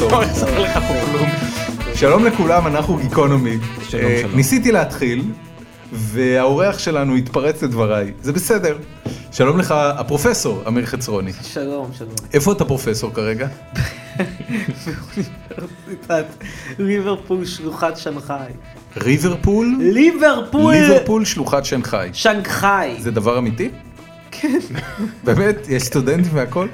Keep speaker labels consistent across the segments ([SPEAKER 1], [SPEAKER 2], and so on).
[SPEAKER 1] לא יעזור לך פה כלום.
[SPEAKER 2] שלום לכולם, אנחנו גיקונומי.
[SPEAKER 1] שלום,
[SPEAKER 2] אה,
[SPEAKER 1] שלום.
[SPEAKER 2] ניסיתי להתחיל, והאורח שלנו התפרץ לדבריי, זה בסדר. שלום לך, הפרופסור אמיר חצרוני.
[SPEAKER 3] שלום, שלום.
[SPEAKER 2] איפה אתה פרופסור כרגע?
[SPEAKER 3] באוניברסיטת ליברפול שלוחת שנגחאי.
[SPEAKER 2] ריברפול?
[SPEAKER 3] ליברפול!
[SPEAKER 2] ליברפול שלוחת שנגחאי.
[SPEAKER 3] שנגחאי.
[SPEAKER 2] זה דבר אמיתי?
[SPEAKER 3] כן.
[SPEAKER 2] באמת? יש סטודנטים והכל?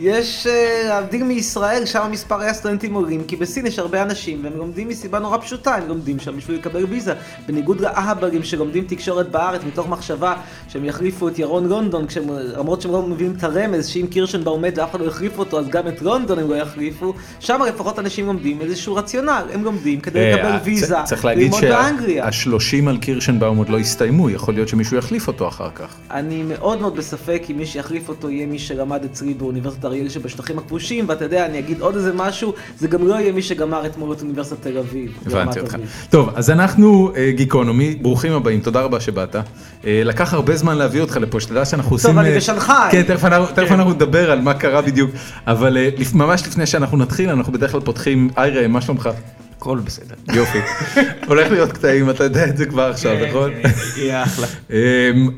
[SPEAKER 3] יש, אה, להבדיל מישראל, שם מספר היה סטודנטים עולים, כי בסין יש הרבה אנשים, והם לומדים מסיבה נורא פשוטה, הם לומדים שם בשביל לקבל ויזה. בניגוד לאהבלים שלומדים תקשורת בארץ, מתוך מחשבה שהם יחליפו את ירון לונדון, כשהם, למרות שהם לא מבינים את הרמז, שאם קירשנבאום מת ואף אחד לא יחליף אותו, אז גם את לונדון הם לא יחליפו. שם לפחות אנשים לומדים איזשהו רציונל, הם לומדים כדי לקבל
[SPEAKER 2] אה,
[SPEAKER 3] ויזה,
[SPEAKER 2] צ- צריך להגיד
[SPEAKER 3] ללמוד באנגליה.
[SPEAKER 2] שהשלושים על קירשנבאום עוד לא הסתיימו, יכול להיות שמישהו יחליף אותו אחר כך.
[SPEAKER 3] אני מאוד מאוד בספק אם מי שיחליף אותו יהיה מי שלמד אצלי באוניברסיטת אריאל שבשטחים הכבושים, ואתה יודע, אני אגיד עוד איזה משהו, זה גם לא יהיה מי שגמר אתמול את אוניברסיטת תל אביב. ברמת
[SPEAKER 2] הבנתי אותך.
[SPEAKER 3] אביב.
[SPEAKER 2] טוב, אז אנחנו אה, גיקונומי, ברוכים הבאים, תודה רבה שבאת. אה, לקח הרבה זמן להביא אותך לפה, שתדע שאנחנו עושים...
[SPEAKER 3] אני
[SPEAKER 2] אה,
[SPEAKER 3] בשנגחאי.
[SPEAKER 2] כן, תכף אנחנו- תכף אנחנו נדבר על מה קרה בדיוק, אבל אה, לפ- ממש לפני שאנחנו נתחיל, אנחנו בדרך כלל פותחים, איירה, מה שלומך?
[SPEAKER 1] הכל בסדר.
[SPEAKER 2] יופי. הולך להיות קטעים, אתה יודע את זה כבר עכשיו, נכון?
[SPEAKER 1] יהיה אחלה.
[SPEAKER 2] אמ,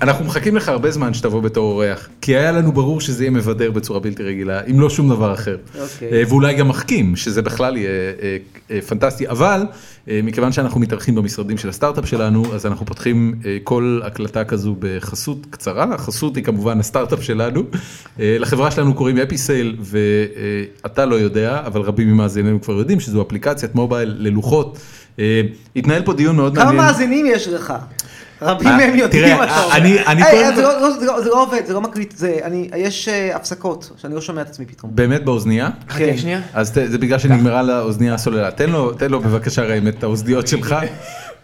[SPEAKER 2] אנחנו מחכים לך הרבה זמן שתבוא בתור אורח, כי היה לנו ברור שזה יהיה מבדר בצורה בלתי רגילה, אם לא שום דבר אחר.
[SPEAKER 3] אוקיי.
[SPEAKER 2] אה, ואולי גם מחכים, שזה בכלל יהיה אה, אה, פנטסטי, אבל אה, מכיוון שאנחנו מתארחים במשרדים של הסטארט-אפ שלנו, אז אנחנו פותחים אה, כל הקלטה כזו בחסות קצרה, החסות היא כמובן הסטארט-אפ שלנו. אה, לחברה שלנו קוראים אפיסייל, ואתה לא יודע, אבל רבים ממאזיננו כבר יודעים שזו אפליקציית מובייל ללוחות. אה, התנהל פה דיון מאוד
[SPEAKER 3] כמה
[SPEAKER 2] מעניין.
[SPEAKER 3] מאזינים יש לך? רבים
[SPEAKER 2] אה,
[SPEAKER 3] מהם יודעים
[SPEAKER 2] תראה,
[SPEAKER 3] מה אתה אומר.
[SPEAKER 2] אני- אני
[SPEAKER 3] היי,
[SPEAKER 2] קודם
[SPEAKER 3] אז
[SPEAKER 2] כל-
[SPEAKER 3] זה לא- לא- זה לא- זה לא עובד, זה לא מקליט, זה, אני, יש אה, הפסקות, שאני לא שומע את עצמי פתאום.
[SPEAKER 2] באמת באוזנייה?
[SPEAKER 3] כן.
[SPEAKER 1] חכה שנייה.
[SPEAKER 2] אז ת- זה בגלל שנגמרה לה אוזנייה הסוללה. תן לו, תן לו בבקשה ראם את האוזניות שלך.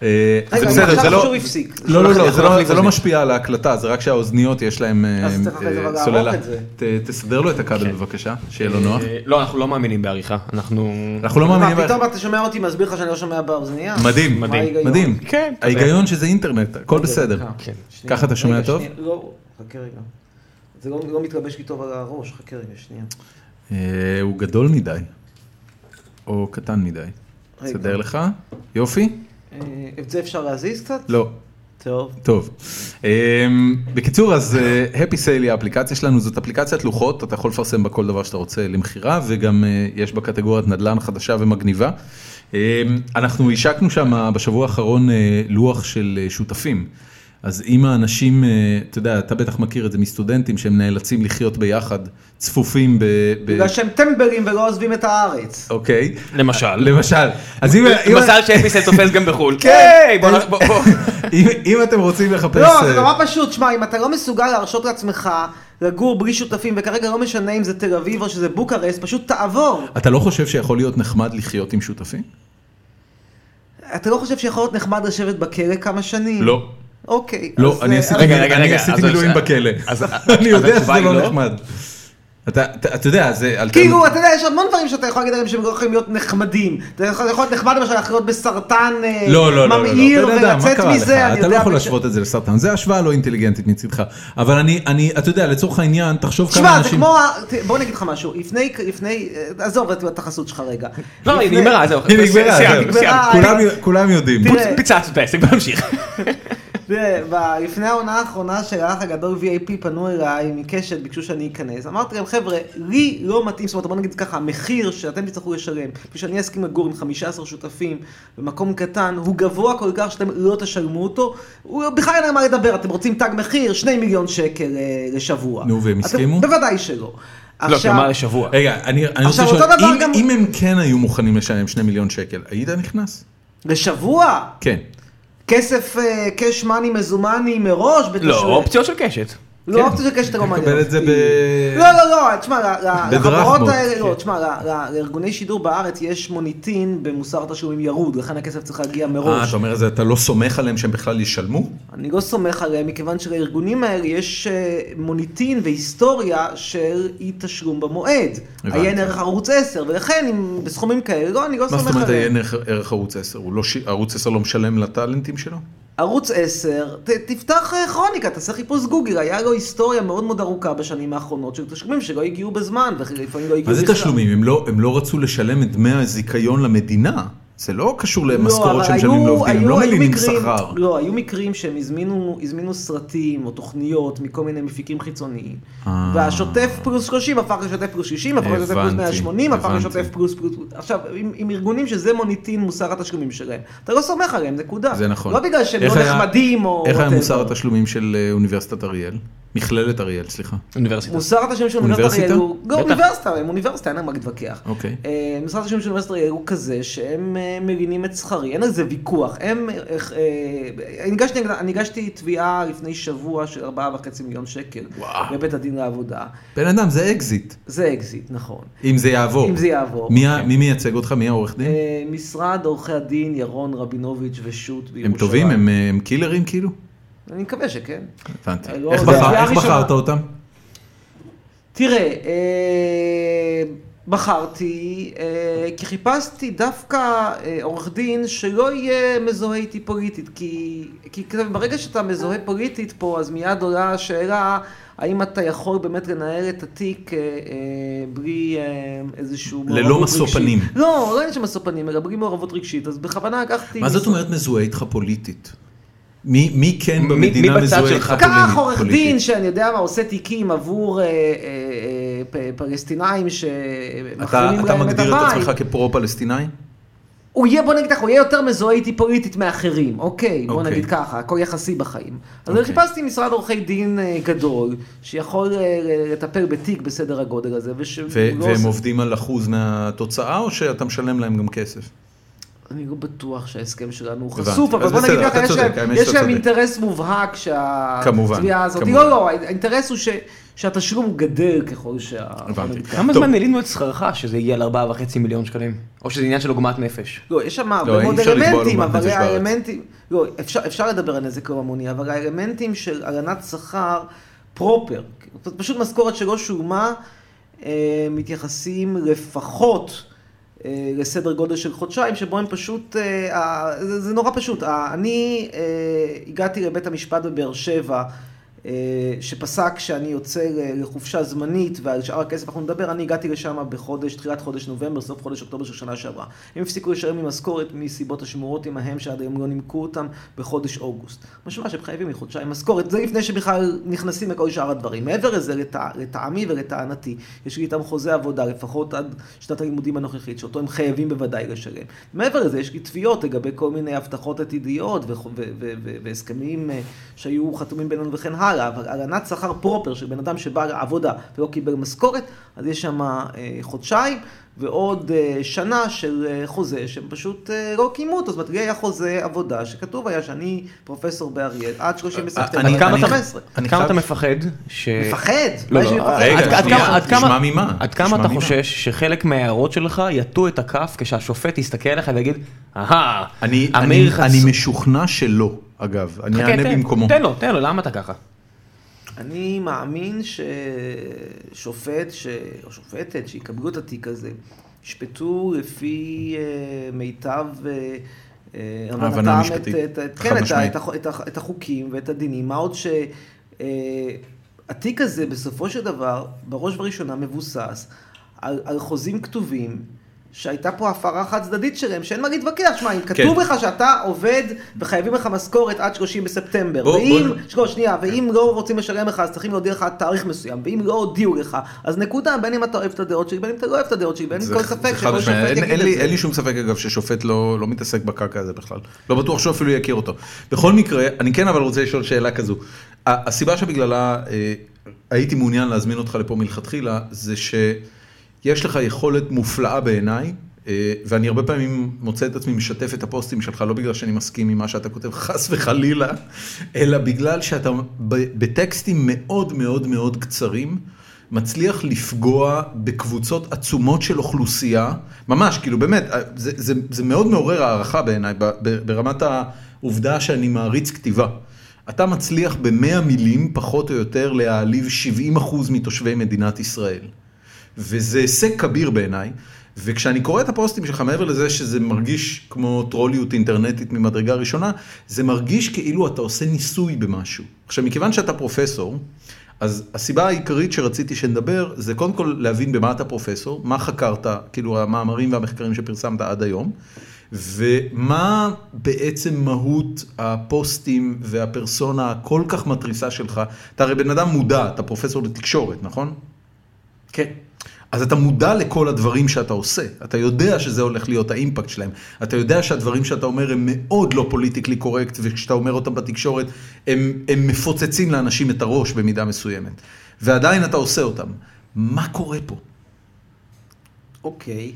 [SPEAKER 2] אה, זה
[SPEAKER 3] רגע,
[SPEAKER 2] בסדר,
[SPEAKER 3] עכשיו
[SPEAKER 2] זה לא...
[SPEAKER 3] שהוא הפסיק.
[SPEAKER 2] לא, לא,
[SPEAKER 1] שלחתי,
[SPEAKER 2] לא,
[SPEAKER 1] יכול
[SPEAKER 2] זה לא,
[SPEAKER 1] להחליף
[SPEAKER 2] זה לא
[SPEAKER 1] אוזניות.
[SPEAKER 2] משפיע על ההקלטה, זה רק שהאוזניות יש להם אה,
[SPEAKER 3] אז צריך אחרי זה
[SPEAKER 2] אה,
[SPEAKER 3] לערוך
[SPEAKER 2] סוללה.
[SPEAKER 3] את זה.
[SPEAKER 2] ת- תסדר לו את
[SPEAKER 1] כן.
[SPEAKER 2] הכבל בבקשה, שיהיה לו נוח.
[SPEAKER 1] לא, אנחנו לא מאמינים בעריכה, אנחנו...
[SPEAKER 2] אנחנו לא מאמינים...
[SPEAKER 3] מה,
[SPEAKER 2] בך.
[SPEAKER 3] פתאום אתה שומע אותי מסביר לך שאני לא שומע באוזנייה?
[SPEAKER 2] מדהים,
[SPEAKER 3] מה
[SPEAKER 1] מדהים,
[SPEAKER 3] ההיגיון?
[SPEAKER 2] מדהים.
[SPEAKER 1] כן, אתה יודע.
[SPEAKER 2] ההיגיון שזה אינטרנט, הכל בסדר.
[SPEAKER 1] כן.
[SPEAKER 3] שנייה,
[SPEAKER 2] ככה אתה שומע
[SPEAKER 3] רגע,
[SPEAKER 2] טוב?
[SPEAKER 3] שנייה, לא, חכה רגע. זה לא לא מתלבש לי טוב על הראש, חכה רגע, שנייה.
[SPEAKER 2] אה, הוא גדול מדי, או קטן מדי.
[SPEAKER 3] רגע.
[SPEAKER 2] סדר לך? יופי?
[SPEAKER 3] אה, את זה אפשר להזיז קצת?
[SPEAKER 2] לא.
[SPEAKER 3] טוב.
[SPEAKER 2] טוב. Um, בקיצור, אז אה, Happy Sale היא האפליקציה שלנו, זאת אפליקציית לוחות, אתה יכול לפרסם בה כל דבר שאתה רוצה למכירה, וגם אה, יש בה קטגוריית נדל"ן חדשה ומגניבה. Um, אנחנו השקנו שם בשבוע האחרון אה, לוח של אה, שותפים. אז אם האנשים, אה, אתה יודע, אתה בטח מכיר את זה מסטודנטים שהם נאלצים לחיות ביחד, צפופים ב... ב-
[SPEAKER 3] בגלל שהם טמבלים ולא עוזבים את הארץ.
[SPEAKER 2] אוקיי,
[SPEAKER 1] למשל.
[SPEAKER 2] למשל. אז אם... אם-
[SPEAKER 1] מזל שאפיסל תופס גם בחו"ל.
[SPEAKER 2] כן.
[SPEAKER 1] היי, בוא נח- בוא- בוא.
[SPEAKER 2] אם- אם אתם רוצים לחפש...
[SPEAKER 3] לא, זה
[SPEAKER 2] אה,
[SPEAKER 3] נורא פשוט, שמע, אם אתה לא מסוגל להרשות לעצמך לגור בלי שותפים, וכרגע לא משנה אם זה תל אביב או שזה בוקרשט, פשוט תעבור.
[SPEAKER 2] אתה לא חושב שיכול להיות נחמד לחיות עם שותפים?
[SPEAKER 3] אתה לא חושב שיכול להיות נחמד לשבת בכלא כמה שנים?
[SPEAKER 2] לא.
[SPEAKER 3] אוקיי.
[SPEAKER 2] לא,
[SPEAKER 3] אז,
[SPEAKER 2] אני
[SPEAKER 3] אה,
[SPEAKER 2] עשיתי
[SPEAKER 3] אז-
[SPEAKER 1] רגע,
[SPEAKER 2] מילואים-
[SPEAKER 1] רגע,
[SPEAKER 2] אני
[SPEAKER 1] רגע,
[SPEAKER 2] עשיתי
[SPEAKER 1] אז-
[SPEAKER 2] מילואים
[SPEAKER 1] אז-
[SPEAKER 2] בכלא.
[SPEAKER 1] אז-
[SPEAKER 2] אני
[SPEAKER 1] אז
[SPEAKER 2] יודע
[SPEAKER 1] התשובה
[SPEAKER 2] שזה
[SPEAKER 1] היא
[SPEAKER 2] לא
[SPEAKER 1] לא?
[SPEAKER 2] נחמד. אתה אתה- אתה יודע, זה... אלטרנ-
[SPEAKER 3] כאילו, אתה יודע, יש המון דברים שאתה יכול להגיד עליהם שהם לא יכולים להיות נחמדים. אתה יכול יכול להיות נחמד למשל לחיות בסרטן אה,
[SPEAKER 2] לא, לא, לא, לא,
[SPEAKER 3] ממאיר
[SPEAKER 2] בן אדם, מה
[SPEAKER 3] ולצאת
[SPEAKER 2] קרה לך?
[SPEAKER 3] מזה, אני
[SPEAKER 2] אתה לא
[SPEAKER 3] יודע...
[SPEAKER 2] יכול
[SPEAKER 3] בש-
[SPEAKER 2] להשוות את זה לסרטן, זה השוואה לא אינטליגנטית מצידך. אבל אני, אני, אתה יודע, לצורך העניין, תחשוב כמה
[SPEAKER 3] תשמע, זה
[SPEAKER 2] אנשים...
[SPEAKER 3] כמו, ה- ת- בוא אני אגיד לך משהו, לפני, לפני, אה, עזוב את את החסות שלך רגע.
[SPEAKER 1] לא, היא
[SPEAKER 3] לפני-
[SPEAKER 1] נגמרה, זהו.
[SPEAKER 2] היא נגמרה,
[SPEAKER 1] סיימנו,
[SPEAKER 2] זהו. אה,
[SPEAKER 1] סיימנו.
[SPEAKER 3] נגמרה.
[SPEAKER 2] כולם- כולם יודעים.
[SPEAKER 3] אה, תראה,
[SPEAKER 1] פיצצנו את העסק, בוא נמשיך.
[SPEAKER 3] תראה, ב- לפני העונה האחרונה של האח הגדול VIP פנו אליי מקשת, ביקשו שאני אכנס. אמרתי להם, חבר'ה, לי לא מתאים, זאת אומרת, בוא נגיד ככה, המחיר שאתם תצטרכו לשלם, כפי שאני אסכים לגור עם 15 שותפים במקום קטן, הוא גבוה כל כך שאתם לא תשלמו אותו. הוא בכלל אין על מה לדבר, אתם רוצים תג מחיר, 2 מיליון שקל אה, לשבוע.
[SPEAKER 2] נו, והם
[SPEAKER 3] אתם-
[SPEAKER 2] הסכימו?
[SPEAKER 3] בוודאי שלא.
[SPEAKER 1] לא,
[SPEAKER 3] עכשיו-
[SPEAKER 1] כלומר לשבוע.
[SPEAKER 2] רגע, אני אני רוצה
[SPEAKER 3] עכשיו,
[SPEAKER 2] לשאול,
[SPEAKER 3] אותו דבר
[SPEAKER 2] אם-
[SPEAKER 3] גם-
[SPEAKER 2] אם הם כן היו מוכנים לשלם 2 מיליון שקל, היית נכנס?
[SPEAKER 3] לשבוע?
[SPEAKER 2] כן.
[SPEAKER 3] כסף אה, קש מאני מזומני מראש? בתשלום?
[SPEAKER 1] לא, אופציות של קשת.
[SPEAKER 3] לא אופציות של קשת הרומניה.
[SPEAKER 2] מקבל את זה ב...
[SPEAKER 3] לא, לא, לא, תשמע, ל- ל-
[SPEAKER 2] בדרחמות.
[SPEAKER 3] לחברות האלה,
[SPEAKER 2] כן.
[SPEAKER 3] לא, תשמע, ל- ל- לארגוני שידור בארץ יש מוניטין במוסר תשלומים ירוד, לכן הכסף צריך להגיע
[SPEAKER 2] אה,
[SPEAKER 3] מראש.
[SPEAKER 2] אתה אומר, אז אתה לא סומך עליהם שהם בכלל ישלמו?
[SPEAKER 3] אני לא סומך עליהם, מכיוון שלארגונים האלה יש אה, מוניטין והיסטוריה של אי תשלום במועד.
[SPEAKER 2] הבנתי.
[SPEAKER 3] עיין ערך ערוץ 10, ולכן אם בסכומים כאלה, לא, אני לא
[SPEAKER 2] מה זאת
[SPEAKER 3] סומך
[SPEAKER 2] אומרת
[SPEAKER 3] עליהם.
[SPEAKER 2] עיין ערך ערוץ 10? הוא לא ש- ערוץ 10 לא משלם לטאלנטים שלו?
[SPEAKER 3] ערוץ 10, ת, תפתח אה, כרוניקה, תעשה חיפוש גוגל, היה לו היסטוריה מאוד מאוד ארוכה בשנים האחרונות של תשלומים שלא הגיעו בזמן, ולפעמים לא הגיעו
[SPEAKER 2] מה זה תשלומים? הם לא, הם לא רצו לשלם את דמי הזיכיון למדינה. זה לא קשור
[SPEAKER 3] אבל
[SPEAKER 2] למשכורת שהם
[SPEAKER 3] היו-
[SPEAKER 2] משלמים לעובדים, הם
[SPEAKER 3] היו-
[SPEAKER 2] לא
[SPEAKER 3] היו
[SPEAKER 2] מלינים
[SPEAKER 3] מקרים-
[SPEAKER 2] שכר.
[SPEAKER 3] לא, היו מקרים שהם הזמינו, הזמינו סרטים או תוכניות מכל מיני מפיקים חיצוניים.
[SPEAKER 2] אה.
[SPEAKER 3] והשוטף פלוס 30 הפך לשוטף פלוס 60, הפך לשוטף פלוס
[SPEAKER 2] הבנתי,
[SPEAKER 3] 180, הפך
[SPEAKER 2] הבנתי.
[SPEAKER 3] לשוטף פלוס פלוס... עכשיו, עם, עם ארגונים שזה מוניטין מוסר התשלומים שלהם, אתה לא סומך עליהם, נקודה.
[SPEAKER 2] זה נכון.
[SPEAKER 3] לא בגלל שהם
[SPEAKER 2] איך
[SPEAKER 3] לא
[SPEAKER 2] היה-
[SPEAKER 3] נחמדים או...
[SPEAKER 2] איך היה
[SPEAKER 3] whatever.
[SPEAKER 2] מוסר התשלומים של אה, אוניברסיטת אריאל? מכללת אריאל, סליחה.
[SPEAKER 1] אוניברסיטה.
[SPEAKER 3] מוסר התשלומים של אוניברסיטת
[SPEAKER 2] אוניברסיטה?
[SPEAKER 3] אריאל הוא... לא,
[SPEAKER 1] בטח.
[SPEAKER 3] אוניברסיטה, הם אוניברסיטה, אין להם מה להתווכח.
[SPEAKER 2] אוקיי.
[SPEAKER 3] אה, משרד השם של אוניברסיטת אריאל הוא כזה שהם אה, מבינים את שכרי, אין על זה ויכוח. הם, איך, אה, אני הגשתי נגד- אני הגשתי תביעה לפני שבוע של 4.5 מיליון שקל
[SPEAKER 2] וואו.
[SPEAKER 3] לבית הדין לעבודה.
[SPEAKER 2] בן אדם, זה אקזיט.
[SPEAKER 3] זה אקזיט, נכון.
[SPEAKER 2] אם זה יעבור.
[SPEAKER 3] אם זה יעבור.
[SPEAKER 2] מי ה- מי מייצג אותך? מי העורך דין?
[SPEAKER 3] אה, משרד עורכי הדין ירון רבינוביץ' ושות' בירושלים.
[SPEAKER 2] הם טובים? הם, אה, הם קילרים כאילו?
[SPEAKER 3] אני מקווה שכן.
[SPEAKER 2] הבנתי.
[SPEAKER 3] אה, לא,
[SPEAKER 2] איך
[SPEAKER 3] זה
[SPEAKER 2] בחר-
[SPEAKER 3] התביעה
[SPEAKER 2] איך
[SPEAKER 3] הראשונה.
[SPEAKER 2] בחרת אותם?
[SPEAKER 3] תראה, אה, בחרתי, אה, כי חיפשתי דווקא אה, עורך דין שלא יהיה מזוהה איתי פוליטית, כי, כי כזה, ברגע שאתה מזוהה פוליטית פה, אז מיד עולה השאלה, האם אתה יכול באמת לנהל את התיק אה, אה, בלי אה, איזשהו
[SPEAKER 2] ללא משוא
[SPEAKER 3] רגשית?
[SPEAKER 2] פנים.
[SPEAKER 3] לא, לא אין שם משוא פנים, אלא בלי מעורבות רגשית, אז בכוונה לקחתי...
[SPEAKER 2] מה זאת אומרת מזוהה איתך פוליטית? מי מי כן
[SPEAKER 1] מי-
[SPEAKER 2] במדינה
[SPEAKER 1] מי בצד
[SPEAKER 2] מזוהה
[SPEAKER 1] שלך?
[SPEAKER 2] איתך
[SPEAKER 3] קח
[SPEAKER 2] פוליטית?
[SPEAKER 3] עורך דין שאני יודע מה עושה תיקים עבור אה, אה, אה, פ- פלסטינאים
[SPEAKER 2] אתה
[SPEAKER 3] שמחרימים
[SPEAKER 2] אתה
[SPEAKER 3] להם את
[SPEAKER 2] מגדיר את
[SPEAKER 3] הבית.
[SPEAKER 2] עצמך כפרו-פלסטיני?
[SPEAKER 3] הוא יהיה, בוא נגיד ככה, הוא יהיה יותר מזוהה איתי פוליטית מאחרים, אוקיי, בוא
[SPEAKER 2] אוקיי.
[SPEAKER 3] נגיד ככה, הכל יחסי בחיים. אז
[SPEAKER 2] אוקיי.
[SPEAKER 3] אני חיפשתי משרד עורכי דין אה, גדול, שיכול אה, ל- לטפל בתיק בסדר הגודל הזה, ושהוא
[SPEAKER 2] ו-
[SPEAKER 3] לא
[SPEAKER 2] והם
[SPEAKER 3] עושה-
[SPEAKER 2] עובדים על אחוז מהתוצאה או שאתה משלם להם גם כסף?
[SPEAKER 3] אני לא בטוח שההסכם שלנו הוא
[SPEAKER 2] הבנתי.
[SPEAKER 3] חשוף, אבל
[SPEAKER 2] אז
[SPEAKER 3] בוא נגיד
[SPEAKER 2] בסדר,
[SPEAKER 3] ככה,
[SPEAKER 2] אתה
[SPEAKER 3] יש
[SPEAKER 2] צודק,
[SPEAKER 3] להם-
[SPEAKER 2] האמת
[SPEAKER 3] יש
[SPEAKER 2] שאתה
[SPEAKER 3] להם
[SPEAKER 2] צודק.
[SPEAKER 3] אינטרס מובהק
[SPEAKER 2] כמובן,
[SPEAKER 3] שהתביעה הזאת,
[SPEAKER 2] כמובן.
[SPEAKER 3] לא, לא, האינטרס הוא ש- שהתשלום הוא גדל ככל שה...
[SPEAKER 2] הבנתי.
[SPEAKER 1] כמה
[SPEAKER 2] טוב.
[SPEAKER 1] זמן העלינו את שכרך שזה הגיע על 4.5 מיליון שקלים? או שזה עניין של עוגמת נפש?
[SPEAKER 3] לא, יש שם
[SPEAKER 2] לא,
[SPEAKER 3] הרבה
[SPEAKER 2] אי
[SPEAKER 3] מאוד
[SPEAKER 2] אפשר לקבוע
[SPEAKER 3] אלמנטים,
[SPEAKER 2] לעומת
[SPEAKER 3] אבל
[SPEAKER 2] נפש בארץ.
[SPEAKER 3] האלמנטים, לא, אפשר, אפשר לדבר על נזק לא ממוני, אבל האלמנטים של הלנת שכר פרופר, זאת פשוט משכורת שלא שולמה, אה, מתייחסים לפחות אה, לסדר גודל של חודשיים, שבו הם פשוט, אה, ה- זה, זה נורא פשוט, ה- אני אה, הגעתי לבית המשפט בבאר שבע, אה, שפסק שאני יוצא ל- לחופשה זמנית ועל שאר הכסף אנחנו נדבר, אני הגעתי לשם בחודש, תחילת חודש נובמבר, סוף חודש אוקטובר של שנה שעברה. הם הפסיקו לשלם לי משכורת מסיבות השמורות עמהם שעד היום לא נימקו אותם בחודש אוגוסט. משמע שהם חייבים לי חודשיים משכורת, זה לפני שבכלל נכנסים לכל שאר הדברים. מעבר לזה, לט... לטעמי ולטענתי, יש לי איתם חוזה עבודה לפחות עד שנת הלימודים הנוכחית, שאותו הם חייבים בוודאי לשלם. מעבר לזה, יש לי תביעות לגבי כל מיני הבטחות עתידיות וח- ו- ו- ו- והסכמים אה, שהיו חתומים בינינו וכן הלאה, אבל הלנת שכר פרופר של בן אדם שבא לעבודה ולא קיבל משכורת, אז יש שם אה, חודשיים ועוד אה, שנה של אה, חוזה שהם פשוט אה, לא קיימו אותו. זאת אומרת, לי היה חוזה עבודה שכתוב היה שאני פרופסור באריאל עד 30 בספטמבר
[SPEAKER 2] אה, אני-
[SPEAKER 1] עד כמה אתה-
[SPEAKER 3] 2015.
[SPEAKER 2] אני
[SPEAKER 1] עד כמה
[SPEAKER 2] חייב-
[SPEAKER 1] אתה מפחד ש...
[SPEAKER 3] מפחד?
[SPEAKER 1] לא,
[SPEAKER 3] מה יש לי
[SPEAKER 1] לא,
[SPEAKER 3] מפחד?
[SPEAKER 2] רגע,
[SPEAKER 1] עד- עד
[SPEAKER 2] שנייה,
[SPEAKER 1] כמה- עד
[SPEAKER 2] נשמע
[SPEAKER 1] כמה-
[SPEAKER 2] ממה.
[SPEAKER 1] עד כמה
[SPEAKER 2] נשמע
[SPEAKER 1] אתה
[SPEAKER 2] ממה.
[SPEAKER 1] חושש שחלק מההערות שלך יטו את הכף כשהשופט יסתכל עליך ויגיד, אהה,
[SPEAKER 2] אני
[SPEAKER 1] אמיר
[SPEAKER 2] אני-
[SPEAKER 1] חסון."
[SPEAKER 2] אני משוכנע שלא, אגב. אני
[SPEAKER 1] חכה,
[SPEAKER 2] אענה
[SPEAKER 1] תן-
[SPEAKER 2] במקומו.
[SPEAKER 1] תן לו, תן לו, למה אתה ככה?
[SPEAKER 3] אני מאמין ששופט ש... או שופטת שיקבלו את התיק הזה, ישפטו לפי אה, מיטב אה, אה,
[SPEAKER 2] ההבנה
[SPEAKER 3] הבנתם את,
[SPEAKER 2] המשפטית.
[SPEAKER 3] את, את,
[SPEAKER 2] חד
[SPEAKER 3] כן, את, ה-
[SPEAKER 2] משמעית.
[SPEAKER 3] את, הח- את, הח- את החוקים ואת הדינים, מה עוד שהתיק הזה בסופו של דבר, בראש ובראשונה מבוסס על, על חוזים כתובים. שהייתה פה הפרה חד צדדית שלהם, שאין מה להתווכח, שמע, אם כתוב
[SPEAKER 2] כן.
[SPEAKER 3] לך שאתה עובד וחייבים לך משכורת עד 30 בספטמבר,
[SPEAKER 2] בוא-
[SPEAKER 3] ואם,
[SPEAKER 2] בוא-
[SPEAKER 3] שקול, שנייה, ואם לא רוצים לשלם לך, אז צריכים להודיע לך עד תאריך מסוים, ואם לא הודיעו לך, אז נקודה, בין אם אתה אוהב את הדעות שלי, בין אם אתה לא אוהב את הדעות שלי, בין
[SPEAKER 2] זה-
[SPEAKER 3] אם כל
[SPEAKER 2] זה
[SPEAKER 3] ספק
[SPEAKER 2] חד
[SPEAKER 3] שכל
[SPEAKER 2] משמעי.
[SPEAKER 3] שופט
[SPEAKER 2] אין-
[SPEAKER 3] יגיד
[SPEAKER 2] אין לי-
[SPEAKER 3] את זה.
[SPEAKER 2] אין לי שום ספק אגב ששופט לא לא מתעסק בקרקע הזה בכלל. לא בטוח שהוא אפילו יכיר אותו. בכל מקרה, אני כן אבל רוצה לשאול שאלה כזו. ה- הסיבה שבגללה אה, הייתי מעוניין להזמין אותך לפה מלכתחילה, זה שיש לך יכולת מופלאה בעיניי. אה, ואני הרבה פעמים מוצא את עצמי משתף את הפוסטים שלך, לא בגלל שאני מסכים עם מה שאתה כותב, חס וחלילה, אלא בגלל שאתה ב- בטקסטים מאוד מאוד מאוד קצרים, מצליח לפגוע בקבוצות עצומות של אוכלוסייה, ממש, כאילו באמת, זה, זה, זה מאוד מעורר הערכה בעיניי, ב- ב- ברמת העובדה שאני מעריץ כתיבה. אתה מצליח במאה מילים, פחות או יותר, להעליב 70% מתושבי מדינת ישראל. וזה הישג כביר בעיניי, וכשאני קורא את הפוסטים שלך, מעבר לזה שזה מרגיש כמו טרוליות אינטרנטית ממדרגה ראשונה, זה מרגיש כאילו אתה עושה ניסוי במשהו. עכשיו, מכיוון שאתה פרופסור, אז הסיבה העיקרית שרציתי שנדבר, זה קודם כל להבין במה אתה פרופסור, מה חקרת, כאילו המאמרים והמחקרים שפרסמת עד היום, ומה בעצם מהות הפוסטים והפרסונה הכל כך מתריסה שלך. אתה הרי בן אדם מודע, אתה פרופסור לתקשורת, נכון?
[SPEAKER 3] כן.
[SPEAKER 2] אז אתה מודע לכל הדברים שאתה עושה, אתה יודע שזה הולך להיות האימפקט שלהם, אתה יודע שהדברים שאתה אומר הם מאוד לא פוליטיקלי קורקט, וכשאתה אומר אותם בתקשורת, הם, הם מפוצצים לאנשים את הראש במידה מסוימת, ועדיין אתה עושה אותם. מה קורה פה?
[SPEAKER 3] אוקיי.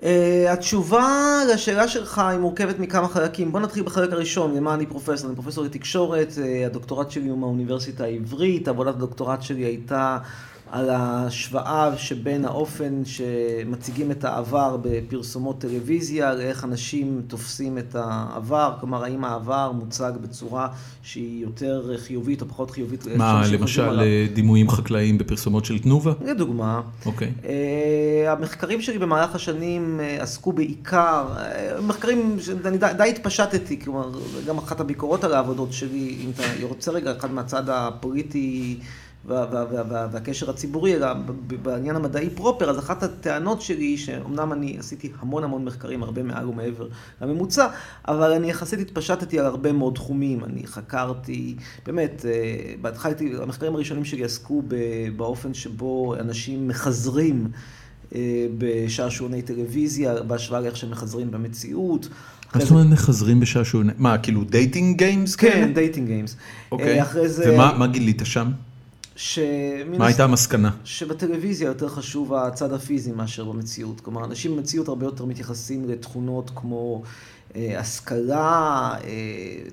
[SPEAKER 3] Uh, התשובה לשאלה שלך היא מורכבת מכמה חלקים. בוא נתחיל בחלק הראשון, למה אני פרופסור? אני פרופסור לתקשורת, uh, הדוקטורט שלי הוא מהאוניברסיטה העברית, עבודת הדוקטורט שלי הייתה על ההשוואה שבין האופן שמציגים את העבר בפרסומות טלוויזיה, לאיך אנשים תופסים את העבר, כלומר האם העבר מוצג בצורה שהיא יותר חיובית או פחות חיובית. לאיך
[SPEAKER 2] מה,
[SPEAKER 3] שאנשים חושבים
[SPEAKER 2] למשל אה,
[SPEAKER 3] עליו.
[SPEAKER 2] דימויים חקלאיים בפרסומות של תנובה?
[SPEAKER 3] לדוגמה.
[SPEAKER 2] אוקיי.
[SPEAKER 3] אה, המחקרים שלי במהלך השנים אה, עסקו בעיקר, אה, מחקרים שאני די, די התפשטתי, כלומר, גם אחת הביקורות על העבודות שלי, אם אתה רוצה רגע, אחד מהצד הפוליטי וה, וה, וה, וה, והקשר הציבורי, אלא ב- ב- בעניין המדעי פרופר, אז אחת הטענות שלי היא שאומנם אני עשיתי המון המון מחקרים, הרבה מעל ומעבר לממוצע, אבל אני יחסית התפשטתי על הרבה מאוד תחומים, אני חקרתי, באמת, אה, בהתחלה הייתי, המחקרים הראשונים שלי עסקו ב- באופן שבו אנשים מחזרים. אה, בשעשועוני טלוויזיה, בהשוואה לאיך שהם מחזרים במציאות.
[SPEAKER 2] מה
[SPEAKER 3] אחרי
[SPEAKER 2] זאת
[SPEAKER 3] זה-
[SPEAKER 2] אומרת מחזרים בשעשועון? מה, כאילו דייטינג גיימס?
[SPEAKER 3] כן, דייטינג גיימס.
[SPEAKER 2] אוקיי.
[SPEAKER 3] אחרי זה...
[SPEAKER 2] ומה מה גילית שם?
[SPEAKER 3] שמן
[SPEAKER 2] מה
[SPEAKER 3] הסתם-
[SPEAKER 2] הייתה המסקנה?
[SPEAKER 3] שבטלוויזיה יותר חשוב הצד הפיזי מאשר במציאות. כלומר, אנשים במציאות הרבה יותר מתייחסים לתכונות כמו אה, השכלה, אה,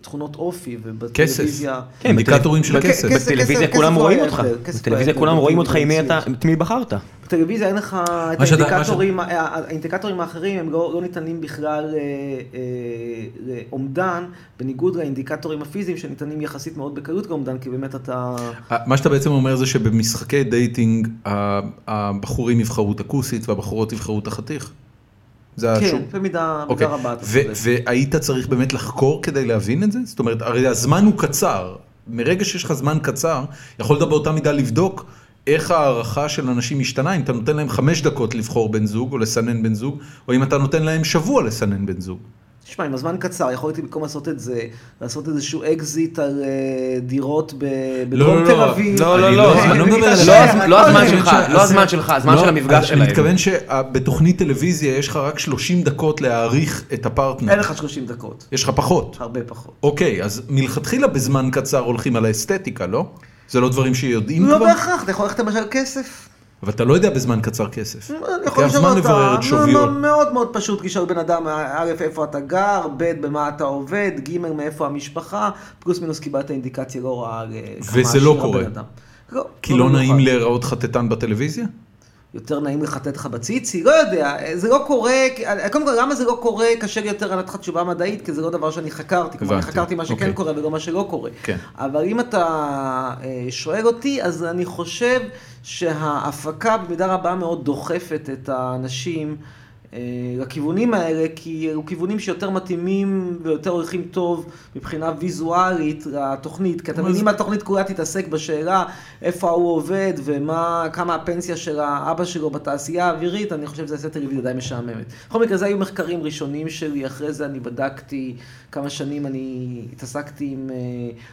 [SPEAKER 3] תכונות אופי, ובטלוויזיה...
[SPEAKER 2] כן, אינדיקטורים של
[SPEAKER 1] בטל-
[SPEAKER 2] כסף.
[SPEAKER 1] בטל- בטלוויזיה
[SPEAKER 3] כסף, כסף
[SPEAKER 1] כולם
[SPEAKER 3] לא
[SPEAKER 1] רואים
[SPEAKER 3] היה
[SPEAKER 1] אותך,
[SPEAKER 3] הבדל, כסף לא
[SPEAKER 1] בטלוויזיה
[SPEAKER 3] היה
[SPEAKER 1] כולם
[SPEAKER 3] הבדל
[SPEAKER 1] רואים
[SPEAKER 3] בין
[SPEAKER 1] אותך עם מי אתה,
[SPEAKER 3] במציאות.
[SPEAKER 1] את מי בחרת.
[SPEAKER 3] בטלוויזיה אין לך את
[SPEAKER 2] מה שאתה-
[SPEAKER 3] האינדיקטורים, ה- ה- האינדיקטורים האחרים הם לא, לא ניתנים בכלל אה, אה, לאומדן, בניגוד לאינדיקטורים הפיזיים שניתנים יחסית מאוד בקלות לאומדן, כי באמת אתה...
[SPEAKER 2] מה שאתה בעצם אומר זה שבמשחקי דייטינג ה- הבחורים יבחרו את הכוסית והבחורות יבחרו את החתיך. זה
[SPEAKER 3] כן,
[SPEAKER 2] השוק.
[SPEAKER 3] במידה במידה
[SPEAKER 2] אוקיי.
[SPEAKER 3] רבה אתה
[SPEAKER 2] ו-
[SPEAKER 3] צודק.
[SPEAKER 2] והיית צריך באמת לחקור כדי להבין את זה? זאת אומרת, הרי הזמן הוא קצר. מרגע שיש לך זמן קצר, יכולת באותה מידה לבדוק איך ההערכה של אנשים משתנה, אם אתה נותן להם חמש דקות לבחור בן זוג או לסנן בן זוג, או אם אתה נותן להם שבוע לסנן בן זוג.
[SPEAKER 3] תשמע, עם הזמן קצר, יכולתי במקום לעשות את זה, לעשות איזשהו אקזיט על אה, דירות ב- בדרום תל אביב.
[SPEAKER 1] לא, לא,
[SPEAKER 2] אני
[SPEAKER 1] לא,
[SPEAKER 2] אני לא
[SPEAKER 3] אני
[SPEAKER 2] מדבר על
[SPEAKER 3] מתעשר,
[SPEAKER 2] זה.
[SPEAKER 3] אבל
[SPEAKER 1] לא
[SPEAKER 3] כל
[SPEAKER 1] הזמן
[SPEAKER 3] מיני-
[SPEAKER 1] שלך, לא הזמן שלך, הזמן
[SPEAKER 2] לא,
[SPEAKER 1] של המפגש
[SPEAKER 2] אז
[SPEAKER 1] שלהם.
[SPEAKER 2] אני מתכוון שבתוכנית טלוויזיה יש לך רק 30 דקות להעריך את
[SPEAKER 3] אין
[SPEAKER 2] הפרטנר.
[SPEAKER 3] לך 30 דקות,
[SPEAKER 2] יש לך פחות.
[SPEAKER 3] הרבה פחות.
[SPEAKER 2] אוקיי, אז מלכתחילה בזמן קצר הולכים על האסתטיקה, לא? זה לא דברים שיודעים
[SPEAKER 3] לא
[SPEAKER 2] כבר?
[SPEAKER 3] בהכרח, אתה יכול ללכת למשל על כסף.
[SPEAKER 2] אבל אתה לא יודע בזמן קצר כסף. אוקיי,
[SPEAKER 3] אני יכול
[SPEAKER 2] לוקח
[SPEAKER 3] לשאול
[SPEAKER 2] זמן לברר את
[SPEAKER 3] אותה,
[SPEAKER 2] שוויו.
[SPEAKER 3] מ- מאוד מאוד פשוט לשאול בן אדם, א', איפה אתה גר, ב', במה אתה עובד, ג', מאיפה המשפחה, פלוס מינוס קיבלת אינדיקציה לא רעה על אה, כמה
[SPEAKER 2] וזה לא
[SPEAKER 3] עשיר הבן
[SPEAKER 2] קורה.
[SPEAKER 3] אדם. לא,
[SPEAKER 2] כי לא נעים
[SPEAKER 3] במיוחד.
[SPEAKER 2] להיראות חטטן בטלוויזיה?
[SPEAKER 3] יותר נעים לחטט לך בציצי, לא יודע, זה לא קורה, קודם כל למה זה לא קורה, קשה לי יותר לענות לך תשובה מדעית, כי זה לא דבר שאני חקרתי, כלומר אני
[SPEAKER 2] הבנתי,
[SPEAKER 3] חקרתי מה שכן
[SPEAKER 2] אוקיי.
[SPEAKER 3] קורה ולא מה שלא קורה.
[SPEAKER 2] כן.
[SPEAKER 3] אבל אם אתה אה, שואל אותי, אז אני חושב שההפקה במידה רבה מאוד דוחפת את האנשים אה, לכיוונים האלה, כי אלו כיוונים שיותר מתאימים ויותר הולכים טוב מבחינה ויזואלית לתוכנית, כי אתה
[SPEAKER 2] אבל
[SPEAKER 3] מבין
[SPEAKER 2] זה-
[SPEAKER 3] אם התוכנית כולה תתעסק בשאלה איפה ההוא עובד ומה, כמה הפנסיה של האבא שלו בתעשייה האווירית, אני חושב שזה יעשה טלוויזיה די משעממת. בכל מקרה, זה היו מחקרים ראשונים שלי, אחרי זה אני בדקתי כמה שנים אני התעסקתי עם אה,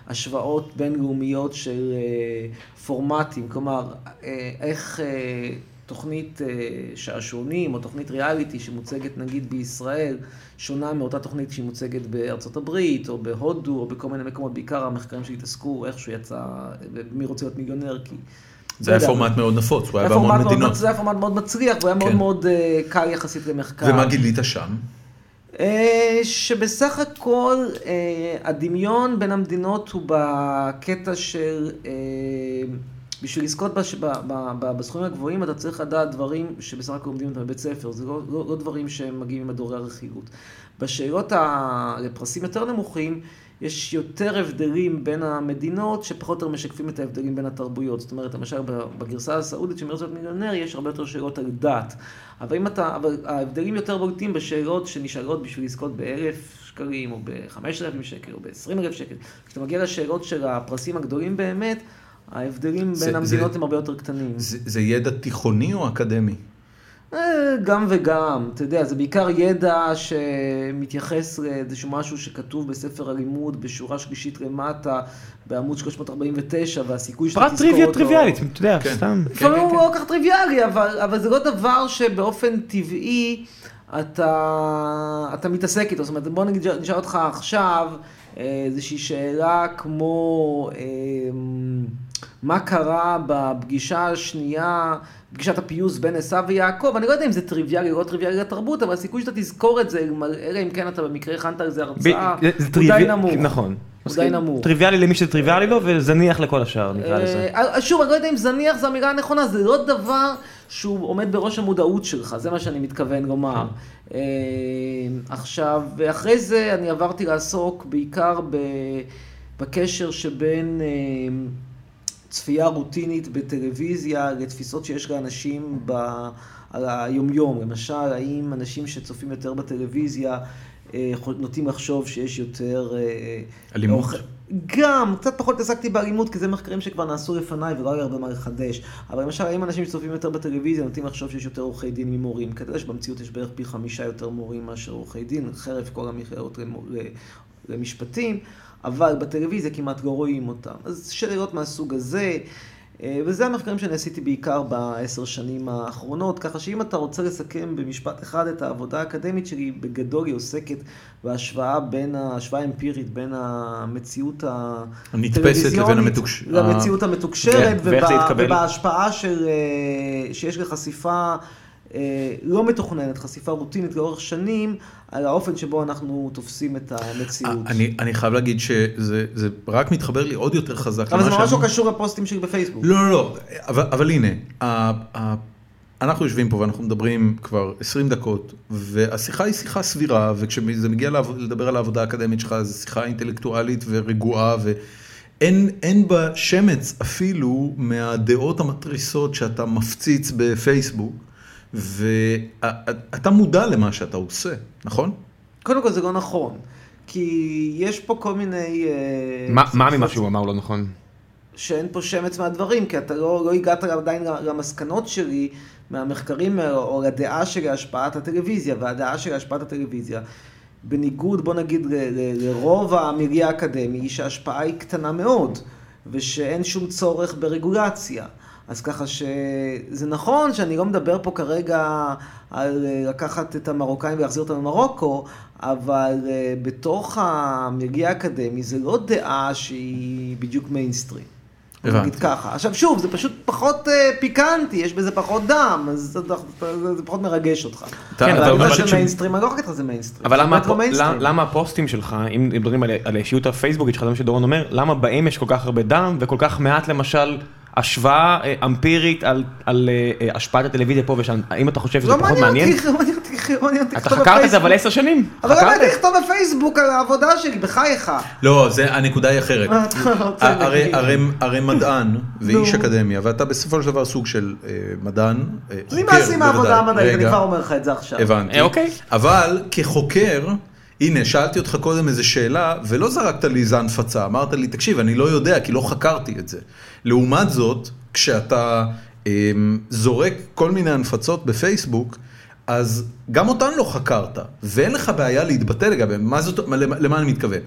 [SPEAKER 3] השוואות בינלאומיות של אה, פורמטים, כלומר, אה, איך... אה, תוכנית אה, שעשועונים או תוכנית ריאליטי שמוצגת נגיד בישראל שונה מאותה תוכנית שהיא מוצגת בארצות הברית או בהודו או בכל מיני מקומות, בעיקר המחקרים שהתעסקו איכשהו יצא, אה, מי רוצה להיות מיליונר כי...
[SPEAKER 2] זה היה
[SPEAKER 3] לא יודע.
[SPEAKER 2] פורמט מאוד נפוץ, הוא היה
[SPEAKER 3] היה פורמט
[SPEAKER 2] בהמון
[SPEAKER 3] מאוד
[SPEAKER 2] מדינות.
[SPEAKER 3] מצ- זה היה פורמט מאוד מצליח, והוא היה מאוד
[SPEAKER 2] כן.
[SPEAKER 3] מאוד אה, קל יחסית למחקר.
[SPEAKER 2] ומה גילית שם?
[SPEAKER 3] אה, שבסך הכל אה, הדמיון בין המדינות הוא בקטע של, אה, בשביל לזכות בש- ב- ב- ב- בסכומים הגבוהים אתה צריך לדעת דברים שבסך הכל לומדים אותם בבית ספר, זה לא, לא, לא דברים שהם מגיעים עם הדורי הרכילות. בשאלות ה... לפרסים יותר נמוכים, יש יותר הבדלים בין המדינות שפחות או יותר משקפים את ההבדלים בין התרבויות. זאת אומרת, למשל ב- בגרסה הסעודית של מרצ מיליונר יש הרבה יותר שאלות על דת. אבל אם אתה, אבל ההבדלים יותר בולטים בשאלות שנשאלות בשביל לזכות באלף שקלים, או ב-5,000 שקל, או ב-20,000 שקל. כשאתה מגיע לשאלות של הפרסים הגדולים באמת, ההבדלים בין
[SPEAKER 2] זה- זה-
[SPEAKER 3] המדינות הם הרבה יותר קטנים.
[SPEAKER 2] זה זה ידע תיכוני או אקדמי?
[SPEAKER 3] אה, גם וגם, אתה יודע, זה בעיקר ידע שמתייחס לאיזשהו משהו שכתוב בספר הלימוד בשורה שלישית למטה, בעמוד 349, והסיכוי שאתה
[SPEAKER 1] פרט
[SPEAKER 3] תזכור אותו...
[SPEAKER 1] טריוויה טריוויאלית, אתה יודע,
[SPEAKER 2] כן.
[SPEAKER 1] סתם.
[SPEAKER 3] לפעמים
[SPEAKER 2] כן,
[SPEAKER 3] הוא לא כל כך טריוויאלי, אבל, אבל זה לא דבר שבאופן טבעי אתה, אתה מתעסק איתו. זאת אומרת, בוא נגיד, נשאל אותך עכשיו אה, איזושהי שאלה כמו, אה, מה קרה בפגישה השנייה, פגישת הפיוס בין עשו ויעקב, אני לא יודע אם זה טריוויאלי או לא טריוויאלי לתרבות, אבל הסיכוי שאתה תזכור את זה, אלא אם כן אתה במקרה הכנת על זה הרצאה,
[SPEAKER 1] ב- זה
[SPEAKER 3] הוא די
[SPEAKER 1] טריוויאלי-
[SPEAKER 3] נמוך.
[SPEAKER 1] נכון.
[SPEAKER 3] הוא די נמוך.
[SPEAKER 1] טריוויאלי למי שזה טריוויאלי לו, וזניח לכל השאר, נקרא לזה.
[SPEAKER 3] אה, שוב, אני לא יודע אם זניח זו המילה הנכונה, זה לא דבר שהוא עומד בראש המודעות שלך, זה מה שאני מתכוון לומר.
[SPEAKER 1] כן.
[SPEAKER 3] אה, עכשיו, אחרי זה אני עברתי לעסוק בעיקר ב- בקשר שבין אה, צפייה רוטינית בטלוויזיה לתפיסות שיש לאנשים ב... על היומיום. למשל, האם אנשים שצופים יותר בטלוויזיה אה, יכול- נוטים לחשוב שיש יותר... אה,
[SPEAKER 2] אלימות.
[SPEAKER 3] אוכל- גם, קצת פחות התעסקתי באלימות, כי זה מחקרים שכבר נעשו לפניי ולא היה הרבה מה לחדש. אבל למשל, האם אנשים שצופים יותר בטלוויזיה נוטים לחשוב שיש יותר עורכי דין ממורים? כי אתה יודע שבמציאות יש בערך פי חמישה יותר מורים מאשר עורכי דין, חרף כל המכללות למו- ל- למשפטים, אבל בטלוויזיה כמעט לא רואים אותם. אז שאלות מהסוג הזה. אה, וזה המחקרים שאני עשיתי בעיקר בעשר שנים האחרונות, ככה שאם אתה רוצה לסכם במשפט אחד את העבודה האקדמית שלי, בגדול היא עוסקת בהשוואה בין, ה- השוואה אמפירית בין המציאות
[SPEAKER 2] הנתפסת לבין
[SPEAKER 3] הטלוויזיונית
[SPEAKER 2] המתוקש- אה,
[SPEAKER 3] למציאות המתוקשרת,
[SPEAKER 1] כן, ואיך זה התקבל.
[SPEAKER 3] ובהשפעה של, אה, שיש לחשיפה אה, לא מתוכננת, חשיפה רוטינית לאורך שנים, על האופן שבו אנחנו תופסים את המציאות.
[SPEAKER 2] אה, אני אני חייב להגיד שזה זה רק מתחבר לי עוד יותר חזק.
[SPEAKER 3] אבל זה
[SPEAKER 2] למה
[SPEAKER 3] ממש לא
[SPEAKER 2] שאמרת.
[SPEAKER 3] קשור לפוסטים שלי בפייסבוק.
[SPEAKER 2] לא, לא, לא, אבל, אבל הנה, ה, ה, אנחנו יושבים פה ואנחנו מדברים כבר 20 דקות, והשיחה היא שיחה סבירה, וכשזה מגיע לעב- לדבר על העבודה האקדמית שלך, זו שיחה אינטלקטואלית ורגועה, ואין אין בה שמץ אפילו מהדעות המתריסות שאתה מפציץ בפייסבוק, ואתה מודע למה שאתה עושה, נכון?
[SPEAKER 3] קודם כל זה לא נכון, כי יש פה כל מיני... אה,
[SPEAKER 1] מה- מה ממה שהוא אמר לא נכון?
[SPEAKER 3] שאין פה שמץ מהדברים, כי אתה לא, לא הגעת עדיין למסקנות שלי מהמחקרים אה, או לדעה של השפעת הטלוויזיה, והדעה של השפעת הטלוויזיה, בניגוד בוא נגיד ל, ל, לרוב המיליה האקדמי, היא שההשפעה היא קטנה מאוד, ושאין שום צורך ברגולציה. אז ככה שזה נכון שאני לא מדבר פה כרגע על אה, לקחת את המרוקאים ולהחזיר אותם למרוקו, אבל אה, בתוך המגיע האקדמי זה לא דעה שהיא בדיוק מיינסטרים.
[SPEAKER 2] הבנתי.
[SPEAKER 3] נגיד ככה. עכשיו שוב, זה פשוט פחות אה, פיקנטי, יש בזה פחות דם, אז זה- זה- זה פחות מרגש אותך.
[SPEAKER 2] אתה-
[SPEAKER 1] כן,
[SPEAKER 3] אבל
[SPEAKER 1] אבל-
[SPEAKER 3] העובדה
[SPEAKER 1] אבל-
[SPEAKER 3] של
[SPEAKER 2] ש-
[SPEAKER 3] מיינסטרים, אני לא חושב לך זה מיינסטרים.
[SPEAKER 1] אבל
[SPEAKER 3] זה
[SPEAKER 1] למה,
[SPEAKER 3] באמת לא
[SPEAKER 1] הפו-
[SPEAKER 3] מיינסטרים.
[SPEAKER 1] למה הפוסטים שלך, אם מדברים על, על האישיות הפייסבוקית שלך, זה מה שדורון אומר, למה בהם יש כל כך הרבה דם וכל כך מעט למשל השוואה אה, אמפירית על, על אה, אה, השפעת הטלוויזיה פה ושם, האם אתה חושב שזה
[SPEAKER 3] לא
[SPEAKER 1] פחות
[SPEAKER 3] מעניין
[SPEAKER 1] מעניין?
[SPEAKER 3] אותי, לא מעניין אותי, לא מעניין אותי.
[SPEAKER 1] אתה
[SPEAKER 3] לכתוב
[SPEAKER 1] חקרת את זה
[SPEAKER 3] בפייסבוק.
[SPEAKER 1] אבל עשר שנים,
[SPEAKER 3] אבל לא למה
[SPEAKER 1] חקרת
[SPEAKER 3] אתה
[SPEAKER 1] את זה.
[SPEAKER 3] תכתוב בפייסבוק על העבודה שלי, בחייך?
[SPEAKER 2] לא, זה, הנקודה היא אחרת.
[SPEAKER 3] מה אתה רוצה
[SPEAKER 2] הרי-
[SPEAKER 3] להגיד?
[SPEAKER 2] הרי הרי מדען ואיש
[SPEAKER 3] אה, כן. נו.
[SPEAKER 2] אקדמיה, ואתה בסופו של דבר סוג של אה, מדען, אה, חוקר,
[SPEAKER 1] כן,
[SPEAKER 3] נמאס לי מהעבודה
[SPEAKER 2] בוודאי.
[SPEAKER 3] המדעית, אני
[SPEAKER 2] רגע,
[SPEAKER 3] כבר אומר לך את זה עכשיו.
[SPEAKER 2] הבנתי.
[SPEAKER 1] אה, אוקיי.
[SPEAKER 2] אבל כחוקר, הנה, שאלתי אותך קודם איזו שאלה, ולא זרקת לי איזה הנפצה, אמרת לי, תקשיב, אני לא יודע, כי לא חקרתי את זה. לעומת זאת, כשאתה אמ, זורק כל מיני הנפצות בפייסבוק, אז גם אותן לא חקרת, ואין לך בעיה להתבטא לגביהן, מה זאת, מה- למה, למה אני מתכוון?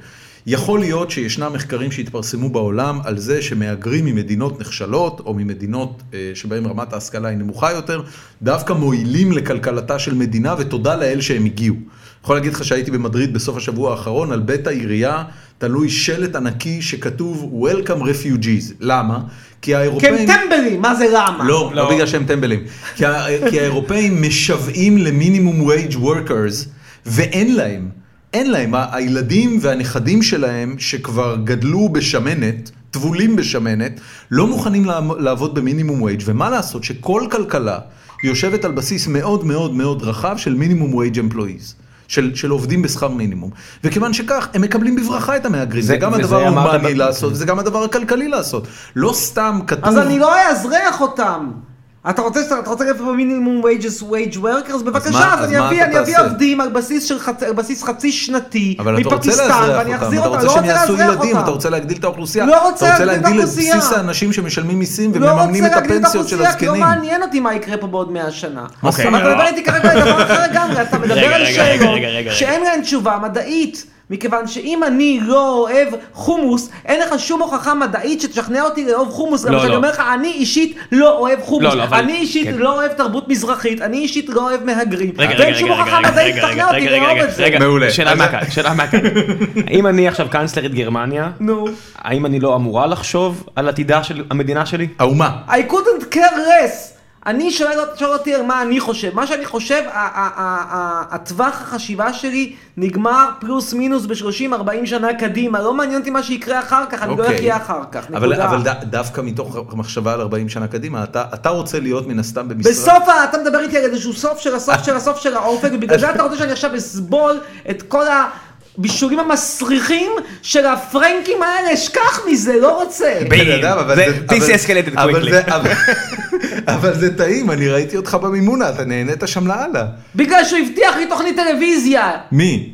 [SPEAKER 2] יכול להיות שישנם מחקרים שהתפרסמו בעולם על זה שמהגרים ממדינות נחשלות או ממדינות אה, שבהן רמת ההשכלה היא נמוכה יותר, דווקא מועילים לכלכלתה של מדינה ותודה לאל שהם הגיעו. יכול להגיד לך שהייתי במדריד בסוף השבוע האחרון, על בית העירייה תלוי שלט ענקי שכתוב Welcome Refugees. למה? כי
[SPEAKER 3] כי הם
[SPEAKER 2] האירופאים...
[SPEAKER 3] טמבלים, מה זה למה?
[SPEAKER 2] לא, לא
[SPEAKER 1] לא.
[SPEAKER 2] בגלל שהם טמבלים. כי ה- כי האירופאים משוועים למינימום וייג' וורקרס, ואין להם. אין להם. ה- הילדים והנכדים שלהם, שכבר גדלו בשמנת, טבולים בשמנת, לא מוכנים לעמ- לעבוד במינימום וייג', ומה לעשות שכל כלכלה יושבת על בסיס מאוד מאוד מאוד רחב של מינימום וייג' אמפלואיז. של, של עובדים בשכר מינימום. וכיוון שכך, הם מקבלים בברכה את המהגרים. זה,
[SPEAKER 1] זה-
[SPEAKER 2] זה גם
[SPEAKER 1] וזה
[SPEAKER 2] הדבר
[SPEAKER 1] אמרת
[SPEAKER 2] ההומני
[SPEAKER 1] ב-
[SPEAKER 2] לעשות, וזה גם הדבר הכלכלי לעשות. לא סתם כתוב...
[SPEAKER 3] אז אני לא אאזרח אותם. אתה רוצה ש- אתה רוצה לקחת פה מינימום wages wage workers? בבקשה,
[SPEAKER 2] מה-
[SPEAKER 3] אז
[SPEAKER 2] אז
[SPEAKER 3] אני
[SPEAKER 2] מה
[SPEAKER 3] אביא
[SPEAKER 2] אתה
[SPEAKER 3] אני אביא
[SPEAKER 2] תעשה?
[SPEAKER 3] עובדים על בסיס של חצי- על בסיס חצי שנתי
[SPEAKER 2] אבל אתה רוצה
[SPEAKER 3] מפקיסטן
[SPEAKER 2] לאזרח
[SPEAKER 3] ואני
[SPEAKER 2] אותם,
[SPEAKER 3] אחזיר
[SPEAKER 2] אתה
[SPEAKER 3] אותם.
[SPEAKER 2] רוצה
[SPEAKER 3] לא
[SPEAKER 2] שהם
[SPEAKER 3] רוצה
[SPEAKER 2] יעשו
[SPEAKER 3] לאזרח
[SPEAKER 2] ילדים,
[SPEAKER 3] אותם.
[SPEAKER 2] אתה רוצה להגדיל את האוכלוסייה,
[SPEAKER 3] לא רוצה
[SPEAKER 2] אתה רוצה
[SPEAKER 3] להגדיל את
[SPEAKER 2] להגדיל את
[SPEAKER 3] האוכלוסייה.
[SPEAKER 2] בסיס האנשים שמשלמים מיסים
[SPEAKER 3] לא
[SPEAKER 2] ומממנים
[SPEAKER 3] רוצה
[SPEAKER 2] את
[SPEAKER 3] להגדיל את
[SPEAKER 2] הפנסיות של
[SPEAKER 3] האוכלוסייה, כי לא
[SPEAKER 2] הזקנים.
[SPEAKER 3] מעניין אותי מה יקרה פה בעוד 100 שנה.
[SPEAKER 2] מה
[SPEAKER 3] אתה
[SPEAKER 2] זאת אומרת?
[SPEAKER 3] מדבר איתי כרגע על דבר אחר לגמרי, אתה מדבר
[SPEAKER 1] אוקיי. רגע,
[SPEAKER 3] על
[SPEAKER 1] רגע, רגע, רגע, רגע,
[SPEAKER 3] שאלות
[SPEAKER 1] רגע.
[SPEAKER 3] שאין להן תשובה מדעית. מכיוון שאם אני לא אוהב חומוס, אין לך שום הוכחה מדעית שתשכנע אותי לאהוב חומוס.
[SPEAKER 1] לא,
[SPEAKER 3] למשל, אני
[SPEAKER 1] לא.
[SPEAKER 3] אומר לך, אני אישית לא אוהב חומוס.
[SPEAKER 1] לא, לא, אבל-
[SPEAKER 3] אני אישית
[SPEAKER 1] כן.
[SPEAKER 3] לא אוהב תרבות מזרחית, אני אישית לא אוהב מהגרים.
[SPEAKER 1] רגע, רגע,
[SPEAKER 3] ואין שום
[SPEAKER 1] רגע,
[SPEAKER 3] הוכחה
[SPEAKER 1] רגע,
[SPEAKER 3] מדעית
[SPEAKER 1] רגע, רגע,
[SPEAKER 3] שתשכנע אותי
[SPEAKER 1] רגע,
[SPEAKER 3] לאהוב
[SPEAKER 1] רגע,
[SPEAKER 3] לא את זה.
[SPEAKER 1] רגע,
[SPEAKER 2] מעולה.
[SPEAKER 1] שאלה
[SPEAKER 2] אז-
[SPEAKER 1] מהקהל, שאלה מהקהל. אם אני עכשיו קאנצלרית גרמניה,
[SPEAKER 3] נו.
[SPEAKER 1] האם אני לא אמורה לחשוב על עתידה של המדינה שלי?
[SPEAKER 2] האומה.
[SPEAKER 3] I couldn't care less. אני שואל, אות- שואל אותי מה אני חושב. מה שאני חושב, ה- ה- ה- ה- הטווח החשיבה שלי נגמר פלוס מינוס ב-30-40 שנה קדימה. לא מעניין אותי מה שיקרה אחר כך, אני לא
[SPEAKER 2] אוקיי.
[SPEAKER 3] אחיה אחר כך.
[SPEAKER 2] אבל,
[SPEAKER 3] נקודה.
[SPEAKER 2] אבל ד, דווקא מתוך מחשבה על 40 שנה קדימה, אתה, אתה רוצה להיות מן הסתם במשרד...
[SPEAKER 3] בסוף, ה- אתה מדבר איתי על איזשהו סוף של
[SPEAKER 2] אה.
[SPEAKER 3] הסוף של הסוף של האופק, ובגלל זה אתה רוצה שאני עכשיו אסבול את כל הבישולים המסריחים של הפרנקים האלה, אשכח מזה, לא רוצה.
[SPEAKER 1] ב-
[SPEAKER 2] בן אדם, אבל
[SPEAKER 1] זה-
[SPEAKER 2] זה...
[SPEAKER 1] this
[SPEAKER 2] אבל-
[SPEAKER 1] escalated
[SPEAKER 2] אבל
[SPEAKER 1] quickly.
[SPEAKER 2] זה- אבל- אבל זה טעים, אני ראיתי אותך במימונה, אתה נהנית שם לאללה.
[SPEAKER 3] בגלל שהוא הבטיח לי תוכנית טלוויזיה.
[SPEAKER 2] מי?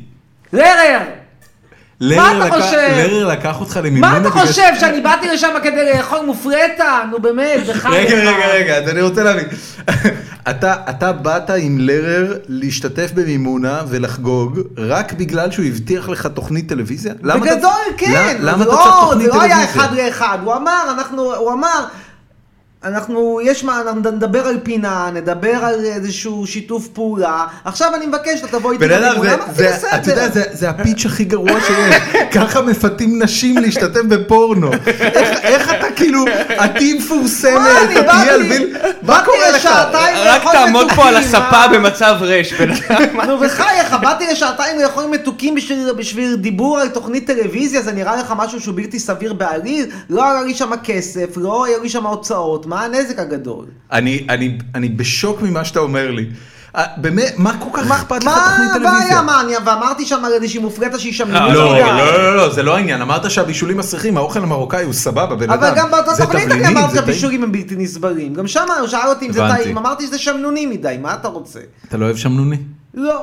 [SPEAKER 3] לרר!
[SPEAKER 2] לרר
[SPEAKER 3] אתה
[SPEAKER 2] לקח-
[SPEAKER 3] חושב?
[SPEAKER 2] לרר לקח אותך למימונה.
[SPEAKER 3] מה אתה
[SPEAKER 2] בגלל-
[SPEAKER 3] חושב, שאני באתי לשם כדי לאכול מופרטה? נו באמת, בחייך.
[SPEAKER 2] רגע, רגע, רגע, אז אני רוצה להבין. אתה, אתה באת עם לרר להשתתף במימונה ולחגוג רק בגלל שהוא הבטיח לך תוכנית טלוויזיה? למה אתה-
[SPEAKER 3] בגדול כן.
[SPEAKER 2] למ- למה
[SPEAKER 3] זה
[SPEAKER 2] אתה
[SPEAKER 3] לא-
[SPEAKER 2] צריך תוכנית
[SPEAKER 3] זה לא היה
[SPEAKER 2] טלוויזיה?
[SPEAKER 3] אחד לאחד. הוא אמר, אנחנו, הוא אמר, אנחנו, יש מה, אנחנו נדבר על פינה, נדבר על איזשהו שיתוף פעולה. עכשיו אני מבקש, אתה תבוא איתי
[SPEAKER 2] בן אדם,
[SPEAKER 3] למימונה,
[SPEAKER 2] זה-
[SPEAKER 3] אמרתי,
[SPEAKER 2] זה-
[SPEAKER 3] בסדר.
[SPEAKER 2] אתה יודע, זה- זה הפיץ' הכי גרוע שיש. ככה מפתים נשים להשתתף בפורנו. איך- איך אתה כאילו, עתי
[SPEAKER 3] מה,
[SPEAKER 2] מפורסמת,
[SPEAKER 3] אני
[SPEAKER 2] אתה תהיה על
[SPEAKER 3] באתי-
[SPEAKER 2] ביל... מה
[SPEAKER 3] באתי
[SPEAKER 2] קורה לך?
[SPEAKER 3] לשעתיים
[SPEAKER 1] רק
[SPEAKER 3] לאכול
[SPEAKER 1] תעמוד פה על
[SPEAKER 3] מתוקים,
[SPEAKER 1] הספה
[SPEAKER 3] לא מה?
[SPEAKER 1] במצב רש, בן אדם.
[SPEAKER 3] נו בחייך, באתי לשעתיים לאכול מתוקים בשביל, בשביל דיבור על תוכנית טלוויזיה, זה נראה לך משהו שהוא בלתי סביר בעליל? לא עלה לי שם כסף, לא היו לי שם הוצאות, מה הנזק הגדול?
[SPEAKER 2] אני- אני- אני בשוק ממה שאתה אומר לי. אה, באמת, מה כל כך אכפת לך
[SPEAKER 3] מה
[SPEAKER 2] תוכנית
[SPEAKER 3] הבעיה?
[SPEAKER 2] טלוויזיה?
[SPEAKER 3] מה, אני ואמרתי שם על איזושהי מופרטה שהיא שם
[SPEAKER 1] לא,
[SPEAKER 2] לא,
[SPEAKER 3] מינית
[SPEAKER 2] לא,
[SPEAKER 3] מדי.
[SPEAKER 2] לא, לא, זה לא העניין, אמרת שהבישולים מסריחים, האוכל המרוקאי הוא סבבה, בן אדם.
[SPEAKER 3] אבל גם באותה
[SPEAKER 2] זה
[SPEAKER 3] תוכנית אני
[SPEAKER 2] תבלינים, זה
[SPEAKER 3] אמרתי
[SPEAKER 2] טעים.
[SPEAKER 3] שהבישורים הם בלתי נסבלים. גם שם הוא שאל אותי אם זה
[SPEAKER 2] הבנתי.
[SPEAKER 3] טעים, אמרתי שזה שמנוני מדי, מה אתה רוצה?
[SPEAKER 2] אתה לא אוהב שמנוני?
[SPEAKER 3] לא.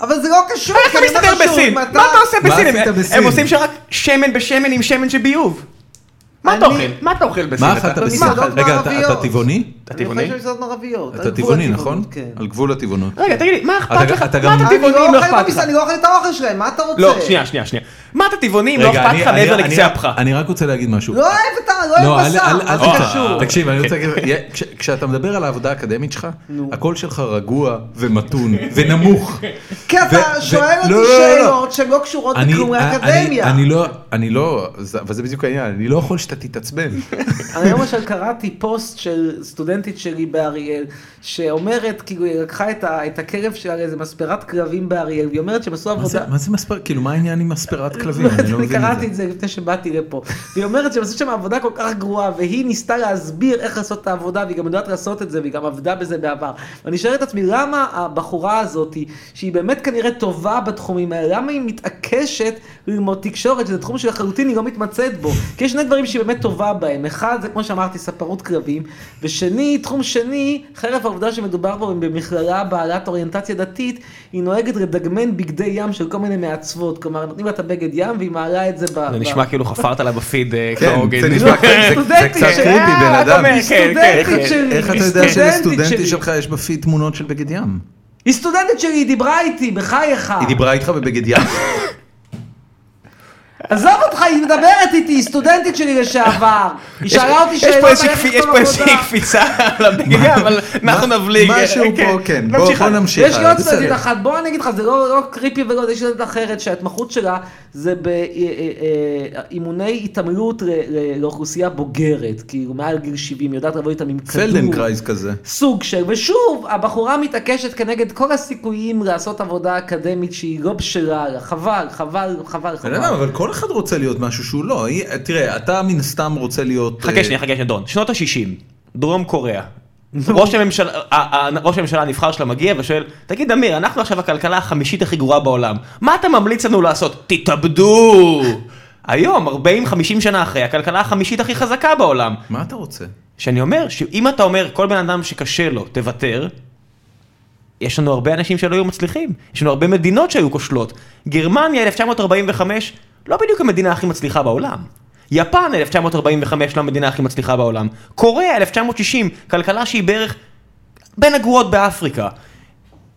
[SPEAKER 3] אבל זה לא קשור,
[SPEAKER 1] איך אה, אתה
[SPEAKER 3] אני אומר לך
[SPEAKER 1] מסתדר
[SPEAKER 3] שוב,
[SPEAKER 1] בסין?
[SPEAKER 3] אם
[SPEAKER 1] מה אתה עושה
[SPEAKER 2] מה
[SPEAKER 1] בסין?
[SPEAKER 2] עשית
[SPEAKER 1] הם-
[SPEAKER 2] בסין?
[SPEAKER 1] הם עושים שם רק שמן בשמן עם שמן שביוב. מה אתה
[SPEAKER 3] אני-
[SPEAKER 1] אוכל? מה אתה אוכל בסין?
[SPEAKER 2] מה אכלת
[SPEAKER 3] לא
[SPEAKER 1] אתה-
[SPEAKER 2] בסין?
[SPEAKER 3] מסעדות
[SPEAKER 2] רגע, אתה-
[SPEAKER 3] מערביות.
[SPEAKER 2] אתה טבעוני?
[SPEAKER 1] אתה
[SPEAKER 3] אני
[SPEAKER 1] טבעוני?
[SPEAKER 3] חושב שזה ערביות. על
[SPEAKER 2] אתה
[SPEAKER 3] גבול
[SPEAKER 2] טבעוני,
[SPEAKER 3] הטבעונות,
[SPEAKER 2] נכון?
[SPEAKER 3] כן.
[SPEAKER 2] על גבול הטבעונות.
[SPEAKER 1] רגע, תגיד לי, מה אכפת
[SPEAKER 2] אתה-
[SPEAKER 1] לך?
[SPEAKER 2] אתה
[SPEAKER 1] מה
[SPEAKER 2] גם-
[SPEAKER 1] אתה
[SPEAKER 3] אני
[SPEAKER 1] טבעוני
[SPEAKER 3] לא
[SPEAKER 1] אם לא
[SPEAKER 3] אוכל
[SPEAKER 1] אכפת
[SPEAKER 3] במסעדה,
[SPEAKER 1] לך?
[SPEAKER 3] אני לא אוכל את האוכל שלהם, מה אתה רוצה?
[SPEAKER 1] לא, שנייה, שנייה, שנייה. מה אתה טבעוני אם לא אכפת
[SPEAKER 2] אני-
[SPEAKER 1] לך
[SPEAKER 2] אני-
[SPEAKER 1] מעבר
[SPEAKER 2] אני-
[SPEAKER 1] לקצה אפך?
[SPEAKER 2] אני רק רוצה להגיד משהו.
[SPEAKER 3] לא אוהב את ה... לא
[SPEAKER 2] לא,
[SPEAKER 3] אוהב
[SPEAKER 2] אל-
[SPEAKER 3] בשר,
[SPEAKER 2] אל-
[SPEAKER 3] מה
[SPEAKER 2] אל
[SPEAKER 3] זה
[SPEAKER 1] אה,
[SPEAKER 3] קשור?
[SPEAKER 2] תקשיב, אני רוצה להגיד, יה- כש- כשאתה מדבר על העבודה האקדמית שלך,
[SPEAKER 3] נו.
[SPEAKER 2] הקול שלך רגוע ומתון ונמוך.
[SPEAKER 3] כי אתה
[SPEAKER 2] ו-
[SPEAKER 3] שואל
[SPEAKER 2] ו- לא,
[SPEAKER 3] אותי
[SPEAKER 2] לא, לא, לא.
[SPEAKER 3] שאלות שהן לא קשורות
[SPEAKER 2] אני-
[SPEAKER 3] לכלום
[SPEAKER 2] אני-
[SPEAKER 3] לאקדמיה.
[SPEAKER 2] אני לא, אני לא, זה- אבל זה בדיוק העניין, אני לא יכול שאתה תתעצבן.
[SPEAKER 3] אני למשל קראתי פוסט של סטודנטית שלי באריאל, שאומרת, כאילו, היא לקחה את ה- את הכלב שלה לאיזה מספרת כלבים באריאל, והיא אומרת שהם עשו
[SPEAKER 2] מה
[SPEAKER 3] עבודה...
[SPEAKER 2] זה- מה זה מספר, כאילו מה העניין עם מספרת כלבים? אני לא מבין את
[SPEAKER 3] קראתי
[SPEAKER 2] זה.
[SPEAKER 3] את זה לפני שבאתי לפה. והיא אומרת שהם עשו שם עבודה כל כך גרועה, והיא ניסתה להסביר איך לעשות את העבודה, והיא גם יודעת לעשות את זה, והיא גם עבדה בזה בעבר. ואני שואל את עצמי, למה הבחורה הזאת, שהיא באמת כנראה טובה בתחומים האלה, למה היא מתעקשת ללמוד תקשורת, שזה תחום שלחלוטין היא לא מתמצאת בו? כי יש שני דברים שהיא באמת טובה בהם. אחד, זה כמו שאמרתי, ספרות כלבים, ושני, תחום שני, חרף העובדה שמדובר פה במכללה בעלת אוריינטציה דתית, היא נוהגת לדגמן בגדי ים של כל מיני מעצבות. כלומר, נותנים לה את הבגד ים והיא מעלה את זה ב...
[SPEAKER 1] זה
[SPEAKER 3] ב-
[SPEAKER 1] נשמע כאילו חפרת לה בפיד אה,
[SPEAKER 2] כן,
[SPEAKER 1] כהוגן.
[SPEAKER 2] זה נשמע קצת- זה- זה
[SPEAKER 3] סטודנטית
[SPEAKER 2] קצת
[SPEAKER 3] ש-
[SPEAKER 2] קריפי,
[SPEAKER 3] אה,
[SPEAKER 2] בן
[SPEAKER 3] אתה
[SPEAKER 2] אדם.
[SPEAKER 3] אומר,
[SPEAKER 1] כן,
[SPEAKER 3] סטודנטית
[SPEAKER 1] כן,
[SPEAKER 2] איך-
[SPEAKER 3] שלי,
[SPEAKER 2] איך
[SPEAKER 3] היא
[SPEAKER 2] אתה יודע
[SPEAKER 3] סטודנטית
[SPEAKER 2] שלסטודנטי
[SPEAKER 3] שלי.
[SPEAKER 2] שלך יש בפי תמונות של בגד ים?
[SPEAKER 3] היא סטודנטית שלי, היא דיברה איתי, בחייך.
[SPEAKER 2] היא דיברה איתך בבגד ים?
[SPEAKER 3] עזוב אותך, היא מדברת איתי, היא סטודנטית שלי לשעבר. היא שאלה אותי
[SPEAKER 1] יש פה
[SPEAKER 3] שאלות
[SPEAKER 1] איזושהי קפי- יש פה איזושהי קפיצה על הבגד, אבל אנחנו
[SPEAKER 2] מה-
[SPEAKER 1] נבליג. אה,
[SPEAKER 2] משהו פה, כן, בוא-
[SPEAKER 1] נמשיך.
[SPEAKER 2] בוא נמשיך.
[SPEAKER 3] יש לי עוד
[SPEAKER 2] בסדר.
[SPEAKER 3] סטודנטית אחת, בוא אני אגיד לך, זה לא לא קריפי ולא, יש סטודנטית אחרת שההתמחות שלה זה אה, באימוני אה, התעמלות ל- ל- לאוכלוסייה בוגרת, כאילו מעל גיל 70, היא יודעת לבוא איתם עם כדור.
[SPEAKER 2] פלדנקרייז כזה.
[SPEAKER 3] סוג של, ושוב, הבחורה מתעקשת כנגד כל הסיכויים לעשות עבודה אקדמית שהיא לא בשלה לה, חבל, חבל, חבל,
[SPEAKER 2] אני לא יודע,
[SPEAKER 3] חבל.
[SPEAKER 2] אבל כל אחד רוצה להיות משהו שהוא לא. היא- תראה, אתה מן הסתם רוצה להיות...
[SPEAKER 1] חכה
[SPEAKER 2] אה,
[SPEAKER 1] שנייה, חכה שנייה, דון. שנות ה-60, דרום קוריאה. ראש הממשלה ה- ה- ראש הממשלה הנבחר שלה מגיע ושואל, תגיד אמיר, אנחנו עכשיו הכלכלה החמישית הכי גרועה בעולם, מה אתה ממליץ לנו לעשות? תתאבדו! היום, 40-50 שנה אחרי, הכלכלה החמישית הכי חזקה בעולם.
[SPEAKER 2] מה אתה רוצה?
[SPEAKER 1] שאני אומר, שאם אתה אומר כל בן אדם שקשה לו, תוותר, יש לנו הרבה אנשים שלא היו מצליחים, יש לנו הרבה מדינות שהיו כושלות. גרמניה 1945 לא בדיוק המדינה הכי מצליחה בעולם. יפן 1945 לא המדינה הכי מצליחה בעולם. קוריאה 1960, כלכלה שהיא בערך בין הגרועות באפריקה.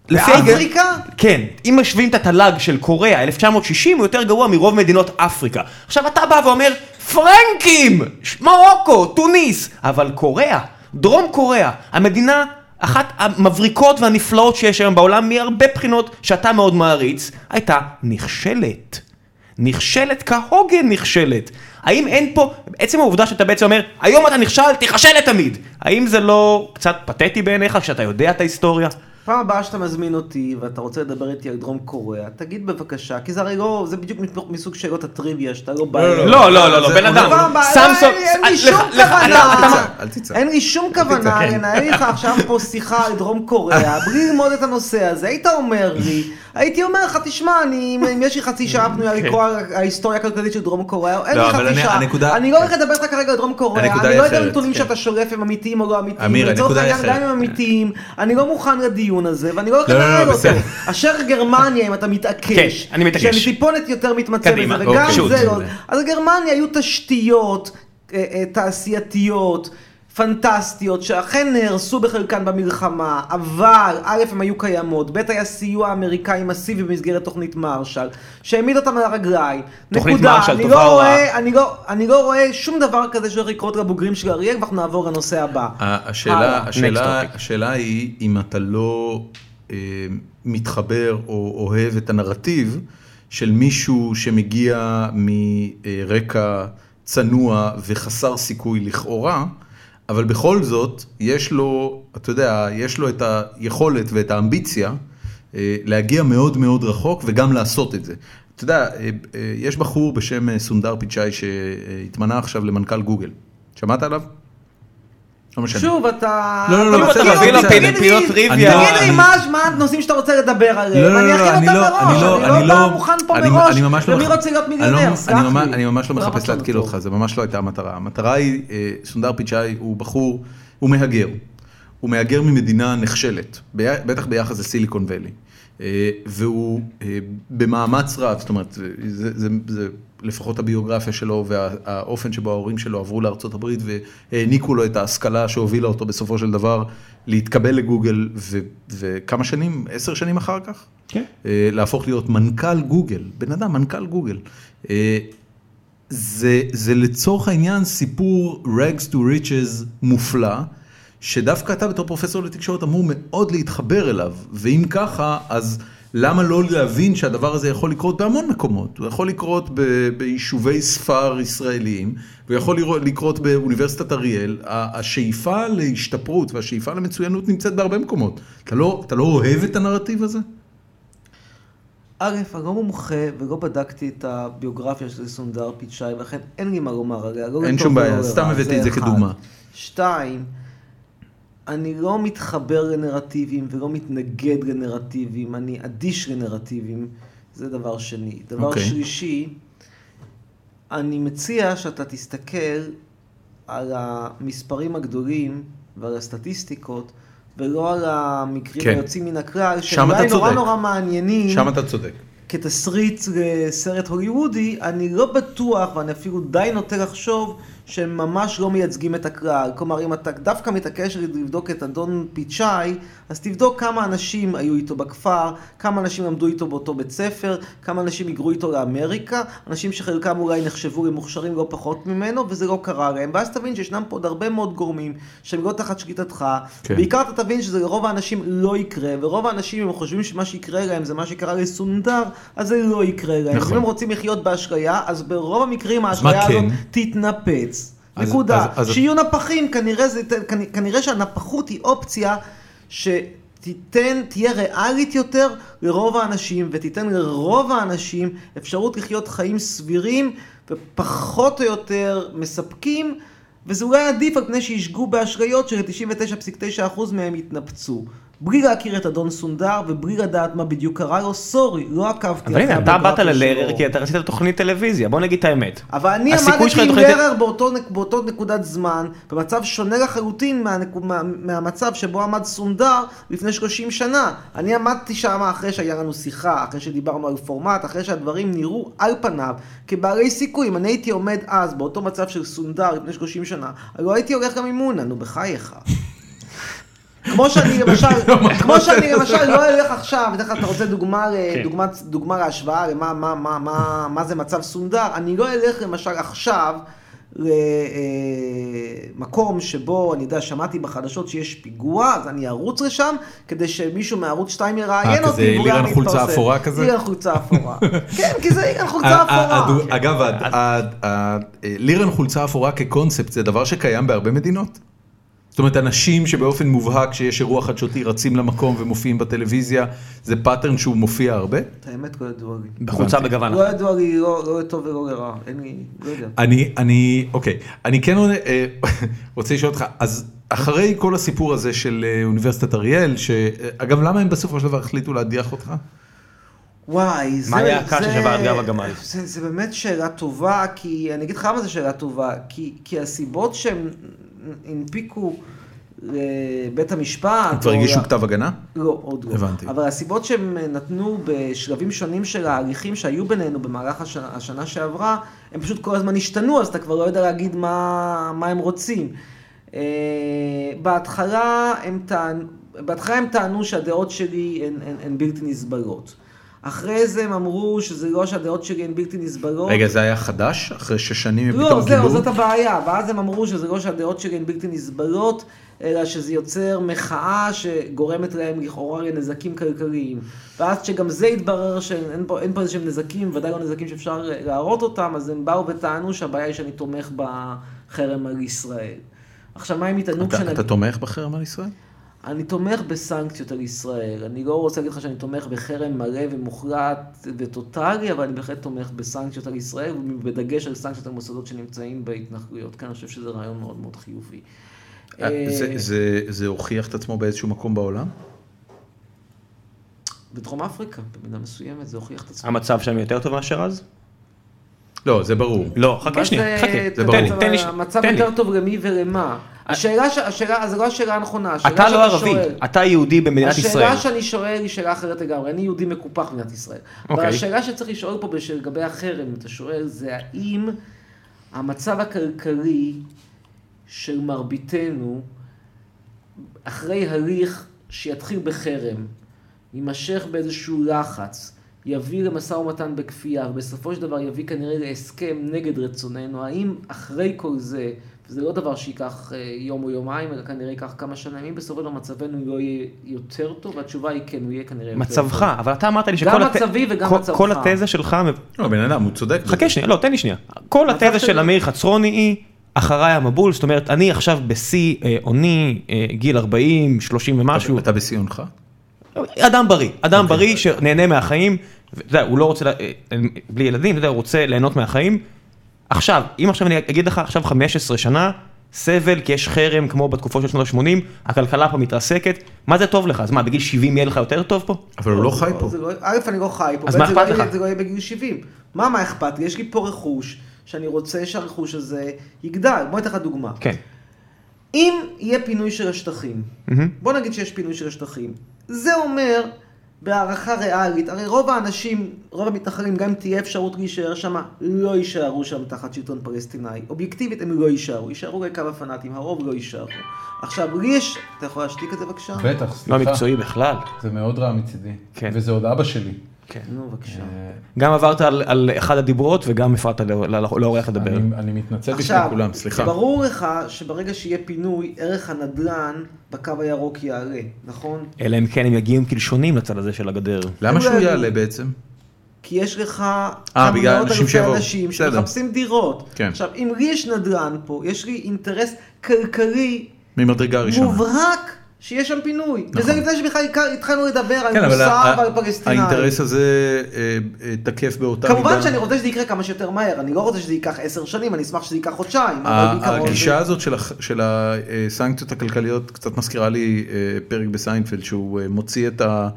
[SPEAKER 1] לפי ההיג-
[SPEAKER 3] באפריקה?
[SPEAKER 1] כן, אם משווים את התל"ג של קוריאה 1960 הוא יותר גרוע מרוב מדינות אפריקה. עכשיו אתה בא ואומר, פרנקים! ש- מרוקו, תוניס! אבל קוריאה, דרום קוריאה, המדינה אחת המבריקות והנפלאות שיש היום בעולם מהרבה בחינות שאתה מאוד מעריץ, הייתה נכשלת. נכשלת כהוגן נכשלת. האם אין פה, עצם העובדה שאתה בעצם אומר, היום אתה נכשל, תיכשל לתמיד. האם זה לא קצת פתטי בעיניך כשאתה יודע את ההיסטוריה?
[SPEAKER 3] פעם הבאה שאתה מזמין אותי ואתה רוצה לדבר איתי על דרום קוריאה, תגיד בבקשה, כי זה הרי לא, זה בדיוק מסוג שאלות הטריוויה שאתה לא בא... אליהן.
[SPEAKER 1] לא, לא, לא, לא,
[SPEAKER 2] זה-
[SPEAKER 1] בן
[SPEAKER 2] זה-
[SPEAKER 1] אדם,
[SPEAKER 3] פעם הבאה, אין
[SPEAKER 1] סמסונג,
[SPEAKER 3] לי-
[SPEAKER 2] אה,
[SPEAKER 3] אין לי
[SPEAKER 1] לך-
[SPEAKER 3] שום
[SPEAKER 1] לך- אתה- אתה-
[SPEAKER 3] כוונה,
[SPEAKER 2] אל תצעק.
[SPEAKER 3] אין לי שום כוונה
[SPEAKER 2] תצעק.
[SPEAKER 3] לנהל איתך עכשיו פה שיחה על דרום קוריאה, בלי ללמוד את הנושא הזה, היית אומר לי, הייתי אומר לך, תשמע, אני- אם אם יש לי חצי שעה פנויה
[SPEAKER 1] כן.
[SPEAKER 3] לקרוא על ההיסטוריה הכלכלית של דרום קוריאה, אין לי
[SPEAKER 2] לא, אבל
[SPEAKER 3] חצי
[SPEAKER 2] אני-
[SPEAKER 3] שעה,
[SPEAKER 2] הנקודה-
[SPEAKER 3] אני לא הולך לדבר איתך כרגע על דרום קוריאה,
[SPEAKER 2] הנקודה
[SPEAKER 3] אני
[SPEAKER 2] היא
[SPEAKER 3] לא יודע
[SPEAKER 2] אחרת,
[SPEAKER 3] נתונים
[SPEAKER 2] כן.
[SPEAKER 3] שאתה שורף הם אמיתיים או לא אמיתיים,
[SPEAKER 2] אמיר,
[SPEAKER 3] לצורך
[SPEAKER 2] הנקודה היא
[SPEAKER 3] העניין, גם
[SPEAKER 2] אחרת.
[SPEAKER 3] אם הם אמיתיים, אני לא מוכן לדיון הזה, ואני לא הולך
[SPEAKER 2] לא, לא, לא,
[SPEAKER 3] לנהל אותו,
[SPEAKER 2] בסדר.
[SPEAKER 3] אשר גרמניה, אם אתה מתעקש,
[SPEAKER 1] כן, אני מתעקש.
[SPEAKER 3] שהם טיפונת יותר מתמצא בזה,
[SPEAKER 1] קדימה,
[SPEAKER 3] וגם
[SPEAKER 2] אוקיי. שוט.
[SPEAKER 3] זה לא, אז לגרמניה היו תשתיות אה, אה, תעשייתיות. פנטסטיות שאכן נהרסו בחלקן במלחמה, אבל א' הם היו קיימות, ב' היה סיוע אמריקאי מסיבי במסגרת תוכנית מרשל, שהעמיד אותם על הרגליים.
[SPEAKER 1] תוכנית
[SPEAKER 3] נקודה,
[SPEAKER 1] מרשל,
[SPEAKER 3] אני
[SPEAKER 1] טובה
[SPEAKER 3] לא
[SPEAKER 1] או
[SPEAKER 3] רואה-
[SPEAKER 1] רעה?
[SPEAKER 3] אני לא- אני לא רואה שום דבר כזה שהולך לקרות לבוגרים של אריאל, ואנחנו נעבור לנושא הבא.
[SPEAKER 1] אה,
[SPEAKER 2] ה-
[SPEAKER 3] הלאה.
[SPEAKER 2] השאלה, השאלה,
[SPEAKER 1] Next topic.
[SPEAKER 2] השאלה היא אם אתה לא אה, מתחבר או אוהב את הנרטיב של מישהו שמגיע מרקע צנוע וחסר סיכוי לכאורה, אבל בכל זאת יש לו, אתה יודע, יש לו את היכולת ואת האמביציה אה, להגיע מאוד מאוד רחוק וגם לעשות את זה. אתה יודע, אה, אה, יש בחור בשם אה, סונדר פיצ'אי שהתמנה עכשיו למנכ"ל גוגל. שמעת עליו? לא משנה.
[SPEAKER 3] שוב, אתה...
[SPEAKER 2] לא, לא, לא,
[SPEAKER 3] אתה
[SPEAKER 2] בסדר, תביא
[SPEAKER 3] מכיר אותי,
[SPEAKER 2] לו
[SPEAKER 3] תגיד
[SPEAKER 2] פינות-
[SPEAKER 1] פינות
[SPEAKER 3] לי-
[SPEAKER 1] טריוויה.
[SPEAKER 3] תגיד לי
[SPEAKER 2] אני-
[SPEAKER 3] מה מה הנושאים שאתה רוצה לדבר
[SPEAKER 2] לא,
[SPEAKER 3] עליהם,
[SPEAKER 2] לא,
[SPEAKER 3] אני
[SPEAKER 2] לא,
[SPEAKER 3] אכין
[SPEAKER 2] לא, אני
[SPEAKER 3] אותם
[SPEAKER 2] לא, אני
[SPEAKER 3] מראש,
[SPEAKER 2] לא,
[SPEAKER 3] אני
[SPEAKER 2] אני
[SPEAKER 3] לא בא
[SPEAKER 2] לא,
[SPEAKER 3] מוכן פה
[SPEAKER 2] אני-
[SPEAKER 3] מראש,
[SPEAKER 2] אני ממש לא
[SPEAKER 3] ומי
[SPEAKER 2] מחפ-
[SPEAKER 3] רוצה להיות
[SPEAKER 2] אני לא-
[SPEAKER 3] מיליונר,
[SPEAKER 2] אני
[SPEAKER 3] סלח
[SPEAKER 2] ממש-
[SPEAKER 3] לי.
[SPEAKER 2] אני ממש לא
[SPEAKER 3] לא
[SPEAKER 2] מחפש
[SPEAKER 3] רצון
[SPEAKER 2] להתקיל
[SPEAKER 3] טוב.
[SPEAKER 2] אותך, זה ממש לא הייתה המטרה. המטרה היא, אה, סונדר פיצ'אי הוא בחור, הוא מהגר. הוא מהגר ממדינה נחשלת, בי- בטח ביחס לסיליקון ואלי. אה, והוא אה, במאמץ רב, זאת אומרת, זה, זה, זה לפחות הביוגרפיה שלו והאופן שבו ההורים שלו עברו לארצות הברית והעניקו לו את ההשכלה שהובילה אותו בסופו של דבר להתקבל לגוגל, ו, וכמה שנים, עשר שנים אחר כך?
[SPEAKER 1] כן.
[SPEAKER 2] אה, להפוך להיות מנכ"ל גוגל, בן אדם מנכ"ל גוגל. אה, זה, זה לצורך העניין סיפור rags to riches מופלא, שדווקא אתה בתור פרופסור לתקשורת אמור מאוד להתחבר אליו, ואם ככה, אז למה לא להבין שהדבר הזה יכול לקרות בהמון מקומות? הוא יכול לקרות ב, ביישובי ספר ישראליים, הוא יכול לראות- לקרות באוניברסיטת אריאל. ה- השאיפה להשתפרות והשאיפה למצוינות נמצאת בהרבה מקומות. אתה לא, אתה לא אוהב את הנרטיב הזה?
[SPEAKER 3] א', אני לא מומחה ולא בדקתי את הביוגרפיה של סונדר פיצ'אי, ולכן אין לי מה לומר עליה. לא
[SPEAKER 2] אין
[SPEAKER 3] לטוב
[SPEAKER 2] שום בעיה,
[SPEAKER 3] ולא לרע,
[SPEAKER 2] סתם הבאתי את זה
[SPEAKER 3] אחד.
[SPEAKER 2] כדוגמה.
[SPEAKER 3] שתיים, אני לא מתחבר לנרטיבים ולא מתנגד לנרטיבים, אני אדיש לנרטיבים, זה דבר שני. דבר
[SPEAKER 2] אוקיי.
[SPEAKER 3] שלישי, אני מציע שאתה תסתכל על המספרים הגדולים ועל הסטטיסטיקות, ולא על המקרים
[SPEAKER 2] כן.
[SPEAKER 3] היוצאים מן הכלל,
[SPEAKER 2] שם
[SPEAKER 3] שהם
[SPEAKER 2] אתה
[SPEAKER 3] אולי נורא
[SPEAKER 2] צודק.
[SPEAKER 3] נורא מעניינים.
[SPEAKER 2] שם אתה צודק.
[SPEAKER 3] כתסריט לסרט הוליוודי, אני לא בטוח, ואני אפילו די נוטה לחשוב, שהם ממש לא מייצגים את הקהל. כלומר, אם אתה דווקא מתעקש לבדוק את אדון פיצ'אי, אז תבדוק כמה אנשים היו איתו בכפר, כמה אנשים למדו איתו באותו בית ספר, כמה אנשים היגרו איתו לאמריקה, אנשים שחלקם אולי נחשבו למוכשרים לא פחות ממנו, וזה לא קרה להם. ואז תבין שישנם פה עוד הרבה מאוד גורמים שהם לא תחת שליטתך,
[SPEAKER 2] כן.
[SPEAKER 3] בעיקר בעיקר אתה תבין שזה לרוב האנשים לא יקרה, ורוב האנשים אם חושבים שמה שיקרה להם זה מה שקרה לסונדר, אז זה לא יקרה להם.
[SPEAKER 2] נכון.
[SPEAKER 3] אם הם רוצים לחיות באשליה, אז ברוב המקרים
[SPEAKER 2] מה
[SPEAKER 3] האשליה הזאת
[SPEAKER 2] כן?
[SPEAKER 3] תתנפץ.
[SPEAKER 2] אז-
[SPEAKER 3] נקודה.
[SPEAKER 2] אז- אז-
[SPEAKER 3] שיהיו נפחים, כנראה, זה, ייתן- כנ- כנראה שהנפחות היא אופציה שתיתן, תהיה ריאלית יותר לרוב האנשים, ותיתן לרוב האנשים אפשרות לחיות חיים סבירים ופחות או יותר מספקים. וזה אולי עדיף על פני שישגו באשליות ש-99.9% מהם יתנפצו. בלי להכיר את אדון סונדר ובלי לדעת מה בדיוק קרה לו, סורי, לא עקבתי.
[SPEAKER 1] אבל
[SPEAKER 3] אחרי
[SPEAKER 1] הנה, אתה באת
[SPEAKER 3] הביוגרפיה
[SPEAKER 1] ללרר
[SPEAKER 3] שלו.
[SPEAKER 1] כי אתה רצית תוכנית טלוויזיה, בוא נגיד את האמת.
[SPEAKER 3] אבל אני
[SPEAKER 1] הסיכוי שלך
[SPEAKER 3] עמדתי עם
[SPEAKER 1] לתוכנית-
[SPEAKER 3] לרר באותו, נק- באותו נקודת זמן, במצב שונה לחלוטין מהנק... מה... מהמצב שבו עמד סונדר לפני 30 שנה. אני עמדתי שם אחרי שהיה לנו שיחה, אחרי שדיברנו על פורמט, אחרי שהדברים נראו על פניו כבעלי סיכוי. אם אני הייתי עומד אז באותו מצב של סונדר לפני 30 שנה, לא הייתי הולך למימונה, נו בחייך. כמו שאני למשל,
[SPEAKER 2] לא,
[SPEAKER 3] כמו שאני למשל לא אלך עכשיו, בדרך כלל אתה רוצה דוגמה, ל-
[SPEAKER 1] כן.
[SPEAKER 3] דוגמה, דוגמה להשוואה למה מה, מה, מה, מה זה מצב סונדר, אני לא אלך למשל עכשיו למקום שבו, אני יודע, שמעתי בחדשות שיש פיגוע, אז אני ארוץ לשם, כדי שמישהו מערוץ 2 יראיין
[SPEAKER 2] אה,
[SPEAKER 3] אותי,
[SPEAKER 2] כזה
[SPEAKER 3] ואולי
[SPEAKER 2] לירן
[SPEAKER 3] אני
[SPEAKER 2] חולצה
[SPEAKER 3] אתפרסם.
[SPEAKER 2] אפורה כזה? אה,
[SPEAKER 3] לירן חולצה אפורה. כן, כי זה לירן חולצה
[SPEAKER 2] ה-
[SPEAKER 3] אפורה.
[SPEAKER 2] ה- הדו- אגב, ה- ה- ה- לירן חולצה אפורה כקונספט זה דבר שקיים בהרבה מדינות. זאת אומרת, אנשים שבאופן מובהק שיש אירוע חדשותי רצים למקום ומופיעים בטלוויזיה, זה פאטרן שהוא מופיע הרבה.
[SPEAKER 3] את האמת לא ידוע לי.
[SPEAKER 1] בחולצה בגוון.
[SPEAKER 3] לא ידוע לי, לא לא לטוב ולא לרע, אין לי, לא יודע.
[SPEAKER 2] אני, אני, אוקיי, אני כן רוצה- אה, רוצה לשאול אותך, אז אחרי כל הסיפור הזה של אה, אוניברסיטת אריאל, שאגב, למה הם בסופו של דבר החליטו להדיח אותך?
[SPEAKER 3] וואי, זה...
[SPEAKER 1] מה היה הקש
[SPEAKER 3] זה-
[SPEAKER 1] ששבר את גב הגמל?
[SPEAKER 3] זה, זה באמת שאלה טובה, כי... אני אגיד לך למה זו שאלה טובה, כי, כי הסיבות שהם הנפיקו לבית המשפט...
[SPEAKER 2] הם כבר
[SPEAKER 3] או
[SPEAKER 2] הגישו
[SPEAKER 3] ל-
[SPEAKER 2] כתב הגנה?
[SPEAKER 3] לא, עוד לא.
[SPEAKER 2] הבנתי.
[SPEAKER 3] אבל הסיבות שהם נתנו בשלבים שונים של ההליכים שהיו בינינו במהלך הש... השנה שעברה, הם פשוט כל הזמן השתנו, אז אתה כבר לא יודע להגיד מה, מה הם רוצים. אה, בהתחלה הם, טענ... בהתחלה הם טענו שהדעות שלי הן, הן, הן בלתי נסבלות. אחרי זה הם אמרו שזה לא שהדעות שלי הן בלתי נסבלות.
[SPEAKER 2] רגע, זה היה חדש? אחרי שש שנים הם פתאום גילו?
[SPEAKER 3] לא, זהו, זאת הבעיה. ואז הם אמרו שזה לא שהדעות שלי הן בלתי נסבלות, אלא שזה יוצר מחאה שגורמת להם לכאורה לנזקים כלכליים. ואז כשגם זה התברר שאין פה, אין פה איזשהם נזקים, ודאי לא נזקים שאפשר להראות אותם, אז הם באו וטענו שהבעיה היא שאני תומך בחרם על ישראל. עכשיו, מה הם יטענו
[SPEAKER 2] אתה-
[SPEAKER 3] כשנגיד...
[SPEAKER 2] אתה תומך בחרם על ישראל?
[SPEAKER 3] אני תומך בסנקציות על ישראל. אני לא רוצה להגיד לך שאני תומך בחרם מלא ומוחלט וטוטאלי, אבל אני בהחלט תומך בסנקציות על ישראל, ובדגש על סנקציות על מוסדות שנמצאים בהתנחלויות. כאן אני חושב שזה רעיון מאוד מאוד חיובי.
[SPEAKER 2] אה, זה-
[SPEAKER 3] אה,
[SPEAKER 2] זה- זה הוכיח את עצמו באיזשהו מקום בעולם?
[SPEAKER 3] בדרום אפריקה, במידה מסוימת, זה הוכיח את עצמו.
[SPEAKER 1] המצב שם יותר טוב מאשר אז?
[SPEAKER 2] לא, זה ברור.
[SPEAKER 1] לא,
[SPEAKER 3] מה
[SPEAKER 1] חכה שנייה,
[SPEAKER 3] זה-
[SPEAKER 1] חכה,
[SPEAKER 3] אתה
[SPEAKER 1] תן לי,
[SPEAKER 3] יודע,
[SPEAKER 1] תן לי, ש-
[SPEAKER 3] המצב
[SPEAKER 1] תן לי. אה,
[SPEAKER 3] יותר טוב למי ולמה. השאלה, ש- השאלה, זו לא השאלה הנכונה. השאלה
[SPEAKER 1] אתה
[SPEAKER 3] שאתה
[SPEAKER 1] לא ערבי,
[SPEAKER 3] שואל-
[SPEAKER 1] אתה יהודי במדינת ישראל.
[SPEAKER 3] השאלה שאני שואל היא שאלה אחרת לגמרי, אני יהודי מקופח במדינת ישראל. אבל
[SPEAKER 1] אוקיי.
[SPEAKER 3] השאלה שצריך לשאול פה בש- לגבי החרם, אתה שואל, זה האם המצב הכלכלי של מרביתנו, אחרי הליך שיתחיל בחרם, יימשך באיזשהו לחץ, יביא למשא ומתן בכפייה, ובסופו של דבר יביא כנראה להסכם נגד רצוננו, האם אחרי כל זה, וזה לא דבר שייקח אה, יום או יומיים, אלא כנראה ייקח כמה שנים, אם בסופו של דבר מצבנו לא יהיה יותר טוב, והתשובה היא כן, הוא יהיה כנראה יותר טוב.
[SPEAKER 1] מצבך, אבל אתה אמרת לי שכל
[SPEAKER 3] גם
[SPEAKER 1] הת-
[SPEAKER 3] מצבי וגם
[SPEAKER 1] כל-
[SPEAKER 3] מצבך.
[SPEAKER 1] כל התזה שלך,
[SPEAKER 2] לא, בן אדם, הוא צודק.
[SPEAKER 1] חכה שנייה, לא, תן לי שנייה. כל
[SPEAKER 3] מצב
[SPEAKER 1] התזה
[SPEAKER 3] של-
[SPEAKER 1] של אמיר חצרוני היא, אחריי המבול, זאת אומרת, אני עכשיו בשיא אה, עוני, אה, גיל 40, 30 ומשהו.
[SPEAKER 2] אתה בסיונך?
[SPEAKER 1] אדם בריא, אדם okay. בריא שנהנה מהחיים, ואתה יודע, הוא לא רוצה, לה- אה, אה, בלי ילדים, אתה יודע, הוא רוצה ליהנות מהחיים. עכשיו, אם עכשיו אני אגיד לך, עכשיו 15 שנה, סבל כי יש חרם כמו בתקופות של שנות ה-80, הכלכלה פה מתרסקת, מה זה טוב לך? אז מה, בגיל 70 יהיה לך יותר טוב פה?
[SPEAKER 2] אבל הוא לא חי פה.
[SPEAKER 3] זה לא- א', אני לא חי פה,
[SPEAKER 1] אז
[SPEAKER 3] ב',
[SPEAKER 1] מה
[SPEAKER 3] זה לא
[SPEAKER 1] אכפת
[SPEAKER 3] יהיה-
[SPEAKER 1] לך?
[SPEAKER 3] זה לא יהיה בגיל 70. מה, מה אכפת לי? יש לי פה רכוש, שאני רוצה שהרכוש הזה יגדל. בוא אתן לך דוגמה.
[SPEAKER 1] כן.
[SPEAKER 3] אם יהיה פינוי של השטחים,
[SPEAKER 1] מהמם.
[SPEAKER 3] בוא נגיד שיש פינוי של השטחים, זה אומר, בהערכה ריאלית, הרי רוב האנשים, רוב המתנחלים, גם אם תהיה אפשרות להישאר שם, לא יישארו שם תחת שלטון פלסטיני. אובייקטיבית הם לא יישארו, יישארו רק כמה פנאטים, הרוב לא יישארו. עכשיו, לי יש... אתה יכול להשתיק את זה בבקשה?
[SPEAKER 2] בטח,
[SPEAKER 1] לא מקצועי בכלל.
[SPEAKER 2] זה מאוד רע מצידי.
[SPEAKER 1] כן.
[SPEAKER 2] וזה עוד אבא שלי.
[SPEAKER 1] כן.
[SPEAKER 3] נו, בבקשה.
[SPEAKER 1] גם עברת על, על אחד הדיברות וגם הפרעת לא- לא- לאורח לדבר.
[SPEAKER 2] אני מתנצל
[SPEAKER 3] עכשיו, ברור לך שברגע שיהיה פינוי, ערך הנדלן בקו הירוק יעלה, נכון?
[SPEAKER 1] אלא אם כן הם יגיעו עם קלשונים לצד הזה של הגדר.
[SPEAKER 2] למה שהוא
[SPEAKER 3] אולי-
[SPEAKER 2] יעלה בעצם?
[SPEAKER 3] כי יש לך
[SPEAKER 2] אה,
[SPEAKER 3] כמה
[SPEAKER 2] בגלל
[SPEAKER 3] מאות
[SPEAKER 2] אנשים
[SPEAKER 3] אלפי
[SPEAKER 2] שיבואו.
[SPEAKER 3] אנשים
[SPEAKER 2] בסדר.
[SPEAKER 3] שמחפשים דירות.
[SPEAKER 2] כן.
[SPEAKER 3] עכשיו, אם לי יש נדל"ן פה, יש לי אינטרס כלכלי
[SPEAKER 2] ממדרגה ראשונה.
[SPEAKER 3] מובהק שיש שם פינוי. וזה לפני שבכלל הכר- התחלנו לדבר על
[SPEAKER 2] נכון. כן, אבל ה-
[SPEAKER 3] מוסר
[SPEAKER 2] ה-
[SPEAKER 3] ועל פלסטינאים.
[SPEAKER 2] האינטרס הזה אה, אה, תקף באותה מידה.
[SPEAKER 3] כמובן שאני רוצה שזה יקרה כמה שיותר מהר, אני לא רוצה שזה ייקח עשר שנים, אני אשמח שזה ייקח חודשיים. אבל
[SPEAKER 2] ה-
[SPEAKER 3] בעיקרון זה-
[SPEAKER 2] אה, הגישה הזאת של הח- של הסנקציות הכלכליות קצת מזכירה לי אה, פרק בסיינפלד שהוא אה, מוציא את ה...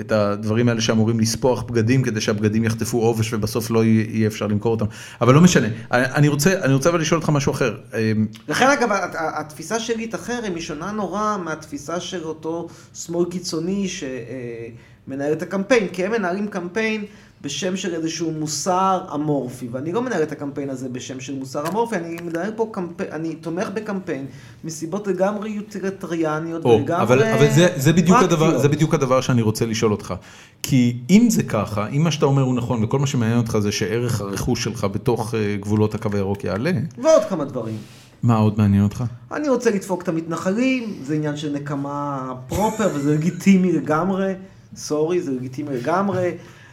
[SPEAKER 2] את הדברים האלה שאמורים לספוח בגדים כדי שהבגדים יחטפו עובש ובסוף לא יהיה יהיה אפשר למכור אותם אבל לא משנה אני- אני רוצה אני רוצה אבל לשאול אותך משהו אחר אה,
[SPEAKER 3] לכן אגב, הת- התפיסה של להתאחרם היא שונה נורא מהתפיסה של אותו שמאל קיצוני שמנהל את הקמפיין, כי הם מנהלים קמפיין בשם של איזשהו מוסר אמורפי, ואני לא מנהל את הקמפיין הזה בשם של מוסר אמורפי, אני מנהל פה קמפיין, אני תומך בקמפיין מסיבות לגמרי יוטריטריאניות
[SPEAKER 2] או,
[SPEAKER 3] ולגמרי
[SPEAKER 2] אבל, אבל זה, זה, בדיוק הדבר,
[SPEAKER 3] פרקטיות.
[SPEAKER 2] זה בדיוק הדבר שאני רוצה לשאול אותך. כי אם זה ככה, אם מה שאתה אומר הוא נכון, וכל מה שמעניין אותך זה שערך הרכוש שלך בתוך אה, גבולות הקו הירוק יעלה,
[SPEAKER 3] ועוד כמה דברים.
[SPEAKER 2] מה עוד מעניין אותך?
[SPEAKER 3] אני רוצה לדפוק את המתנחלים, זה עניין של נקמה פרופר, וזה לגיטימי לגמרי, סורי, זה לגיטימי לגמרי.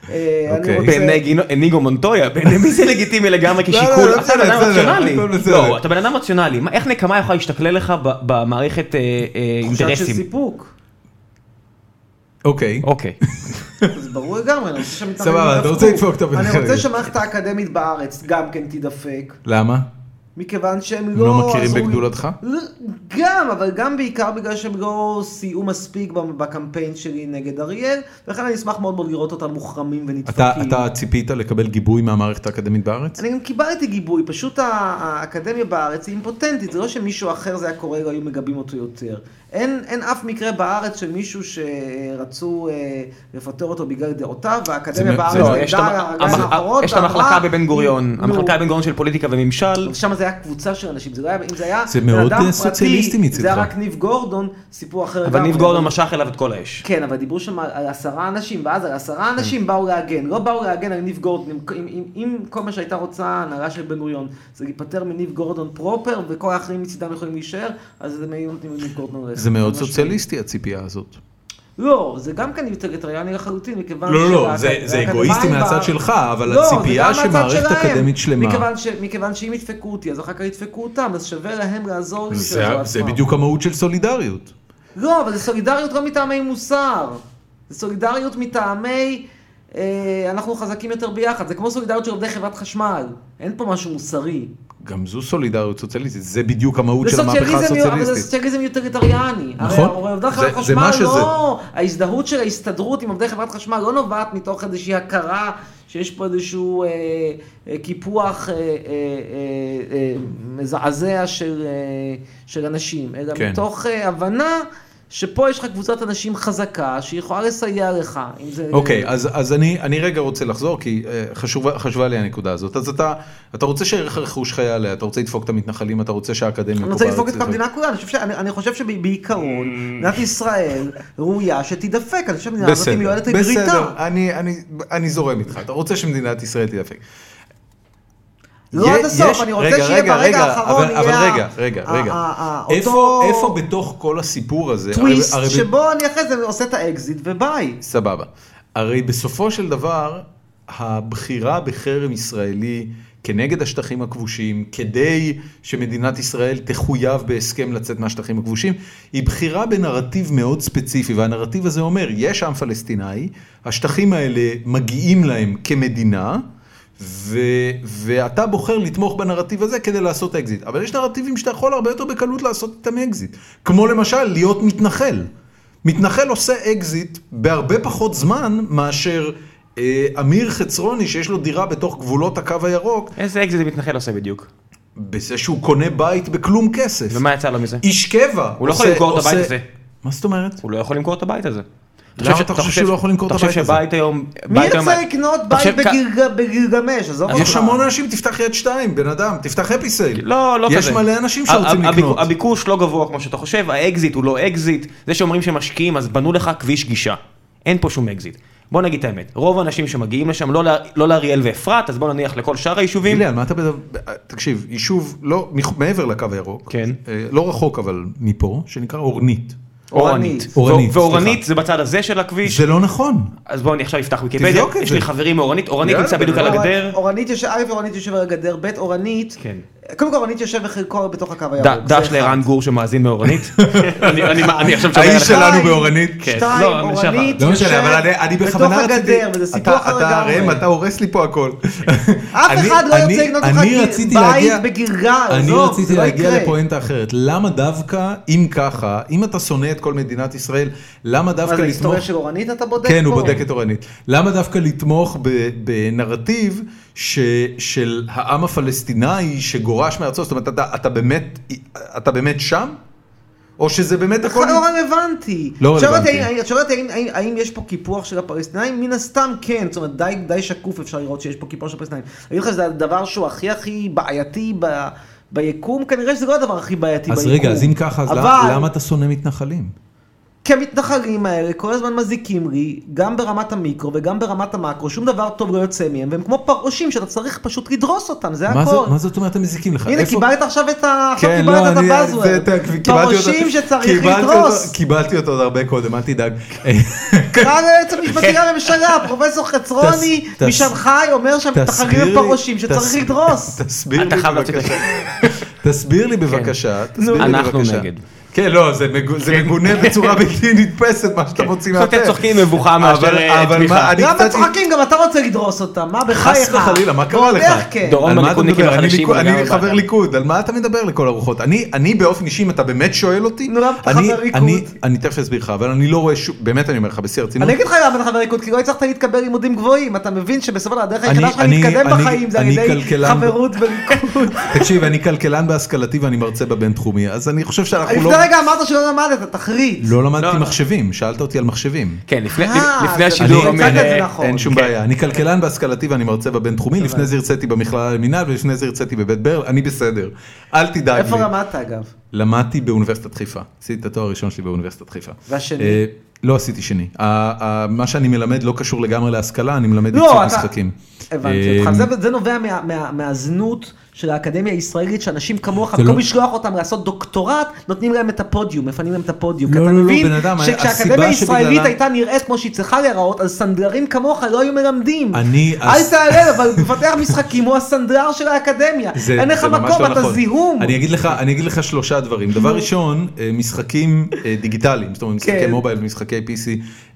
[SPEAKER 3] אה, אני
[SPEAKER 2] אוקיי.
[SPEAKER 3] רוצה-
[SPEAKER 1] בעיני גינו- ניגו מונטויה, בעיני מי זה לגיטימי לגמרי
[SPEAKER 2] לא, לא,
[SPEAKER 1] כשיקול,
[SPEAKER 2] לא,
[SPEAKER 1] אתה
[SPEAKER 2] בסדר,
[SPEAKER 1] בן אדם
[SPEAKER 2] בסדר,
[SPEAKER 1] רציונלי,
[SPEAKER 2] הכל בסדר.
[SPEAKER 1] לא, אתה בן אדם רציונלי, מה- איך נקמה יכולה להשתכלל לך ב- במערכת אה, אה,
[SPEAKER 3] תחושת של
[SPEAKER 1] אינטרסים?
[SPEAKER 3] סיפוק.
[SPEAKER 2] אוקיי.
[SPEAKER 1] אוקיי,
[SPEAKER 3] זה ברור לגמרי, אני רוצה שהמתנחלים
[SPEAKER 2] סבבה, אתה
[SPEAKER 3] יידפקו.
[SPEAKER 2] רוצה לדפוק את המתנחלים.
[SPEAKER 3] אני רוצה שהמערכת האקדמית בארץ גם כן תידפק,
[SPEAKER 2] למה?
[SPEAKER 3] מכיוון שהם
[SPEAKER 2] לא
[SPEAKER 3] לא...
[SPEAKER 2] מכירים
[SPEAKER 3] עזרו לי-
[SPEAKER 2] בגדולתך?
[SPEAKER 3] לא, גם, אבל גם בעיקר בגלל שהם לא סייעו מספיק בקמפיין שלי נגד אריאל, ולכן אני אשמח מאוד מאוד לראות אותם מוחרמים
[SPEAKER 2] אתה,
[SPEAKER 3] ונדפקים.
[SPEAKER 2] אתה ציפית לקבל גיבוי מהמערכת האקדמית בארץ?
[SPEAKER 3] אני גם קיבלתי גיבוי, פשוט ה- האקדמיה בארץ היא אימפוטנטית, זה לא שמישהו אחר זה היה קורה, לא היו מגבים אותו יותר. אין, אין אף מקרה בארץ של מישהו שרצו אה, לפטר אותו בגלל דעותיו, והאקדמיה
[SPEAKER 2] זה-
[SPEAKER 3] בארץ
[SPEAKER 2] זה-
[SPEAKER 1] לא,
[SPEAKER 3] עמדה
[SPEAKER 1] יש את המ-
[SPEAKER 3] על הרגליים
[SPEAKER 1] המח-
[SPEAKER 3] האחוריות
[SPEAKER 1] יש את
[SPEAKER 3] ואמרה,
[SPEAKER 1] המחלקה בבן גוריון,
[SPEAKER 3] נו,
[SPEAKER 1] המחלקה בבן גוריון של פוליטיקה וממשל,
[SPEAKER 3] אבל שם זה היה קבוצה של אנשים, זה לא היה, אם זה היה
[SPEAKER 2] זה
[SPEAKER 3] בן
[SPEAKER 2] מאוד,
[SPEAKER 3] אדם
[SPEAKER 2] אה, סוציאליסטי
[SPEAKER 3] פרטי,
[SPEAKER 2] מצדך.
[SPEAKER 3] זה היה רק ניב גורדון, סיפור אחר
[SPEAKER 1] אבל ניב גורדון משך אליו את כל האש.
[SPEAKER 3] כן, אבל דיברו שם על- על עשרה אנשים, ואז על עשרה אנשים באו להגן. לא באו להגן על ניב גורדון, אם- אם- אם- אם כל מה שהייתה רוצה ההנהלה של בן גוריון, זה להיפטר מניב גורדון פרופר, וכל האחרים מצידם יכולים להישאר, אז הם היו נותנים לניב גורדון ללכת.
[SPEAKER 2] זה מאוד
[SPEAKER 3] ממש לא.
[SPEAKER 2] סוציאליסטי הציפייה הזאת.
[SPEAKER 3] לא, זה גם כן יוטריטריאני לחלוטין, מכיוון
[SPEAKER 2] לא, לא, לא,
[SPEAKER 3] שהאק-
[SPEAKER 2] זה- זה
[SPEAKER 3] האקדמאים
[SPEAKER 2] אגואיסטי מהצד
[SPEAKER 3] בארץ-
[SPEAKER 2] שלך, אבל
[SPEAKER 3] לא, זה
[SPEAKER 2] הציפייה
[SPEAKER 3] גם מהצד
[SPEAKER 2] שמערכת
[SPEAKER 3] שלהם.
[SPEAKER 2] אקדמית שלמה-
[SPEAKER 3] מכיוון ש- מכיוון שאם ידפקו אותי, אז אחר כך ידפקו אותם, אז שווה להם לעזור לי.
[SPEAKER 2] זה,
[SPEAKER 3] שיעזרו
[SPEAKER 2] זה
[SPEAKER 3] לעצמם.
[SPEAKER 2] בדיוק המהות של סולידריות.
[SPEAKER 3] לא, אבל זה סולידריות לא מטעמי מוסר. זה סולידריות מטעמי אה, אנחנו חזקים יותר ביחד. זה כמו סולידריות של עובדי חברת חשמל. אין פה משהו מוסרי.
[SPEAKER 2] גם זו סולידריות סוציאליסטית, זה בדיוק המהות
[SPEAKER 3] זה
[SPEAKER 2] של המהפכה
[SPEAKER 3] סוציאליזם, אבל זה
[SPEAKER 2] הסוציאליסטית.
[SPEAKER 3] סוציאליזם יוטריטריאני.
[SPEAKER 2] נכון.
[SPEAKER 3] הרי עובדי
[SPEAKER 2] זה-
[SPEAKER 3] חברת
[SPEAKER 2] זה מה
[SPEAKER 3] חשמל
[SPEAKER 2] שזה.
[SPEAKER 3] לא... ההזדהות של ההסתדרות עם עובדי חברת חשמל לא נובעת מתוך איזושהי הכרה שיש פה איזשהו אה, אה, קיפוח אה, אה, אה, אה, מזעזע של, אה, של אנשים, אלא
[SPEAKER 2] כן.
[SPEAKER 3] מתוך אה, הבנה שפה יש לך קבוצת אנשים חזקה שיכולה לסייע לך. אם זה...
[SPEAKER 2] אוקיי, אז, אז אני, אני רגע רוצה לחזור, כי אה, חשובה, חשובה לי הנקודה הזאת. אז אתה, אתה רוצה שערך הרכוש שלך יעלה, אתה רוצה לדפוק את המתנחלים, אתה רוצה שהאקדמיה...
[SPEAKER 3] אני
[SPEAKER 2] פה
[SPEAKER 3] רוצה לדפוק
[SPEAKER 2] בארץ
[SPEAKER 3] את כל המדינה כולה, אני חושב ש- אני- אני חושב שבעיקרון מדינת ישראל ראויה שתידפק, אני חושב שהמדינה הזאת
[SPEAKER 2] Mm. בסדר,
[SPEAKER 3] מיועדת לגריטה.
[SPEAKER 2] בסדר, אני, אני, אני זורם איתך, אתה רוצה שמדינת ישראל תידפק.
[SPEAKER 3] לא עד הסוף, אני רוצה שיהיה ברגע האחרון,
[SPEAKER 2] אבל, אבל
[SPEAKER 3] יהיה
[SPEAKER 2] רגע,
[SPEAKER 3] ה-
[SPEAKER 2] רגע,
[SPEAKER 3] ה-
[SPEAKER 2] רגע.
[SPEAKER 3] ה- ה-
[SPEAKER 2] איפה,
[SPEAKER 3] אותו
[SPEAKER 2] איפה בתוך כל הסיפור הזה... הרי-
[SPEAKER 3] טוויסט,
[SPEAKER 2] הרי ב-
[SPEAKER 3] שבו אני אחרי זה עושה את האקזיט וביי.
[SPEAKER 2] סבבה. הרי בסופו של דבר, הבחירה בחרם ישראלי כנגד השטחים הכבושים, כדי שמדינת ישראל תחויב בהסכם לצאת מהשטחים הכבושים, היא בחירה בנרטיב מאוד ספציפי, והנרטיב הזה אומר, יש עם פלסטיני, השטחים האלה מגיעים להם כמדינה, ו, ואתה בוחר לתמוך בנרטיב הזה כדי לעשות אקזיט. אבל יש נרטיבים שאתה יכול הרבה יותר בקלות לעשות איתם אקזיט. כמו למשל, להיות מתנחל. מתנחל עושה אקזיט בהרבה פחות זמן מאשר אה, אמיר חצרוני שיש לו דירה בתוך גבולות הקו הירוק,
[SPEAKER 1] איזה אקזיט מתנחל עושה בדיוק?
[SPEAKER 2] בזה שהוא קונה בית בכלום כסף.
[SPEAKER 1] ומה יצא לו מזה?
[SPEAKER 2] איש קבע.
[SPEAKER 1] הוא לא יכול
[SPEAKER 2] עושה-
[SPEAKER 1] למכור את הבית
[SPEAKER 2] עושה-
[SPEAKER 1] הזה.
[SPEAKER 2] מה זאת אומרת?
[SPEAKER 1] הוא לא יכול למכור את הבית הזה.
[SPEAKER 2] למה אתה חושב שהוא לא יכול למכור את הבית
[SPEAKER 1] אתה
[SPEAKER 2] הזה?
[SPEAKER 1] חושב שבית היום...
[SPEAKER 3] מי
[SPEAKER 1] בית היום-
[SPEAKER 3] ירצה לקנות
[SPEAKER 1] אתה חושב
[SPEAKER 3] בית
[SPEAKER 1] כ-
[SPEAKER 3] בגילג- בגילגמש? עזוב אותך.
[SPEAKER 2] יש המון אנשים, תפתח יד שתיים, בן אדם, תפתח אפי סייל.
[SPEAKER 1] לא, לא
[SPEAKER 2] יש
[SPEAKER 1] כזה.
[SPEAKER 2] מלא אנשים
[SPEAKER 1] ה-
[SPEAKER 2] שרוצים
[SPEAKER 1] ה-
[SPEAKER 2] לקנות.
[SPEAKER 1] הביקו- הביקוש לא גבוה כמו שאתה חושב, האקזיט הוא לא אקזיט. זה שאומרים שמשקיעים, אז בנו לך כביש גישה. אין פה שום אקזיט. בוא נגיד את האמת, רוב האנשים שמגיעים לשם, לא לה- לא לאריאל ואפרת, אז בוא נניח לכל שאר היישובים.
[SPEAKER 2] גילי, על מה אתה מדבר? אה, תקשיב, יישוב לא, מח- מעבר לקו הירוק,
[SPEAKER 1] כן.
[SPEAKER 2] אה, לא רחוק אבל מפה, שנקרא אורנית.
[SPEAKER 1] אורנית.
[SPEAKER 2] אורנית,
[SPEAKER 1] ו- ואורנית
[SPEAKER 2] סליחה.
[SPEAKER 1] זה בצד הזה של הכביש.
[SPEAKER 2] זה לא נכון.
[SPEAKER 1] אז בואו אני עכשיו אפתח ויקיפדיה,
[SPEAKER 2] תבדוק את
[SPEAKER 1] יש
[SPEAKER 2] זה.
[SPEAKER 1] לי חברים מאורנית, אורנית
[SPEAKER 2] יאללה,
[SPEAKER 1] נמצא בדיוק על
[SPEAKER 2] תבדוק.
[SPEAKER 1] הגדר.
[SPEAKER 3] אורנית יושב, א' אורנית יושב על הגדר, ב' אורנית,
[SPEAKER 1] כן.
[SPEAKER 3] אה, קודם כל רונית יושב בחלקו בתוך הקו הירוק.
[SPEAKER 1] ד-
[SPEAKER 3] זה
[SPEAKER 1] דש
[SPEAKER 3] אחד.
[SPEAKER 1] לערן גור שמאזין מאורנית.
[SPEAKER 4] אני- אני אני עכשיו שומע
[SPEAKER 2] האיש
[SPEAKER 4] לך.
[SPEAKER 3] שלה-
[SPEAKER 2] שלנו באורנית.
[SPEAKER 4] כן.
[SPEAKER 3] שתיים,
[SPEAKER 4] לא, לשעבר.
[SPEAKER 3] אורנית
[SPEAKER 2] לא משנה, אבל אני-
[SPEAKER 3] יושב
[SPEAKER 2] אני
[SPEAKER 3] בתוך
[SPEAKER 2] בכוונה רציתי,
[SPEAKER 3] הגדר, וזה סיפור
[SPEAKER 2] אתה
[SPEAKER 3] אחר
[SPEAKER 2] אתה ראם,
[SPEAKER 3] לגמרי.
[SPEAKER 2] אתה הורס לי פה הכל.
[SPEAKER 3] אף
[SPEAKER 2] אני-
[SPEAKER 3] אחד לא
[SPEAKER 2] אני-
[SPEAKER 3] יוצא לקנות
[SPEAKER 2] אני
[SPEAKER 3] לך
[SPEAKER 2] רציתי
[SPEAKER 3] בית
[SPEAKER 2] להגיע-
[SPEAKER 3] בגרגר,
[SPEAKER 2] אני
[SPEAKER 3] עזוב,
[SPEAKER 2] רציתי
[SPEAKER 3] זה לא
[SPEAKER 2] להגיע
[SPEAKER 3] יקרה.
[SPEAKER 2] לפואנטה אחרת, למה דווקא, אם ככה, אם אתה שונא את כל מדינת ישראל, למה דווקא
[SPEAKER 3] מה
[SPEAKER 2] לתמוך...
[SPEAKER 3] זה היסטוריה של אורנית אתה בודק?
[SPEAKER 2] כן, הוא
[SPEAKER 3] פה?
[SPEAKER 2] בודק את אורנית. למה דווקא לתמוך ב- בנרטיב ש- של העם הפלסטיני שגורש מארצו? זאת אומרת, אתה- אתה באמת- אתה באמת שם? או שזה באמת הכל...
[SPEAKER 3] בכלל לא רלוונטי.
[SPEAKER 2] נכון. לא
[SPEAKER 3] את שואלת
[SPEAKER 2] רלוונטי.
[SPEAKER 3] האם- את שואלת האם- האם- האם יש פה קיפוח של הפלסטינאים? מן הסתם כן, זאת אומרת די, די שקוף אפשר לראות שיש פה קיפוח של הפלסטינאים. אני אגיד לך שזה הדבר שהוא הכי הכי בעייתי ב... ביקום, כנראה שזה לא הדבר הכי בעייתי
[SPEAKER 2] אז
[SPEAKER 3] ביקום.
[SPEAKER 2] רגע, אז אם ככה, אז
[SPEAKER 3] אבל-
[SPEAKER 2] למה- למה אתה שונא מתנחלים?
[SPEAKER 3] כי המתנחלים האלה כל הזמן מזיקים לי, גם ברמת המיקרו וגם ברמת המקרו, שום דבר טוב לא יוצא מהם, והם כמו פרעושים שאתה צריך פשוט לדרוס אותם, זה
[SPEAKER 2] מה
[SPEAKER 3] הכל.
[SPEAKER 2] זה- מה זאת אומרת הם מזיקים לך?
[SPEAKER 3] הנה,
[SPEAKER 2] איפה-
[SPEAKER 3] קיבלת עכשיו את ה... עכשיו
[SPEAKER 2] כן,
[SPEAKER 3] קיבלת
[SPEAKER 2] לא,
[SPEAKER 3] את
[SPEAKER 2] אני... זה-
[SPEAKER 3] הבאזוורד.
[SPEAKER 2] זה- קיבלתי אותו-
[SPEAKER 3] פרעושים שצריך
[SPEAKER 2] קיבלתי אותו-
[SPEAKER 3] לדרוס.
[SPEAKER 2] קיבלתי אותו עוד הרבה קודם, אל תדאג.
[SPEAKER 3] קרא ליועץ המשפטי לממשלה, פרופסור חצרוני
[SPEAKER 2] כן. תס- תס-
[SPEAKER 3] משנגחאי אומר שהמתנחלים
[SPEAKER 2] תסביר
[SPEAKER 3] הם
[SPEAKER 2] לי-
[SPEAKER 3] פרעושים שצריך
[SPEAKER 2] תסביר-
[SPEAKER 3] לדרוס.
[SPEAKER 2] תסביר לי
[SPEAKER 1] אתה חייב להוציא את
[SPEAKER 2] בבקשה.
[SPEAKER 1] השם.
[SPEAKER 2] תסביר לי בבקשה, תסביר לי
[SPEAKER 1] אנחנו
[SPEAKER 2] בבקשה.
[SPEAKER 1] נגד.
[SPEAKER 2] כן, לא, זה מגו- זה מגונה בצורה בלתי נתפסת מה שאתה מוציא
[SPEAKER 1] עכשיו אתם
[SPEAKER 2] מהפה.
[SPEAKER 1] צוחקים מבוכה מאשר
[SPEAKER 2] אבל
[SPEAKER 1] אה,
[SPEAKER 2] אבל מה,
[SPEAKER 1] תמיכה.
[SPEAKER 2] אני
[SPEAKER 3] גם
[SPEAKER 2] קצת...
[SPEAKER 3] בצחקים גם אתה רוצה לדרוס אותם, מה בחייך?
[SPEAKER 2] חס וחלילה, מה קרה
[SPEAKER 3] ועוד
[SPEAKER 2] לך?
[SPEAKER 3] איך כן.
[SPEAKER 1] דורון
[SPEAKER 2] על מה אתה
[SPEAKER 1] בליכודניקים
[SPEAKER 2] מדבר? אני ליכוד-
[SPEAKER 1] החדשים, אבל גם
[SPEAKER 2] אני
[SPEAKER 1] הבא.
[SPEAKER 2] חבר ליכוד, על מה אתה מדבר לכל הרוחות? אני- אני באופן אישי, אם אתה באמת שואל אותי,
[SPEAKER 3] נו, למה אתה
[SPEAKER 2] אני-
[SPEAKER 3] חבר ליכוד?
[SPEAKER 2] אני- אני תכף אסביר לך, אבל אני לא רואה שום, באמת אני אומר לך, בשיא הרצינות,
[SPEAKER 3] אני אגיד לך למה אתה חבר ליכוד, כי לא הצלחת להתקבל לימודים גבוהים, אתה מבין שבסופו של דבר הדרך
[SPEAKER 2] אני-
[SPEAKER 3] היחידה שלך
[SPEAKER 2] אני-
[SPEAKER 3] להתקדם
[SPEAKER 2] אני-
[SPEAKER 3] בחיים זה על
[SPEAKER 2] אני
[SPEAKER 3] ידי
[SPEAKER 2] כלכלן.
[SPEAKER 3] חברות בליכוד.
[SPEAKER 2] תקשיב, אני כלכלן בהשכלתי ואני מרגשה בבינתחומי, אז אני חושב שאנחנו לא...
[SPEAKER 3] לפני רגע אמרת שלא למדת, תחריץ.
[SPEAKER 2] לא למדתי
[SPEAKER 1] לא.
[SPEAKER 2] מחשבים, שאלת אותי על מחשבים.
[SPEAKER 1] כן, לפני-
[SPEAKER 3] אה,
[SPEAKER 1] לפני
[SPEAKER 3] אז
[SPEAKER 1] השידור.
[SPEAKER 3] אני
[SPEAKER 1] אמיר,
[SPEAKER 3] הצגת את זה
[SPEAKER 1] אה,
[SPEAKER 3] נכון. כן,
[SPEAKER 2] אין שום בעיה. אני כלכלן בהשכלתי ואני מרצה בבינתחומי, לפני זה הרציתי במכללה למינהל ולפני זה הרציתי בבית ברל, אני בסדר. אל תדאג
[SPEAKER 3] איפה
[SPEAKER 2] לי.
[SPEAKER 3] למדת אגב?
[SPEAKER 2] למדתי באוניברסיטת חיפה. עשיתי את התואר הראשון שלי באוניברסיטת חיפה.
[SPEAKER 3] והשני?
[SPEAKER 2] אה, לא עשיתי שני. ה- ה- מה שאני מלמד לא קשור לגמרי להשכלה, אני מלמד
[SPEAKER 3] לא,
[SPEAKER 2] עיצוב
[SPEAKER 3] אתה-
[SPEAKER 2] משחקים.
[SPEAKER 3] הבנתי
[SPEAKER 2] אה,
[SPEAKER 3] אותך, זה, זה נובע מה, מה, מהזנות של האקדמיה הישראלית, שאנשים כמוך,
[SPEAKER 2] זה
[SPEAKER 3] במקום
[SPEAKER 2] לא-
[SPEAKER 3] לשלוח אותם לעשות דוקטורט, נותנים להם את הפודיום, מפנים להם את הפודיום. כי
[SPEAKER 2] לא,
[SPEAKER 3] אתה
[SPEAKER 2] לא, לא,
[SPEAKER 3] מבין
[SPEAKER 2] בן אדם,
[SPEAKER 3] שכשהאקדמיה
[SPEAKER 2] הסיבה
[SPEAKER 3] הישראלית
[SPEAKER 2] שבגללה-
[SPEAKER 3] הייתה נראית כמו שהיא צריכה להיראות, אז סנדלרים כמוך לא היו מלמדים.
[SPEAKER 2] אני-
[SPEAKER 3] אל
[SPEAKER 2] אז-
[SPEAKER 3] תעלב, אבל מפתח משחקים הוא הסנדלר של האקדמיה.
[SPEAKER 2] זה-
[SPEAKER 3] אין לך
[SPEAKER 2] זה ממש
[SPEAKER 3] מקום,
[SPEAKER 2] לא
[SPEAKER 3] אתה
[SPEAKER 2] נכון.
[SPEAKER 3] זיהום.
[SPEAKER 2] אני אגיד לך, אני אגיד לך שלושה דברים. דבר ראשון, אה, משחקים אה, דיגיטליים, זאת אומרת משחקי
[SPEAKER 3] כן.
[SPEAKER 2] מובייל ומשחקי PC,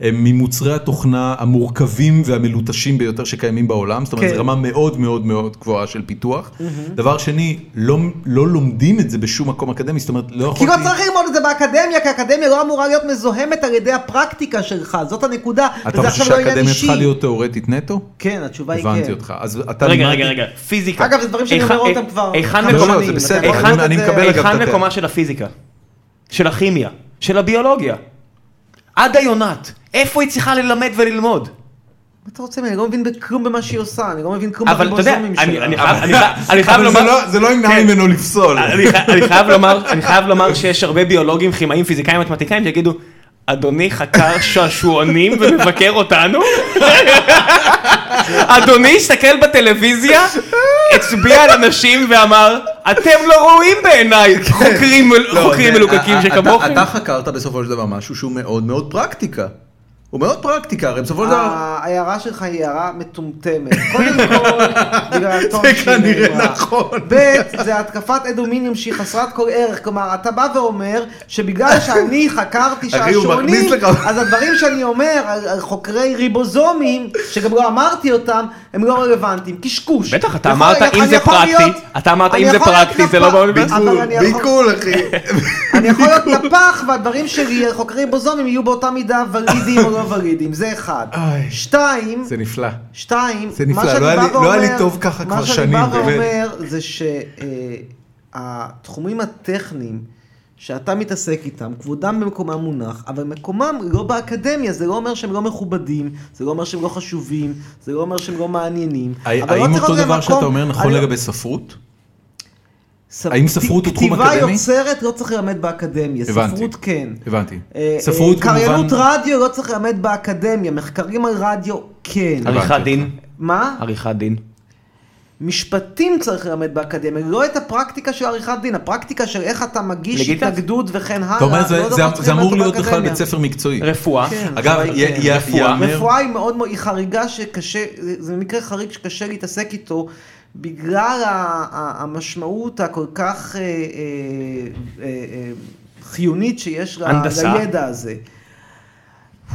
[SPEAKER 2] הם ממוצרי התוכנה המורכבים והמלוטשים ביותר שקיימים בעולם, זאת אומרת
[SPEAKER 3] כן.
[SPEAKER 2] זו רמה מאוד מאוד מאוד גבוהה של פיתוח. דבר שני, לא- לא לומדים את זה בשום מקום אקדמי, זאת אומרת לא
[SPEAKER 3] כי
[SPEAKER 2] יכולתי...
[SPEAKER 3] לא צריך ללמוד את זה באקדמיה, כי האקדמיה לא אמורה להיות מזוהמת על ידי הפרקטיקה שלך, זאת הנקודה.
[SPEAKER 2] אתה
[SPEAKER 3] וזה
[SPEAKER 2] חושב
[SPEAKER 3] עכשיו לא עניין
[SPEAKER 2] שהאקדמיה
[SPEAKER 3] אישי.
[SPEAKER 2] צריכה להיות תיאורטית נטו?
[SPEAKER 3] כן, התשובה היא כן.
[SPEAKER 2] הבנתי אותך. אז אתה
[SPEAKER 1] רגע,
[SPEAKER 2] לימדת-
[SPEAKER 1] רגע, רגע, פיזיקה.
[SPEAKER 3] אגב, זה דברים שאני
[SPEAKER 1] היכן-
[SPEAKER 3] אומר אותם
[SPEAKER 1] אה,
[SPEAKER 3] כבר
[SPEAKER 1] היכן
[SPEAKER 3] כמה
[SPEAKER 2] לא, לא,
[SPEAKER 1] מקומה-
[SPEAKER 3] שנים,
[SPEAKER 2] זה
[SPEAKER 3] אתה
[SPEAKER 2] בסדר,
[SPEAKER 3] יכול
[SPEAKER 1] היכן-
[SPEAKER 3] לראות את
[SPEAKER 2] אני
[SPEAKER 3] זה-
[SPEAKER 2] מקבל אגב את
[SPEAKER 1] היכן
[SPEAKER 2] הטענה.
[SPEAKER 1] מקומה של הפיזיקה? של הכימיה? של הביולוגיה? עדה יונת, איפה היא צריכה ללמד וללמוד?
[SPEAKER 3] מה אתה רוצה ממני? אני לא מבין בכלום במה שהיא עושה, אני לא מבין כלום
[SPEAKER 1] אבל אתה יודע,
[SPEAKER 3] בריבוזומים
[SPEAKER 1] אני-
[SPEAKER 3] שלה.
[SPEAKER 1] אני חייב- אני חייב- אני חייב
[SPEAKER 2] אבל זה
[SPEAKER 1] לומר...
[SPEAKER 2] לא- זה לא ימנע
[SPEAKER 1] כן.
[SPEAKER 2] ממנו לפסול.
[SPEAKER 1] אני חי- אני חייב לומר, אני חייב לומר שיש הרבה ביולוגים, כימאים, פיזיקאים, מתמטיקאים שיגידו, אדוני חקר שעשועונים ומבקר אותנו? אדוני הסתכל בטלוויזיה, הצביע על אנשים ואמר, אתם לא ראויים בעיניי, חוקרים מל-
[SPEAKER 2] לא,
[SPEAKER 1] חוקרים
[SPEAKER 2] זה-
[SPEAKER 1] מלוקקים
[SPEAKER 2] אתה-
[SPEAKER 1] שכמוכם.
[SPEAKER 2] אתה חקרת בסופו של דבר משהו שהוא מאוד מאוד פרקטיקה. הוא מאוד פרקטיקה, הרי בסופו של
[SPEAKER 3] אה,
[SPEAKER 2] דבר...
[SPEAKER 3] ההערה שלך היא הערה מטומטמת. קודם כל, בגלל הטון
[SPEAKER 2] זה
[SPEAKER 3] שהיא
[SPEAKER 2] כנראה
[SPEAKER 3] נאמרה.
[SPEAKER 2] נכון.
[SPEAKER 3] ב', זה התקפת אדומיניום שהיא חסרת כל ערך. כלומר, אתה בא ואומר שבגלל שאני חקרתי
[SPEAKER 2] אחי, הוא
[SPEAKER 3] שעשועונים,
[SPEAKER 2] מכניס לך-
[SPEAKER 3] אז הדברים שאני אומר על על חוקרי ריבוזומים, שגם לא אמרתי אותם, הם לא רלוונטיים. קשקוש.
[SPEAKER 1] בטח, אתה
[SPEAKER 3] יכול-
[SPEAKER 1] אמרת,
[SPEAKER 3] אני
[SPEAKER 1] אם זה
[SPEAKER 3] יכול
[SPEAKER 1] פרקטי,
[SPEAKER 3] להיות-
[SPEAKER 1] אתה אמרת,
[SPEAKER 3] אני
[SPEAKER 1] אם זה
[SPEAKER 3] יכול להיות
[SPEAKER 1] פרקטי, זה לא
[SPEAKER 3] נפ-
[SPEAKER 1] באוניברסיטה.
[SPEAKER 3] אבל אני יכול-
[SPEAKER 2] אחי.
[SPEAKER 3] אני יכול להיות נפח והדברים שלי, חוקרי בוזונים יהיו באותה מידה ולידיים או לא ולידיים, זה אחד.
[SPEAKER 2] איי.
[SPEAKER 3] שתיים,
[SPEAKER 2] זה נפלא.
[SPEAKER 3] שתיים,
[SPEAKER 2] זה
[SPEAKER 3] מה
[SPEAKER 2] נפלא,
[SPEAKER 3] שאני
[SPEAKER 2] לא היה
[SPEAKER 3] בא
[SPEAKER 2] לי- לא היה לי
[SPEAKER 3] ואומר-
[SPEAKER 2] טוב ככה כבר שנים,
[SPEAKER 3] מה שאני בא
[SPEAKER 2] באמת.
[SPEAKER 3] ואומר זה שהתחומים הטכניים שאתה מתעסק איתם, כבודם במקומם מונח, אבל מקומם לא באקדמיה, זה לא אומר שהם לא מכובדים, זה לא אומר שהם לא חשובים, זה לא אומר שהם לא מעניינים. אבל לא
[SPEAKER 2] האם
[SPEAKER 3] צריך
[SPEAKER 2] אותו
[SPEAKER 3] להיות להם
[SPEAKER 2] דבר שאתה
[SPEAKER 3] מקום-
[SPEAKER 2] אומר נכון
[SPEAKER 3] אני-
[SPEAKER 2] לגבי ספרות?
[SPEAKER 3] ספ-
[SPEAKER 2] האם ספרות הוא תחום
[SPEAKER 3] כתיבה
[SPEAKER 2] אקדמי?
[SPEAKER 3] יוצרת לא צריך ללמד באקדמיה,
[SPEAKER 2] הבנתי.
[SPEAKER 3] ספרות כן.
[SPEAKER 2] הבנתי.
[SPEAKER 3] אה,
[SPEAKER 2] ספרות
[SPEAKER 3] אה, קריינות
[SPEAKER 2] במובן...
[SPEAKER 3] רדיו לא צריך ללמד באקדמיה, מחקרים על רדיו כן.
[SPEAKER 2] אבל-
[SPEAKER 1] עריכת דין,
[SPEAKER 3] מה?
[SPEAKER 1] עריכת דין.
[SPEAKER 3] משפטים צריך ללמד באקדמיה, לא את הפרקטיקה של עריכת דין, הפרקטיקה של איך אתה מגיש
[SPEAKER 1] לגיטימציה.
[SPEAKER 3] התנגדות וכן הלאה.
[SPEAKER 2] אתה אומר, זה-
[SPEAKER 3] לא
[SPEAKER 2] זה- אמ-
[SPEAKER 3] דבר שצריך
[SPEAKER 2] זה
[SPEAKER 3] ללמד
[SPEAKER 2] אמור
[SPEAKER 3] אותו
[SPEAKER 2] להיות בכלל
[SPEAKER 3] באקדמיה.
[SPEAKER 2] בית ספר מקצועי.
[SPEAKER 1] רפואה.
[SPEAKER 3] כן,
[SPEAKER 2] אגב,
[SPEAKER 3] אבל
[SPEAKER 2] י-
[SPEAKER 3] כן.
[SPEAKER 2] י-
[SPEAKER 1] רפואה.
[SPEAKER 2] ייאמר...
[SPEAKER 3] רפואה היא מאוד מאוד, היא חריגה שקשה, זה זה מקרה חריג שקשה להתעסק איתו, בגלל ה- ה- המשמעות הכל כך אה, אה, אה, אה, חיונית שיש ל-
[SPEAKER 1] הנדסה.
[SPEAKER 3] לידע הזה.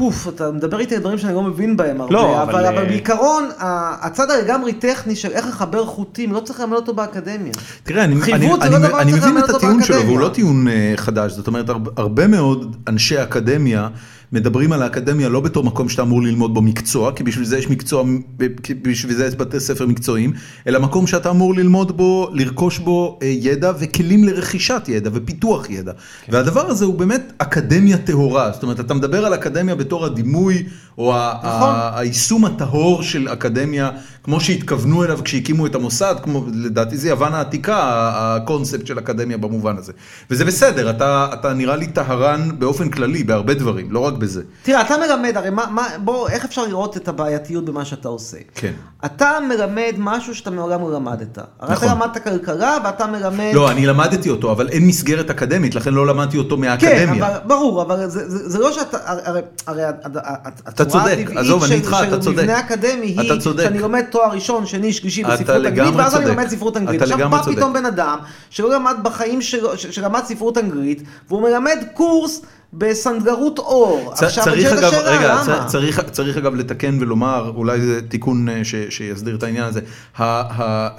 [SPEAKER 3] אוף, אתה מדבר איתי על דברים שאני לא מבין בהם הרבה,
[SPEAKER 1] לא,
[SPEAKER 3] אבל,
[SPEAKER 1] אבל,
[SPEAKER 3] אבל,
[SPEAKER 1] אה,
[SPEAKER 3] בעיקרון ה- הצד הלגמרי טכני של איך לחבר חוטים, לא צריך ללמד אותו באקדמיה.
[SPEAKER 2] תראה, אני,
[SPEAKER 3] חיווט
[SPEAKER 2] אני,
[SPEAKER 3] זה לא
[SPEAKER 2] אני,
[SPEAKER 3] דבר
[SPEAKER 2] אני
[SPEAKER 3] שצריך
[SPEAKER 2] מבין
[SPEAKER 3] ללמד
[SPEAKER 2] את
[SPEAKER 3] אותו
[SPEAKER 2] הטיעון שלו,
[SPEAKER 3] באקדמיה.
[SPEAKER 2] והוא לא טיעון אה, חדש, זאת אומרת, הרבה, הרבה מאוד אנשי אקדמיה מדברים על האקדמיה לא בתור מקום שאתה אמור ללמוד בו מקצוע, כי בשביל זה יש מקצוע, אה, כי בשביל זה יש בתי ספר מקצועיים, אלא מקום שאתה אמור ללמוד בו, לרכוש בו אה, ידע וכלים לרכישת ידע ופיתוח ידע.
[SPEAKER 3] כן.
[SPEAKER 2] והדבר הזה הוא באמת אקדמיה טהורה, זאת אומרת, אתה מדבר על אקדמיה בתור הדימוי, או ה-
[SPEAKER 3] נכון.
[SPEAKER 2] ה- היישום הטהור של אקדמיה, כמו שהתכוונו אליו כשהקימו את המוסד, כמו לדעתי זה יוון העתיקה, ה- הקונספט של אקדמיה במובן הזה. וזה בסדר, אתה, אתה נראה לי טהרן באופן כללי, בהרבה דברים, לא רק בזה.
[SPEAKER 3] תראה, אתה מלמד, הרי מה, מה, בוא, איך אפשר לראות את הבעייתיות במה שאתה עושה?
[SPEAKER 2] כן.
[SPEAKER 3] אתה מלמד משהו שאתה מעולם לא למדת. הרי
[SPEAKER 2] נכון.
[SPEAKER 3] אתה למדת כלכלה ואתה מלמד...
[SPEAKER 2] לא, אני למדתי אותו, אבל אין מסגרת אקדמית, לכן לא למדתי אותו
[SPEAKER 3] כן,
[SPEAKER 2] מהאקדמיה.
[SPEAKER 3] אבל, ברור, אבל זה, זה, זה לא שאתה, הרי- הרי, הרי הד- הד-
[SPEAKER 2] אתה
[SPEAKER 3] הצורה
[SPEAKER 2] צודק,
[SPEAKER 3] הטבעית
[SPEAKER 2] עזוב, אני
[SPEAKER 3] של,
[SPEAKER 2] איתך, אתה
[SPEAKER 3] של
[SPEAKER 2] צודק.
[SPEAKER 3] מבנה אקדמי היא,
[SPEAKER 2] אתה צודק.
[SPEAKER 3] שאני לומד תואר ראשון, שני, שלישי
[SPEAKER 2] אתה
[SPEAKER 3] בספרות אנגלית,
[SPEAKER 2] לגמרי
[SPEAKER 3] ואז אני
[SPEAKER 2] צודק.
[SPEAKER 3] לומד ספרות אנגלית.
[SPEAKER 2] אתה
[SPEAKER 3] עכשיו
[SPEAKER 2] לגמרי
[SPEAKER 3] בא
[SPEAKER 2] צודק.
[SPEAKER 3] פתאום בן אדם שלא למד בחיים שלו, ש- שלמד ספרות אנגלית, והוא מלמד קורס בסנדלרות אור.
[SPEAKER 2] צ-
[SPEAKER 3] עכשיו,
[SPEAKER 2] צריך
[SPEAKER 3] נשאלת
[SPEAKER 2] אגב,
[SPEAKER 3] השאלה,
[SPEAKER 2] רגע,
[SPEAKER 3] למה?
[SPEAKER 2] צ- צריך- צריך אגב לתקן ולומר, אולי זה תיקון אה, ש- שיסדיר את העניין הזה. ה-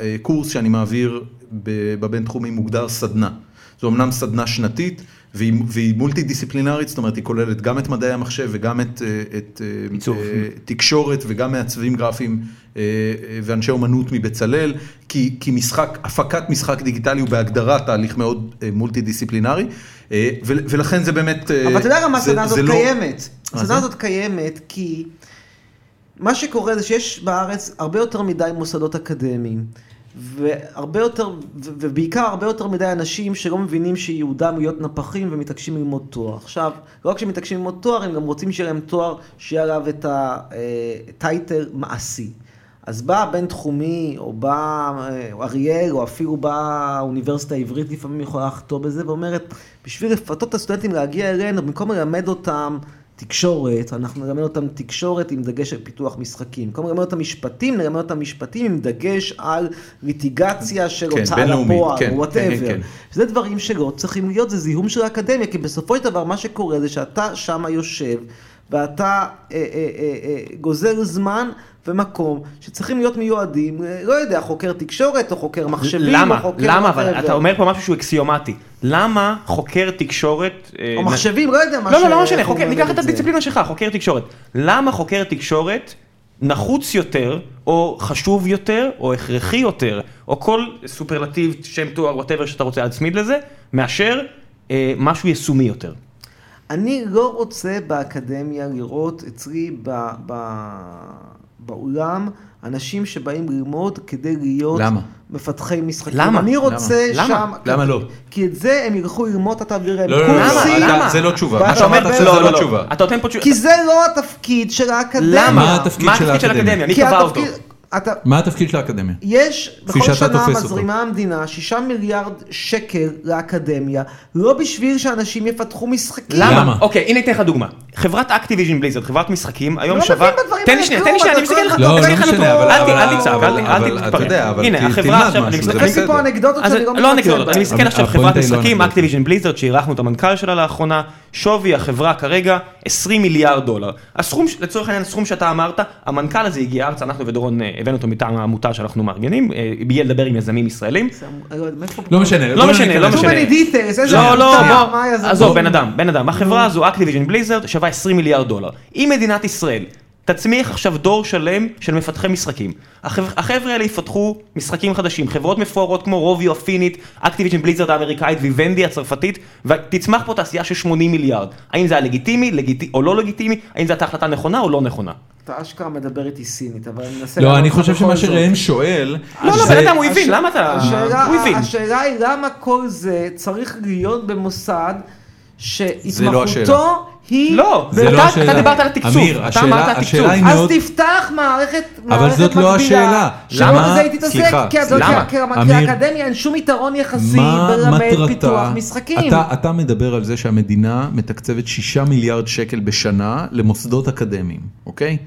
[SPEAKER 2] הקורס שאני מעביר ב- בבינתחומי מוגדר סדנה. זו אמנם סדנה שנתית. והיא, והיא מולטי דיסציפלינרית, זאת אומרת היא כוללת גם את מדעי המחשב וגם את, אה, את אה,
[SPEAKER 1] עיצוב.
[SPEAKER 2] אה, תקשורת וגם מעצבים גרפיים אה, אה, ואנשי אומנות מבצלאל, כי, כי משחק, הפקת משחק דיגיטלי הוא בהגדרה תהליך מאוד אה, מולטי דיסציפלינרי, אה, ו- ולכן זה באמת... אה,
[SPEAKER 3] אבל אתה יודע גם מה
[SPEAKER 2] זה-
[SPEAKER 3] הסדנה
[SPEAKER 2] זה
[SPEAKER 3] הזאת
[SPEAKER 2] לא-
[SPEAKER 3] קיימת.
[SPEAKER 2] מה
[SPEAKER 3] הסדנה
[SPEAKER 2] זה?
[SPEAKER 3] הזאת קיימת כי מה שקורה זה שיש בארץ הרבה יותר מדי מוסדות אקדמיים. והרבה יותר, ו- ובעיקר הרבה יותר מדי אנשים שלא מבינים שיהודם הוא להיות נפחים ומתעקשים ללמוד תואר. עכשיו, לא רק שהם מתעקשים ללמוד תואר, הם גם רוצים שיהיה להם תואר שיהיה עליו את הטייטל מעשי. אז בא הבינתחומי, או בא אה, אריאל, או אפילו בא האוניברסיטה העברית לפעמים יכולה לחטוא בזה, ואומרת, בשביל לפתות את הסטודנטים להגיע אלינו, במקום ללמד אותם תקשורת, אנחנו נלמד אותם תקשורת עם דגש על פיתוח משחקים. במקום ללמד אותם משפטים, נלמד אותם משפטים עם דגש על ליטיגציה של
[SPEAKER 2] כן,
[SPEAKER 3] הוצאה
[SPEAKER 2] בינלאומית,
[SPEAKER 3] לפועל,
[SPEAKER 2] כן, כן,
[SPEAKER 3] או
[SPEAKER 2] כן,
[SPEAKER 3] וואטאבר.
[SPEAKER 2] כן.
[SPEAKER 3] זה דברים שלא צריכים להיות, זה זיהום של האקדמיה, כי בסופו של דבר מה שקורה זה שאתה שם יושב, ואתה אה, אה, אה, אה, גוזר זמן ומקום שצריכים להיות מיועדים, אה, לא יודע, חוקר תקשורת, או חוקר מחשבים, או
[SPEAKER 1] למה?
[SPEAKER 3] חוקר...
[SPEAKER 1] למה? אבל
[SPEAKER 3] whatever.
[SPEAKER 1] אתה אומר פה משהו שהוא אקסיומטי. למה חוקר תקשורת... אה,
[SPEAKER 3] או
[SPEAKER 1] נ-
[SPEAKER 3] מחשבים, לא יודע מה
[SPEAKER 1] לא, לא, לא
[SPEAKER 3] שאנחנו
[SPEAKER 1] משנה, חוקר-
[SPEAKER 3] אומרים
[SPEAKER 1] ניקח את
[SPEAKER 3] זה.
[SPEAKER 1] הדיסציפלינה שלך, חוקר תקשורת. למה חוקר תקשורת נחוץ יותר, או חשוב יותר, או הכרחי יותר, או כל סופרלטיב, שם תואר, וואטאבר שאתה רוצה להצמיד לזה, מאשר אה, משהו יישומי יותר?
[SPEAKER 3] אני לא רוצה באקדמיה לראות אצלי ב, ב, באולם אנשים שבאים ללמוד כדי להיות
[SPEAKER 2] למה?
[SPEAKER 3] מפתחי משחקים.
[SPEAKER 1] למה?
[SPEAKER 3] אני רוצה
[SPEAKER 1] למה?
[SPEAKER 3] שם...
[SPEAKER 2] למה לא?
[SPEAKER 3] כי את זה הם ילכו ללמוד, אתה תעביר להם
[SPEAKER 2] לא, לא, לא,
[SPEAKER 3] קורסים.
[SPEAKER 1] למה?
[SPEAKER 2] אתה- זה לא תשובה.
[SPEAKER 3] ואתה
[SPEAKER 2] מה שאמרת
[SPEAKER 3] אומר,
[SPEAKER 2] עכשיו
[SPEAKER 3] לא,
[SPEAKER 2] זה
[SPEAKER 3] לא,
[SPEAKER 2] לא
[SPEAKER 3] לא.
[SPEAKER 2] תשובה.
[SPEAKER 1] אתה נותן פה תשובה.
[SPEAKER 3] כי זה לא התפקיד של האקדמיה.
[SPEAKER 1] למה?
[SPEAKER 5] מה התפקיד
[SPEAKER 1] מה
[SPEAKER 5] של
[SPEAKER 1] התפקיד של האקדמיה? מי
[SPEAKER 3] כי
[SPEAKER 1] קבע אותו?
[SPEAKER 3] התפקיד- אתה,
[SPEAKER 5] מה התפקיד של האקדמיה?
[SPEAKER 3] יש,
[SPEAKER 5] כפי
[SPEAKER 3] בכל
[SPEAKER 5] שאתה
[SPEAKER 3] שנה
[SPEAKER 5] תופס אותו.
[SPEAKER 3] מזרימה המדינה 6 מיליארד שקל לאקדמיה, לא בשביל שאנשים יפתחו משחקים.
[SPEAKER 1] למה?
[SPEAKER 5] למה?
[SPEAKER 1] אוקיי, הנה אתן לך דוגמה. חברת אקטיביז'ן בליזרד, חברת משחקים, היום
[SPEAKER 3] לא
[SPEAKER 1] שווה...
[SPEAKER 3] מבין בדברים
[SPEAKER 1] תן לי
[SPEAKER 3] האלה
[SPEAKER 1] שנייה,
[SPEAKER 3] כלום,
[SPEAKER 1] תן לי שנייה,
[SPEAKER 3] אתה
[SPEAKER 1] אני
[SPEAKER 3] כל
[SPEAKER 1] מסתכל לך
[SPEAKER 3] הזמן-
[SPEAKER 1] פה, אני מסתכל לך
[SPEAKER 5] לא, לא משנה,
[SPEAKER 1] פה,
[SPEAKER 5] אבל-
[SPEAKER 1] אל ת-
[SPEAKER 5] אבל-
[SPEAKER 1] אל תצעק, אל ת-
[SPEAKER 2] אבל-
[SPEAKER 1] אל
[SPEAKER 2] אבל אתה יודע,
[SPEAKER 1] תתפרק.
[SPEAKER 2] אבל
[SPEAKER 1] הנה,
[SPEAKER 2] ת-
[SPEAKER 1] החברה
[SPEAKER 2] תלמד
[SPEAKER 1] עכשיו, אני
[SPEAKER 2] משהו, זה
[SPEAKER 1] מסתכל-
[SPEAKER 2] בסדר.
[SPEAKER 3] תקשיב פה אנקדוטות
[SPEAKER 1] אז
[SPEAKER 3] שאני לא
[SPEAKER 1] לא
[SPEAKER 3] מתמצא
[SPEAKER 1] אנקדוטות, אני
[SPEAKER 3] בהן.
[SPEAKER 1] מסתכל עכשיו
[SPEAKER 5] הפואנטה
[SPEAKER 1] חברת
[SPEAKER 5] היא לא
[SPEAKER 1] משחקים,
[SPEAKER 5] אנקדוטה.
[SPEAKER 1] אקטיביז'ן בליזרד, שאירחנו את המנכ"ל שלה לאחרונה, שווי החברה כרגע 20 מיליארד דולר. הסכום, ש- לצורך העניין, הסכום שאתה אמרת, המנכ"ל הזה הגיע ארצה, אנחנו ודורון אה, הבאנו אותו מטעם העמותה שאנחנו מארגנים, אה, הגיע לדבר עם יזמים ישראלים.
[SPEAKER 5] לא משנה,
[SPEAKER 1] לא
[SPEAKER 5] בוא
[SPEAKER 1] משנה, לא
[SPEAKER 5] ניכנס
[SPEAKER 1] משנה.
[SPEAKER 5] לזה.
[SPEAKER 3] many details, איזה
[SPEAKER 1] לא, לא,
[SPEAKER 3] המנכ"ל,
[SPEAKER 1] בוא,
[SPEAKER 3] מה היה זה?
[SPEAKER 1] עזוב,
[SPEAKER 3] בוא.
[SPEAKER 1] בן אדם, בן אדם. החברה הזו, אקטיביז'ן בליזרד, שווה 20 מיליארד דולר. אם מדינת ישראל תצמיח עכשיו דור שלם של מפתחי משחקים, החבר- החבר'ה האלה יפתחו משחקים חדשים, חברות מפוארות כמו רוביו הפינית, אקטיביז'ן בליזרד האמריקאית ויוונדי הצרפתית, ותצמח פה תעשייה של 80 מיליארד. האם זה היה לגיטימי לגיט- או לא לגיטימי? האם זו הייתה החלטה נכונה או לא נכונה?
[SPEAKER 3] אתה אשכרה מדבר איתי סינית, אבל אני מנסה...
[SPEAKER 5] לא,
[SPEAKER 3] לענות
[SPEAKER 5] אני
[SPEAKER 3] לך
[SPEAKER 5] חושב
[SPEAKER 3] בכל
[SPEAKER 5] שמה
[SPEAKER 3] זאת.
[SPEAKER 5] שראם שואל,
[SPEAKER 1] לא, לא,
[SPEAKER 5] זה-
[SPEAKER 1] בן אדם, הוא הבין, למה אתה...
[SPEAKER 3] השאלה-
[SPEAKER 1] הוא הבין.
[SPEAKER 3] השאלה היא למה כל זה צריך להיות במוסד
[SPEAKER 2] לא
[SPEAKER 3] שהתמחותו
[SPEAKER 2] השאלה.
[SPEAKER 3] היא...
[SPEAKER 1] לא,
[SPEAKER 5] זה
[SPEAKER 1] אתה-
[SPEAKER 5] לא השאלה.
[SPEAKER 1] אתה דיברת על התקצוב,
[SPEAKER 5] אמיר,
[SPEAKER 1] אתה
[SPEAKER 5] השאלה-
[SPEAKER 1] אמרת על
[SPEAKER 5] השאלה
[SPEAKER 1] תקצוב.
[SPEAKER 5] היא
[SPEAKER 3] אז
[SPEAKER 5] מאוד-
[SPEAKER 3] תפתח מערכת
[SPEAKER 5] אבל
[SPEAKER 3] מערכת
[SPEAKER 5] זאת לא
[SPEAKER 3] מקבילה,
[SPEAKER 5] השאלה.
[SPEAKER 3] שלא
[SPEAKER 5] למה-
[SPEAKER 3] בזה היא תתעסק,
[SPEAKER 2] סליחה,
[SPEAKER 3] כי אז לא-
[SPEAKER 1] למה?
[SPEAKER 3] כי- כי
[SPEAKER 5] אמיר-
[SPEAKER 3] לאקדמיה אין שום יתרון יחסי
[SPEAKER 5] מה
[SPEAKER 3] בלמד פיתוח
[SPEAKER 5] מטרתה?
[SPEAKER 3] משחקים.
[SPEAKER 5] אתה, אתה מדבר על זה שהמדינה מתקצבת 6 מיליארד שקל בשנה למוסדות אקדמיים, אוקיי?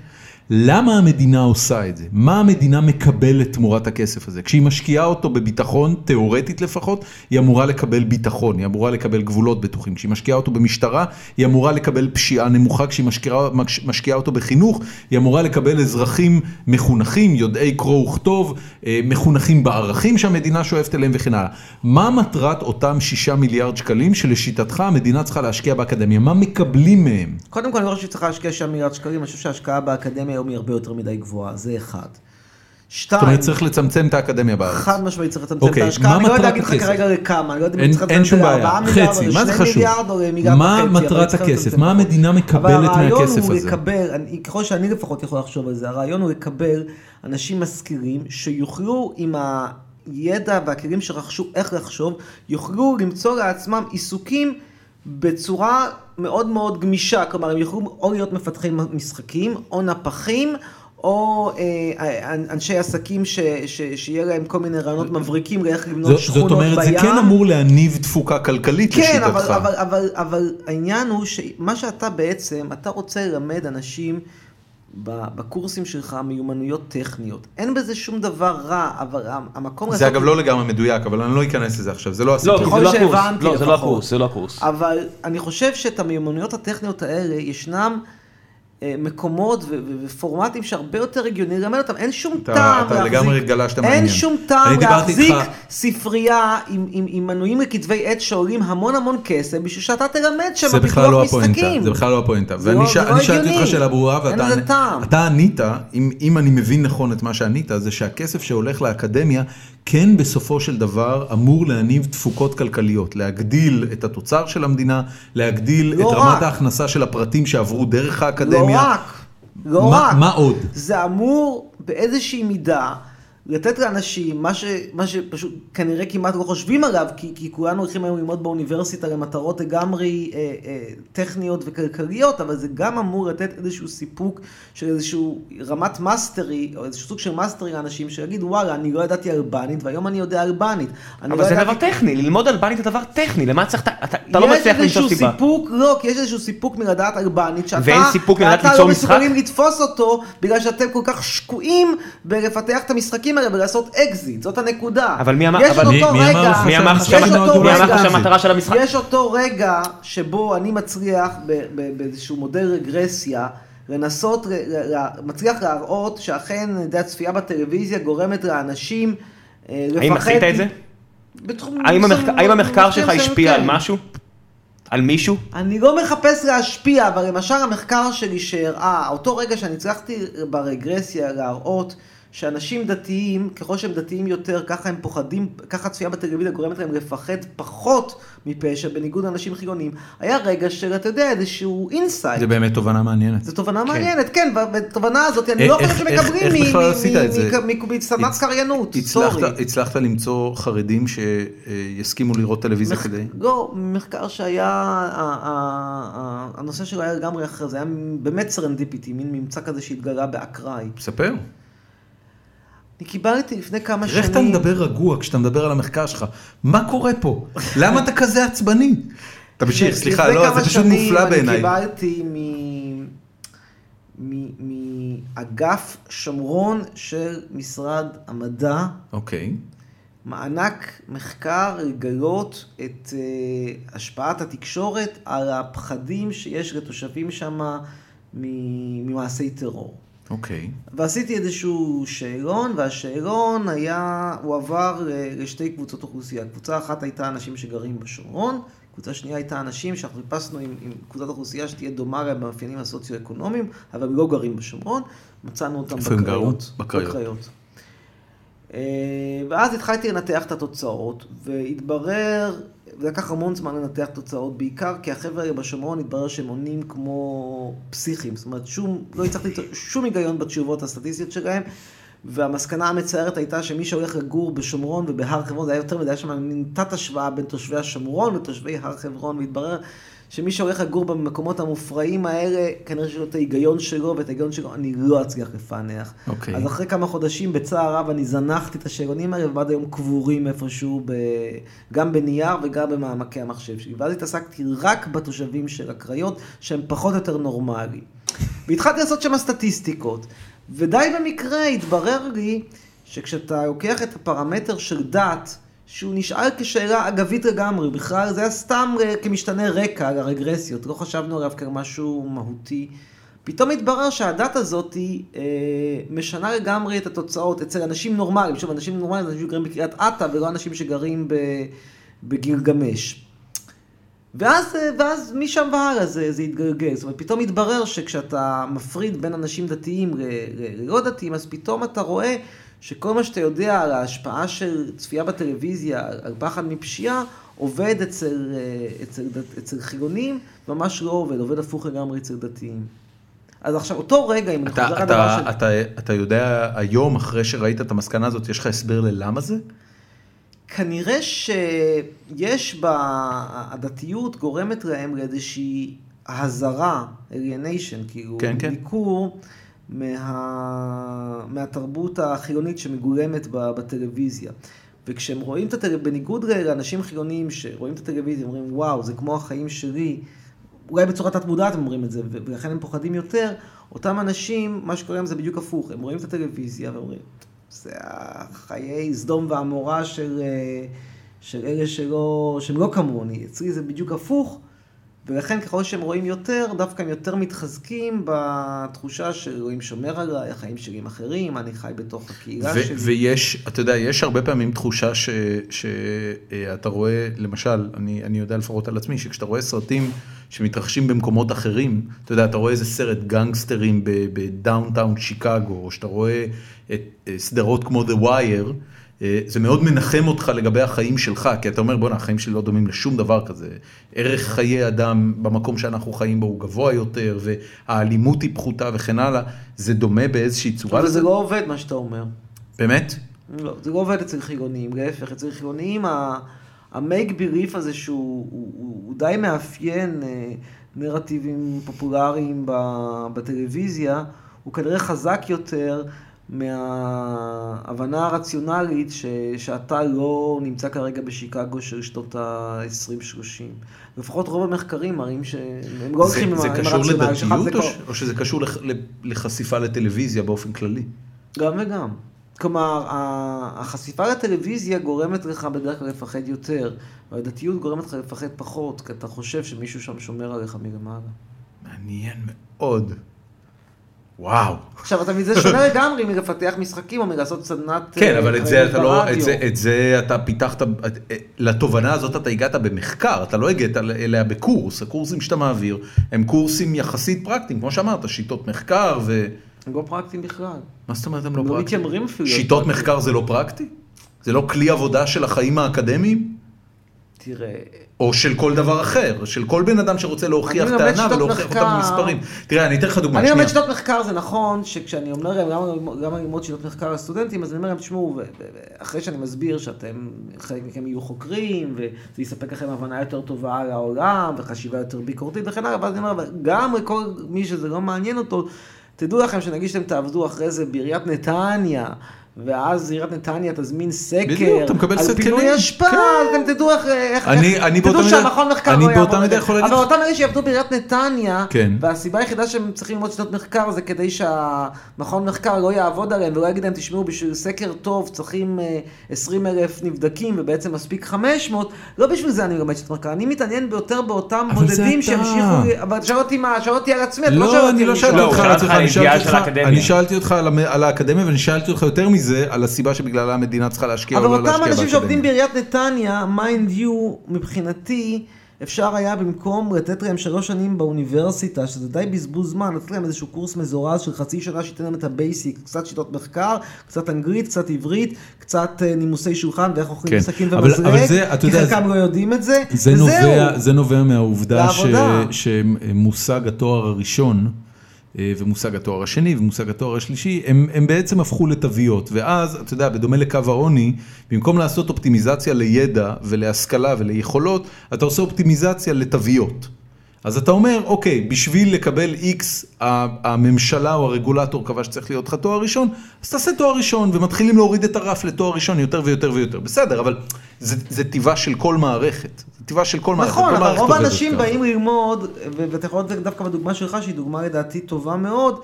[SPEAKER 2] למה המדינה עושה את זה? מה המדינה מקבלת תמורת הכסף הזה? כשהיא משקיעה אותו בביטחון, תיאורטית לפחות, היא אמורה לקבל ביטחון, היא אמורה לקבל גבולות בטוחים. כשהיא משקיעה אותו במשטרה, היא אמורה לקבל פשיעה נמוכה. כשהיא משקיעה, מקש- משקיעה אותו בחינוך, היא אמורה לקבל אזרחים מחונכים, יודעי קרוא וכתוב, אה, מחונכים בערכים שהמדינה שואפת אליהם וכן הלאה. מה מטרת אותם שישה מיליארד שקלים שלשיטתך המדינה צריכה להשקיע באקדמיה? מה מקבלים מהם?
[SPEAKER 3] קודם כל, אני לא חושב שצריך להשקיע שם מיליארד שקלים, אני חושב שההשקעה באקדמיה היום היא הרבה יותר מדי גבוהה, זה אחד.
[SPEAKER 2] זאת
[SPEAKER 3] שתיים,
[SPEAKER 2] אומרת, צריך לצמצם את האקדמיה בארץ.
[SPEAKER 3] אה, חד משמעית צריך לצמצם את
[SPEAKER 2] אוקיי,
[SPEAKER 3] ההשקעה,
[SPEAKER 2] מה
[SPEAKER 3] אני לא יודע
[SPEAKER 2] מטרת
[SPEAKER 3] להגיד לך
[SPEAKER 2] הכסף?
[SPEAKER 3] כרגע לכמה, אני לא יודע אם
[SPEAKER 2] אין-
[SPEAKER 3] צריך
[SPEAKER 2] אין
[SPEAKER 3] לצמצם
[SPEAKER 2] שום בעיה.
[SPEAKER 3] ל-4 מיליארד,
[SPEAKER 2] חצי,
[SPEAKER 3] או
[SPEAKER 2] מה זה
[SPEAKER 3] ל-2
[SPEAKER 2] חשוב?
[SPEAKER 3] מיליארד, או למיליארד
[SPEAKER 2] מה
[SPEAKER 3] וחצי, אבל
[SPEAKER 2] מטרת
[SPEAKER 3] צריך
[SPEAKER 2] הכסף?
[SPEAKER 3] לצמצם.
[SPEAKER 2] מה המדינה מקבלת
[SPEAKER 3] אבל הרעיון
[SPEAKER 2] מהכסף
[SPEAKER 3] הוא
[SPEAKER 2] הזה?
[SPEAKER 3] לקבל, אני- ככל שאני לפחות יכול לחשוב על זה, הרעיון הוא לקבל אנשים משכילים שיוכלו עם ה... ידע והכלים שרכשו איך לחשוב, יוכלו למצוא לעצמם עיסוקים בצורה מאוד מאוד גמישה, כלומר הם יוכלו או להיות מפתחי משחקים, או נפחים, או אה, אנשי עסקים ש, ש, שיהיה להם כל מיני רעיונות מבריקים לאיך לבנות
[SPEAKER 2] זאת
[SPEAKER 3] שכונות
[SPEAKER 2] זאת
[SPEAKER 3] בים.
[SPEAKER 2] אומרת, זה כן אמור להניב תפוקה כלכלית
[SPEAKER 3] כן,
[SPEAKER 2] לשיטתך.
[SPEAKER 3] אבל, אבל, אבל, אבל העניין הוא שמה שאתה בעצם, אתה רוצה ללמד אנשים ב- בקורסים שלך מיומנויות טכניות. אין בזה שום דבר רע, אבל המ- המקום...
[SPEAKER 2] זה
[SPEAKER 3] לעשות-
[SPEAKER 2] אגב לא לגמרי מדויק, אבל אני לא אכנס לזה עכשיו, זה לא
[SPEAKER 1] לא,
[SPEAKER 2] הסיפור.
[SPEAKER 1] כי
[SPEAKER 3] ככל
[SPEAKER 1] זה לא הקורס,
[SPEAKER 3] שהבנתי
[SPEAKER 1] לא, זה לא
[SPEAKER 3] לפחות.
[SPEAKER 1] הקורס, זה לא הקורס.
[SPEAKER 3] אבל אני חושב שאת המיומנויות הטכניות האלה, ישנם אה, מקומות ו- ו- ופורמטים שהרבה יותר הגיוני ללמד אותם. אין שום
[SPEAKER 2] אתה-
[SPEAKER 3] טעם
[SPEAKER 2] אתה לגמרי גלשת
[SPEAKER 3] אין
[SPEAKER 2] מעניין.
[SPEAKER 3] שום
[SPEAKER 2] אני
[SPEAKER 3] טעם
[SPEAKER 2] דיברתי
[SPEAKER 3] להחזיק
[SPEAKER 2] איתך-
[SPEAKER 3] ספרייה עם, עם, עם מנויים לכתבי עת שעולים המון המון כסף, בשביל שאתה תלמד שם
[SPEAKER 2] זה בכלל
[SPEAKER 3] פיתוח
[SPEAKER 2] לא הפואנטה,
[SPEAKER 3] משחקים.
[SPEAKER 2] זה בכלל לא הפואנטה.
[SPEAKER 3] זה
[SPEAKER 2] ואני
[SPEAKER 3] לא-
[SPEAKER 2] ש-
[SPEAKER 3] זה לא
[SPEAKER 2] אני שאלתי
[SPEAKER 3] הגיוני.
[SPEAKER 2] אותך שאלה ברורה, ואתה
[SPEAKER 3] אין לזה טעם.
[SPEAKER 2] אתה ענית, אם- אם אני מבין נכון את מה שענית, זה שהכסף שהולך לאקדמיה, כן בסופו של דבר אמור להניב תפוקות כלכליות, להגדיל את התוצר של המדינה, להגדיל
[SPEAKER 3] לא
[SPEAKER 2] את רמת
[SPEAKER 3] רק.
[SPEAKER 2] ההכנסה של הפרטים שעברו דרך האקדמיה.
[SPEAKER 3] לא רק, לא
[SPEAKER 2] מה-
[SPEAKER 3] רק.
[SPEAKER 2] מה עוד?
[SPEAKER 3] זה אמור באיזושהי מידה לתת לאנשים מה, ש, מה שפשוט כנראה כמעט לא חושבים עליו, כי, כי כולנו הולכים היום ללמוד באוניברסיטה למטרות לגמרי אה, אה, טכניות וכלכליות, אבל זה גם אמור לתת איזשהו סיפוק של איזשהו רמת מאסטרי, או איזשהו סוג של מאסטרי לאנשים, שיגיד וואלה, אני לא ידעתי אלבנית, והיום אני יודע אלבנית. אני לא
[SPEAKER 1] אבל זה
[SPEAKER 3] ידעתי
[SPEAKER 1] דבר טכני, ללמוד אלבנית זה דבר טכני, למה צריך, אתה- אתה אתה לא
[SPEAKER 3] יש
[SPEAKER 1] מצליח למצוא
[SPEAKER 3] איזשהו
[SPEAKER 1] סיבה.
[SPEAKER 3] סיפוק, לא, כי יש איזשהו סיפוק מלדעת אלבנית, שאתה,
[SPEAKER 1] ואין סיפוק מלדעת
[SPEAKER 3] ואתה
[SPEAKER 1] ליצור
[SPEAKER 3] לא
[SPEAKER 1] משחק?
[SPEAKER 3] מסוגלים לתפוס אותו, בגלל שאתם כל כך שקועים בלפתח את המשחקים האלה ולעשות אקזיט, זאת הנקודה.
[SPEAKER 1] אבל מי אמר-
[SPEAKER 3] יש
[SPEAKER 1] אבל
[SPEAKER 3] את
[SPEAKER 2] מי-
[SPEAKER 3] אותו
[SPEAKER 2] מי אמר
[SPEAKER 3] רגע,
[SPEAKER 2] לך
[SPEAKER 1] מי אמר לך
[SPEAKER 3] יש את
[SPEAKER 1] שהמטרה-
[SPEAKER 3] אותו
[SPEAKER 1] מי אמר
[SPEAKER 3] רגע-
[SPEAKER 1] לך שהמטרה של המשחק?
[SPEAKER 3] יש אותו רגע שבו אני מצליח ב- ב- באיזשהו מודל רגרסיה. לנסות, ל- ל- ל- מצליח להראות שאכן, אני יודע, צפייה בטלוויזיה גורמת לאנשים אה, לפחד.
[SPEAKER 1] האם עשית את זה?
[SPEAKER 3] בתחום-
[SPEAKER 1] האם המחק- האם המחקר שלך
[SPEAKER 3] מסוים
[SPEAKER 1] השפיע על
[SPEAKER 3] כן.
[SPEAKER 1] משהו? על מישהו?
[SPEAKER 3] אני לא מחפש להשפיע, אבל למשל המחקר שלי שהראה, אותו רגע שאני הצלחתי ברגרסיה להראות שאנשים דתיים, ככל שהם דתיים יותר, ככה הם פוחדים, ככה הצפייה בטלוויזיה גורמת להם לפחד פחות מפשע, בניגוד לאנשים חילונים, היה רגע של, אתה יודע, איזשהו אינסייט.
[SPEAKER 2] זה באמת תובנה מעניינת.
[SPEAKER 3] זו תובנה מעניינת, כן, והתובנה הזאת, אני
[SPEAKER 2] אה,
[SPEAKER 3] לא
[SPEAKER 2] איך-
[SPEAKER 3] חושב
[SPEAKER 2] איך-
[SPEAKER 3] שמקבלים
[SPEAKER 2] איך
[SPEAKER 3] מ-
[SPEAKER 2] בכלל
[SPEAKER 3] מ-
[SPEAKER 2] עשית
[SPEAKER 3] מ-
[SPEAKER 2] את זה?
[SPEAKER 3] מ- מ- מסדנת
[SPEAKER 2] הצ-
[SPEAKER 3] קריינות, סורי.
[SPEAKER 2] הצלחת, הצלחת למצוא חרדים שיסכימו לראות טלוויזיה
[SPEAKER 3] מח-
[SPEAKER 2] כדי...
[SPEAKER 3] לא, מחקר שהיה, ה- ה- ה- הנושא שלו היה לגמרי אחר, זה היה באמת סרנדיפיטי, מין ממצא כזה שהתגלה באקראי.
[SPEAKER 2] ספר.
[SPEAKER 3] אני קיבלתי לפני כמה
[SPEAKER 2] תראה
[SPEAKER 3] שנים...
[SPEAKER 2] איך אתה מדבר רגוע כשאתה מדבר על המחקר שלך. מה קורה פה? למה אתה כזה עצבני? תמשיך,
[SPEAKER 3] לפני
[SPEAKER 2] סליחה, לא,
[SPEAKER 3] כמה
[SPEAKER 2] זה פשוט
[SPEAKER 3] שנים
[SPEAKER 2] מופלא בעיניי.
[SPEAKER 3] אני קיבלתי מ- מ- מאגף שומרון של משרד המדע,
[SPEAKER 2] אוקיי.
[SPEAKER 3] מענק מחקר לגלות את אה, השפעת התקשורת על הפחדים שיש לתושבים שם ממעשי טרור.
[SPEAKER 2] אוקיי.
[SPEAKER 3] ועשיתי איזשהו שאלון, והשאלון היה, הוא עבר אה, לשתי קבוצות אוכלוסייה. קבוצה אחת הייתה אנשים שגרים בשומרון, קבוצה שנייה הייתה אנשים שאנחנו חיפשנו עם, עם קבוצת אוכלוסייה שתהיה דומה להם במאפיינים הסוציו-אקונומיים, אבל הם לא גרים בשומרון, מצאנו אותם
[SPEAKER 2] איפה הם גרו?
[SPEAKER 3] בקריות.
[SPEAKER 2] בקריות.
[SPEAKER 3] אה, ואז התחלתי לנתח את התוצאות, והתברר, ולקח המון זמן לנתח תוצאות, בעיקר כי החבר'ה האלה בשומרון התברר שהם עונים כמו פסיכים, זאת אומרת, שום, לא הצלחתי למצוא שום היגיון בתשובות הסטטיסטיות שלהם, והמסקנה המצערת הייתה שמי שהולך לגור בשומרון ובהר חברון, זה היה יותר מדי, היה שם מין תת-השוואה בין תושבי השומרון ותושבי הר חברון, והתברר שמי שהולך לגור במקומות המופרעים האלה, כנראה שיש לו את ההיגיון שלו, ואת ההיגיון שלו אני לא אצליח לפענח.
[SPEAKER 2] אוקיי.
[SPEAKER 3] אז אחרי כמה חודשים, בצער רב, אני זנחתי את השאלונים האלה, ועד היום קבורים איפשהו, ב... גם בנייר וגם במעמקי המחשב שלי. ואז התעסקתי רק בתושבים של הקריות, שהם פחות או יותר נורמליים. והתחלתי לעשות שם סטטיסטיקות, ודי במקרה התברר לי שכשאתה לוקח את הפרמטר של דת, שהוא נשאל כשאלה אגבית לגמרי, בכלל זה היה סתם אה, כמשתנה רקע על הרגרסיות, לא חשבנו עליו כמשהו מהותי. פתאום התברר שהדת הזאת היא אה, משנה לגמרי את התוצאות אצל אנשים נורמליים, שוב, אנשים נורמליים זה אנשים שגרים בקריית אתא ולא אנשים שגרים ב, בגילגמש. ואז, אה, ואז משם והלאה זה, זה התגלגל, זאת אומרת, פתאום התברר שכשאתה מפריד בין אנשים דתיים ל- ל- ללא דתיים, אז פתאום אתה רואה שכל מה שאתה יודע על ההשפעה של צפייה בטלוויזיה, על- על פחד מפשיעה, עובד אצל, אה, אצל, דת- אצל חילונים, ממש לא עובד, עובד הפוך לגמרי אצל דתיים. אז עכשיו, אותו רגע, אם אני חוזר
[SPEAKER 2] אתה,
[SPEAKER 3] לדבר של...
[SPEAKER 2] אתה, אתה, אתה יודע היום אחרי שראית את המסקנה הזאת יש לך הסבר ללמה זה?
[SPEAKER 3] כנראה שיש בה, הדתיות גורמת להם לאיזושהי הזרה, alienation, כאילו,
[SPEAKER 2] כן, כן.
[SPEAKER 3] ניכור מה... מהתרבות החילונית שמגולמת ב- בטלוויזיה. וכשהם רואים את הטלוויזיה, בניגוד ל- לאנשים חילונים שרואים את הטלוויזיה, אומרים, וואו, זה כמו החיים שלי, אולי בצורה תת מודעת הם אומרים את זה, ו- ולכן הם פוחדים יותר, אותם אנשים, מה שקורה להם זה בדיוק הפוך, הם רואים את הטלוויזיה ואומרים, זה החיי סדום ועמורה של, אה, של אלה שלא, שהם לא כמוני, אצלי זה בדיוק הפוך, ולכן ככל שהם רואים יותר, דווקא הם יותר מתחזקים בתחושה שאלוהים שומר עליי, החיים שלי הם אחרים, אני חי בתוך הקהילה
[SPEAKER 2] ו-
[SPEAKER 3] שלי.
[SPEAKER 2] ויש, אתה יודע, יש הרבה פעמים תחושה שאתה רואה, למשל, אני, אני יודע לפחות על עצמי, שכשאתה רואה סרטים שמתרחשים במקומות אחרים, אתה יודע, אתה רואה איזה סרט גנגסטרים ב- בדאונטאון שיקגו, או שאתה רואה את אה, סדרות כמו The Wire, אה, זה מאוד מנחם אותך לגבי החיים שלך, כי אתה אומר, בואנה, החיים שלי לא דומים לשום דבר כזה. ערך חיי אדם במקום שאנחנו חיים בו הוא גבוה יותר, והאלימות היא פחותה וכן הלאה, זה דומה באיזושהי צורה
[SPEAKER 3] אבל
[SPEAKER 2] לזה?
[SPEAKER 3] זה לא עובד מה שאתה אומר.
[SPEAKER 2] באמת?
[SPEAKER 3] לא, זה לא עובד אצל חילונים, להפך, אצל חילונים ה- המייק ביריף הזה שהוא הוא, הוא, הוא די מאפיין אה, נרטיבים פופולריים ב, בטלוויזיה, הוא כנראה חזק יותר מההבנה הרציונלית ש, שאתה לא נמצא כרגע בשיקגו של שנות ה-20-30. לפחות רוב המחקרים מראים שהם לא הולכים עם, ה-
[SPEAKER 2] זה
[SPEAKER 3] עם
[SPEAKER 2] קשור
[SPEAKER 3] הרציונל שלך, זה
[SPEAKER 2] לדתיות או
[SPEAKER 3] כבר-
[SPEAKER 2] ש- או שזה קשור לח- ל- לחשיפה לטלוויזיה באופן כללי?
[SPEAKER 3] גם וגם. כלומר, ה- החשיפה לטלוויזיה גורמת לך בדרך כלל לפחד יותר, והדתיות גורמת לך לפחד פחות, כי אתה חושב שמישהו שם שומר עליך מלמעלה.
[SPEAKER 2] מעניין מאוד. וואו.
[SPEAKER 3] עכשיו, אתה מזה שונה לגמרי מלפתח משחקים או מלעשות סדנת...
[SPEAKER 2] כן,
[SPEAKER 3] אה,
[SPEAKER 2] אבל את זה
[SPEAKER 3] קריירה
[SPEAKER 2] אתה לא, את
[SPEAKER 3] ברדיו.
[SPEAKER 2] זה, את זה אתה פיתחת, את- אה, לתובנה הזאת אתה הגעת במחקר, אתה לא הגעת אליה בקורס, הקורסים שאתה מעביר הם קורסים יחסית פרקטיים, כמו שאמרת, שיטות מחקר ו...
[SPEAKER 3] הם לא פרקטיים בכלל.
[SPEAKER 2] מה זאת אומרת הם לא
[SPEAKER 3] הם לא
[SPEAKER 2] פרקטיים?
[SPEAKER 3] מתיימרים אפילו. להיות
[SPEAKER 2] שיטות
[SPEAKER 3] פרקטיים.
[SPEAKER 2] מחקר זה לא פרקטי? זה לא כלי עבודה של החיים האקדמיים?
[SPEAKER 3] תראה,
[SPEAKER 2] או של כל דבר אחר, של כל בן אדם שרוצה להוכיח
[SPEAKER 3] אני מלמד
[SPEAKER 2] טענה
[SPEAKER 3] שיטות
[SPEAKER 2] ולהוכיח אותה
[SPEAKER 3] מחקר.
[SPEAKER 2] במספרים. תראה, אני אתן לך דוגמה,
[SPEAKER 3] אני
[SPEAKER 2] שנייה.
[SPEAKER 3] לומד שיטות מחקר, זה נכון, שכשאני אומר להם למה ללמוד- למה ללמוד שיטות מחקר לסטודנטים, אז אני אומר להם, תשמעו, ו- ו- ו- אחרי שאני מסביר שאתם, חלק מכם יהיו חוקרים, וזה יספק לכם הבנה יותר טובה על העולם, וחשיבה יותר ביקורתית וכן הלאה, ואז אני אומר, "אבל גם לכל מי שזה לא מעניין אותו, תדעו לכם שנגיד שאתם תעבדו אחרי זה בעיריית נתניה. ואז עיריית נתניה תזמין סקר,
[SPEAKER 2] בדיוק, אתה מקבל
[SPEAKER 3] על
[SPEAKER 2] סט
[SPEAKER 3] פינוי
[SPEAKER 2] כלים.
[SPEAKER 3] אשפה, אתם תדעו איך, איך-
[SPEAKER 2] אני-
[SPEAKER 3] איך-
[SPEAKER 2] אני
[SPEAKER 3] תדעו
[SPEAKER 2] באותה מידה-
[SPEAKER 3] שהמכון מחקר
[SPEAKER 2] אני
[SPEAKER 3] לא יעבור
[SPEAKER 2] באותה
[SPEAKER 3] את
[SPEAKER 2] מידה
[SPEAKER 3] זה.
[SPEAKER 2] יכול להגיד
[SPEAKER 3] אבל
[SPEAKER 2] לך-
[SPEAKER 3] אותם אלה שיעבדו בעיריית נתניה,
[SPEAKER 2] כן.
[SPEAKER 3] והסיבה היחידה שהם צריכים ללמוד שיטות מחקר זה כדי שהמכון מחקר לא יעבוד עליהם ולא יגיד להם, תשמעו, בשביל סקר טוב צריכים 20 אלף נבדקים ובעצם מספיק 500, לא בשביל זה אני לומד שיטות מחקר, אני מתעניין ביותר באותם
[SPEAKER 5] אבל זה
[SPEAKER 3] בודדים
[SPEAKER 5] אתה.
[SPEAKER 3] שימשיכו, לי- אבל שאל אותי מה, שאל אותי על עצמי, אתה
[SPEAKER 5] לא, אני לא
[SPEAKER 3] מישהו.
[SPEAKER 5] שאלתי
[SPEAKER 4] לא, הוא
[SPEAKER 5] אותך על
[SPEAKER 4] שאל
[SPEAKER 5] עצמך,
[SPEAKER 4] אותך על
[SPEAKER 5] אני
[SPEAKER 4] הידיעה
[SPEAKER 5] שאלתי
[SPEAKER 4] של
[SPEAKER 5] אותך-
[SPEAKER 4] האקדמיה.
[SPEAKER 5] אני שאלתי אותך על המ- על האקדמיה ואני שאלתי אותך יותר מזה, על הסיבה שבגללה המדינה צריכה להשקיע או
[SPEAKER 3] אבל
[SPEAKER 5] לא להשקיע
[SPEAKER 3] אותם
[SPEAKER 5] באקדמיה.
[SPEAKER 3] אנשים שעובדים בעיריית נתניה, מיינד יו, מבחינתי, אפשר היה במקום לתת להם שלוש שנים באוניברסיטה, שזה די בזבוז זמן, לתת להם איזשהו קורס מזורז של חצי שנה שייתן להם את הבייסיק, קצת שיטות מחקר, קצת אנגלית, קצת עברית, קצת אה, נימוסי שולחן ואיך אוכלים
[SPEAKER 5] כן.
[SPEAKER 3] סכין
[SPEAKER 5] אבל-
[SPEAKER 3] ומזרק,
[SPEAKER 5] אבל זה, אתה
[SPEAKER 3] כי
[SPEAKER 5] יודע,
[SPEAKER 3] חלקם לא יודעים את זה,
[SPEAKER 5] זה
[SPEAKER 3] וזהו.
[SPEAKER 5] נובע, זה נובע מהעובדה ש,
[SPEAKER 3] לעבודה.
[SPEAKER 5] שמושג התואר הראשון אה, ומושג התואר השני ומושג התואר השלישי, הם, הם בעצם הפכו לתוויות. ואז, אתה יודע, בדומה לקו העוני, במקום לעשות אופטימיזציה לידע ולהשכלה וליכולות, אתה עושה אופטימיזציה לתוויות. אז אתה אומר, אוקיי, בשביל לקבל X, ה- הממשלה או הרגולטור קבע שצריך להיות לך תואר ראשון, אז תעשה תואר ראשון, ומתחילים להוריד את הרף לתואר ראשון יותר ויותר ויותר. בסדר, אבל זה, זה טיבה של כל מערכת, זה
[SPEAKER 2] טיבה של כל מערכת.
[SPEAKER 3] נכון,
[SPEAKER 2] כל
[SPEAKER 3] אבל
[SPEAKER 2] מערכת
[SPEAKER 3] רוב
[SPEAKER 2] עובדת
[SPEAKER 3] האנשים
[SPEAKER 2] ככה.
[SPEAKER 3] באים ללמוד, ו- ואתה יכול לתת דווקא בדוגמה שלך, שהיא דוגמה לדעתי טובה מאוד,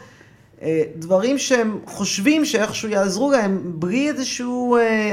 [SPEAKER 3] אה, דברים שהם חושבים שאיכשהו יעזרו להם, בלי איזושהי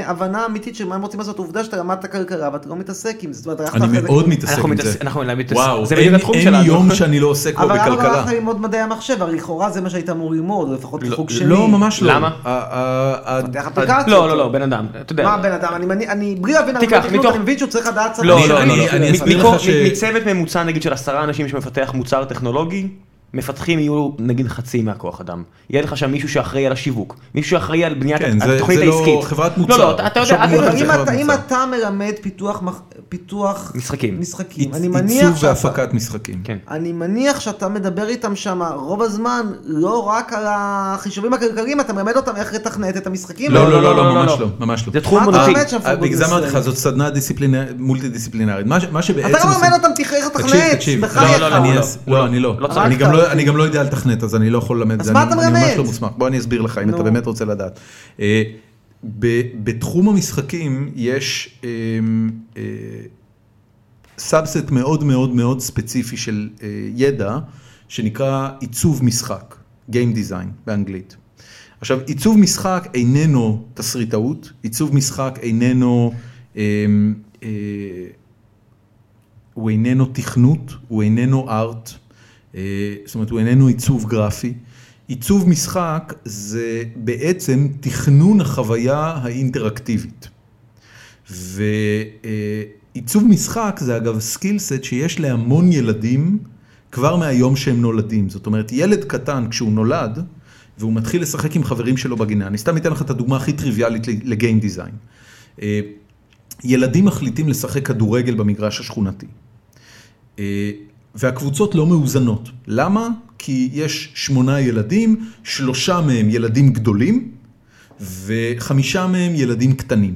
[SPEAKER 3] הבנה אמיתית של מה הם רוצים לעשות. עובדה שאתה למדת כלכלה ואתה לא מתעסק עם זה. זאת אומרת, הלכת
[SPEAKER 2] אני
[SPEAKER 3] אחרי זה-
[SPEAKER 2] מאוד מתעסק
[SPEAKER 1] אנחנו
[SPEAKER 2] עם זה.
[SPEAKER 1] מתעסק- אנחנו מתעסק-
[SPEAKER 2] וואו,
[SPEAKER 1] זה
[SPEAKER 2] אין-
[SPEAKER 1] בדיוק התחום
[SPEAKER 2] אין
[SPEAKER 1] שלנו.
[SPEAKER 2] יום שאני לא עוסק בו
[SPEAKER 3] אבל למה לא
[SPEAKER 2] בכלכלה.
[SPEAKER 3] הלכת ללמוד מדעי המחשב? הרי לכאורה זה מה שהיית אמור ללמוד, או לפחות כחוג שני.
[SPEAKER 2] לא, ממש לא.
[SPEAKER 1] למה?
[SPEAKER 2] ה- ה- ה-
[SPEAKER 3] פתח אפליקציות.
[SPEAKER 1] לא, לא, לא, בן אדם, אתה יודע.
[SPEAKER 3] מה הבן אדם? אני- אני- אני בלי להבין הרבה
[SPEAKER 1] תיקח,
[SPEAKER 3] תכנות,
[SPEAKER 1] מתוך-
[SPEAKER 3] אני מבין שהוא צריך לדעת...
[SPEAKER 1] לא,
[SPEAKER 2] אני-
[SPEAKER 1] לא, לא,
[SPEAKER 2] אני-
[SPEAKER 1] לא.
[SPEAKER 2] אני
[SPEAKER 1] מ-
[SPEAKER 2] אסביר
[SPEAKER 1] מכל-
[SPEAKER 2] לך ש-
[SPEAKER 1] מ- מצוות ממוצע נגיד של עשרה אנשים שמפתח מוצר טכנולוגי, מפתחים יהיו נגיד חצי מהכוח אדם. יהיה לך שם מישהו שאחראי על השיווק, מישהו שאחראי על בניית
[SPEAKER 2] כן, זה-
[SPEAKER 1] התוכנית
[SPEAKER 2] זה לא
[SPEAKER 1] העסקית.
[SPEAKER 2] חברת
[SPEAKER 1] לא,
[SPEAKER 2] מוצר.
[SPEAKER 1] לא, אתה- אתה
[SPEAKER 2] עכשיו
[SPEAKER 1] יודע,
[SPEAKER 2] הוא
[SPEAKER 1] אגב,
[SPEAKER 2] רק
[SPEAKER 3] אבל
[SPEAKER 1] אני-
[SPEAKER 2] צריך
[SPEAKER 3] אם אתה- אם
[SPEAKER 2] מוצר.
[SPEAKER 3] אתה מלמד פיתוח מח- פיתוח
[SPEAKER 1] משחקים.
[SPEAKER 3] משחקים,
[SPEAKER 2] עיצ-
[SPEAKER 3] אני מניח
[SPEAKER 2] עיצוב
[SPEAKER 3] שאתה
[SPEAKER 2] והפקת משחקים.
[SPEAKER 1] כן.
[SPEAKER 3] אני מניח שאתה מדבר איתם שם רוב הזמן לא רק על החישובים הכלכליים, אתה מלמד אותם איך לתכנת את המשחקים.
[SPEAKER 2] לא, לא, לא, לא, ממש לא, ממש לא.
[SPEAKER 1] זה תחום
[SPEAKER 3] מה אתה
[SPEAKER 1] מונחי.
[SPEAKER 3] לומד שם?
[SPEAKER 2] אה, בגלל זה אמרתי לך,
[SPEAKER 3] ישראל.
[SPEAKER 2] זאת סדנה דיסציפלינה- מולטי-דיסציפלינרית. מה ש- מה שבעצם...
[SPEAKER 3] אתה לא
[SPEAKER 2] עושים-
[SPEAKER 3] מלמד אותם תכ- איך לתכנת,
[SPEAKER 2] תקשיב, תקשיב.
[SPEAKER 3] בחייך.
[SPEAKER 2] לא, לא, לא, אני
[SPEAKER 1] לא,
[SPEAKER 2] אס- לא, אני לא.
[SPEAKER 1] לא
[SPEAKER 2] אני
[SPEAKER 3] צעקת.
[SPEAKER 2] גם לא- אני גם לא יודע לתכנת, אז אני לא יכול ללמד את
[SPEAKER 3] אז
[SPEAKER 2] זה.
[SPEAKER 3] מה
[SPEAKER 2] אני-
[SPEAKER 3] אתה
[SPEAKER 2] אני ממש
[SPEAKER 3] מלמד?
[SPEAKER 2] לא מוסמך. בוא אני אסביר לך, אם אתה
[SPEAKER 3] נו.
[SPEAKER 2] באמת רוצה לדעת. אה, ב- בתחום המשחקים יש אה, סאבסט מאוד מאוד מאוד ספציפי של אה, ידע, שנקרא עיצוב משחק, Game Design באנגלית. עכשיו, עיצוב משחק איננו תסריטאות, עיצוב משחק איננו... אה, אה, הוא איננו תכנות, הוא איננו ארט, אה, זאת אומרת הוא איננו עיצוב גרפי. עיצוב משחק זה בעצם תכנון החוויה האינטראקטיבית. ועיצוב משחק זה אגב סקילסט שיש להמון ילדים כבר מהיום שהם נולדים. זאת אומרת, ילד קטן כשהוא נולד, והוא מתחיל לשחק עם חברים שלו בגינה, אני סתם אתן לך את הדוגמה הכי טריוויאלית לגיים דיזיין. אה, ילדים מחליטים לשחק כדורגל במגרש השכונתי. אה, והקבוצות לא מאוזנות. למה? כי יש שמונה ילדים, שלושה מהם ילדים גדולים, וחמישה מהם ילדים קטנים.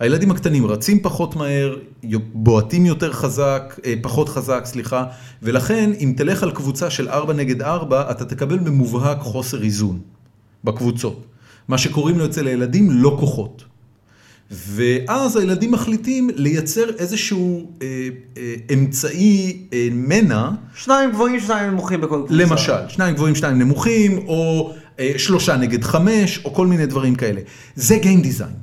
[SPEAKER 2] הילדים הקטנים רצים פחות מהר, יו- בועטים יותר חזק, אה, פחות חזק, סליחה, ולכן אם תלך על קבוצה של 4 נגד 4, אתה תקבל במובהק חוסר איזון בקבוצות. מה שקוראים לו אצל הילדים לא כוחות. ואז הילדים מחליטים לייצר איזשהו אה, אה, אמצעי אה, מנע,
[SPEAKER 3] שניים גבוהים, שניים נמוכים בכל קבוצה.
[SPEAKER 2] למשל, שניים גבוהים, שניים נמוכים, או אה, שלושה נגד חמש, או כל מיני דברים כאלה. זה Game Design.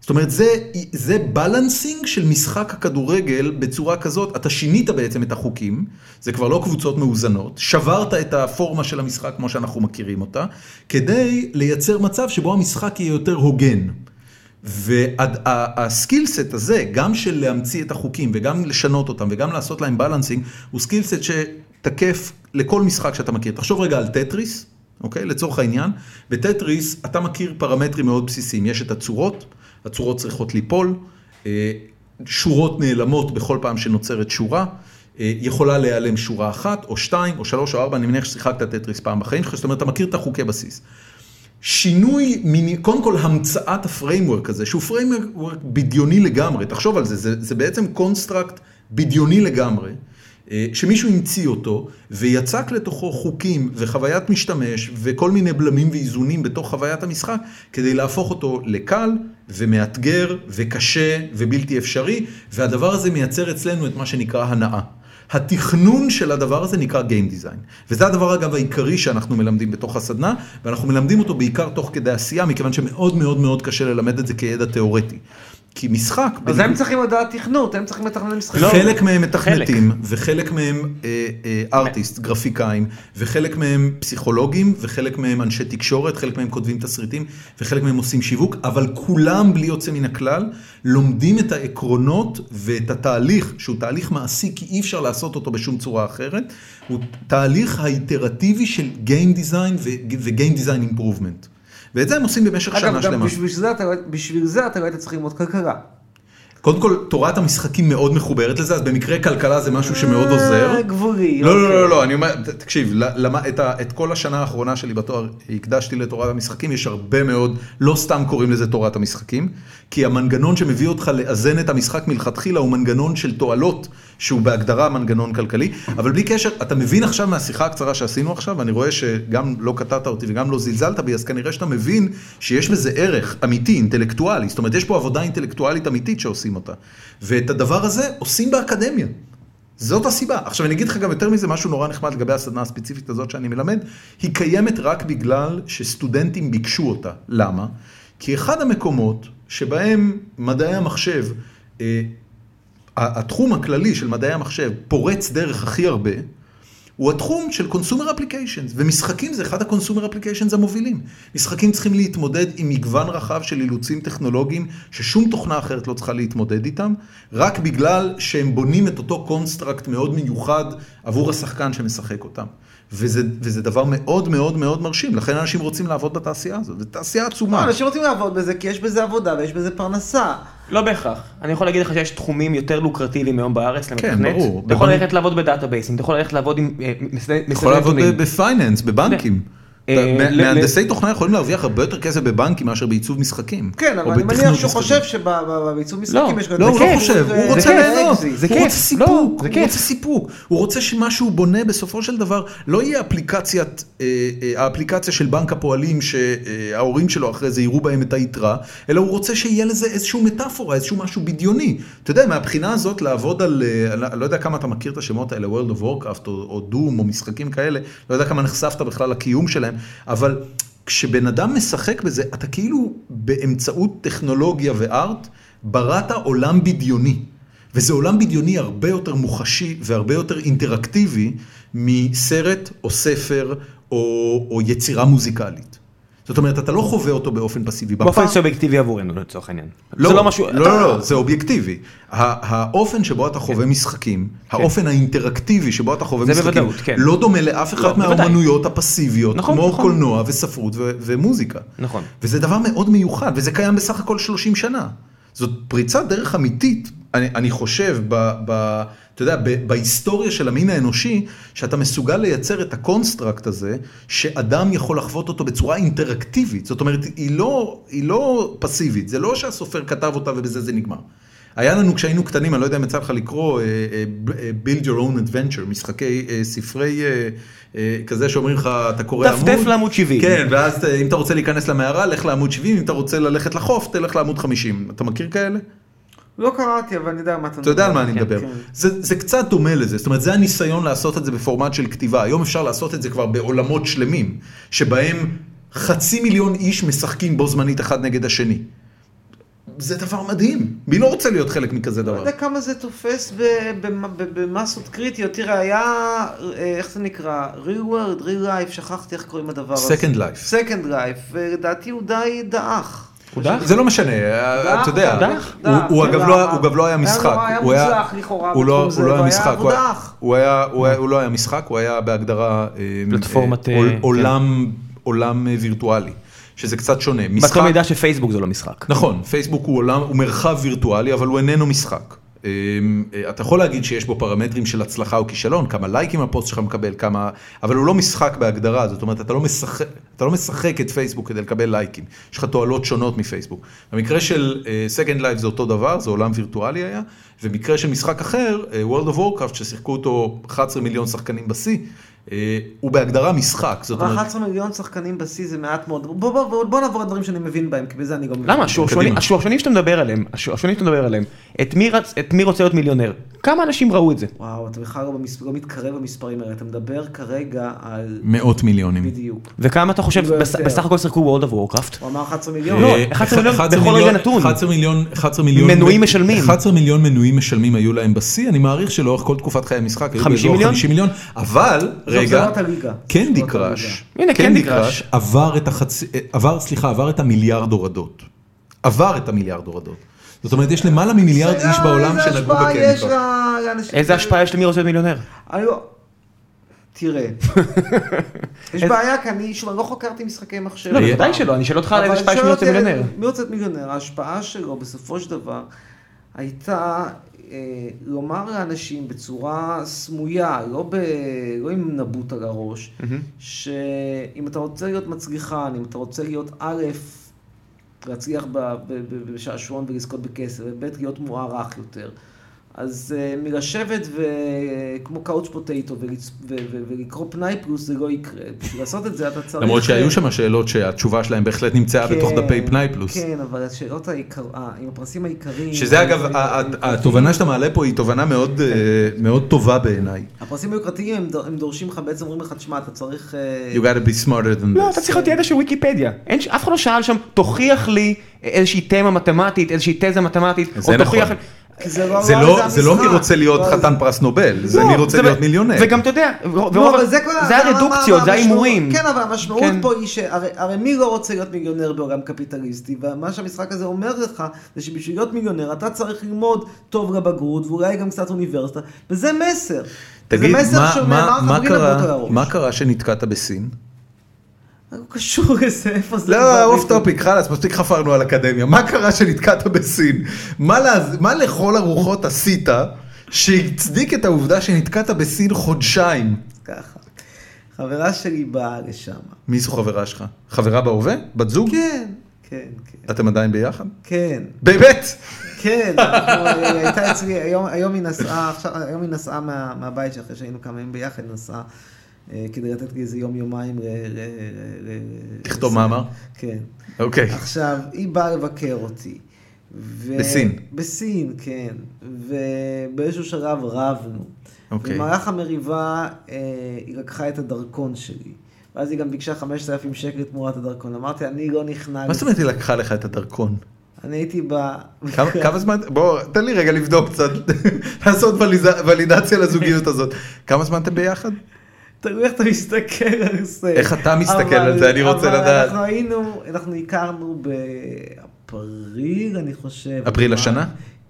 [SPEAKER 2] זאת אומרת, זה, זה בלנסינג של משחק הכדורגל בצורה כזאת, אתה שינית בעצם את החוקים, זה כבר לא קבוצות מאוזנות, שברת את הפורמה של המשחק כמו שאנחנו מכירים אותה, כדי לייצר מצב שבו המשחק יהיה יותר הוגן. והסקילסט הזה, גם של להמציא את החוקים וגם לשנות אותם וגם לעשות להם בלנסינג, הוא סקילסט שתקף לכל משחק שאתה מכיר. תחשוב רגע על טטריס, אוקיי? לצורך העניין, בטטריס אתה מכיר פרמטרים מאוד בסיסיים. יש את הצורות, הצורות צריכות ליפול, אה, שורות נעלמות בכל פעם שנוצרת שורה. אה, יכולה להיעלם שורה אחת, או שתיים, או שלוש, או ארבע, אני מניח ששיחקת טטריס פעם בחיים שלך, זאת אומרת, אתה מכיר את החוקי בסיס. שינוי, מיני, קודם כל המצאת הפריימוורק הזה, שהוא פריימוורק בדיוני לגמרי, תחשוב על זה, זה, זה בעצם קונסטרקט בדיוני לגמרי, אה, שמישהו המציא אותו ויצק לתוכו חוקים וחוויית משתמש וכל מיני בלמים ואיזונים בתוך חוויית המשחק, כדי להפוך אותו לקל ומאתגר וקשה ובלתי אפשרי, והדבר הזה מייצר אצלנו את מה שנקרא הנאה. התכנון של הדבר הזה נקרא Game Design. וזה הדבר אגב העיקרי שאנחנו מלמדים בתוך הסדנה, ואנחנו מלמדים אותו בעיקר תוך כדי עשייה, מכיוון שמאוד מאוד מאוד קשה ללמד את זה כידע תיאורטי. כי משחק,
[SPEAKER 3] אז
[SPEAKER 2] בניגוד-
[SPEAKER 3] הם צריכים לדעת תכנות, הם צריכים לתכנן משחקים.
[SPEAKER 2] לא, חלק מהם מתכנתים, וחלק מהם אה, אה, ארטיסט, גרפיקאים, וחלק מהם פסיכולוגים, וחלק מהם אנשי תקשורת, חלק מהם כותבים תסריטים, וחלק מהם עושים שיווק, אבל כולם בלי יוצא מן הכלל, לומדים את העקרונות ואת התהליך, שהוא תהליך מעשי, כי אי אפשר לעשות אותו בשום צורה אחרת, הוא תהליך האיטרטיבי של Game Design ו-Game Design Improvement. ואת זה הם עושים במשך שנה
[SPEAKER 3] אגב,
[SPEAKER 2] שלמה.
[SPEAKER 3] גם בשביל זה אתה לא- בשביל זה אתה לא היית צריך ללמוד כלכלה.
[SPEAKER 2] קודם כל, תורת המשחקים מאוד מחוברת לזה, אז במקרה כלכלה זה משהו שמאוד עוזר.
[SPEAKER 3] אה, גבולי.
[SPEAKER 2] לא, לא,
[SPEAKER 3] אוקיי.
[SPEAKER 2] לא, לא, אני אומר, ת- תקשיב, ל- למה- את ה- את כל השנה האחרונה שלי בתואר הקדשתי לתורת המשחקים, יש הרבה מאוד, לא סתם קוראים לזה תורת המשחקים, כי המנגנון שמביא אותך לאזן את המשחק מלכתחילה הוא מנגנון של תועלות, שהוא בהגדרה מנגנון כלכלי, אבל בלי קשר, אתה מבין עכשיו מהשיחה הקצרה שעשינו עכשיו, אני רואה שגם לא קטעת אותי וגם לא זלזלת בי, אז כנראה שאתה מבין שיש בזה ערך אמיתי, אינטלקטואלי, זאת אומרת, יש פה עבודה אינטלקטואלית אמיתית שעושים אותה. ואת הדבר הזה עושים באקדמיה. זאת הסיבה. עכשיו אני אגיד לך גם יותר מזה, משהו נורא נחמד לגבי הסדנה הספציפית הזאת שאני מלמד, היא קיימת רק בגלל שסטודנטים ביקשו אותה. למה? כי אחד המקומות שבהם מדעי המחשב, אה, ה- התחום הכללי של מדעי המחשב פורץ דרך הכי הרבה, הוא התחום של consumer applications, ומשחקים זה אחד ה-consumer applications המובילים. משחקים צריכים להתמודד עם מגוון רחב של אילוצים טכנולוגיים, ששום תוכנה אחרת לא צריכה להתמודד איתם, רק בגלל שהם בונים את אותו קונסטרקט מאוד מיוחד עבור השחקן שמשחק אותם. וזה, וזה דבר מאוד מאוד מאוד מרשים, לכן אנשים רוצים לעבוד בתעשייה הזאת, זו תעשייה
[SPEAKER 3] לא,
[SPEAKER 2] עצומה.
[SPEAKER 3] אנשים רוצים לעבוד בזה כי יש בזה עבודה ויש בזה פרנסה.
[SPEAKER 1] לא בהכרח. אני יכול להגיד לך שיש תחומים יותר לוקרטיביים היום בארץ למתכנת.
[SPEAKER 2] כן, ברור.
[SPEAKER 1] אתה יכול
[SPEAKER 2] בבנק-
[SPEAKER 1] ללכת לעבוד בדאטאבייסים, אתה יכול ללכת לעבוד עם אה, מסד-
[SPEAKER 2] אתה יכול
[SPEAKER 1] מסדרי
[SPEAKER 2] לעבוד
[SPEAKER 1] נתונים.
[SPEAKER 2] ב- בפייננס, בבנקים.
[SPEAKER 1] אה,
[SPEAKER 2] אתה-
[SPEAKER 1] ל- ל-
[SPEAKER 2] מהנדסי תוכנה יכולים להרוויח הרבה יותר כסף בבנקים מאשר בעיצוב משחקים.
[SPEAKER 3] כן,
[SPEAKER 2] או
[SPEAKER 3] אבל אני
[SPEAKER 2] בתכנות
[SPEAKER 3] מניח שהוא
[SPEAKER 2] משחקים.
[SPEAKER 3] חושב שבעיצוב משחקים יש... כן,
[SPEAKER 2] לא,
[SPEAKER 3] זה
[SPEAKER 2] הוא לא
[SPEAKER 3] כיף,
[SPEAKER 2] חושב,
[SPEAKER 3] זה-
[SPEAKER 2] הוא רוצה
[SPEAKER 3] זה כיף,
[SPEAKER 2] ליהנות,
[SPEAKER 3] אקזיט.
[SPEAKER 1] זה
[SPEAKER 2] הוא
[SPEAKER 1] כיף,
[SPEAKER 2] רוצה
[SPEAKER 1] לא,
[SPEAKER 2] סיפוק,
[SPEAKER 1] זה
[SPEAKER 2] הוא
[SPEAKER 1] כיף.
[SPEAKER 2] רוצה סיפוק, הוא רוצה שמה שהוא בונה בסופו של דבר לא יהיה אפליקציית, אה, אה, האפליקציה של בנק הפועלים שההורים שלו אחרי זה יראו בהם את היתרה, אלא הוא רוצה שיהיה לזה איזשהו מטאפורה, איזשהו משהו בדיוני. אתה יודע, מהבחינה הזאת לעבוד על, אה, על- אני לא יודע כמה אתה מכיר את השמות האלה, World of Warcraft או, או Doom או משחקים כאלה, לא יודע כמה נחשפת בכלל לקיום שלהם, אבל... כשבן אדם משחק בזה, אתה כאילו באמצעות טכנולוגיה וארט, בראת עולם בדיוני. וזה עולם בדיוני הרבה יותר מוחשי והרבה יותר אינטראקטיבי מסרט או ספר או, או יצירה מוזיקלית. זאת אומרת, אתה לא חווה אותו באופן פסיבי.
[SPEAKER 1] באופן
[SPEAKER 2] בפעם-
[SPEAKER 1] סובייקטיבי עבורנו לצורך העניין. זה לא משהו...
[SPEAKER 2] לא, לא, לא, זה אובייקטיבי. ה- האופן שבו אתה חווה משחקים, האופן האינטראקטיבי שבו אתה חווה
[SPEAKER 1] כן. זה
[SPEAKER 2] משחקים,
[SPEAKER 1] בוודאות, כן.
[SPEAKER 2] לא דומה לאף אחת
[SPEAKER 1] בוודאי.
[SPEAKER 2] מהאומנויות הפסיביות,
[SPEAKER 1] נכון,
[SPEAKER 2] כמו
[SPEAKER 1] נכון.
[SPEAKER 2] קולנוע וספרות ו- ומוזיקה.
[SPEAKER 1] נכון.
[SPEAKER 2] וזה דבר מאוד מיוחד, וזה קיים בסך הכל 30 שנה. זאת פריצת דרך אמיתית, אני, אני חושב, ב, ב, אתה יודע, ב, בהיסטוריה של המין האנושי, שאתה מסוגל לייצר את הקונסטרקט הזה, שאדם יכול לחוות אותו בצורה אינטראקטיבית. זאת אומרת, היא לא, היא לא פסיבית, זה לא שהסופר כתב אותה ובזה זה נגמר. היה לנו כשהיינו קטנים, אני לא יודע אם יצא לך לקרוא, אה, אה, ב- אה, build your own adventure, משחקי, אה, ספרי אה, אה, כזה שאומרים לך, אתה קורא עמוד.
[SPEAKER 1] דפדף לעמוד 70.
[SPEAKER 2] כן, ואז אה, אם אתה רוצה להיכנס למערה, לך לעמוד 70, אם אתה רוצה ללכת לחוף, תלך לעמוד 50. אתה מכיר כאלה?
[SPEAKER 3] לא קראתי, אבל אני יודע על מה אתה
[SPEAKER 2] אתה יודע על מה אני מדבר.
[SPEAKER 3] כן.
[SPEAKER 2] זה זה קצת דומה לזה, זאת אומרת, זה הניסיון לעשות את זה בפורמט של כתיבה. היום אפשר לעשות את זה כבר בעולמות שלמים, שבהם חצי מיליון איש משחקים בו זמנית אחד נגד השני. זה דבר מדהים, מי לא רוצה להיות חלק מכזה
[SPEAKER 3] לא
[SPEAKER 2] דבר?
[SPEAKER 3] יודע כמה זה תופס ב- במ- ב- במסות קריטיות. תראה, היה, אה, איך זה נקרא? real world, real life, שכחתי איך קוראים לדבר הזה.
[SPEAKER 2] Second Life.
[SPEAKER 3] Second life, ולדעתי הוא די דעך.
[SPEAKER 1] הוא דח?
[SPEAKER 2] זה לא משנה, אה, אתה יודע,
[SPEAKER 3] דח,
[SPEAKER 2] הוא-
[SPEAKER 3] דח,
[SPEAKER 2] הוא
[SPEAKER 3] דח.
[SPEAKER 2] אגב לא- הוא גם לא היה משחק,
[SPEAKER 3] היה
[SPEAKER 2] הוא
[SPEAKER 3] נורא, היה
[SPEAKER 2] היה-
[SPEAKER 3] מוצלח לכאורה
[SPEAKER 2] הוא לא
[SPEAKER 3] בתחום
[SPEAKER 2] הוא
[SPEAKER 3] זה,
[SPEAKER 2] לא היה
[SPEAKER 3] והיה
[SPEAKER 2] משחק, הוא היה-
[SPEAKER 3] דעך.
[SPEAKER 2] הוא היה- הוא היה- הוא לא היה משחק, הוא היה בהגדרה אה,
[SPEAKER 1] פלטפורמת,
[SPEAKER 2] אה,
[SPEAKER 1] אה,
[SPEAKER 2] עול-
[SPEAKER 1] כן.
[SPEAKER 2] עולם- עולם אה, וירטואלי, שזה קצת שונה. משחק,
[SPEAKER 1] באותו מידע שפייסבוק זה לא משחק.
[SPEAKER 2] נכון, פייסבוק הוא עולם, הוא מרחב וירטואלי, אבל הוא איננו משחק. אה, אה, אתה יכול להגיד שיש בו פרמטרים של הצלחה או כישלון, כמה לייקים הפוסט שלך מקבל, כמה... אבל הוא לא משחק בהגדרה, זאת אומרת, אתה לא משחק, אתה לא משחק את פייסבוק כדי לקבל לייקים. יש לך תועלות שונות מפייסבוק. במקרה של אה, Second Life זה אותו דבר, זה עולם וירטואלי היה, ובמקרה של משחק אחר, אה, World of Warcraft, ששיחקו אותו 11 מיליון שחקנים בשיא, אה, הוא בהגדרה משחק, זאת אומרת...
[SPEAKER 3] ו-11 מיליון שחקנים בשיא זה מעט מאוד. בוא- בוא בוא- בוא נעבור לדברים שאני מבין בהם, כי בזה אני גם מבין.
[SPEAKER 1] למה? השועשוענים
[SPEAKER 2] קדימה.
[SPEAKER 1] השועשוענים שאתה מדבר עליהם, השועשוענים שאתה מדבר עליהם, את מי רצ- את מי רוצה להיות מיליונר? כמה אנשים ראו את זה?
[SPEAKER 3] וואו, אתה בכלל לא במס- לא מתקרב במספרים האלה, אתה מדבר כרגע על...
[SPEAKER 2] מאות מיליונים.
[SPEAKER 3] בדיוק.
[SPEAKER 1] וכמה אתה חושב
[SPEAKER 3] לא יודע.
[SPEAKER 1] בס- בסך הכל שיחקו בוולד אוף וורקראפט?
[SPEAKER 3] הוא אמר 11 מיליון.
[SPEAKER 1] לא,
[SPEAKER 2] אה,
[SPEAKER 1] 11 מיליון
[SPEAKER 2] 11
[SPEAKER 1] בכל
[SPEAKER 2] מיליון-
[SPEAKER 1] רגע נתון.
[SPEAKER 2] 11 מיליון, 11 מיליון,
[SPEAKER 1] מנויים משלמים.
[SPEAKER 2] 11 מיליון מנויים משלמים היו להם בשיא, אני מעריך שלאורך כל תקופת חיי המשחק היו
[SPEAKER 1] 50
[SPEAKER 2] באזור
[SPEAKER 1] מיליון?
[SPEAKER 2] 50 מיליון, אבל, רגע, כן
[SPEAKER 3] זאת הליגה.
[SPEAKER 2] קנדי
[SPEAKER 3] זאת הליגה.
[SPEAKER 2] קראש,
[SPEAKER 1] הנה, כן קנדי קראש.
[SPEAKER 2] עבר את החצי, אה, עבר, סליחה, עבר את המיליארד הורדות. עבר את המיליארד הורדות. זאת אומרת, יש למעלה ממיליארד איש
[SPEAKER 3] השאלה
[SPEAKER 2] בעולם כן
[SPEAKER 3] איזה
[SPEAKER 2] שנגעו
[SPEAKER 3] השפעה
[SPEAKER 2] בקנדי
[SPEAKER 3] יש
[SPEAKER 2] קראש.
[SPEAKER 3] ל- לאנשים-
[SPEAKER 1] איזה השפעה יש למי רוצה להיות מיליונר?
[SPEAKER 3] אני לא- תראה. יש בעיה, כי אני, שוב, אני לא חוקרתי משחקי מחשב.
[SPEAKER 1] לא, בוודאי שלא, אני שואל אותך על איזה
[SPEAKER 3] אבל
[SPEAKER 1] השפעה יש
[SPEAKER 3] אני
[SPEAKER 1] למי רוצה
[SPEAKER 3] שואל אותי,
[SPEAKER 1] מיליונר.
[SPEAKER 3] מי רוצה להיות מיליונר? ההשפעה שלו בסופו של דבר הייתה אה, לומר לאנשים בצורה סמויה, לא, ב, לא עם נבוט על הראש, שאם אתה רוצה להיות מצליחן, אם אתה רוצה להיות א', להצליח ב- ב- ב- בשעשועון ולזכות בכסף, וב', להיות מוערך יותר. אז אה, מלשבת וכמו קאוץ' פוטטו ולצ- ו- ו- ולקרוא פנאי פלוס זה לא יקרה. בשביל לעשות את זה אתה צריך...
[SPEAKER 2] למרות שהיו שם שאלות שהתשובה שלהם בהחלט נמצאה בתוך דפי פנאי פלוס.
[SPEAKER 3] כן, אבל השאלות העיקר- אה, עם הפרסים העיקריים...
[SPEAKER 2] שזה אגב,
[SPEAKER 3] אה,
[SPEAKER 2] ה- ה-
[SPEAKER 1] כן.
[SPEAKER 2] התובנה שאתה מעלה פה היא תובנה מאוד, אה, מאוד טובה בעיניי.
[SPEAKER 3] הפרסים היוקרתיים הם דו- הם דורשים לך, בעצם אומרים לך, תשמע, אתה צריך... אה,
[SPEAKER 2] You gotta be smarter than
[SPEAKER 1] לא, אתה
[SPEAKER 2] this.
[SPEAKER 1] צריך להיות ידע של ויקיפדיה. אין ש- אף אחד לא שאל שם, תוכיח לי איזושהי תמה מתמטית, איזושהי תזה מתמטית,
[SPEAKER 2] זה
[SPEAKER 1] או תוכיח...
[SPEAKER 2] נכון.
[SPEAKER 3] כי זה לא,
[SPEAKER 2] זה לא, זה לא
[SPEAKER 3] המשחק.
[SPEAKER 2] מי רוצה להיות
[SPEAKER 3] לא,
[SPEAKER 2] חתן פרס נובל, זה
[SPEAKER 1] לא,
[SPEAKER 2] מי רוצה
[SPEAKER 1] זה-
[SPEAKER 2] להיות מיליונר.
[SPEAKER 1] וגם אתה יודע, ורוב-
[SPEAKER 3] לא, אבל זה כבר...
[SPEAKER 1] זה
[SPEAKER 3] אבל
[SPEAKER 1] הרדוקציות, זה
[SPEAKER 3] המשמעות-
[SPEAKER 1] ההימורים.
[SPEAKER 3] כן, אבל המשמעות
[SPEAKER 1] כן.
[SPEAKER 3] פה היא שהרי הרי מי לא רוצה להיות מיליונר בעולם קפיטליסטי, ומה שהמשחק הזה אומר לך, זה שבשביל להיות מיליונר אתה צריך ללמוד טוב לבגרות, ואולי גם קצת אוניברסיטה, וזה מסר.
[SPEAKER 2] תגיד,
[SPEAKER 3] זה מסר
[SPEAKER 2] מה-
[SPEAKER 3] שנאמר
[SPEAKER 2] מה-
[SPEAKER 3] לך
[SPEAKER 2] מה
[SPEAKER 3] בלי
[SPEAKER 2] קרה-
[SPEAKER 3] לבוא אותו לראש.
[SPEAKER 2] מה קרה שנתקעת בסין?
[SPEAKER 3] לא קשור לזה, איפה זה...
[SPEAKER 2] לא, אוף טופיק, חלאס, מספיק חפרנו על אקדמיה. מה קרה שנתקעת בסין? מה לעז- מה לכל הרוחות עשית שהצדיק את העובדה שנתקעת בסין חודשיים?
[SPEAKER 3] ככה. חברה שלי באה לשם.
[SPEAKER 2] מי זו חברה שלך? חברה בהווה? בת זוג?
[SPEAKER 3] כן, כן, כן.
[SPEAKER 2] אתם עדיין ביחד?
[SPEAKER 3] כן,
[SPEAKER 2] באמת?
[SPEAKER 3] כן, אנחנו- היא הייתה אצלי, היום, היום היא נסעה, עכשיו, היום היא נסעה מה, מהבית שאחרי שהיינו כמה ימים ביחד, נסעה אה, כדי לתת לי איזה יום יומיים. ל- ל- ל- ל-
[SPEAKER 2] תכתוב
[SPEAKER 3] לסיים.
[SPEAKER 2] מאמר?
[SPEAKER 3] כן.
[SPEAKER 2] אוקיי.
[SPEAKER 3] עכשיו, היא באה לבקר אותי. ו...
[SPEAKER 2] בסין.
[SPEAKER 3] בסין, כן. ובאיזשהו שלב רבנו.
[SPEAKER 2] אוקיי.
[SPEAKER 3] במהלך המריבה אה, היא לקחה את הדרכון שלי. ואז היא גם ביקשה 5,000 שקל תמורת הדרכון. אמרתי, אני לא נכנע
[SPEAKER 2] מה
[SPEAKER 3] לזה.
[SPEAKER 2] זאת אומרת היא לקחה לך את הדרכון?
[SPEAKER 3] אני הייתי ב...
[SPEAKER 2] כמה- כמה זמן, בוא, תן לי רגע לבדוק קצת, לעשות וליזה- ולידציה לזוגיות הזאת. כמה זמן אתם ביחד?
[SPEAKER 3] תלוי איך אתה מסתכל על זה.
[SPEAKER 2] איך אתה מסתכל
[SPEAKER 3] אבל-
[SPEAKER 2] על זה, אני רוצה
[SPEAKER 3] אבל
[SPEAKER 2] לדעת.
[SPEAKER 3] אנחנו היינו, אנחנו הכרנו באפריל, אני חושב.
[SPEAKER 2] אפריל
[SPEAKER 3] או
[SPEAKER 2] השנה?
[SPEAKER 3] מאי.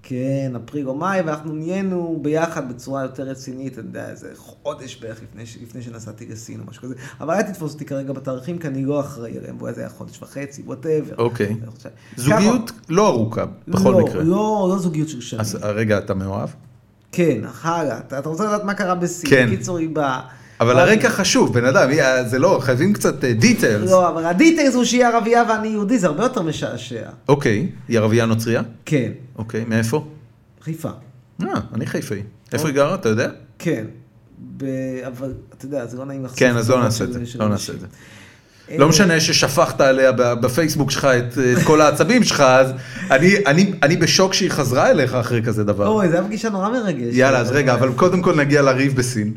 [SPEAKER 3] כן, אפריל או מאי, ואנחנו נהיינו ביחד בצורה יותר רצינית, אתה יודע, איזה חודש בערך לפני, ש- לפני שנסעתי לסין או משהו כזה. אבל אל תתפוס אותי כרגע בתאריכים, כי אני לא אחראי עליהם, ואולי זה היה חודש וחצי, וואטאבר.
[SPEAKER 2] אוקיי. זוגיות לא ארוכה, בכל מקרה.
[SPEAKER 3] לא, לא, לא זוגיות של שנים.
[SPEAKER 2] אז רגע, אתה מאוהב?
[SPEAKER 3] כן, הלאה. אתה אתה רוצה לדעת מה קרה בסין?
[SPEAKER 2] כן.
[SPEAKER 3] בקיצור, היא באה.
[SPEAKER 2] אבל
[SPEAKER 3] ואז-
[SPEAKER 2] הרקע חשוב, בן אדם, אה, זה לא, חייבים קצת דיטיילס.
[SPEAKER 3] לא, אבל הדיטלס הוא שהיא ערבייה ואני יהודי, זה הרבה יותר משעשע.
[SPEAKER 2] אוקיי, היא ערבייה נוצרייה?
[SPEAKER 3] כן,
[SPEAKER 2] אוקיי, מאיפה?
[SPEAKER 3] חיפה.
[SPEAKER 2] אה, אני חיפאי. איפה היא גרה, אתה יודע?
[SPEAKER 3] כן. ב... אבל, אתה יודע, זה לא נעים לחשוף.
[SPEAKER 2] כן, אז לא
[SPEAKER 3] דברים
[SPEAKER 2] נעשה את
[SPEAKER 3] של-
[SPEAKER 2] זה,
[SPEAKER 3] של
[SPEAKER 2] לא
[SPEAKER 3] אנשים.
[SPEAKER 2] נעשה את זה.
[SPEAKER 3] אה,
[SPEAKER 2] לא משנה ששפכת עליה ב- בפייסבוק שלך את אה, את כל העצבים שלך, אז אני- אני- אני בשוק שהיא חזרה אליך אחרי כזה דבר.
[SPEAKER 3] אוי, זו הייתה פגישה נורא מרגשת.
[SPEAKER 2] יאללה, אז רגע, אבל קודם כל נגיע לריב בסין.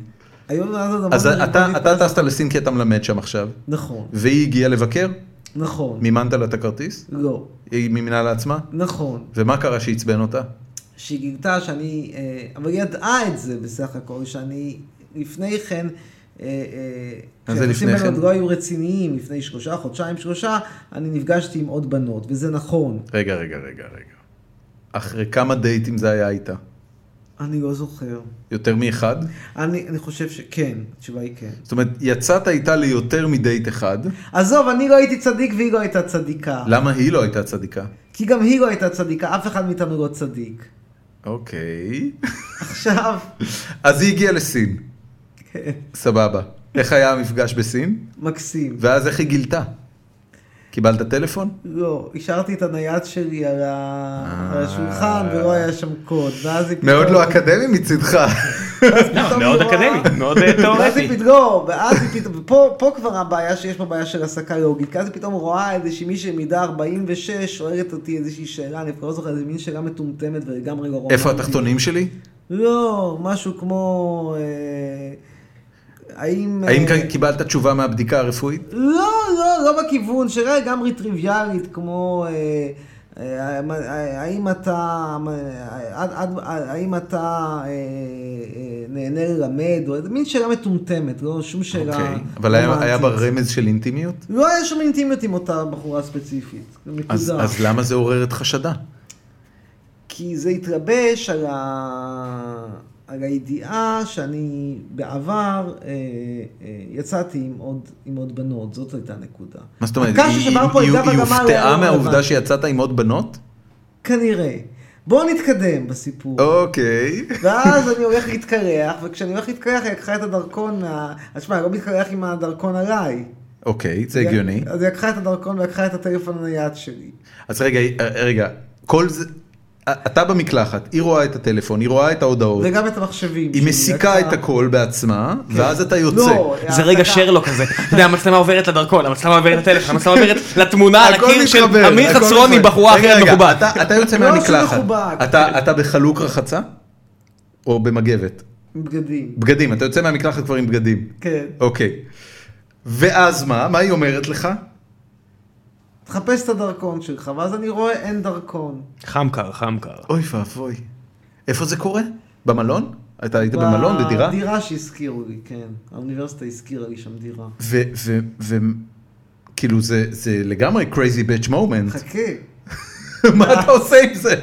[SPEAKER 3] היום אז עוד
[SPEAKER 2] אז
[SPEAKER 3] אמרנו-
[SPEAKER 2] אתה אתה טסת לסין כי אתה מלמד שם עכשיו,
[SPEAKER 3] נכון,
[SPEAKER 2] והיא הגיעה לבקר?
[SPEAKER 3] נכון.
[SPEAKER 2] מימנת לה את הכרטיס?
[SPEAKER 3] לא,
[SPEAKER 2] היא מימנה לעצמה?
[SPEAKER 3] נכון.
[SPEAKER 2] ומה קרה שעצבן אותה?
[SPEAKER 3] שהיא גילתה שאני... אה, אבל היא ידעה את זה בסך הכל, שאני לפני כן... אה, אה,
[SPEAKER 2] מה זה
[SPEAKER 3] היחסים
[SPEAKER 2] לפני
[SPEAKER 3] בינינו
[SPEAKER 2] כן?
[SPEAKER 3] עוד לא היו רציניים, לפני שלושה, חודשיים, שלושה, אני נפגשתי עם עוד בנות, וזה נכון.
[SPEAKER 2] רגע, רגע, רגע, רגע. אחרי כמה דייטים זה היה איתה?
[SPEAKER 3] אני לא זוכר.
[SPEAKER 2] יותר מאחד?
[SPEAKER 3] אני, אני חושב שכן, התשובה היא כן.
[SPEAKER 2] זאת אומרת, יצאת איתה ליותר מדייט אחד,
[SPEAKER 3] עזוב, אני לא הייתי צדיק והיא לא הייתה צדיקה.
[SPEAKER 2] למה היא לא הייתה צדיקה?
[SPEAKER 3] כי גם היא לא הייתה צדיקה, אף אחד מאיתנו לא צדיק.
[SPEAKER 2] אוקיי.
[SPEAKER 3] עכשיו,
[SPEAKER 2] אז היא הגיעה לסין,
[SPEAKER 3] כן,
[SPEAKER 2] סבבה. איך היה המפגש בסין?
[SPEAKER 3] מקסים.
[SPEAKER 2] ואז איך היא גילתה? קיבלת טלפון?
[SPEAKER 3] לא, השארתי את הנייד שלי על ה- על השולחן ולא היה שם קוד, ואז היא פתאום...
[SPEAKER 2] אה, מאוד לא אקדמי מצידך. לא,
[SPEAKER 3] פתאום היא
[SPEAKER 4] לא, מאוד
[SPEAKER 3] רואה-
[SPEAKER 4] אקדמי, מאוד אה,
[SPEAKER 3] ואז
[SPEAKER 4] תיאורטי.
[SPEAKER 3] היא פתאום, לא, ואז היא פתאום, ופה פה כבר הבעיה שיש פה בעיה של הסקה לוגית, כי אז היא פתאום רואה איזושהי מישהי מידה 46 שואלת אותי איזושהי שאלה, אני כבר לא זוכר, איזו מין שאלה מטומטמת ולגמרי לא רומנטית.
[SPEAKER 2] איפה התחתונים שלי?
[SPEAKER 3] לא, משהו כמו... אה, האם...
[SPEAKER 2] האם
[SPEAKER 3] אה,
[SPEAKER 2] כאן קיבלת תשובה מהבדיקה הרפואית?
[SPEAKER 3] לא, לא, לא בכיוון, שאלה לגמרי טריוויאלית, כמו... אה, אה, אה, האם אתה, אה, עד- עד- האם אתה אה, אה, נהנה ללמד, או איזה מין שאלה מטומטמת, לא שום שאלה...
[SPEAKER 2] אוקיי. אבל היה- היה
[SPEAKER 3] רומנטית.
[SPEAKER 2] בה רמז של אינטימיות?
[SPEAKER 3] לא היה שום אינטימיות עם אותה בחורה ספציפית, זה
[SPEAKER 2] אז
[SPEAKER 3] נקודה.
[SPEAKER 2] אז למה זה עורר את חשדה?
[SPEAKER 3] כי זה התלבש על, ה... על הידיעה שאני בעבר אה, אה, יצאתי עם עוד, עם עוד בנות, זאת הייתה הנקודה.
[SPEAKER 2] מה זאת אומרת?
[SPEAKER 3] הקש
[SPEAKER 2] היא-
[SPEAKER 3] ששבר
[SPEAKER 2] היא-
[SPEAKER 3] פה את
[SPEAKER 2] היא-
[SPEAKER 3] גב
[SPEAKER 2] היא
[SPEAKER 3] הגמל היה
[SPEAKER 2] הופתעה
[SPEAKER 3] לא
[SPEAKER 2] מהעובדה
[SPEAKER 3] רלוונטי.
[SPEAKER 2] שיצאת עם עוד בנות?
[SPEAKER 3] כנראה. בואו נתקדם בסיפור.
[SPEAKER 2] אוקיי.
[SPEAKER 3] ואז אני הולך להתקרח, וכשאני הולך להתקרח היא לקחה את הדרכון, מה... אז שמע, אני לא מתקרח עם הדרכון עליי.
[SPEAKER 2] אוקיי, זה הגיוני.
[SPEAKER 3] אז היא לקחה את הדרכון ולקחה את הטלפון הנייד שלי.
[SPEAKER 2] אז רגע, רגע, אה, כל זה... אה, אתה במקלחת, היא רואה את הטלפון, היא רואה את ההודעות,
[SPEAKER 3] וגם את המחשבים.
[SPEAKER 2] היא
[SPEAKER 3] שלי,
[SPEAKER 2] מסיקה את
[SPEAKER 3] אתה-
[SPEAKER 2] הכל בעצמה, ואז אתה יוצא.
[SPEAKER 3] לא,
[SPEAKER 1] זה רגע
[SPEAKER 3] אתה-
[SPEAKER 1] שרלוק כזה, אתה יודע, המצלמה עוברת לדרכון, המצלמה עוברת לטלפון, המצלמה עוברת לתמונה על
[SPEAKER 2] הכל
[SPEAKER 1] הקיר של
[SPEAKER 2] מתחבר,
[SPEAKER 1] אמיר
[SPEAKER 2] הכל
[SPEAKER 1] חצרוני,
[SPEAKER 2] מתחבר.
[SPEAKER 1] בחורה
[SPEAKER 2] רגע,
[SPEAKER 1] אחרת
[SPEAKER 2] רגע,
[SPEAKER 1] מכובד.
[SPEAKER 2] אתה- אתה יוצא
[SPEAKER 3] לא עושה
[SPEAKER 2] מהמקלחת,
[SPEAKER 3] מכובד.
[SPEAKER 2] אתה- אתה בחלוק רחצה? או במגבת?
[SPEAKER 3] בגדים.
[SPEAKER 2] בגדים, אתה יוצא מהמקלחת כבר עם בגדים.
[SPEAKER 3] כן.
[SPEAKER 2] אוקיי. ואז מה? מה היא אומרת לך?
[SPEAKER 3] תחפש את הדרכון שלך, ואז אני רואה אין דרכון.
[SPEAKER 1] חמקר, חמקר.
[SPEAKER 2] אוי ואבוי. איפה זה קורה? במלון? אתה היית במלון? בדירה?
[SPEAKER 3] דירה שהשכירו לי, כן. האוניברסיטה השכירה לי שם דירה.
[SPEAKER 2] וכאילו כאילו זה זה לגמרי crazy bitch moment.
[SPEAKER 3] חכה.
[SPEAKER 2] מה אתה עושה עם זה?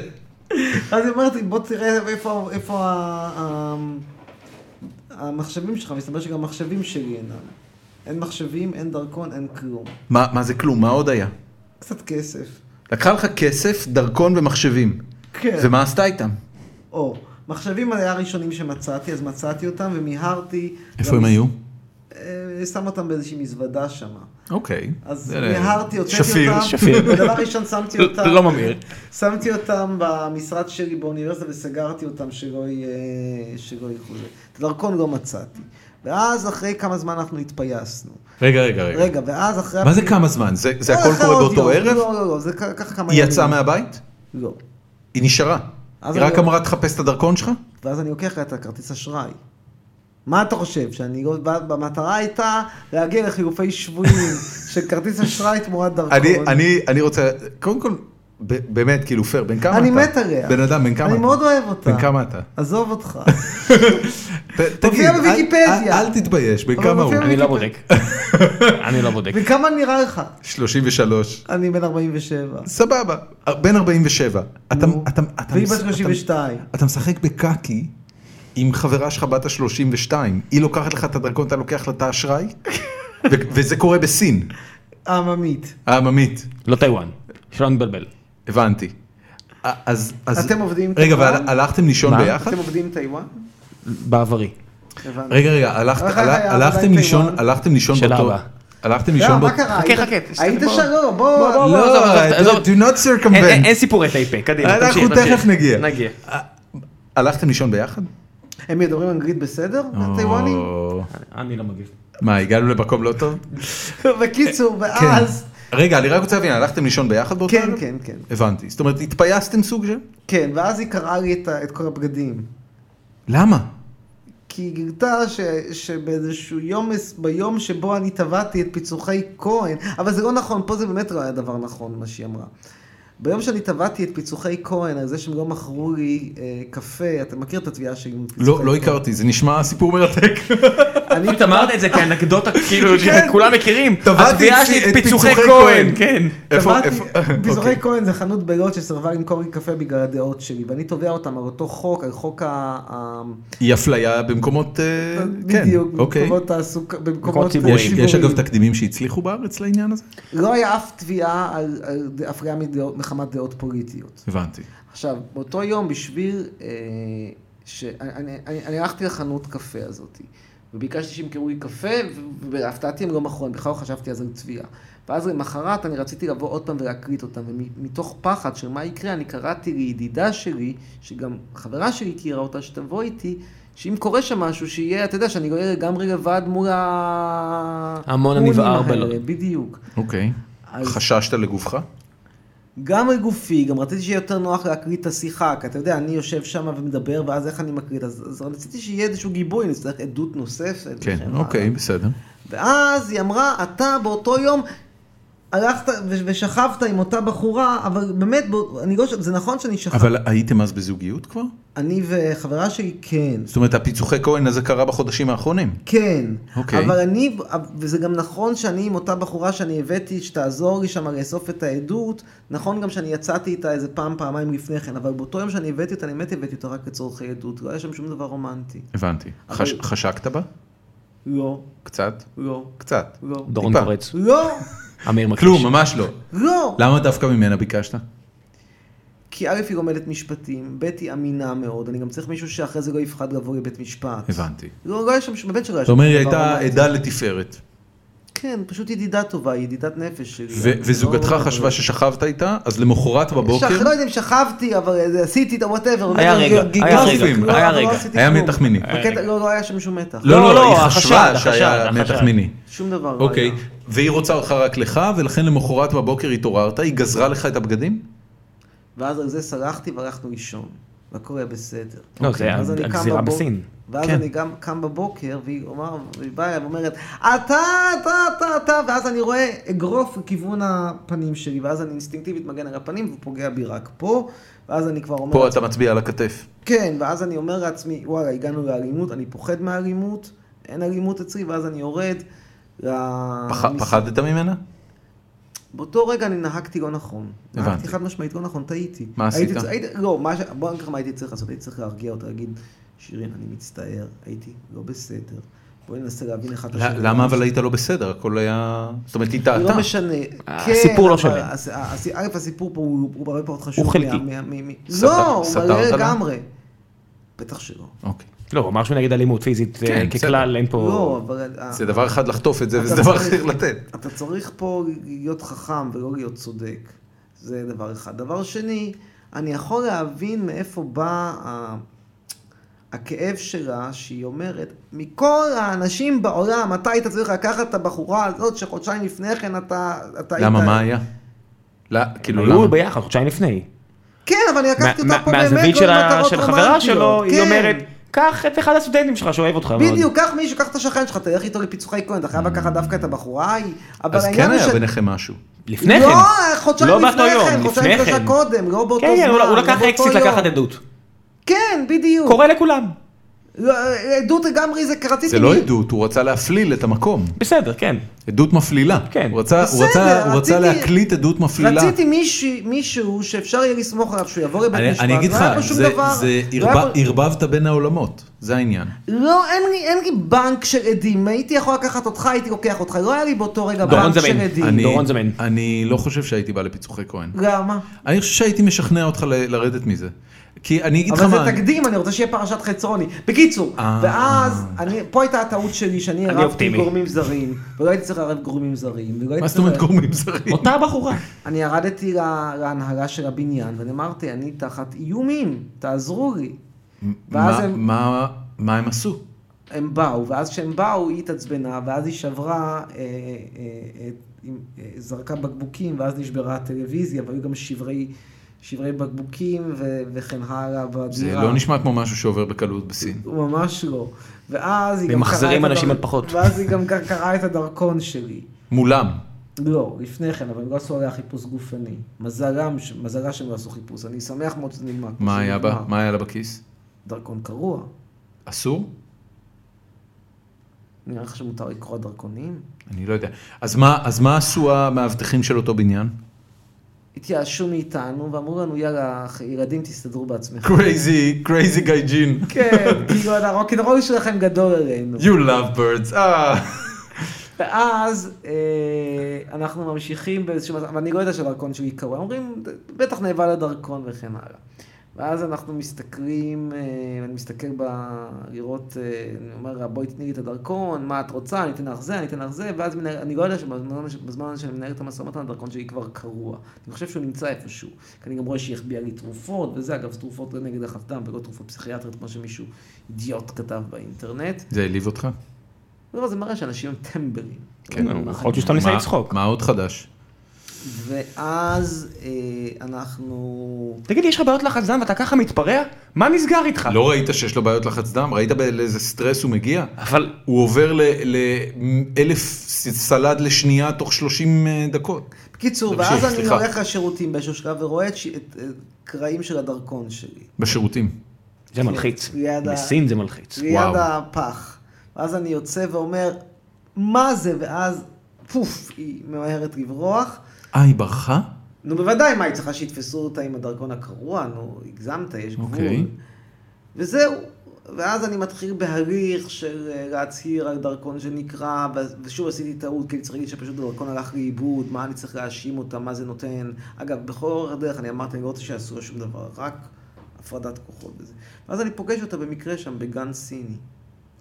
[SPEAKER 3] אז היא אומרת לי, בוא תראה איפה, איפה ה, ה, המחשבים שלך, מסתבר שגם המחשבים שלי אינם. אין מחשבים, אין דרכון, אין כלום.
[SPEAKER 2] מה מה זה כלום? מה עוד היה?
[SPEAKER 3] קצת כסף.
[SPEAKER 2] לקחה לך כסף, דרכון ומחשבים.
[SPEAKER 3] כן.
[SPEAKER 2] ומה עשתה איתם?
[SPEAKER 3] או, מחשבים היה הראשונים שמצאתי, אז מצאתי אותם ומיהרתי.
[SPEAKER 5] איפה
[SPEAKER 3] גם-
[SPEAKER 5] הם היו?
[SPEAKER 3] אה, שם אותם באיזושהי מזוודה שם.
[SPEAKER 5] אוקיי.
[SPEAKER 3] אז
[SPEAKER 5] זה-
[SPEAKER 3] מיהרתי, הוצאתי
[SPEAKER 5] שפיר,
[SPEAKER 3] אותם.
[SPEAKER 1] שפיר.
[SPEAKER 3] דבר ראשון שמתי אותם.
[SPEAKER 1] לא ממיר.
[SPEAKER 3] שמתי אותם במשרד שלי באוניברסיטה וסגרתי אותם שלא יהיה, שלא ילכו לזה. את הדרכון לא מצאתי. ואז אחרי כמה זמן אנחנו התפייסנו.
[SPEAKER 5] רגע, רגע, רגע.
[SPEAKER 3] רגע, ואז אחרי...
[SPEAKER 5] מה זה
[SPEAKER 3] הפי-
[SPEAKER 5] כמה זמן? זה
[SPEAKER 2] זה
[SPEAKER 3] לא,
[SPEAKER 2] הכל
[SPEAKER 3] אחרי
[SPEAKER 2] קורה
[SPEAKER 3] עוד
[SPEAKER 2] באותו
[SPEAKER 3] יום.
[SPEAKER 2] ערב?
[SPEAKER 3] לא, לא, לא, זה כ- ככה כמה
[SPEAKER 2] היא
[SPEAKER 3] ימים.
[SPEAKER 2] יצאה מהבית?
[SPEAKER 3] לא.
[SPEAKER 2] היא נשארה.
[SPEAKER 3] אז
[SPEAKER 2] היא
[SPEAKER 3] אני- לא-
[SPEAKER 2] רק אמרה תחפש את הדרכון שלך?
[SPEAKER 3] ואז אני לוקח לה את הכרטיס אשראי. מה אתה חושב, שאני... לא- במטרה הייתה להגיע לחילופי שבויים של כרטיס אשראי תמורת דרכון.
[SPEAKER 2] אני, אני, אני רוצה, קודם כל, ב- באמת, כאילו פייר, בן כמה
[SPEAKER 3] אני
[SPEAKER 2] אתה?
[SPEAKER 3] מת עליה.
[SPEAKER 2] בן אדם, בן כמה
[SPEAKER 3] אני
[SPEAKER 2] אתה?
[SPEAKER 3] מאוד אוהב אותה.
[SPEAKER 2] בן כמה אתה?
[SPEAKER 3] עזוב אותך.
[SPEAKER 2] ת- תגיד,
[SPEAKER 3] מופיע בוויקיפדיה.
[SPEAKER 2] אל, אל, אל תתבייש, בן
[SPEAKER 3] אבל
[SPEAKER 2] כמה הוא?
[SPEAKER 3] מופיע
[SPEAKER 1] אני לא בודק. אני לא בודק.
[SPEAKER 3] וכמה נראה לך?
[SPEAKER 2] 33.
[SPEAKER 3] אני בן 47.
[SPEAKER 2] סבבה, בן 47. אתה,
[SPEAKER 3] נו.
[SPEAKER 2] אתה, אתה,
[SPEAKER 3] והיא
[SPEAKER 2] מש-
[SPEAKER 3] בת 32.
[SPEAKER 2] אתה, אתה משחק בקקי עם חברה שלך בת ה-32. היא לוקחת לך את הדרכון, אתה לוקח לה את האשראי, ו- וזה קורה בסין,
[SPEAKER 3] עממית.
[SPEAKER 2] העממית.
[SPEAKER 1] לא טיוואן. שלא נתבלבל.
[SPEAKER 2] הבנתי. א- אז, אז...
[SPEAKER 3] אתם עובדים
[SPEAKER 2] רגע,
[SPEAKER 3] טובה?
[SPEAKER 2] והלכתם לישון
[SPEAKER 1] מה?
[SPEAKER 2] ביחד?
[SPEAKER 3] אתם עובדים עם טיוואן?
[SPEAKER 1] בעברי.
[SPEAKER 3] הבנתי.
[SPEAKER 5] רגע, רגע, הלכת-
[SPEAKER 3] אחר כך
[SPEAKER 5] הלכ-
[SPEAKER 3] היה
[SPEAKER 5] הלכתם
[SPEAKER 3] עבודה
[SPEAKER 5] לישון,
[SPEAKER 3] עם
[SPEAKER 5] הלכתם לישון
[SPEAKER 1] שאלה
[SPEAKER 5] באותו...
[SPEAKER 1] הבאה.
[SPEAKER 5] הלכתם
[SPEAKER 3] אה, לא, מה
[SPEAKER 5] לישון באותו...
[SPEAKER 3] קרה?
[SPEAKER 1] חכה,
[SPEAKER 3] היית-
[SPEAKER 1] חכה, תסתכל
[SPEAKER 3] היית לא,
[SPEAKER 1] בוא.
[SPEAKER 3] שלום, בוא.
[SPEAKER 1] בוא,
[SPEAKER 3] בוא.
[SPEAKER 1] בוא. עזוב, עזוב,
[SPEAKER 2] לא,
[SPEAKER 1] עזוב.
[SPEAKER 2] do not
[SPEAKER 1] אין-
[SPEAKER 3] אה,
[SPEAKER 1] אין אין
[SPEAKER 2] circumvent.
[SPEAKER 1] סיפורי טייפה, קדימה,
[SPEAKER 2] אנחנו
[SPEAKER 1] תמשיך,
[SPEAKER 2] תכף
[SPEAKER 1] תמשיך.
[SPEAKER 2] נגיע.
[SPEAKER 1] נגיע.
[SPEAKER 2] הלכתם לישון ביחד?
[SPEAKER 3] הם מדברים אנגלית בסדר? הטיוואנים?
[SPEAKER 5] או,
[SPEAKER 1] אני לא מגיב.
[SPEAKER 5] מה, הגענו למקום לא טוב?
[SPEAKER 3] בקיצור, ואז...
[SPEAKER 2] כן. רגע, אני רק רוצה להבין, הלכתם לישון ביחד באותו
[SPEAKER 3] אה, כן,
[SPEAKER 2] ערב?
[SPEAKER 3] כן, כן.
[SPEAKER 2] הבנתי. זאת אומרת, התפייסתם סוג של?
[SPEAKER 3] כן, ואז היא קראה לי את ה- את כל הבגדים.
[SPEAKER 2] למה?
[SPEAKER 3] כי היא גילתה ש, שבאיזשהו יום, מס- ביום שבו אני טבעתי את פיצוחי כהן, אבל זה לא נכון, פה זה באמת לא היה דבר נכון, מה שהיא אמרה. ביום שאני טבעתי את פיצוחי כהן, על זה שהם לא מכרו לי אה, קפה, אתה מכיר את התביעה שלי? עם פיצוחי
[SPEAKER 5] לא, לא
[SPEAKER 3] כהן?
[SPEAKER 5] הכרתי, זה נשמע סיפור מרתק.
[SPEAKER 3] אני
[SPEAKER 1] פשוט אמרת את זה כאנקדוטה, כאילו,
[SPEAKER 3] כן.
[SPEAKER 1] שכולם מכירים.
[SPEAKER 2] טבעתי
[SPEAKER 1] התביעה
[SPEAKER 2] את-
[SPEAKER 1] שלי
[SPEAKER 2] את
[SPEAKER 1] את פיצוחי
[SPEAKER 2] פיצוחי
[SPEAKER 1] כהן,
[SPEAKER 2] כהן.
[SPEAKER 1] כן.
[SPEAKER 2] איפה,
[SPEAKER 3] טבעתי,
[SPEAKER 2] איפה?
[SPEAKER 3] פיזורי
[SPEAKER 2] אוקיי.
[SPEAKER 3] כהן זה חנות בלוד שסרבה למכור לי קפה בגלל הדעות שלי, ואני תובע אותם על אותו חוק, על חוק ה... ה-
[SPEAKER 5] היא אפליה במקומות... אה, כן,
[SPEAKER 3] בדיוק,
[SPEAKER 5] אוקיי.
[SPEAKER 3] במקומות תעסוקה,
[SPEAKER 1] במקומות
[SPEAKER 3] במקומות
[SPEAKER 1] ציבוריים.
[SPEAKER 5] יש- יש אגב תקדימים שהצליחו בארץ לעניין הזה?
[SPEAKER 3] לא היה אף תביעה על, על ד- הפליה מדעות- מחמת דעות פוליטיות.
[SPEAKER 5] הבנתי.
[SPEAKER 3] עכשיו, באותו יום, בשביל... אה, ש... אני, אני, אני, אני הלכתי לחנות קפה הזאת, וביקשתי שימכרו לי קפה, ו- ולהפתעתי הם לא מכרו, אני בכלל לא חשבתי אז על תביעה. ואז למחרת אני רציתי לבוא עוד פעם ולהקליט אותם, ומתוך פחד של מה יקרה, אני קראתי לידידה שלי, שגם חברה שלי הכירה אותה, שתבוא איתי, שאם קורה שם משהו, שיהיה, אתה יודע, שאני לא אהיה לגמרי לבד מול ה...
[SPEAKER 1] המון
[SPEAKER 3] מול
[SPEAKER 1] הנבער
[SPEAKER 3] האלה,
[SPEAKER 1] בלוד.
[SPEAKER 3] בדיוק.
[SPEAKER 5] אוקיי.
[SPEAKER 3] אז-
[SPEAKER 2] חששת לגופך?
[SPEAKER 3] גם לגופי, גם רציתי שיהיה יותר נוח להקריא את השיחה, כי אתה יודע, אני יושב שם ומדבר, ואז איך אני מקריא, אז, אז רציתי שיהיה איזשהו גיבוי, נצטרך עדות נוספת. וכן
[SPEAKER 5] כן,
[SPEAKER 3] הלאה.
[SPEAKER 5] אוקיי, בסדר.
[SPEAKER 3] ואז היא אמרה, אתה באותו יום הלכת ו- ושכבת עם אותה בחורה, אבל באמת, בוא, אני לא, ש- זה נכון שאני שכב... אבל...
[SPEAKER 5] אבל הייתם אז בזוגיות כבר?
[SPEAKER 3] אני וחברה שלי, כן.
[SPEAKER 5] זאת אומרת, הפיצוחי כהן הזה קרה בחודשים האחרונים.
[SPEAKER 3] כן,
[SPEAKER 5] אוקיי.
[SPEAKER 3] אבל אני, וזה גם נכון שאני עם אותה בחורה שאני הבאתי, שתעזור לי שם לאסוף את העדות, נכון גם שאני יצאתי איתה איזה פעם, פעמיים לפני כן, אבל באותו יום שאני הבאתי אותה, אני באמת הבאתי אותה רק לצורכי עדות, לא היה שם שום דבר רומנטי.
[SPEAKER 5] הבנתי. חש-
[SPEAKER 3] אבל-
[SPEAKER 5] חשקת בה?
[SPEAKER 3] לא,
[SPEAKER 5] קצת?
[SPEAKER 3] לא,
[SPEAKER 5] קצת.
[SPEAKER 3] לא,
[SPEAKER 1] דורון
[SPEAKER 5] טיפה.
[SPEAKER 1] פורץ,
[SPEAKER 3] לא,
[SPEAKER 1] אמיר מקש.
[SPEAKER 5] כלום, ממש לא.
[SPEAKER 3] לא,
[SPEAKER 5] למה דווקא ממנה ביקשת?
[SPEAKER 3] כי א' היא לומדת משפטים, ב' היא אמינה מאוד, אני גם צריך מישהו שאחרי זה לא יפחד לבוא לבית משפט.
[SPEAKER 5] הבנתי.
[SPEAKER 3] לא, לא היה שם, באמת שלא היה
[SPEAKER 5] אתה
[SPEAKER 3] שם
[SPEAKER 5] אומר,
[SPEAKER 3] שום
[SPEAKER 5] היא
[SPEAKER 3] דבר
[SPEAKER 5] הייתה
[SPEAKER 3] רומנטי.
[SPEAKER 5] עדה לתפארת.
[SPEAKER 3] כן, פשוט ידידה טובה, ידידת נפש שלי.
[SPEAKER 2] ו-
[SPEAKER 3] אני
[SPEAKER 2] וזוגתך
[SPEAKER 3] לא-
[SPEAKER 2] חשבה ששכבת איתה, אז למחרת בבוקר,
[SPEAKER 3] שח- לא יודע אם שכבתי, אבל עשיתי את הווטאבר.
[SPEAKER 1] היה רגע, היה רגע, היה רגע.
[SPEAKER 2] היה מתח מיני.
[SPEAKER 3] לא, לא היה שם שום מתח.
[SPEAKER 1] לא, לא,
[SPEAKER 2] היא
[SPEAKER 1] החשד,
[SPEAKER 2] חשבה
[SPEAKER 1] החשד,
[SPEAKER 2] שהיה
[SPEAKER 1] החשד.
[SPEAKER 2] מתח מיני.
[SPEAKER 3] שום דבר לא
[SPEAKER 2] אוקיי,
[SPEAKER 3] היה.
[SPEAKER 2] והיא רוצה אותך רק לך, ולכן למחרת בבוקר התעוררת, היא גזרה לך את הבגדים?
[SPEAKER 3] לא ואז על זה סלחתי והלכנו לישון. והכל היה בסדר. אוקיי,
[SPEAKER 1] לא,
[SPEAKER 3] ואז
[SPEAKER 1] זה
[SPEAKER 3] אני קם
[SPEAKER 1] הגזירה
[SPEAKER 3] בבוק-
[SPEAKER 1] בסין.
[SPEAKER 3] ואז
[SPEAKER 2] כן.
[SPEAKER 3] אני גם קם בבוקר, והיא אומר- והיא באה אליי ואומרת, אתה, אתה, אתה, אתה, ואז אני רואה אגרוף לכיוון הפנים שלי, ואז אני אינסטינקטיבית מגן על הפנים, והוא פוגע בי רק פה, ואז אני כבר אומר...
[SPEAKER 2] פה
[SPEAKER 3] לעצמי,
[SPEAKER 2] אתה מצביע על הכתף.
[SPEAKER 3] כן, ואז אני אומר לעצמי, וואלה, הגענו לאלימות, אני פוחד מאלימות, אין אלימות אצלי, ואז אני יורד. ל-
[SPEAKER 2] פח- פחדת ממנה?
[SPEAKER 3] באותו רגע אני נהגתי לא נכון.
[SPEAKER 2] הבנתי.
[SPEAKER 3] נהגתי חד משמעית לא נכון, טעיתי.
[SPEAKER 2] מה
[SPEAKER 3] הייתי
[SPEAKER 2] עשית?
[SPEAKER 3] צ- הייתי, לא, מה ש... בוא נגיד לך מה הייתי צריך לעשות, הייתי צריך להרגיע אותה, להגיד, שירין, אני מצטער, הייתי לא בסדר. בואי ננסה להבין אחד את השני.
[SPEAKER 2] ל- למה אבל היית לא בסדר? הכל היה... זאת אומרת, היא טעתה.
[SPEAKER 3] לא משנה. כן,
[SPEAKER 1] הסיפור לא
[SPEAKER 3] אבל
[SPEAKER 1] שלם.
[SPEAKER 3] הס- הס- א', הסיפור פה הוא הוא הרבה פחות חשוב.
[SPEAKER 1] הוא חלקי.
[SPEAKER 3] מה- מה- מה-
[SPEAKER 2] סתר-
[SPEAKER 3] לא, הוא
[SPEAKER 2] סתרת
[SPEAKER 3] מלא
[SPEAKER 2] לה?
[SPEAKER 3] לגמרי. בטח שלא.
[SPEAKER 2] אוקיי.
[SPEAKER 1] לא, הוא אמר שהוא נגד אלימות פיזית, אה,
[SPEAKER 2] כן,
[SPEAKER 1] ככלל אין
[SPEAKER 3] לא,
[SPEAKER 1] פה...
[SPEAKER 3] אבל...
[SPEAKER 2] זה דבר אחד לחטוף את זה,
[SPEAKER 3] אתה
[SPEAKER 2] וזה דבר
[SPEAKER 3] צריך-
[SPEAKER 2] אחר לתת.
[SPEAKER 3] אתה צריך פה להיות חכם ולא להיות צודק. זה דבר אחד. דבר שני, אני יכול להבין מאיפה בא ה... הכאב שלה, שהיא אומרת, מכל האנשים בעולם, אתה היית צריך לקחת את הבחורה הזאת שחודשיים לפני כן אתה, אתה היית...
[SPEAKER 2] למה, מה היה? לא, כאילו,
[SPEAKER 1] היו
[SPEAKER 2] למה?
[SPEAKER 1] ביחד חודשיים לפני.
[SPEAKER 3] כן, אבל אני לקחתי
[SPEAKER 1] מה-
[SPEAKER 3] אותה פה
[SPEAKER 1] מה-
[SPEAKER 3] באמת
[SPEAKER 1] מהזווית
[SPEAKER 3] לא
[SPEAKER 1] של ה-
[SPEAKER 3] למטרות
[SPEAKER 1] של חברה שלו,
[SPEAKER 3] רומנטיות.
[SPEAKER 1] היא
[SPEAKER 3] כן.
[SPEAKER 1] אומרת, קח את אחד הסטודנטים שלך שאוהב אותך מאוד.
[SPEAKER 3] בדיוק, קח מישהו, קח את השכן שלך, תלך איתו לפיצוחי כהן, אתה חייב לקחת דווקא את הבחורה ההיא. אבל
[SPEAKER 2] אז
[SPEAKER 3] העניין
[SPEAKER 2] כן
[SPEAKER 3] הוא
[SPEAKER 2] היה
[SPEAKER 3] ש-
[SPEAKER 2] ביניכם משהו.
[SPEAKER 1] לפני כן.
[SPEAKER 3] לא, חודשיים
[SPEAKER 1] לא
[SPEAKER 3] לפני
[SPEAKER 1] באותו יום,
[SPEAKER 3] כן, חודשיים
[SPEAKER 1] לפני
[SPEAKER 3] שלושה
[SPEAKER 1] כן.
[SPEAKER 3] קודם, לא באותו
[SPEAKER 1] כן,
[SPEAKER 3] זמן.
[SPEAKER 1] כן, הוא- הוא לקח
[SPEAKER 3] לא באותו
[SPEAKER 1] אקסיט
[SPEAKER 3] יום.
[SPEAKER 1] לקחת עדות.
[SPEAKER 3] כן, בדיוק.
[SPEAKER 1] קורה לכולם.
[SPEAKER 3] לא, עדות לגמרי זה רציתי...
[SPEAKER 2] זה לא עדות, הוא רצה להפליל את המקום.
[SPEAKER 1] בסדר, כן.
[SPEAKER 2] עדות מפלילה.
[SPEAKER 1] כן.
[SPEAKER 2] הוא רצה- הוא
[SPEAKER 3] בסדר,
[SPEAKER 2] רצה- הוא רצה
[SPEAKER 3] רציתי-
[SPEAKER 2] להקליט עדות מפלילה.
[SPEAKER 3] רציתי מישהו, מישהו שאפשר יהיה לסמוך עליו שהוא יבוא לבית
[SPEAKER 2] אני
[SPEAKER 3] משפט,
[SPEAKER 2] אני אגיד
[SPEAKER 3] לא
[SPEAKER 2] לך,
[SPEAKER 3] היה פה שום
[SPEAKER 2] זה-
[SPEAKER 3] דבר.
[SPEAKER 2] זה
[SPEAKER 3] לא, היה
[SPEAKER 2] ערבב-
[SPEAKER 3] פה-
[SPEAKER 2] ערבבת בין העולמות, זה העניין.
[SPEAKER 3] לא, אין לי, אין לי בנק של עדים, הייתי יכול לקחת אותך, הייתי לוקח אותך, לא היה לי באותו רגע
[SPEAKER 1] דורון
[SPEAKER 3] בנק
[SPEAKER 1] זמין.
[SPEAKER 3] של עדים.
[SPEAKER 2] אני-
[SPEAKER 1] דורון זמן.
[SPEAKER 2] אני לא חושב שהייתי בא לפיצוחי כהן.
[SPEAKER 3] למה?
[SPEAKER 2] אני חושב שהייתי משכנע אותך ל- לרדת מזה. כי אני אגיד לך
[SPEAKER 3] אבל
[SPEAKER 2] מה...
[SPEAKER 3] זה תקדים, אני רוצה שיהיה פרשת חצרוני. בקיצור,
[SPEAKER 2] אה.
[SPEAKER 3] ואז, אני- פה הייתה הטעות שלי, שאני ערבתי עם
[SPEAKER 1] אופטימי.
[SPEAKER 3] גורמים זרים, ולא הייתי צריך לערב גורמים זרים, ולא
[SPEAKER 2] מה
[SPEAKER 3] הייתי
[SPEAKER 2] זאת
[SPEAKER 3] צריך...
[SPEAKER 2] אומרת גורמים זרים?
[SPEAKER 1] אותה הבחורה.
[SPEAKER 3] אני ירדתי לה- להנהלה של הבניין, ואני אמרתי, אני תחת איומים, תעזרו לי. ואז
[SPEAKER 2] מה-
[SPEAKER 3] הם-
[SPEAKER 2] מה- מה הם עשו?
[SPEAKER 3] הם באו, ואז כשהם באו, היא התעצבנה, ואז היא שברה, אה, אה, אה, עם- אה, זרקה בקבוקים, ואז נשברה הטלוויזיה, והיו גם שברי, שברי בקבוקים ו- וכן הלאה בדירה.
[SPEAKER 2] זה לא נשמע כמו משהו שעובר בקלות בסין.
[SPEAKER 3] הוא ממש לא. ואז היא גם
[SPEAKER 1] ממחזרים
[SPEAKER 3] קראה את
[SPEAKER 1] אנשים
[SPEAKER 3] הדר-
[SPEAKER 1] על פחות.
[SPEAKER 3] ואז היא גם ק- קראה את הדרכון שלי.
[SPEAKER 2] מולם.
[SPEAKER 3] לא, לפני כן, אבל הם לא עשו עליה חיפוש גופני. מזלם, ש- מזלה שהם לא עשו חיפוש. אני שמח מאוד שזה נגמר. כמו
[SPEAKER 2] מה
[SPEAKER 3] שזה
[SPEAKER 2] היה
[SPEAKER 3] נגמר.
[SPEAKER 2] בה? מה היה לה בכיס?
[SPEAKER 3] דרכון קרוע.
[SPEAKER 2] אסור?
[SPEAKER 3] נראה לך שמותר לקרוע דרכונים?
[SPEAKER 2] אני לא יודע. אז מה- אז מה עשו המאבטחים של אותו בניין?
[SPEAKER 3] התייאשו מאיתנו ואמרו לנו, יאללה, אח- ילדים תסתדרו בעצמכם.
[SPEAKER 2] קרייזי, קרייזי גייג'ין.
[SPEAKER 3] כן, כאילו, הרוקנרול שלכם גדול עלינו.
[SPEAKER 2] You love birds. אה.
[SPEAKER 3] ואז אה, אנחנו ממשיכים באיזשהו מצב, ואני לא יודע שהדרכון שלי קרוע, אומרים, בטח נאבד הדרכון וכן הלאה. ואז אנחנו מסתכלים, אה, אני מסתכל ב... לראות, אה, אני אומר לה, בואי תתני לי את הדרכון, מה את רוצה, אני אתן לך זה, אני אתן לך זה, ואז מנה... אני לא יודע שבזמן בזמן שאני מנהל את המשא ומתן, הדרכון שלי כבר קרוע. אני חושב שהוא נמצא איפשהו. כי אני גם רואה שהיא החביאה לי תרופות, וזה אגב, זה תרופות נגד לחץ דם ולא תרופות פסיכיאטריות, כמו שמישהו אידיוט כתב באינטרנט.
[SPEAKER 2] זה העליב אותך?
[SPEAKER 3] לא, זה מראה שאנשים הם טמבלים.
[SPEAKER 2] כן,
[SPEAKER 3] לא,
[SPEAKER 1] יכול
[SPEAKER 3] מה-
[SPEAKER 1] להיות שהוא סתם ניסה
[SPEAKER 2] מה-
[SPEAKER 1] לצחוק.
[SPEAKER 2] מה עוד חדש?
[SPEAKER 3] ואז אה, אנחנו...
[SPEAKER 1] תגיד לי, יש לך בעיות לחץ דם ואתה ככה מתפרע? מה נסגר
[SPEAKER 3] אה.
[SPEAKER 1] איתך?
[SPEAKER 2] לא ראית שיש לו בעיות לחץ דם? ראית לאיזה סטרס הוא מגיע?
[SPEAKER 1] אבל
[SPEAKER 2] הוא עובר לאלף סלד לשנייה תוך 30 אה, דקות.
[SPEAKER 3] בקיצור,
[SPEAKER 2] תמשיך,
[SPEAKER 3] ואז אני
[SPEAKER 2] סליחה.
[SPEAKER 3] הולך לשירותים באיזשהו שלב ורואה את ש- את, אה, קרעים של הדרכון שלי.
[SPEAKER 2] בשירותים.
[SPEAKER 1] זה מלחיץ.
[SPEAKER 3] ליד ה-
[SPEAKER 1] בסין זה מלחיץ.
[SPEAKER 3] ליד
[SPEAKER 2] וואו.
[SPEAKER 3] הפח. ואז אני יוצא ואומר, מה זה? ואז פוף, היא ממהרת לברוח.
[SPEAKER 2] אה, היא ברחה?
[SPEAKER 3] נו בוודאי, מה, היא צריכה שיתפסו אותה עם הדרכון הקרוע? נו, הגזמת, יש
[SPEAKER 2] אוקיי.
[SPEAKER 3] גבול. וזהו. ואז אני מתחיל בהליך של אה, להצהיר על דרכון שנקרע, ו- ושוב עשיתי טעות, כי אני צריך להגיד שפשוט הדרכון הלך לאיבוד, מה אני צריך להאשים אותם, מה זה נותן. אגב, בכל אורך הדרך אני אמרתי, אני לא רוצה שיעשו לה שום דבר, רק הפרדת כוחות וזה. ואז אני פוגש אותה במקרה שם בגן סיני.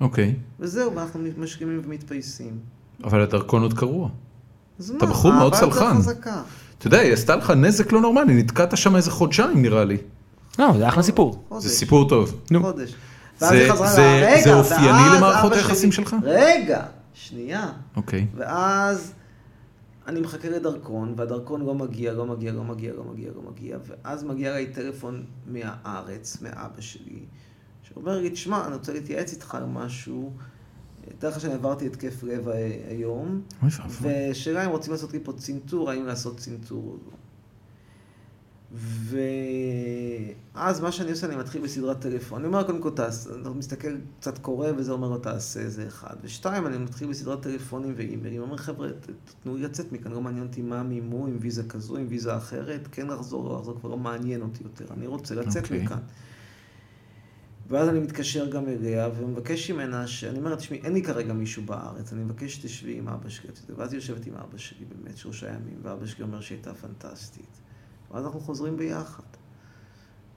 [SPEAKER 2] אוקיי.
[SPEAKER 3] וזהו, ואנחנו משכימים ומתפייסים.
[SPEAKER 2] אבל הדרכון עוד קרוע.
[SPEAKER 3] אז מה,
[SPEAKER 2] אתה בחור מאוד
[SPEAKER 3] אהבה יותר
[SPEAKER 2] סלחן.
[SPEAKER 3] חזקה.
[SPEAKER 2] אתה יודע, היא עשתה לך נזק לא נורמלי, נתקעת שם איזה חודשיים נראה לי.
[SPEAKER 1] לא, זה אחלה סיפור.
[SPEAKER 2] זה
[SPEAKER 3] חודש,
[SPEAKER 2] סיפור טוב.
[SPEAKER 3] חודש.
[SPEAKER 2] זה-
[SPEAKER 3] ואז היא חזרה
[SPEAKER 2] זה-
[SPEAKER 3] לארץ,
[SPEAKER 2] זה
[SPEAKER 3] רגע,
[SPEAKER 2] אופייני
[SPEAKER 3] ואז
[SPEAKER 2] למערכות
[SPEAKER 3] אבא
[SPEAKER 2] היחסים
[SPEAKER 3] שלי-
[SPEAKER 2] שלך?
[SPEAKER 3] רגע, שנייה.
[SPEAKER 2] אוקיי.
[SPEAKER 3] ואז אני מחכה לדרכון, והדרכון לא מגיע, לא מגיע, לא מגיע, לא מגיע, לא מגיע, ואז מגיע אליי טלפון מהארץ, מאבא שלי, שאומר לי, תשמע, אני רוצה להתייעץ איתך על משהו. תאר לך שאני עברתי התקף לב ה- היום,
[SPEAKER 2] אוי ואבוי.
[SPEAKER 3] ושאלה אם רוצים לעשות לי פה צנתור, האם לעשות צנתור או לא. ואז מה שאני עושה, אני מתחיל בסדרת טלפון. אני אומר, קודם כל תעשה, אני מסתכל, קצת קורא, וזה אומר לו, תעשה, זה אחד. ושתיים, אני מתחיל בסדרת טלפונים ואימיילים. אומר, חבר'ה, ת- תתנו לי לצאת מכאן, לא מעניין אותי מה מימו, עם ויזה כזו, עם ויזה אחרת, כן לחזור, לא לחזור, כבר לא מעניין אותי יותר. אני רוצה לצאת
[SPEAKER 2] אוקיי.
[SPEAKER 3] מכאן. ואז אני מתקשר גם אליה, ומבקש ממנה, ש- אני אומר לה, תשמעי, אין לי כרגע מישהו בארץ, אני מבקש שתשבי עם אבא שלי. ואז היא יושבת עם אבא שלי באמת שלושה ימים, ואבא שלי אומר שהיא הייתה פנטסטית. ואז אנחנו חוזרים ביחד.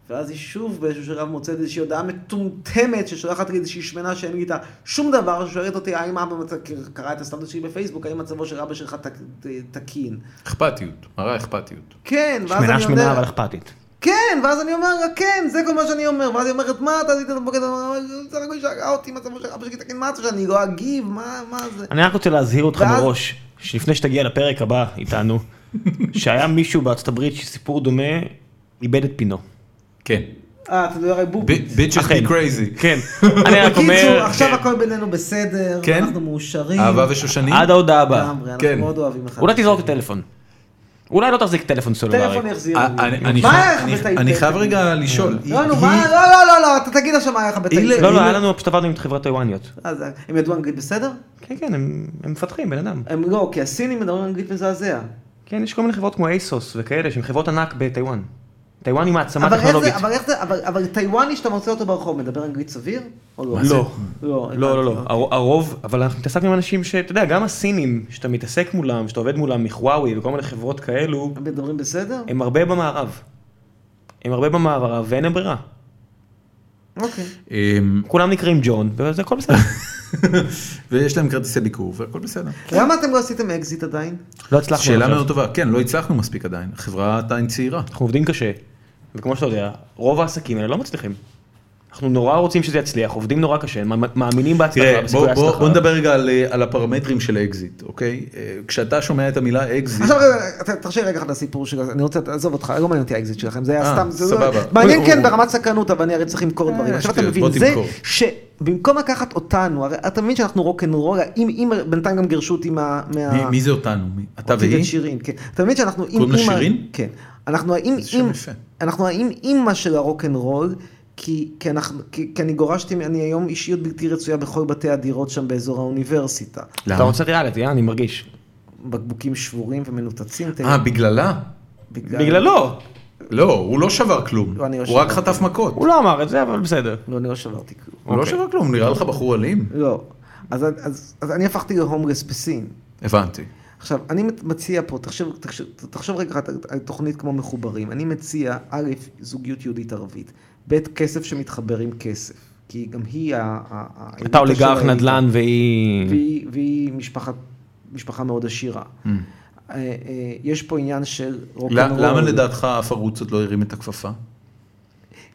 [SPEAKER 3] ואז היא שוב באיזשהו שלב מוצאת איזושהי הודעה מטומטמת ששולחת לי איזושהי שמנה שאין לי איתה שום דבר, ששואלת אותי האם אבא מצ- קרא את הסטטוס שלי בפייסבוק, האם מצבו של אבא שלך ת- ת- תקין.
[SPEAKER 2] אכפתיות, מראה אכפתיות.
[SPEAKER 3] כן, ואז
[SPEAKER 1] שמנה
[SPEAKER 3] אני
[SPEAKER 1] שמנה
[SPEAKER 3] אומר,
[SPEAKER 1] אבל אכפתית.
[SPEAKER 3] כן, ואז אני אומר לה, כן, זה כל מה שאני אומר, ואז היא אומרת, מה אתה עשית בבוקר, סך הכל שאלה אה, אותי מצבו של אבא שלי תקין, מה אתה שאני לא אגיב, מה מה זה?
[SPEAKER 1] אני רק רוצה להזהיר אותך
[SPEAKER 3] ואז-
[SPEAKER 1] מראש, שלפני שתגיע לפרק הבא איתנו, שהיה מישהו בארצות הברית שסיפור דומה איבד את פינו.
[SPEAKER 2] כן.
[SPEAKER 3] אה, אתה מדבר על בובי.
[SPEAKER 2] ביצ'ס
[SPEAKER 1] אכן.
[SPEAKER 2] בי קרייזי.
[SPEAKER 1] כן, אני רק
[SPEAKER 3] בקיצור,
[SPEAKER 1] אומר,
[SPEAKER 3] עכשיו
[SPEAKER 1] כן.
[SPEAKER 3] הכל בינינו בסדר,
[SPEAKER 2] כן?
[SPEAKER 3] אנחנו מאושרים.
[SPEAKER 2] אהבה ושושנים?
[SPEAKER 1] עד ההודעה הבאה.
[SPEAKER 3] לגמרי, אנחנו
[SPEAKER 2] כן.
[SPEAKER 3] מאוד אוהבים אחד.
[SPEAKER 1] אולי
[SPEAKER 3] את
[SPEAKER 1] תזרוק את הטלפון. אולי לא תחזיק טלפון סלולרי.
[SPEAKER 3] הטלפון יחזיר
[SPEAKER 2] אה,
[SPEAKER 3] לי.
[SPEAKER 2] אני- אני
[SPEAKER 3] מה
[SPEAKER 2] חי-
[SPEAKER 3] היה לך
[SPEAKER 2] אני-
[SPEAKER 3] בטייפ?
[SPEAKER 2] אני חייב רגע לשאול.
[SPEAKER 3] לא, נו,
[SPEAKER 2] היא-
[SPEAKER 3] מה? לא, לא, לא, לא, אתה תגיד עכשיו מה היה לך בטייפ.
[SPEAKER 2] אילה-
[SPEAKER 1] לא, לא,
[SPEAKER 2] אם-
[SPEAKER 1] היה לנו, פשוט עבדנו עם חברות טייוואניות.
[SPEAKER 3] אז הם ידעו אנגלית בסדר?
[SPEAKER 1] כן, כן, הם הם מפתחים, בן אדם.
[SPEAKER 3] הם לא, כי הסינים מדברים אנגלית מזעזע.
[SPEAKER 1] כן, יש כל מיני חברות כמו אייסוס וכאלה, שהן חברות ענק בטיוואן. טיוואן היא מעצמה
[SPEAKER 3] אבל איך
[SPEAKER 1] טכנולוגית.
[SPEAKER 3] זה, אבל איך זה, אבל- אבל טיוואני שאתה מוצא אותו ברחוב מדבר אנגלית סביר? או לא?
[SPEAKER 1] לא.
[SPEAKER 3] לא,
[SPEAKER 1] לא, לא, לא,
[SPEAKER 3] הבנתי.
[SPEAKER 1] הר- הרוב, אבל אנחנו מתעסקים עם אנשים שאתה יודע, גם הסינים, שאתה מתעסק מולם, שאתה עובד מולם מחוואוי וכל מיני חברות כאלו,
[SPEAKER 3] הם מדברים בסדר?
[SPEAKER 1] הם הרבה במערב. הם הרבה במערב ואין להם ברירה.
[SPEAKER 3] אוקיי.
[SPEAKER 2] אמ,
[SPEAKER 1] כולם נקראים ג'ון, וזה הכל בסדר.
[SPEAKER 2] ויש להם כרטיסי ביקור והכל בסדר.
[SPEAKER 3] למה אתם לא עשיתם אקזיט עדיין?
[SPEAKER 1] לא הצלחנו
[SPEAKER 2] שאלה
[SPEAKER 1] עכשיו.
[SPEAKER 2] מאוד טובה. כן, לא הצלחנו מספיק עדיין. החברה עדיין צעירה.
[SPEAKER 1] אנחנו עובדים קשה, וכמו שאתה יודע, רוב העסקים האלה לא מצליחים. אנחנו נורא רוצים שזה יצליח, עובדים נורא קשה, מא- מאמינים בהצלחה,
[SPEAKER 2] תראה,
[SPEAKER 1] בסיכוי
[SPEAKER 2] בוא- בוא
[SPEAKER 1] ההצלחה.
[SPEAKER 2] בוא נדבר רגע על, אה, על הפרמטרים של אקזיט, אוקיי? אה, כשאתה שומע את המילה אקזיט,
[SPEAKER 3] עכשיו רגע, ת- תרשה לי רגע אחד לסיפור של... אני רוצה, תעזוב אותך, לא מעניין אותי האקזיט שלכם, זה היה
[SPEAKER 2] אה,
[SPEAKER 3] סתם, זה לא-
[SPEAKER 2] סבבה.
[SPEAKER 3] מעניין
[SPEAKER 2] הוא-
[SPEAKER 3] כן
[SPEAKER 2] הוא-
[SPEAKER 3] ברמת סקרנות, אבל אני הרי צריך למכור דברים. עכשיו אתה
[SPEAKER 2] שטויות,
[SPEAKER 3] מבין,
[SPEAKER 2] בוא
[SPEAKER 3] זה
[SPEAKER 2] תמכור.
[SPEAKER 3] שבמקום לקחת אותנו, הרי אתה מבין שאנחנו רוקנרול, אם אם בינתיים גם גירשו אותי מה... מה-
[SPEAKER 2] מי- מי זה אותנו? מי- אתה
[SPEAKER 3] אותי ואת
[SPEAKER 2] והיא?
[SPEAKER 3] שירין, כן. אתה מבין שאנחנו... עם-
[SPEAKER 2] קוראים לה
[SPEAKER 3] עם ה-
[SPEAKER 2] שירין?
[SPEAKER 3] כן. אנחנו האם...
[SPEAKER 2] זה שם
[SPEAKER 3] עם-
[SPEAKER 2] יפה.
[SPEAKER 3] אנחנו האם אימא של הרוקנרול, כי, כי, אנחנו, כי, כי אני גורשתי, אני היום אישיות בלתי רצויה בכל בתי הדירות שם באזור האוניברסיטה.
[SPEAKER 1] אתה
[SPEAKER 2] למה?
[SPEAKER 1] רוצה ריאליטי, אה? אני מרגיש.
[SPEAKER 3] בקבוקים שבורים ומנותצים. תראה,
[SPEAKER 2] אה, בגללה?
[SPEAKER 3] בגלל...
[SPEAKER 1] בגללו,
[SPEAKER 2] לא, הוא לא שבר כלום.
[SPEAKER 3] לא, אני לא
[SPEAKER 2] הוא רק
[SPEAKER 3] שברתי.
[SPEAKER 2] חטף מכות.
[SPEAKER 1] הוא לא אמר את זה, אבל בסדר.
[SPEAKER 3] לא, אני לא שברתי כלום.
[SPEAKER 2] הוא לא שבר כלום, נראה לך בחור אלים?
[SPEAKER 3] לא. אז, אז, אז אני הפכתי להומלס בסין.
[SPEAKER 2] הבנתי.
[SPEAKER 3] עכשיו, אני מת- מציע פה, תחשוב, תחשוב, תחשוב רגע אחד על- על תוכנית כמו מחוברים. אני מציע, א', זוגיות יהודית ערבית, ב', כסף שמתחבר עם כסף, כי גם היא ה... ה- ה-
[SPEAKER 1] אתה
[SPEAKER 3] האליטה של
[SPEAKER 1] אוליגרח
[SPEAKER 3] האליטה.
[SPEAKER 1] נדל"ן והיא...
[SPEAKER 3] והיא, והיא משפחה, משפחה מאוד עשירה.
[SPEAKER 1] Mm.
[SPEAKER 3] אה, אה, יש פה עניין של
[SPEAKER 2] ל-
[SPEAKER 3] רוקנרול.
[SPEAKER 2] למה לדעתך אף ערוץ עוד לא הרים את הכפפה?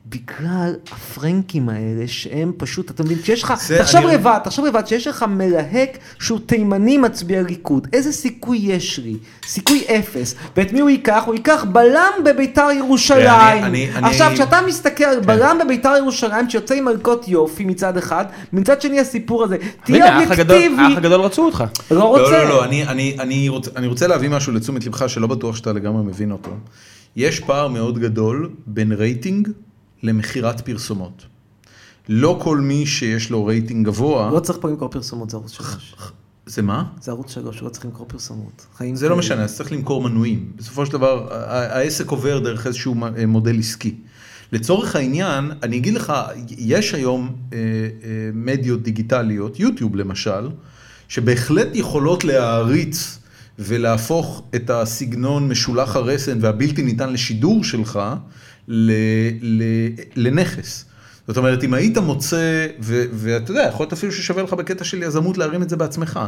[SPEAKER 3] בגלל הפרנקים האלה שהם פשוט, אתה מבין, כשיש לך,
[SPEAKER 2] זה
[SPEAKER 3] תחשוב
[SPEAKER 2] אני-
[SPEAKER 3] לבד, תחשוב לבד, שיש לך מלהק שהוא תימני מצביע ליכוד, איזה סיכוי יש לי? סיכוי אפס. ואת מי הוא ייקח? הוא ייקח בלם בביתר ירושלים.
[SPEAKER 2] אני- אני- כן.
[SPEAKER 3] עכשיו,
[SPEAKER 2] אני-
[SPEAKER 3] כשאתה מסתכל על בלם בביתר ירושלים, שיוצא עם מלכות יופי מצד אחד, מצד שני הסיפור הזה,
[SPEAKER 1] רגע,
[SPEAKER 3] תהיה
[SPEAKER 1] האח הגדול- האח
[SPEAKER 3] אובייקטיבי,
[SPEAKER 1] הגדול רצו אותך.
[SPEAKER 3] לא רוצה.
[SPEAKER 2] לא, לא, לא, אני- אני- אני רוצ- אני רוצה להביא משהו לתשומת לבך שלא בטוח שאתה לגמרי מבין אותו. יש פער מאוד גדול בין רייטינג למכירת פרסומות. לא כל מי שיש לו רייטינג גבוה,
[SPEAKER 3] לא צריך פה למכור פרסומות, זה ערוץ שלוש.
[SPEAKER 2] זה מה?
[SPEAKER 3] זה ערוץ שלוש, לא צריך למכור פרסומות. חיים
[SPEAKER 2] זה לא
[SPEAKER 3] כאלה.
[SPEAKER 2] משנה, אז צריך למכור מנויים. בסופו של דבר, ה- ה- העסק עובר דרך איזשהו מ- אה, מודל עסקי. לצורך העניין, אני אגיד לך, יש היום אה, אה, מדיות דיגיטליות, יוטיוב למשל, שבהחלט יכולות להעריץ ולהפוך את הסגנון משולח הרסן והבלתי ניתן לשידור שלך ל- ל- לנכס. זאת אומרת, אם היית מוצא, ו- ואתה יודע, יכול להיות אפילו ששווה לך בקטע של יזמות להרים את זה בעצמך.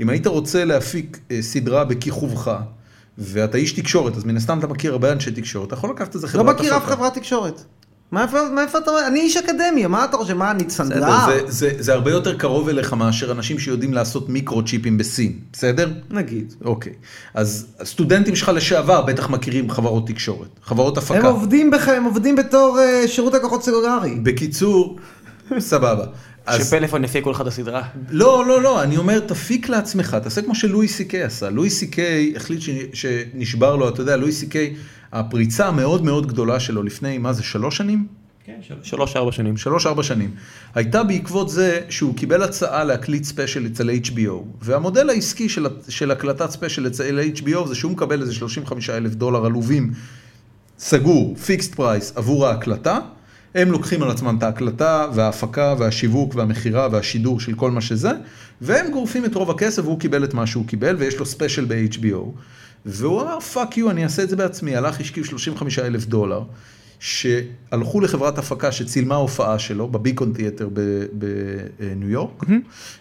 [SPEAKER 2] אם היית רוצה להפיק אה, סדרה בכיכובך, ואתה איש תקשורת, אז מן הסתם אתה מכיר הרבה אנשי תקשורת, אתה יכול לקחת איזה
[SPEAKER 3] לא
[SPEAKER 2] חברת
[SPEAKER 3] מכיר אף
[SPEAKER 2] הפקה.
[SPEAKER 3] חברת תקשורת. מאיפה מאיפה אתה אומר? אני איש אקדמיה, מה אתה חושב? מה, אני
[SPEAKER 2] בסדר,
[SPEAKER 3] צנדלר?
[SPEAKER 2] זה, זה, זה הרבה יותר קרוב אליך מאשר אנשים שיודעים לעשות מיקרו-צ'יפים בסין, בסדר?
[SPEAKER 3] נגיד.
[SPEAKER 2] אוקיי. אז הסטודנטים שלך לשעבר בטח מכירים חברות תקשורת, חברות הפקה.
[SPEAKER 3] הם עובדים בך, הם עובדים בתור אה, שירות לקוחות סלולרי.
[SPEAKER 2] בקיצור, סבבה. אז
[SPEAKER 1] שפלאפון יפיק כל אחד הסדרה.
[SPEAKER 2] לא, לא, לא, אני אומר, תפיק לעצמך, תעשה כמו שלואי סי קיי עשה. לואי סי קיי החליט ש- שנשבר לו, אתה יודע, לואי סי קיי, הפריצה המאוד מאוד גדולה שלו לפני, מה זה, שלוש שנים?
[SPEAKER 1] שלוש ארבע שנים.
[SPEAKER 2] שלוש ארבע שנים, הייתה בעקבות זה שהוא קיבל הצעה להקליט ספיישל אצל HBO, והמודל העסקי של, של הקלטת ספיישל אצל HBO זה שהוא מקבל איזה 35 אלף דולר עלובים סגור, פיקסט פרייס עבור ההקלטה, הם לוקחים על עצמם את ההקלטה וההפקה והשיווק והמכירה והשידור של כל מה שזה, והם גורפים את רוב הכסף והוא קיבל את מה שהוא קיבל ויש לו ספיישל ב-HBO, והוא אמר פאק יו אני אעשה את זה בעצמי, הלך השכיב 35 אלף דולר. שהלכו לחברת הפקה שצילמה הופעה שלו בביקון תיאטר בניו יורק,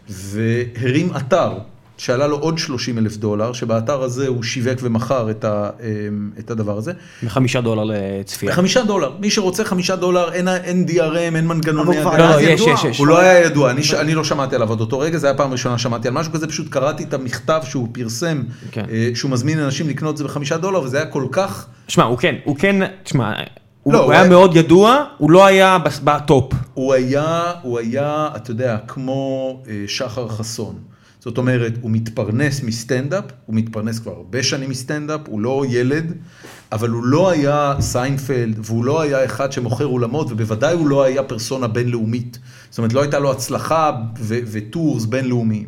[SPEAKER 2] והרים אתר שעלה לו עוד 30 אלף דולר, שבאתר הזה הוא שיווק ומכר את, ה, אמ, את הדבר הזה.
[SPEAKER 1] מחמישה דולר לצפייה.
[SPEAKER 2] חמישה דולר, מי שרוצה חמישה דולר, אין, אין DRM, אין מנגנוני...
[SPEAKER 3] אבל הוא כבר
[SPEAKER 1] לא,
[SPEAKER 2] הגנה.
[SPEAKER 1] לא,
[SPEAKER 3] היה
[SPEAKER 1] יש,
[SPEAKER 3] ידוע.
[SPEAKER 1] יש, יש.
[SPEAKER 2] הוא לא היה ידוע, אני, ש... אני לא שמעתי עליו עד אותו רגע, זה היה פעם ראשונה שמעתי על משהו כזה, פשוט קראתי את המכתב שהוא פרסם,
[SPEAKER 1] כן.
[SPEAKER 2] אה, שהוא מזמין אנשים לקנות את זה בחמישה דולר, וזה היה כל כך...
[SPEAKER 1] שמע, הוא כן, הוא כן, תשמע, הוא
[SPEAKER 2] לא,
[SPEAKER 1] הוא
[SPEAKER 2] הוא
[SPEAKER 1] היה
[SPEAKER 2] היה-
[SPEAKER 1] מאוד ידוע, הוא לא היה בס- בטופ.
[SPEAKER 2] הוא היה, הוא היה, אתה יודע, כמו אה, שחר חסון. זאת אומרת, הוא מתפרנס מסטנדאפ, הוא מתפרנס כבר הרבה שנים מסטנדאפ, הוא לא ילד, אבל הוא לא היה סיינפלד, והוא לא היה אחד שמוכר אולמות, ובוודאי הוא לא היה פרסונה בינלאומית. זאת אומרת, לא הייתה לו הצלחה ו- וטורס בינלאומיים.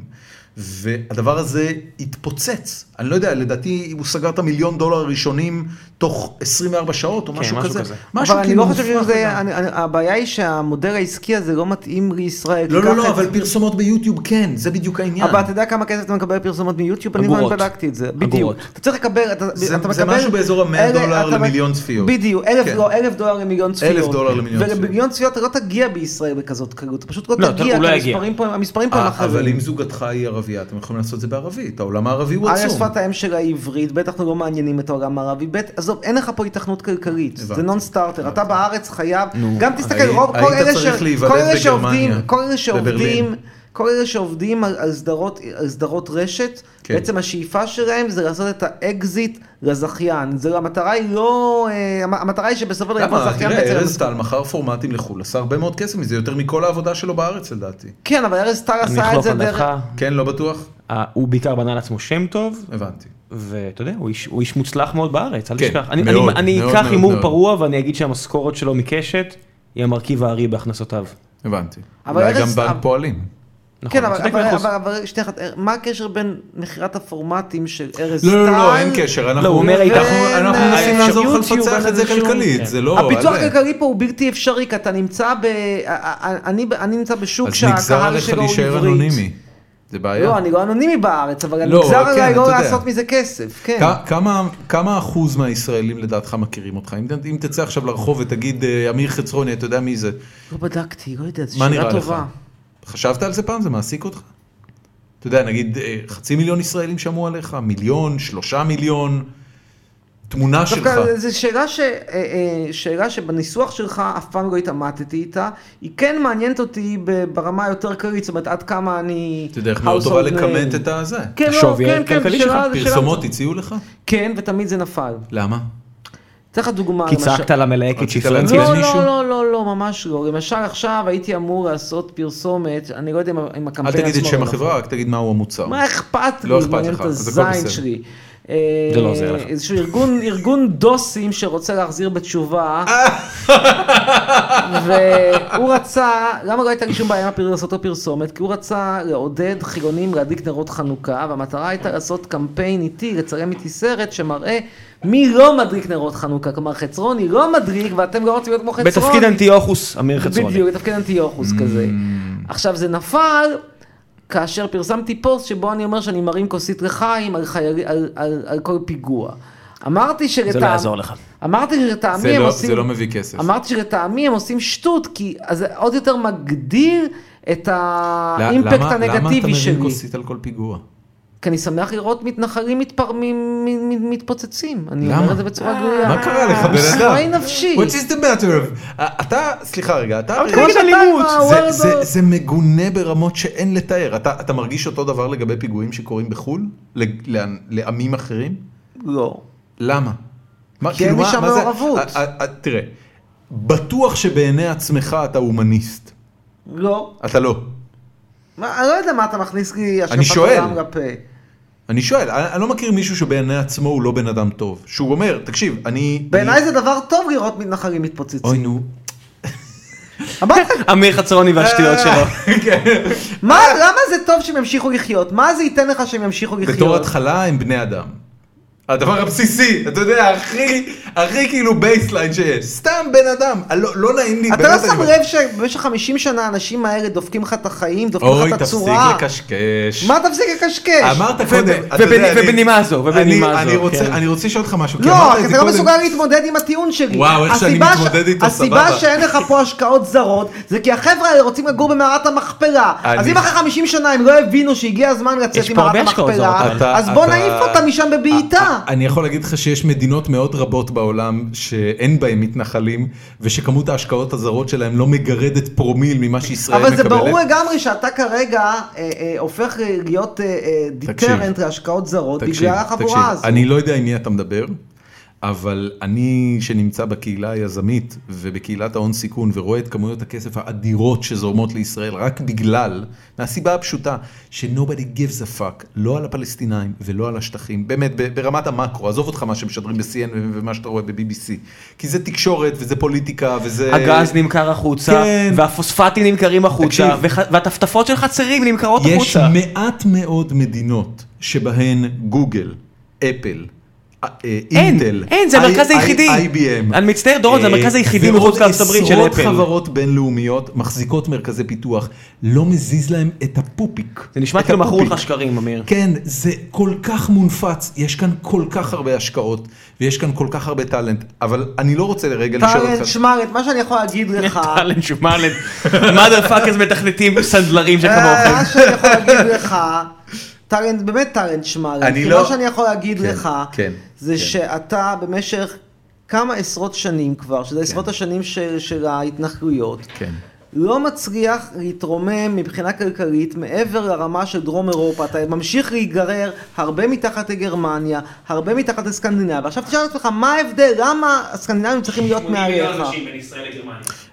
[SPEAKER 2] והדבר הזה התפוצץ. אני לא יודע, לדעתי הוא סגר את המיליון דולר הראשונים תוך 24 שעות או משהו
[SPEAKER 1] משהו
[SPEAKER 2] כזה.
[SPEAKER 1] כזה.
[SPEAKER 2] משהו
[SPEAKER 3] אבל אני
[SPEAKER 2] כאילו
[SPEAKER 3] לא חושב
[SPEAKER 2] מופרך לגמרי.
[SPEAKER 3] שזה, אני- אני- הבעיה היא שהמודל העסקי הזה לא מתאים לישראל.
[SPEAKER 2] לא,
[SPEAKER 3] כי
[SPEAKER 2] לא,
[SPEAKER 3] ככה
[SPEAKER 2] לא,
[SPEAKER 3] את-
[SPEAKER 2] אבל פרסומות ביוטיוב כן, זה בדיוק העניין.
[SPEAKER 3] אבל אתה יודע כמה כסף אתה מקבל פרסומות מיוטיוב? אני
[SPEAKER 1] אגורות.
[SPEAKER 3] כבר בדקתי את זה. בדיוק.
[SPEAKER 1] אגורות.
[SPEAKER 3] אתה צריך לקבל, אתה
[SPEAKER 2] זה-
[SPEAKER 3] אתה מקבל...
[SPEAKER 2] זה משהו באזור המאה
[SPEAKER 3] אלה-
[SPEAKER 2] דולר
[SPEAKER 3] אתה מק-
[SPEAKER 2] למיליון צפיות.
[SPEAKER 3] בדיוק, אלף
[SPEAKER 2] כן.
[SPEAKER 3] לא, אלף דולר למיליון צפיות.
[SPEAKER 2] אלף דולר למיליון צפיות.
[SPEAKER 3] ולמיליון צפיות אתה לא תגיע בישראל בכזאת קלות, אתה פשוט
[SPEAKER 1] לא,
[SPEAKER 3] לא
[SPEAKER 1] אתה-
[SPEAKER 3] תגיע,
[SPEAKER 1] הוא
[SPEAKER 3] כי
[SPEAKER 1] לא יגיע.
[SPEAKER 3] המספרים פה הם- המספרים פה הם
[SPEAKER 2] אה, אבל
[SPEAKER 3] אחרים.
[SPEAKER 2] אם זוגתך היא ערבייה, אתם יכולים לעשות את זה בערבית, העולם הערבי
[SPEAKER 5] אה,
[SPEAKER 2] הוא
[SPEAKER 3] א'
[SPEAKER 2] עצום.
[SPEAKER 3] שפת האם שלה היא עברית, בטח אנחנו לא מעניינים את העולם הערבי, ב' עזוב, אין לך פה התכנות כלכלית,
[SPEAKER 2] הבנתי.
[SPEAKER 3] זה נון סטארטר, אתה בארץ חייב, גם תסתכל,
[SPEAKER 2] היית-
[SPEAKER 3] רוב, כל
[SPEAKER 2] היית
[SPEAKER 3] אלה ש-
[SPEAKER 2] צריך להיוולד
[SPEAKER 3] כל אלה
[SPEAKER 2] בגרמניה,
[SPEAKER 3] שעובדים, כל אלה
[SPEAKER 2] בברלין.
[SPEAKER 3] שעובדים, כל אלה שעובדים על- על סדרות- על סדרות רשת,
[SPEAKER 2] כן.
[SPEAKER 3] בעצם השאיפה שלהם זה לעשות את האקזיט לזכיין, זה- המטרה היא לא, אה, המ- המטרה היא שבסופו של דבר
[SPEAKER 2] למה?
[SPEAKER 3] הזכיין
[SPEAKER 2] תראה,
[SPEAKER 3] בעצם...
[SPEAKER 2] ארז טל מכר פורמטים לחו"ל, עשה הרבה מאוד כסף מזה, יותר מכל העבודה שלו בארץ לדעתי.
[SPEAKER 3] כן, אבל ארז טל
[SPEAKER 1] אני
[SPEAKER 3] עשה את
[SPEAKER 1] אחלוף
[SPEAKER 3] זה
[SPEAKER 1] על
[SPEAKER 3] דרך...
[SPEAKER 1] דעתך,
[SPEAKER 2] כן, לא בטוח?
[SPEAKER 1] אה, הוא בעיקר בנה לעצמו שם טוב,
[SPEAKER 2] הבנתי.
[SPEAKER 1] ואתה יודע, הוא איש- הוא איש מוצלח מאוד בארץ, אל
[SPEAKER 2] כן,
[SPEAKER 1] תשכח. אני-
[SPEAKER 2] מאוד,
[SPEAKER 1] אני- אני
[SPEAKER 2] מאוד,
[SPEAKER 1] אקח
[SPEAKER 2] מאוד,
[SPEAKER 1] הימור
[SPEAKER 2] מאוד.
[SPEAKER 1] פרוע ואני אגיד שהמשכורת שלו מקשת היא המרכיב הארי בהכנסותיו.
[SPEAKER 2] הבנתי.
[SPEAKER 3] אבל
[SPEAKER 2] אולי גם
[SPEAKER 3] ארז-
[SPEAKER 2] בנק
[SPEAKER 5] אה,
[SPEAKER 3] אבל-
[SPEAKER 2] פועלים.
[SPEAKER 1] נכון,
[SPEAKER 3] כן, אבל-
[SPEAKER 1] צודק
[SPEAKER 3] אבל
[SPEAKER 1] מאה אחוז.
[SPEAKER 3] אבל- אבל שנייה אחת, מה הקשר בין מכירת הפורמטים של ארז טל?
[SPEAKER 5] לא, לא, לא, אין קשר, אנחנו
[SPEAKER 1] לא, הוא אומר,
[SPEAKER 5] אנחנו- אנחנו
[SPEAKER 3] אה,
[SPEAKER 5] מנסים לעזור לך
[SPEAKER 1] יוטיוב,
[SPEAKER 5] לפצח את זה
[SPEAKER 1] אבל שום-
[SPEAKER 5] כלכלית,
[SPEAKER 1] כן.
[SPEAKER 5] זה לא...
[SPEAKER 3] הפיצוח
[SPEAKER 5] אלה.
[SPEAKER 3] הכלכלי פה הוא בלתי אפשרי, כי אתה נמצא ב... אני, אני נמצא בשוק
[SPEAKER 5] אז נגזר
[SPEAKER 3] שהקהל
[SPEAKER 5] עליך
[SPEAKER 3] שלו הוא
[SPEAKER 5] להישאר
[SPEAKER 3] עברית.
[SPEAKER 5] אנונימי. זה בעיה.
[SPEAKER 3] לא, אני לא אנונימי בארץ, אבל
[SPEAKER 5] לא,
[SPEAKER 3] נגזר
[SPEAKER 5] כן,
[SPEAKER 3] עליי לא
[SPEAKER 5] אתה יודע.
[SPEAKER 3] לעשות מזה כסף, כן.
[SPEAKER 5] כ- כמה- כמה אחוז מהישראלים לדעתך מכירים אותך? אם ת- אם תצא עכשיו לרחוב ותגיד, אה, אמיר חצרוני, אתה יודע מי זה?
[SPEAKER 3] לא בדקתי, לא יודע, זו
[SPEAKER 5] מה
[SPEAKER 3] שאלה
[SPEAKER 5] נראה לך?
[SPEAKER 3] טובה.
[SPEAKER 5] חשבת על זה פעם? זה מעסיק אותך? אתה יודע, נגיד אה, חצי מיליון ישראלים שמעו עליך, מיליון, שלושה מיליון, תמונה שלך.
[SPEAKER 3] דווקא זו שאלה, ש... אה, אה, שאלה שבניסוח שלך אף פעם לא התעמתתי איתה, היא כן מעניינת אותי ב- ברמה היותר כללית, זאת אומרת עד כמה אני...
[SPEAKER 5] אתה יודע איך מאוד טובה
[SPEAKER 3] household name.
[SPEAKER 5] לכמת את הזה.
[SPEAKER 3] כן, לא,
[SPEAKER 1] השווי
[SPEAKER 3] כן, כן,
[SPEAKER 1] הכלכלי שלך,
[SPEAKER 3] שאלה... שאלה-
[SPEAKER 5] פרסומות הציעו לך?
[SPEAKER 3] כן, ותמיד זה נפל.
[SPEAKER 5] למה?
[SPEAKER 3] אתן לך דוגמה.
[SPEAKER 1] כי
[SPEAKER 3] למשל.
[SPEAKER 1] צעקת על המלהקת
[SPEAKER 5] רצית
[SPEAKER 1] שהיא
[SPEAKER 5] להגיד
[SPEAKER 1] פרנקית.
[SPEAKER 3] לא,
[SPEAKER 5] למישהו?
[SPEAKER 3] לא, לא, לא, לא, ממש לא. למשל עכשיו הייתי אמור לעשות פרסומת, אני לא יודע אם ה- אם
[SPEAKER 5] אל
[SPEAKER 3] הקמפיין
[SPEAKER 5] תגיד את
[SPEAKER 3] עצמו
[SPEAKER 5] שם
[SPEAKER 3] לא נכון.
[SPEAKER 5] החברה, רק תגיד מהו המוצר.
[SPEAKER 3] מה אכפת לי?
[SPEAKER 5] לא אכפת
[SPEAKER 3] מעניין
[SPEAKER 5] לך,
[SPEAKER 3] את
[SPEAKER 5] אז הכל
[SPEAKER 3] הזין
[SPEAKER 5] בסדר.
[SPEAKER 3] שלי.
[SPEAKER 1] זה לא
[SPEAKER 3] אה,
[SPEAKER 1] עוזר לך.
[SPEAKER 3] איזשהו ארגון, ארגון דוסים שרוצה להחזיר בתשובה, והוא רצה, למה לא הייתה לי שום בעיה עם הפר- לעשות לו פרסומת? כי הוא רצה לעודד חילונים להדליק נרות חנוכה, והמטרה הייתה לעשות קמפיין איתי, לצלם איתי סרט שמראה מי לא מדליק נרות חנוכה, כלומר חצרוני לא מדליק ואתם לא רוצים להיות כמו חצרוני.
[SPEAKER 1] בתפקיד אנטיוכוס, אמיר חצרוני.
[SPEAKER 3] בדיוק, לתפקיד
[SPEAKER 1] Mm.
[SPEAKER 3] אנטיוכוס כזה. עכשיו זה נפל כאשר פרסמתי פוסט שבו אני אומר שאני מרים כוסית לחיים על, חייל, על, על, על כל פיגוע. אמרתי שלטעמי...
[SPEAKER 1] זה לא יעזור לך.
[SPEAKER 3] אמרתי שלטעמי
[SPEAKER 2] זה
[SPEAKER 3] הם
[SPEAKER 2] לא-
[SPEAKER 3] עושים...
[SPEAKER 2] זה לא מביא כסף.
[SPEAKER 3] אמרתי שלטעמי הם עושים שטות, כי אז זה עוד יותר מגדיר את האימפקט
[SPEAKER 2] למה- למה אתה
[SPEAKER 3] הנגטיבי
[SPEAKER 2] מרים
[SPEAKER 3] שלי.
[SPEAKER 2] כוסית על כל פיגוע?
[SPEAKER 3] כי אני שמח לראות מתנחלים מתפרמים, מ- מ- מתפוצצים. אני
[SPEAKER 2] למה?
[SPEAKER 3] אומר את זה בצורה גלויה.
[SPEAKER 2] מה קרה לך, בן אדם?
[SPEAKER 3] משמעי נפשי.
[SPEAKER 2] What is the matter of? אתה, סליחה רגע, אתה...
[SPEAKER 3] כמו שאתה עם
[SPEAKER 1] אלימות.
[SPEAKER 2] זה-
[SPEAKER 3] ה-weirdo-
[SPEAKER 2] זה- זה מגונה ברמות שאין לתאר. אתה אתה מרגיש אותו דבר לגבי פיגועים שקורים בחו"ל? ל- ל- לעמים אחרים?
[SPEAKER 3] לא.
[SPEAKER 2] למה? מה, כאילו,
[SPEAKER 3] כי אין
[SPEAKER 2] מה-
[SPEAKER 3] משם
[SPEAKER 2] מה זה-
[SPEAKER 3] מעורבות.
[SPEAKER 2] א- א- א- תראה, בטוח שבעיני עצמך אתה הומניסט.
[SPEAKER 3] לא.
[SPEAKER 2] אתה לא.
[SPEAKER 3] מה, אני לא יודע מה אתה מכניס
[SPEAKER 2] אני
[SPEAKER 3] לי השקפת
[SPEAKER 2] שואל.
[SPEAKER 3] עולם לפה.
[SPEAKER 2] אני שואל, אני, אני לא מכיר מישהו שבעיני עצמו הוא לא בן אדם טוב. שהוא אומר, תקשיב, אני...
[SPEAKER 3] בעיניי
[SPEAKER 2] אני-
[SPEAKER 3] זה דבר טוב לראות מתנחלים
[SPEAKER 2] אוי
[SPEAKER 3] מתפוצצים.
[SPEAKER 2] נו.
[SPEAKER 3] אמרתי לך,
[SPEAKER 1] אמיר חצרוני והשטויות שלו.
[SPEAKER 3] מה, למה זה טוב שהם ימשיכו לחיות? מה זה ייתן לך שהם ימשיכו לחיות?
[SPEAKER 2] בתור התחלה הם בני אדם. הדבר הבסיסי, אתה יודע, הכי, הכי כאילו בייסליין שיש. סתם בן אדם, אני לא, לא נעים לי.
[SPEAKER 3] אתה
[SPEAKER 2] באמת,
[SPEAKER 3] לא
[SPEAKER 2] אני
[SPEAKER 3] שם
[SPEAKER 2] אומר,
[SPEAKER 3] לב שבמשך 50 שנה האנשים האלה דופקים לך את החיים, דופקים
[SPEAKER 2] אוי,
[SPEAKER 3] לך את
[SPEAKER 2] תפסיק
[SPEAKER 3] הצורה?
[SPEAKER 2] לקשקש. אה,
[SPEAKER 3] מה תפסיק לקשקש?
[SPEAKER 2] אמרת קודם, אתה
[SPEAKER 1] ובנ-
[SPEAKER 2] יודע, אני-
[SPEAKER 1] ובנימה זו, ובנימה
[SPEAKER 2] אני-
[SPEAKER 1] זו,
[SPEAKER 2] אני רוצה-
[SPEAKER 1] כן.
[SPEAKER 2] אני רוצה לשאול אותך משהו, כי
[SPEAKER 3] לא,
[SPEAKER 2] אמרת את
[SPEAKER 3] כי אתה
[SPEAKER 2] זה
[SPEAKER 3] לא
[SPEAKER 2] קודם.
[SPEAKER 3] מסוגל להתמודד עם הטיעון שלי.
[SPEAKER 2] וואו, איך שאני
[SPEAKER 3] הסיבה ש-
[SPEAKER 2] מתמודד איתו, סבבה.
[SPEAKER 3] הסיבה שאין לך פה השקעות זרות, זה כי החבר'ה האלה רוצים לגור במערת המכפלה.
[SPEAKER 2] אני-
[SPEAKER 3] אז אם אחרי 50 שנה הם לא הבינו שהגיע הזמן לצאת
[SPEAKER 1] יש פה
[SPEAKER 3] ממערת
[SPEAKER 1] הרבה השקעות
[SPEAKER 3] המכפלה,
[SPEAKER 1] זרות,
[SPEAKER 2] אתה-
[SPEAKER 3] אז בוא
[SPEAKER 2] אתה-
[SPEAKER 3] נעיף אותם משם בבעיטה.
[SPEAKER 2] א- א- אה, אני יכול להגיד לך שיש מדינות מאוד רבות בעולם שאין בהן מתנחלים, ושכמות ההשקעות הזרות שלהם לא מגרדת פרומיל ממה שישראל
[SPEAKER 3] אבל
[SPEAKER 2] אה, מקבלת.
[SPEAKER 3] זה ברור לגמרי שאתה כרגע אה, אה, הופך להיות אה, אה, דיטרנט להשקעות זרות
[SPEAKER 2] תקשיב,
[SPEAKER 3] בגלל החבורה
[SPEAKER 2] תקשיב,
[SPEAKER 3] הזו.
[SPEAKER 2] אני לא יודע עם מי אתה מדבר, אבל אני שנמצא בקהילה היזמית ובקהילת ההון סיכון ורואה את כמויות הכסף האדירות שזורמות לישראל רק בגלל, מהסיבה הפשוטה, ש-nobody gives a fuck, לא על הפלסטינאים ולא על השטחים, באמת ב- ברמת המקרו, עזוב אותך מה שמשדרים ב-CN ו- ומה שאתה רואה ב-BBC, כי זה תקשורת וזה פוליטיקה וזה...
[SPEAKER 1] הגז נמכר החוצה,
[SPEAKER 2] אה, כן.
[SPEAKER 1] והפוספטים נמכרים החוצה,
[SPEAKER 2] תקשיב.
[SPEAKER 1] וח- והטפטפות של חצרים נמכרות
[SPEAKER 2] יש
[SPEAKER 1] החוצה.
[SPEAKER 2] מעט מאוד מדינות שבהן גוגל, אפל, אה, אה,
[SPEAKER 1] אין,
[SPEAKER 2] אינטל,
[SPEAKER 1] אין, זה
[SPEAKER 2] I-
[SPEAKER 1] המרכז
[SPEAKER 2] I-
[SPEAKER 1] היחידי.
[SPEAKER 2] IBM.
[SPEAKER 1] אני מצטער, דורון, זה
[SPEAKER 2] אה,
[SPEAKER 1] המרכז היחידי מחוץ לארצות הברית של
[SPEAKER 2] ועוד
[SPEAKER 1] אפל.
[SPEAKER 2] עשרות חברות בינלאומיות מחזיקות מרכזי פיתוח, לא מזיז להם את הפופיק.
[SPEAKER 1] זה נשמע
[SPEAKER 2] את
[SPEAKER 1] כאילו מכרו
[SPEAKER 2] הפופיק.
[SPEAKER 1] לך שקרים, אמיר.
[SPEAKER 2] כן, זה כל כך מונפץ, יש כאן כל כך הרבה השקעות, ויש כאן כל כך הרבה טאלנט, אבל אני לא רוצה לרגע לשאול
[SPEAKER 3] טאלנט
[SPEAKER 2] אותך.
[SPEAKER 3] שמארט, מה שאני יכול להגיד לך,
[SPEAKER 1] טאלנט שומאלנט, mother fuckers מתכנתים סנדלרים
[SPEAKER 3] אה, מה
[SPEAKER 1] שכמוכם.
[SPEAKER 3] שאני יכול להגיד לך, טאלנט, באמת טאלנט שמארט,
[SPEAKER 2] אני
[SPEAKER 3] כי
[SPEAKER 2] לא-
[SPEAKER 3] מה שאני יכול להגיד
[SPEAKER 2] כן,
[SPEAKER 3] לך,
[SPEAKER 2] כן,
[SPEAKER 3] זה
[SPEAKER 2] כן.
[SPEAKER 3] שאתה במשך כמה עשרות שנים כבר, שזה עשרות השנים של- של ההתנחלויות,
[SPEAKER 2] כן.
[SPEAKER 3] לא מצליח להתרומם מבחינה כלכלית מעבר לרמה של דרום אירופה, אתה ממשיך להיגרר הרבה מתחת לגרמניה, הרבה מתחת לסקנדינביה. עכשיו תשאל את עצמך, מה ההבדל? למה הסקנדינבים צריכים להיות מעליך?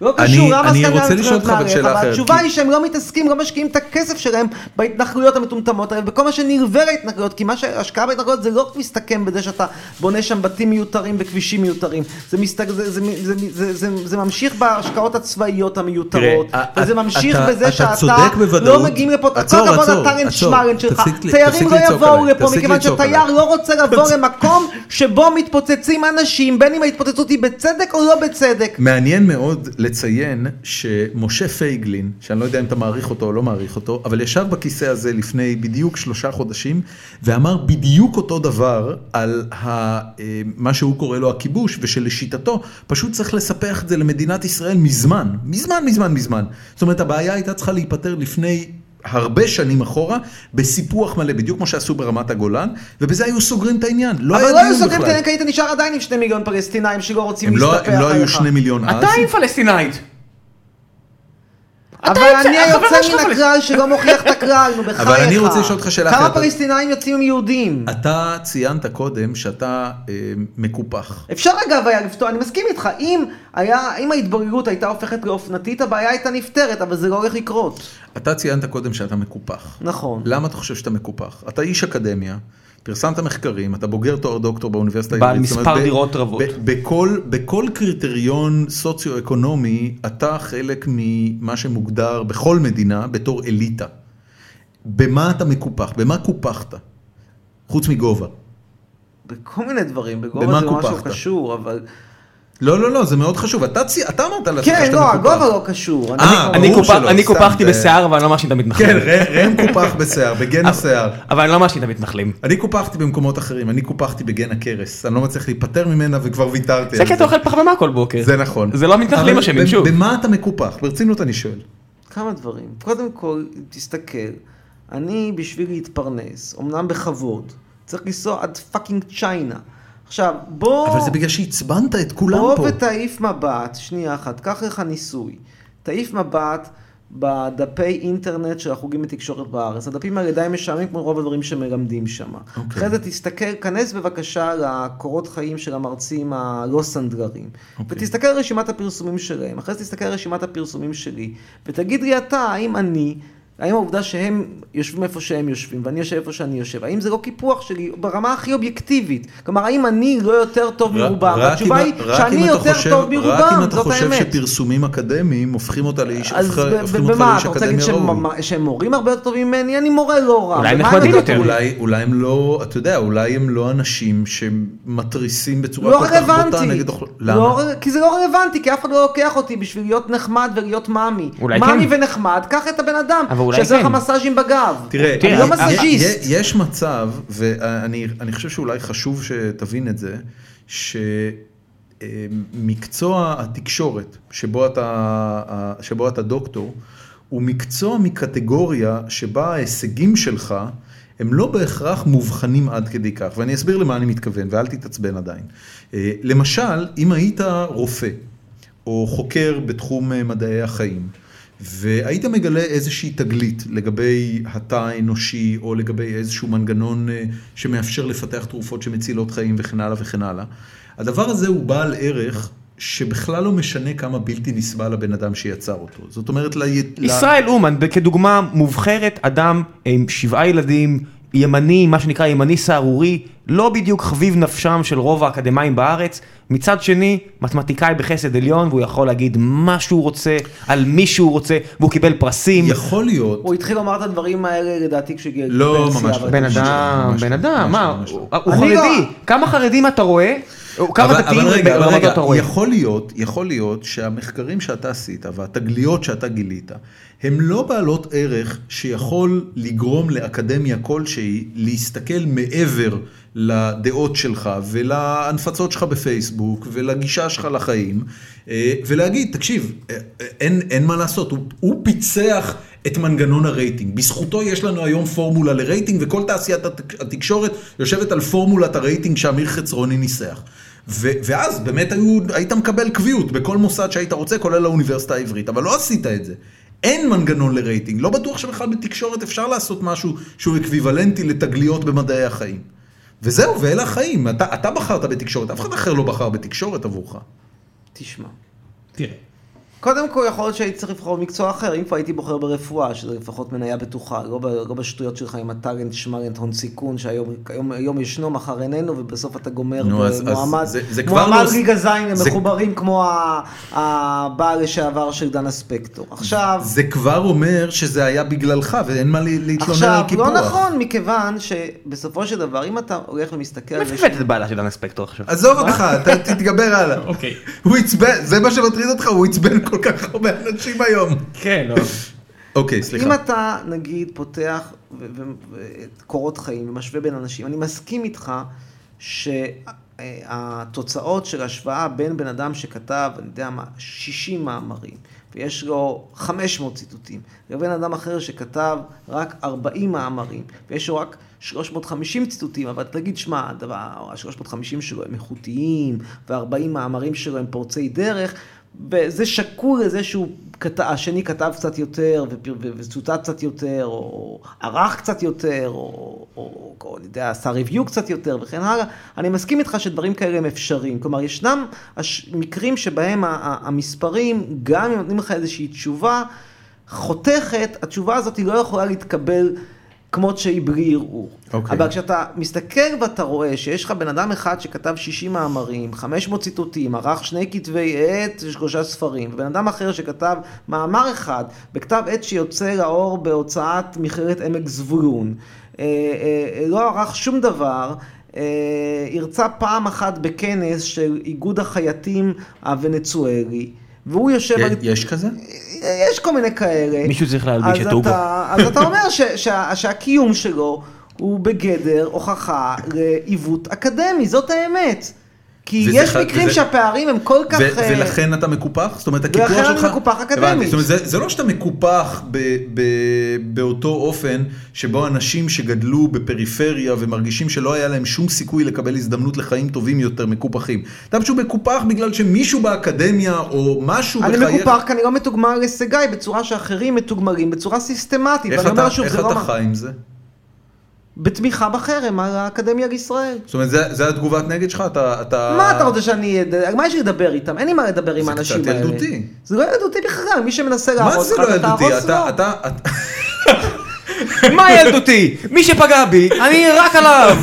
[SPEAKER 3] לא קשור,
[SPEAKER 2] אני-
[SPEAKER 3] למה
[SPEAKER 2] אני רוצה
[SPEAKER 3] הסקנדינבים צריכים
[SPEAKER 2] לשאול
[SPEAKER 3] להיות
[SPEAKER 2] אותך אבל
[SPEAKER 3] מעליך?
[SPEAKER 2] שאלה אחרת,
[SPEAKER 3] והתשובה
[SPEAKER 2] כי-
[SPEAKER 3] היא שהם לא מתעסקים, לא משקיעים את הכסף שלהם בהתנחלויות המטומטמות האלה, בכל מה שנלווה להתנחלויות, כי מה שהשקעה בהתנחלויות זה לא מסתכם בזה שאתה בונה שם בתים מיותרים וכבישים מיותרים. זה מסתג- זה- זה- זה- זה- זה- זה ממשיך בהשקעות הצבאיות המיותרות,
[SPEAKER 2] תראה,
[SPEAKER 3] וזה
[SPEAKER 2] אתה-
[SPEAKER 3] ממשיך
[SPEAKER 2] אתה-
[SPEAKER 3] בזה
[SPEAKER 2] אתה
[SPEAKER 3] שאתה
[SPEAKER 2] צודק בוודאות.
[SPEAKER 3] לא מגיעים לפה, כל
[SPEAKER 2] עצור,
[SPEAKER 3] הכבוד
[SPEAKER 2] עצור,
[SPEAKER 3] לטאלנט
[SPEAKER 2] עצור.
[SPEAKER 3] שמארן שלך,
[SPEAKER 2] תפסיק לי-
[SPEAKER 3] תיירים
[SPEAKER 2] תפסיק
[SPEAKER 3] לא
[SPEAKER 2] לצעוק
[SPEAKER 3] יבואו
[SPEAKER 2] עליי,
[SPEAKER 3] לפה
[SPEAKER 2] תפסיק
[SPEAKER 3] מכיוון
[SPEAKER 2] לצעוק
[SPEAKER 3] שתייר
[SPEAKER 2] עליי.
[SPEAKER 3] לא רוצה לבוא למקום שבו מתפוצצים אנשים, בין אם ההתפוצצות היא בצדק או לא בצדק.
[SPEAKER 2] מעניין מאוד לציין שמשה פייגלין, שאני לא יודע אם אתה מעריך אותו או לא מעריך אותו, אבל ישב בכיסא הזה לפני בדיוק שלושה חודשים, ואמר בדיוק אותו דבר על ה, אה, מה שהוא קורא לו הכיבוש, ושלשיטתו פשוט צריך לספח את זה למדינת ישראל מזמן, מזמן, מזמן, מזמן. זאת אומרת, הבעיה הייתה צריכה להיפתר לפני... הרבה שנים אחורה, בסיפוח מלא, בדיוק כמו שעשו ברמת הגולן, ובזה היו סוגרים את העניין. לא היה
[SPEAKER 3] אבל
[SPEAKER 2] דיון
[SPEAKER 3] לא
[SPEAKER 2] בכלל.
[SPEAKER 3] היו סוגרים את העניין, כי היית נשאר עדיין עם שני מיליון פלסטינאים שלא רוצים
[SPEAKER 2] הם לא-
[SPEAKER 3] להסתפח עליך.
[SPEAKER 2] הם לא היו שני מיליון אז.
[SPEAKER 1] אתה עם פלסטינאית.
[SPEAKER 3] אבל
[SPEAKER 1] יוצא-
[SPEAKER 3] אני
[SPEAKER 1] החברה
[SPEAKER 3] היוצא
[SPEAKER 1] שלך
[SPEAKER 3] מן
[SPEAKER 1] פלסט-
[SPEAKER 3] הכלל שלא מוכיח את הכלל, נו בחייך.
[SPEAKER 2] אבל אני רוצה לשאול אותך שאלה
[SPEAKER 3] כמה
[SPEAKER 2] אחרת.
[SPEAKER 3] פלסטינאים יוצאים מיהודים?
[SPEAKER 2] אתה ציינת קודם שאתה אה, מקופח.
[SPEAKER 3] אפשר אגב היה לפתור, אני מסכים איתך, אם היה, אם ההתברגרות הייתה הופכת לאופנתית, הבעיה הייתה נפתרת, אבל זה לא הולך לקרות.
[SPEAKER 2] אתה ציינת קודם שאתה מקופח.
[SPEAKER 3] נכון.
[SPEAKER 2] למה אתה חושב שאתה מקופח? אתה איש אקדמיה, פרסמת מחקרים, אתה בוגר תואר דוקטור באוניברסיטה
[SPEAKER 1] בעל
[SPEAKER 2] העברית, זאת אומרת,
[SPEAKER 1] מספר
[SPEAKER 2] ב-
[SPEAKER 1] דירות רבות.
[SPEAKER 2] ב- בכל, בכל קריטריון סוציו-אקונומי, אתה חלק ממה שמוגדר בכל מדינה בתור אליטה. במה אתה מקופח? במה קופחת? חוץ מגובה.
[SPEAKER 3] בכל מיני דברים, בגובה
[SPEAKER 2] במה
[SPEAKER 3] זה משהו
[SPEAKER 2] קופחת?
[SPEAKER 3] קשור, אבל...
[SPEAKER 2] לא, לא, לא, זה מאוד חשוב. אתה צי- אתה אמרת לעצמך
[SPEAKER 3] כן,
[SPEAKER 2] שאתה
[SPEAKER 3] לא,
[SPEAKER 2] מקופח.
[SPEAKER 3] הגובה לא קשור. אני-
[SPEAKER 2] אה,
[SPEAKER 1] אני
[SPEAKER 2] ברור
[SPEAKER 1] קופח-
[SPEAKER 2] שלא,
[SPEAKER 1] אני
[SPEAKER 2] סתם,
[SPEAKER 1] קופחתי
[SPEAKER 2] זה-
[SPEAKER 1] בשיער ואני לא מאשים את המתנחלים.
[SPEAKER 2] כן, ר- ראם קופח בשיער, בגן השיער.
[SPEAKER 1] אבל אני לא מאשים את המתנחלים.
[SPEAKER 2] אני קופחתי במקומות אחרים, אני קופחתי בגן הכרס, אני לא מצליח להיפטר ממנה וכבר ויתרתי.
[SPEAKER 1] זה
[SPEAKER 2] על
[SPEAKER 1] כי אתה אוכל פחמימה כל בוקר.
[SPEAKER 2] זה נכון.
[SPEAKER 1] זה לא המתנחלים
[SPEAKER 2] אבל
[SPEAKER 1] אשמים,
[SPEAKER 2] ב-
[SPEAKER 1] שוב.
[SPEAKER 2] במה אתה מקופח? ברצינות אני שואל.
[SPEAKER 3] כמה דברים. קודם כל, תסתכל, אני בשביל להתפרנס, אמנם בכבוד, צריך לנסוע עד פאקינג צ'יינה. עכשיו, בוא...
[SPEAKER 2] אבל זה בגלל שעצבנת את כולם
[SPEAKER 3] בוא
[SPEAKER 2] פה.
[SPEAKER 3] ותעיף מבט, שנייה אחת, קח לך ניסוי. תעיף מבט בדפי אינטרנט של החוגים לתקשורת בארץ. הדפים האלה די משעממים כמו רוב הדברים שמלמדים שם. Okay. אחרי זה תסתכל, כנס בבקשה לקורות חיים של המרצים הלא סנדלרים. Okay. ותסתכל על רשימת הפרסומים שלהם. אחרי זה תסתכל על רשימת הפרסומים שלי. ותגיד לי אתה, האם אני... האם העובדה שהם יושבים איפה שהם יושבים, ואני יושב איפה שאני יושב, האם זה לא קיפוח שלי ברמה הכי אובייקטיבית? כלומר, האם אני לא יותר
[SPEAKER 2] רק-
[SPEAKER 3] טוב מרובם?
[SPEAKER 2] רק אם-
[SPEAKER 3] התשובה היא
[SPEAKER 2] רק אם
[SPEAKER 3] שאני
[SPEAKER 2] אתה
[SPEAKER 3] יותר
[SPEAKER 2] חושב-
[SPEAKER 3] טוב
[SPEAKER 2] רק אם
[SPEAKER 3] מרובם,
[SPEAKER 2] אתה
[SPEAKER 3] זאת
[SPEAKER 2] חושב
[SPEAKER 3] האמת.
[SPEAKER 2] שפרסומים אקדמיים הופכים אותה לאיש
[SPEAKER 3] אז
[SPEAKER 2] הופכים
[SPEAKER 3] ב-
[SPEAKER 2] אותך
[SPEAKER 3] ב- במה,
[SPEAKER 2] לאיש
[SPEAKER 3] אתה רוצה להגיד
[SPEAKER 2] אקדמי
[SPEAKER 3] שהם
[SPEAKER 2] ראוי.
[SPEAKER 3] ממ- שהם מורים הרבה יותר טובים ממני? אני מורה לא רע.
[SPEAKER 1] אולי
[SPEAKER 3] במה הם
[SPEAKER 1] נחמדים
[SPEAKER 3] יותר טובים?
[SPEAKER 2] כן. אולי, אולי הם לא, אתה יודע, אולי הם לא אנשים שמתריסים בצורה
[SPEAKER 3] לא
[SPEAKER 2] כל כך בוטה
[SPEAKER 3] רלוונטי.
[SPEAKER 2] נגד אוכלוסייה. למה?
[SPEAKER 3] לא ר- כי זה לא רלוונטי, כי אף אחד לא לוקח אותי בשביל להיות נחמד ולהיות מאמי.
[SPEAKER 1] אולי
[SPEAKER 3] מאמי
[SPEAKER 1] כן.
[SPEAKER 3] ונחמד, קח את הבן אדם,
[SPEAKER 1] אבל אולי
[SPEAKER 3] שיעשה לך
[SPEAKER 1] כן.
[SPEAKER 3] מסאז'ים בגב.
[SPEAKER 2] תראה,
[SPEAKER 1] תראה,
[SPEAKER 3] אני לא
[SPEAKER 1] אבל-
[SPEAKER 3] מסאז'יסט.
[SPEAKER 2] י- י- יש מצב, ואני אני חושב שאולי חשוב שתבין את זה, שמקצוע התקשורת, שבו אתה, שבו אתה דוקטור, הוא מקצוע מקטגוריה שבה ההישגים שלך הם לא בהכרח מובחנים עד כדי כך, ואני אסביר למה אני מתכוון, ואל תתעצבן עדיין. אה, למשל, אם היית רופא, או חוקר בתחום אה, מדעי החיים, והיית מגלה איזושהי תגלית לגבי התא האנושי, או לגבי איזשהו מנגנון אה, שמאפשר לפתח תרופות שמצילות חיים וכן הלאה וכן הלאה, הדבר הזה הוא בעל ערך שבכלל לא משנה כמה בלתי נסבל הבן אדם שיצר אותו. זאת אומרת, ל... ל-
[SPEAKER 1] ישראל אומן, כדוגמה מובחרת, אדם עם שבעה ילדים, ימני, מה שנקרא ימני סהרורי, לא בדיוק חביב נפשם של רוב האקדמאים בארץ. מצד שני, מתמטיקאי בחסד עליון, והוא יכול להגיד מה שהוא רוצה, על מי שהוא רוצה, והוא קיבל פרסים.
[SPEAKER 2] יכול להיות...
[SPEAKER 3] הוא התחיל לומר את הדברים האלה לדעתי כשהגיע לגיל
[SPEAKER 2] לא,
[SPEAKER 3] פנסיה,
[SPEAKER 2] ממש לא.
[SPEAKER 3] אבל-
[SPEAKER 1] בן
[SPEAKER 2] ממש לא,
[SPEAKER 1] אדם,
[SPEAKER 2] ממש
[SPEAKER 1] בן
[SPEAKER 2] לא,
[SPEAKER 1] אדם,
[SPEAKER 2] ממש
[SPEAKER 1] מה,
[SPEAKER 2] לא, ממש לא.
[SPEAKER 1] הוא- הוא
[SPEAKER 3] אני לא-
[SPEAKER 1] חרדי, כמה חרדים אתה רואה? או כמה
[SPEAKER 2] אבל-
[SPEAKER 1] דתיים
[SPEAKER 2] אבל רגע, אבל
[SPEAKER 1] בעולמות
[SPEAKER 2] רגע,
[SPEAKER 1] אתה רואה?
[SPEAKER 2] יכול להיות, יכול להיות שהמחקרים שאתה עשית והתגליות שאתה גילית, הם לא בעלות ערך שיכול לגרום לאקדמיה כלשהי להסתכל מעבר לדעות שלך ולהנפצות שלך בפייסבוק ולגישה שלך לחיים, אה, ולהגיד, תקשיב, אה, אה, אין, אין מה לעשות, הוא, הוא פיצח את מנגנון הרייטינג. בזכותו יש לנו היום פורמולה לרייטינג, וכל תעשיית התק- התקשורת יושבת על פורמולת הרייטינג שאמיר חצרוני ניסח. ו- ואז באמת היו, היית מקבל קביעות בכל מוסד שהיית רוצה, כולל האוניברסיטה העברית, אבל לא עשית את זה. אין מנגנון לרייטינג, לא בטוח שבכלל בתקשורת אפשר לעשות משהו שהוא אקוויוולנטי לתגליות במדעי החיים. וזהו, ואלה החיים, אתה, אתה בחרת בתקשורת, אף אחד אחר לא בחר בתקשורת עבורך.
[SPEAKER 3] תשמע.
[SPEAKER 2] תראה.
[SPEAKER 3] קודם כל, יכול להיות שהייתי צריך לבחור מקצוע אחר, אם כבר הייתי בוחר ברפואה, שזה לפחות מניה בטוחה, לא, ב, לא בשטויות שלך עם הטאלנט, שמרנט, הון סיכון, שהיום היום, היום ישנו, מחר איננו, ובסוף אתה גומר
[SPEAKER 2] נו, אז- אז
[SPEAKER 3] במועמד
[SPEAKER 2] זה- זה כבר
[SPEAKER 3] מועמד
[SPEAKER 2] לא-
[SPEAKER 3] ליגה זין, הם
[SPEAKER 2] זה-
[SPEAKER 3] מחוברים כמו ה- הבעל לשעבר של דנה ספקטור. עכשיו,
[SPEAKER 2] זה כבר אומר שזה היה בגללך, ואין מה ל- להתלונן
[SPEAKER 3] עכשיו,
[SPEAKER 2] על קיפוח.
[SPEAKER 3] לא נכון, מכיוון שבספו של דבר, אם אתה הולך ומסתכל על
[SPEAKER 1] מאיפה
[SPEAKER 3] זה...
[SPEAKER 1] הבאת את בעלה של דנה ספקטור עכשיו?
[SPEAKER 2] עזוב אותך, אתה תתגבר הלאה.
[SPEAKER 4] אוקיי.
[SPEAKER 2] הוא עצבן, זה מה שמטריד אותך, הוא עצבן כל כך הרבה אנשים היום.
[SPEAKER 4] כן, לא.
[SPEAKER 2] אוקיי, סליחה.
[SPEAKER 3] אם אתה, נגיד, פותח ו- ו- ו- את קורות חיים ומשווה בין אנשים, אני מסכים איתך שהתוצאות של השוואה בין בן אדם שכתב, אני יודע מה, 60 מאמרים, ויש לו 500 ציטוטים, לבין אדם אחר שכתב רק 40 מאמרים, ויש לו רק 350 ציטוטים, אבל תגיד, שמע, הדבר- ה-350 שלו הם איכותיים, ו-40 מאמרים שלו הם פורצי דרך, וזה שקול לזה שהוא כתב, השני כתב קצת יותר, ופר- ו- וצוטט קצת יותר, או ערך קצת יותר, או, או, או אני יודע, עשה ריוויו קצת יותר, וכן הלאה. אני מסכים איתך שדברים כאלה הם אפשריים. כלומר, ישנם הש... מקרים שבהם ה- ה- המספרים, גם אם נותנים לך איזושהי תשובה חותכת, התשובה הזאת היא לא יכולה להתקבל כמות שהיא בלי ערעור.
[SPEAKER 2] אוקיי.
[SPEAKER 3] אבל כשאתה מסתכל ואתה רואה שיש לך בן אדם אחד שכתב 60 מאמרים, 500 ציטוטים, ערך שני כתבי עת ושלושה ספרים, ובן אדם אחר שכתב מאמר אחד בכתב עת שיוצא לאור בהוצאת מכללת עמק זבולון, אה, אה, אה, לא ערך שום דבר, אה, הרצה פעם אחת בכנס של איגוד החייטים הוונצואלי, והוא יושב... על-
[SPEAKER 2] כן, יש כזה?
[SPEAKER 3] יש כל מיני כאלה.
[SPEAKER 1] מישהו צריך להלביש
[SPEAKER 3] אז
[SPEAKER 1] את אוגו.
[SPEAKER 3] אתה- אז אתה אומר ש, שה, שהקיום שלו הוא בגדר הוכחה לעיוות אקדמי, זאת האמת. כי
[SPEAKER 2] וזה
[SPEAKER 3] יש
[SPEAKER 2] אחד-
[SPEAKER 3] מקרים
[SPEAKER 2] וזה-
[SPEAKER 3] שהפערים הם כל כך...
[SPEAKER 2] ו-
[SPEAKER 3] אה,
[SPEAKER 2] ולכן אתה מקופח? זאת אומרת, הקיפוח שלך...
[SPEAKER 3] ולכן אני מקופח אקדמית.
[SPEAKER 2] הבנתי. זאת אומרת, זה, זה לא שאתה מקופח ב, ב, באותו אופן שבו אנשים שגדלו בפריפריה ומרגישים שלא היה להם שום סיכוי לקבל הזדמנות לחיים טובים יותר מקופחים. אתה פשוט מקופח בגלל שמישהו באקדמיה או משהו
[SPEAKER 3] אני
[SPEAKER 2] בחייך-
[SPEAKER 3] מקופח כי אני לא מתוגמר על הישגיי בצורה שאחרים מתוגמרים, בצורה סיסטמטית.
[SPEAKER 2] איך
[SPEAKER 3] ואני
[SPEAKER 2] אתה,
[SPEAKER 3] אומר שוב,
[SPEAKER 2] איך
[SPEAKER 3] זה לא...
[SPEAKER 2] אתה
[SPEAKER 3] מה-
[SPEAKER 2] חי עם זה?
[SPEAKER 3] בתמיכה בחרם על האקדמיה לישראל.
[SPEAKER 2] זאת אומרת, זה, זה התגובת נגד שלך? אתה... אתה...
[SPEAKER 3] מה אתה רוצה שאני... אד- מה יש לי לדבר איתם? אין לי מה לדבר עם
[SPEAKER 2] אה. זה
[SPEAKER 3] האנשים
[SPEAKER 2] קצת
[SPEAKER 3] האלה.
[SPEAKER 2] ילדותי.
[SPEAKER 3] זה לא ילדותי בכלל, מי שמנסה
[SPEAKER 2] מה
[SPEAKER 3] להרוס
[SPEAKER 2] זה
[SPEAKER 3] לך,
[SPEAKER 2] לא
[SPEAKER 3] אתה
[SPEAKER 2] ילדותי?
[SPEAKER 3] תהרוס
[SPEAKER 2] אתה...
[SPEAKER 3] לו.
[SPEAKER 2] אתה, אתה...
[SPEAKER 1] מה ילדותי? מי שפגע בי, אני רק עליו.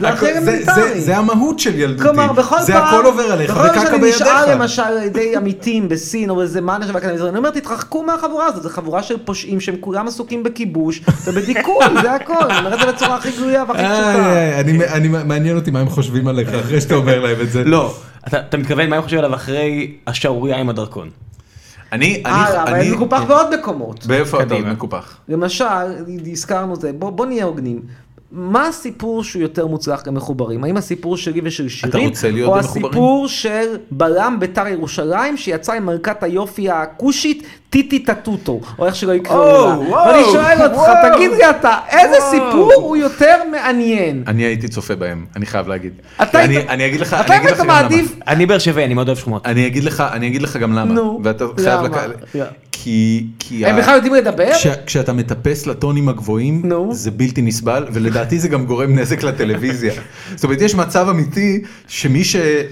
[SPEAKER 3] זה הכי
[SPEAKER 5] זה- זה-
[SPEAKER 3] אלמנטרי.
[SPEAKER 5] זה המהות של ילדותי.
[SPEAKER 3] כלומר, בכל
[SPEAKER 5] זה
[SPEAKER 3] פעם,
[SPEAKER 5] הכל עובר עליך,
[SPEAKER 3] בכל פעם
[SPEAKER 5] וקקה
[SPEAKER 3] שאני
[SPEAKER 5] בידיך.
[SPEAKER 3] נשאל למשל על ידי עמיתים בסין או איזה מאנג'ה באקדמיה, אני אומר, תתרחקו מהחבורה הזאת, זו חבורה של פושעים שהם כולם עסוקים בכיבוש ובדיכוי, זה הכל, אני אומר את זה בצורה הכי גלויה והכי פשוטה.
[SPEAKER 5] איי, אני- אני- מעניין אותי מה הם חושבים עליך אחרי שאתה אומר להם את זה.
[SPEAKER 1] לא, אתה אתה מתכוון מה הם חושבים עליו אחרי השערורייה עם הדרכון.
[SPEAKER 2] אני... אני...
[SPEAKER 3] הלאה, אבל
[SPEAKER 2] אני...
[SPEAKER 3] אני מקופח בעוד מקומות.
[SPEAKER 5] באיפה אתה עוד
[SPEAKER 1] קדימה.
[SPEAKER 5] מקופח?
[SPEAKER 3] למשל, הזכרנו את זה, בוא, בוא נהיה הוגנים. מה הסיפור שהוא יותר מוצלח למחוברים? האם הסיפור שלי ושל שירין,
[SPEAKER 2] רוצה להיות
[SPEAKER 3] או
[SPEAKER 2] במחוברים?
[SPEAKER 3] הסיפור של בלם ביתר ירושלים שיצא עם מלכת היופי הכושית טיטי טטוטו, או איך שלא יקראו
[SPEAKER 1] וואו,
[SPEAKER 3] לה. ואני שואל אותך,
[SPEAKER 1] וואו.
[SPEAKER 3] תגיד לי אתה, איזה סיפור הוא יותר מעניין?
[SPEAKER 2] אני הייתי צופה בהם, אני חייב להגיד.
[SPEAKER 3] אתה
[SPEAKER 2] אני-
[SPEAKER 3] היית-
[SPEAKER 2] אני אגיד לך,
[SPEAKER 3] אתה
[SPEAKER 2] אני אגיד
[SPEAKER 3] היית
[SPEAKER 2] לך גם למה.
[SPEAKER 3] מעדיף,
[SPEAKER 1] אני באר שבעי, אני מאוד אוהב שכונות.
[SPEAKER 2] אני אגיד לך, אני אגיד לך גם למה.
[SPEAKER 3] נו,
[SPEAKER 2] ואתה
[SPEAKER 3] למה?
[SPEAKER 2] חייב לקהל.
[SPEAKER 3] יא.
[SPEAKER 2] כי... כי
[SPEAKER 3] הם
[SPEAKER 2] ה-
[SPEAKER 3] בכלל יודעים לדבר?
[SPEAKER 5] כש- כשאתה מטפס לטונים הגבוהים,
[SPEAKER 3] נו.
[SPEAKER 5] זה בלתי נסבל, ולדעתי זה גם גורם נזק לטלוויזיה.
[SPEAKER 2] זאת אומרת, יש מצב אמיתי שמי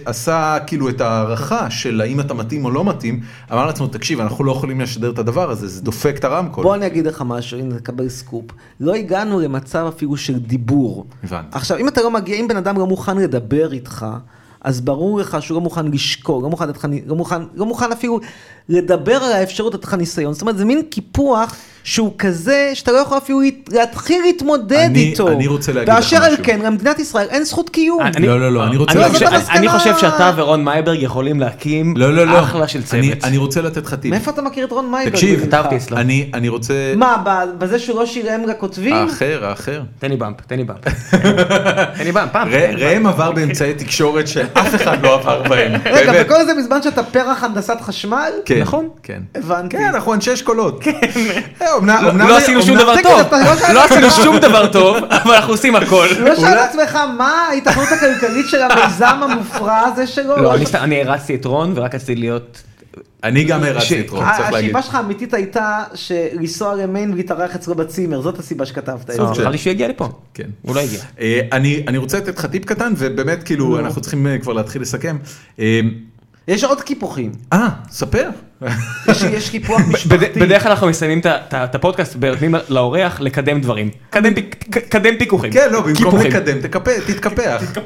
[SPEAKER 2] שעשה כאילו את ההערכה של האם אתה מתאים או לא מתאים, אמר לעצמו, תקשיב, אנחנו לא יכולים לשדר את הדבר הזה, זה דופק את הרמקול.
[SPEAKER 3] בוא אני אגיד לך משהו, הנה תקבל סקופ. לא הגענו למצב אפילו של דיבור.
[SPEAKER 2] הבנתי.
[SPEAKER 3] עכשיו, אם אתה לא מגיע, אם בן אדם לא מוכן לדבר איתך, אז ברור לך שהוא לא מוכן לשקול, לא מוכן, לתת לך ני- לא מוכן, לא מוכן אפילו לדבר על האפשרות לתת לך ניסיון. זאת אומרת, זה מין קיפוח שהוא כזה, שאתה לא יכול אפילו להת- להתחיל להתמודד
[SPEAKER 5] אני-
[SPEAKER 3] איתו.
[SPEAKER 5] אני רוצה להגיד לך
[SPEAKER 3] ואשר על
[SPEAKER 5] משהו.
[SPEAKER 3] כן, למדינת ישראל אין זכות קיום.
[SPEAKER 1] אני-
[SPEAKER 5] לא, לא, לא, אני רוצה
[SPEAKER 1] אני
[SPEAKER 5] להגיד-
[SPEAKER 1] חושב-
[SPEAKER 3] זאת המסקנה.
[SPEAKER 1] אני חושב שאתה ורון מייברג יכולים להקים
[SPEAKER 5] לא, לא, לא.
[SPEAKER 1] אחלה של
[SPEAKER 5] אני-
[SPEAKER 1] צוות.
[SPEAKER 5] אני רוצה לתת לך טיפ.
[SPEAKER 3] מאיפה אתה מכיר את רון מייבר?
[SPEAKER 5] תקשיב,
[SPEAKER 1] כתבתי אצלו.
[SPEAKER 5] אני אני רוצה...
[SPEAKER 3] מה, ב- בזה שהוא לא שילם לכותבים?
[SPEAKER 5] האחר, האחר.
[SPEAKER 1] תן לי באמפ, תן לי באמפ. תן לי באמפ, פעם.
[SPEAKER 5] ר- ראם עבר באמצעי תקשורת שאף אחד לא עבר בהם.
[SPEAKER 3] רגע,
[SPEAKER 5] באמת.
[SPEAKER 3] וכל זה בזמן שאתה פרח הנדסת חשמל?
[SPEAKER 5] כן,
[SPEAKER 1] נכון?
[SPEAKER 5] כן.
[SPEAKER 3] הבנתי.
[SPEAKER 5] כן, אנחנו אנשי אשכולות. אה, אומנם-
[SPEAKER 1] לא-
[SPEAKER 5] אומנם-
[SPEAKER 1] לא עשינו שום
[SPEAKER 5] אומנם-
[SPEAKER 1] דבר
[SPEAKER 3] תגיד,
[SPEAKER 1] טוב,
[SPEAKER 3] אתה לא שאלת
[SPEAKER 1] לא עשינו שום דבר טוב, אבל אנחנו עושים הכל.
[SPEAKER 3] לא שאל את עצמך מה ההיתכנות הכלכלית של המיזם המופרע הזה שלו?
[SPEAKER 1] לא, אני סתם- אני הרצתי את רון ורק רציתי להיות...
[SPEAKER 5] אני גם הרצתי את
[SPEAKER 1] ש-
[SPEAKER 5] רון, צריך להגיד.
[SPEAKER 3] השאיפה שלך האמיתית הייתה שלנסוע למיין ולהתארח אצלו בצימר, זאת הסיבה שכתבת את זה.
[SPEAKER 1] אמר אה, לי שהוא יגיע לפה.
[SPEAKER 5] כן.
[SPEAKER 1] הוא לא הגיע.
[SPEAKER 5] אה, אני אני רוצה לתת לך טיפ קטן, ובאמת, כאילו, אנחנו צריכים אה, כבר להתחיל לסכם. אה,
[SPEAKER 3] יש עוד קיפוחים,
[SPEAKER 5] אה, ספר.
[SPEAKER 3] יש- יש קיפוח
[SPEAKER 1] בד-
[SPEAKER 3] משפחתי.
[SPEAKER 1] בדרך כלל אנחנו מסיימים את ה- את ה- את הפודקאסט ונותנים לאורח לקדם דברים. קדם פיק- ק- קדם פיקוחים.
[SPEAKER 5] כן, לא, במקום
[SPEAKER 1] קיפוחים.
[SPEAKER 5] לקדם, תקפ- תתקפח.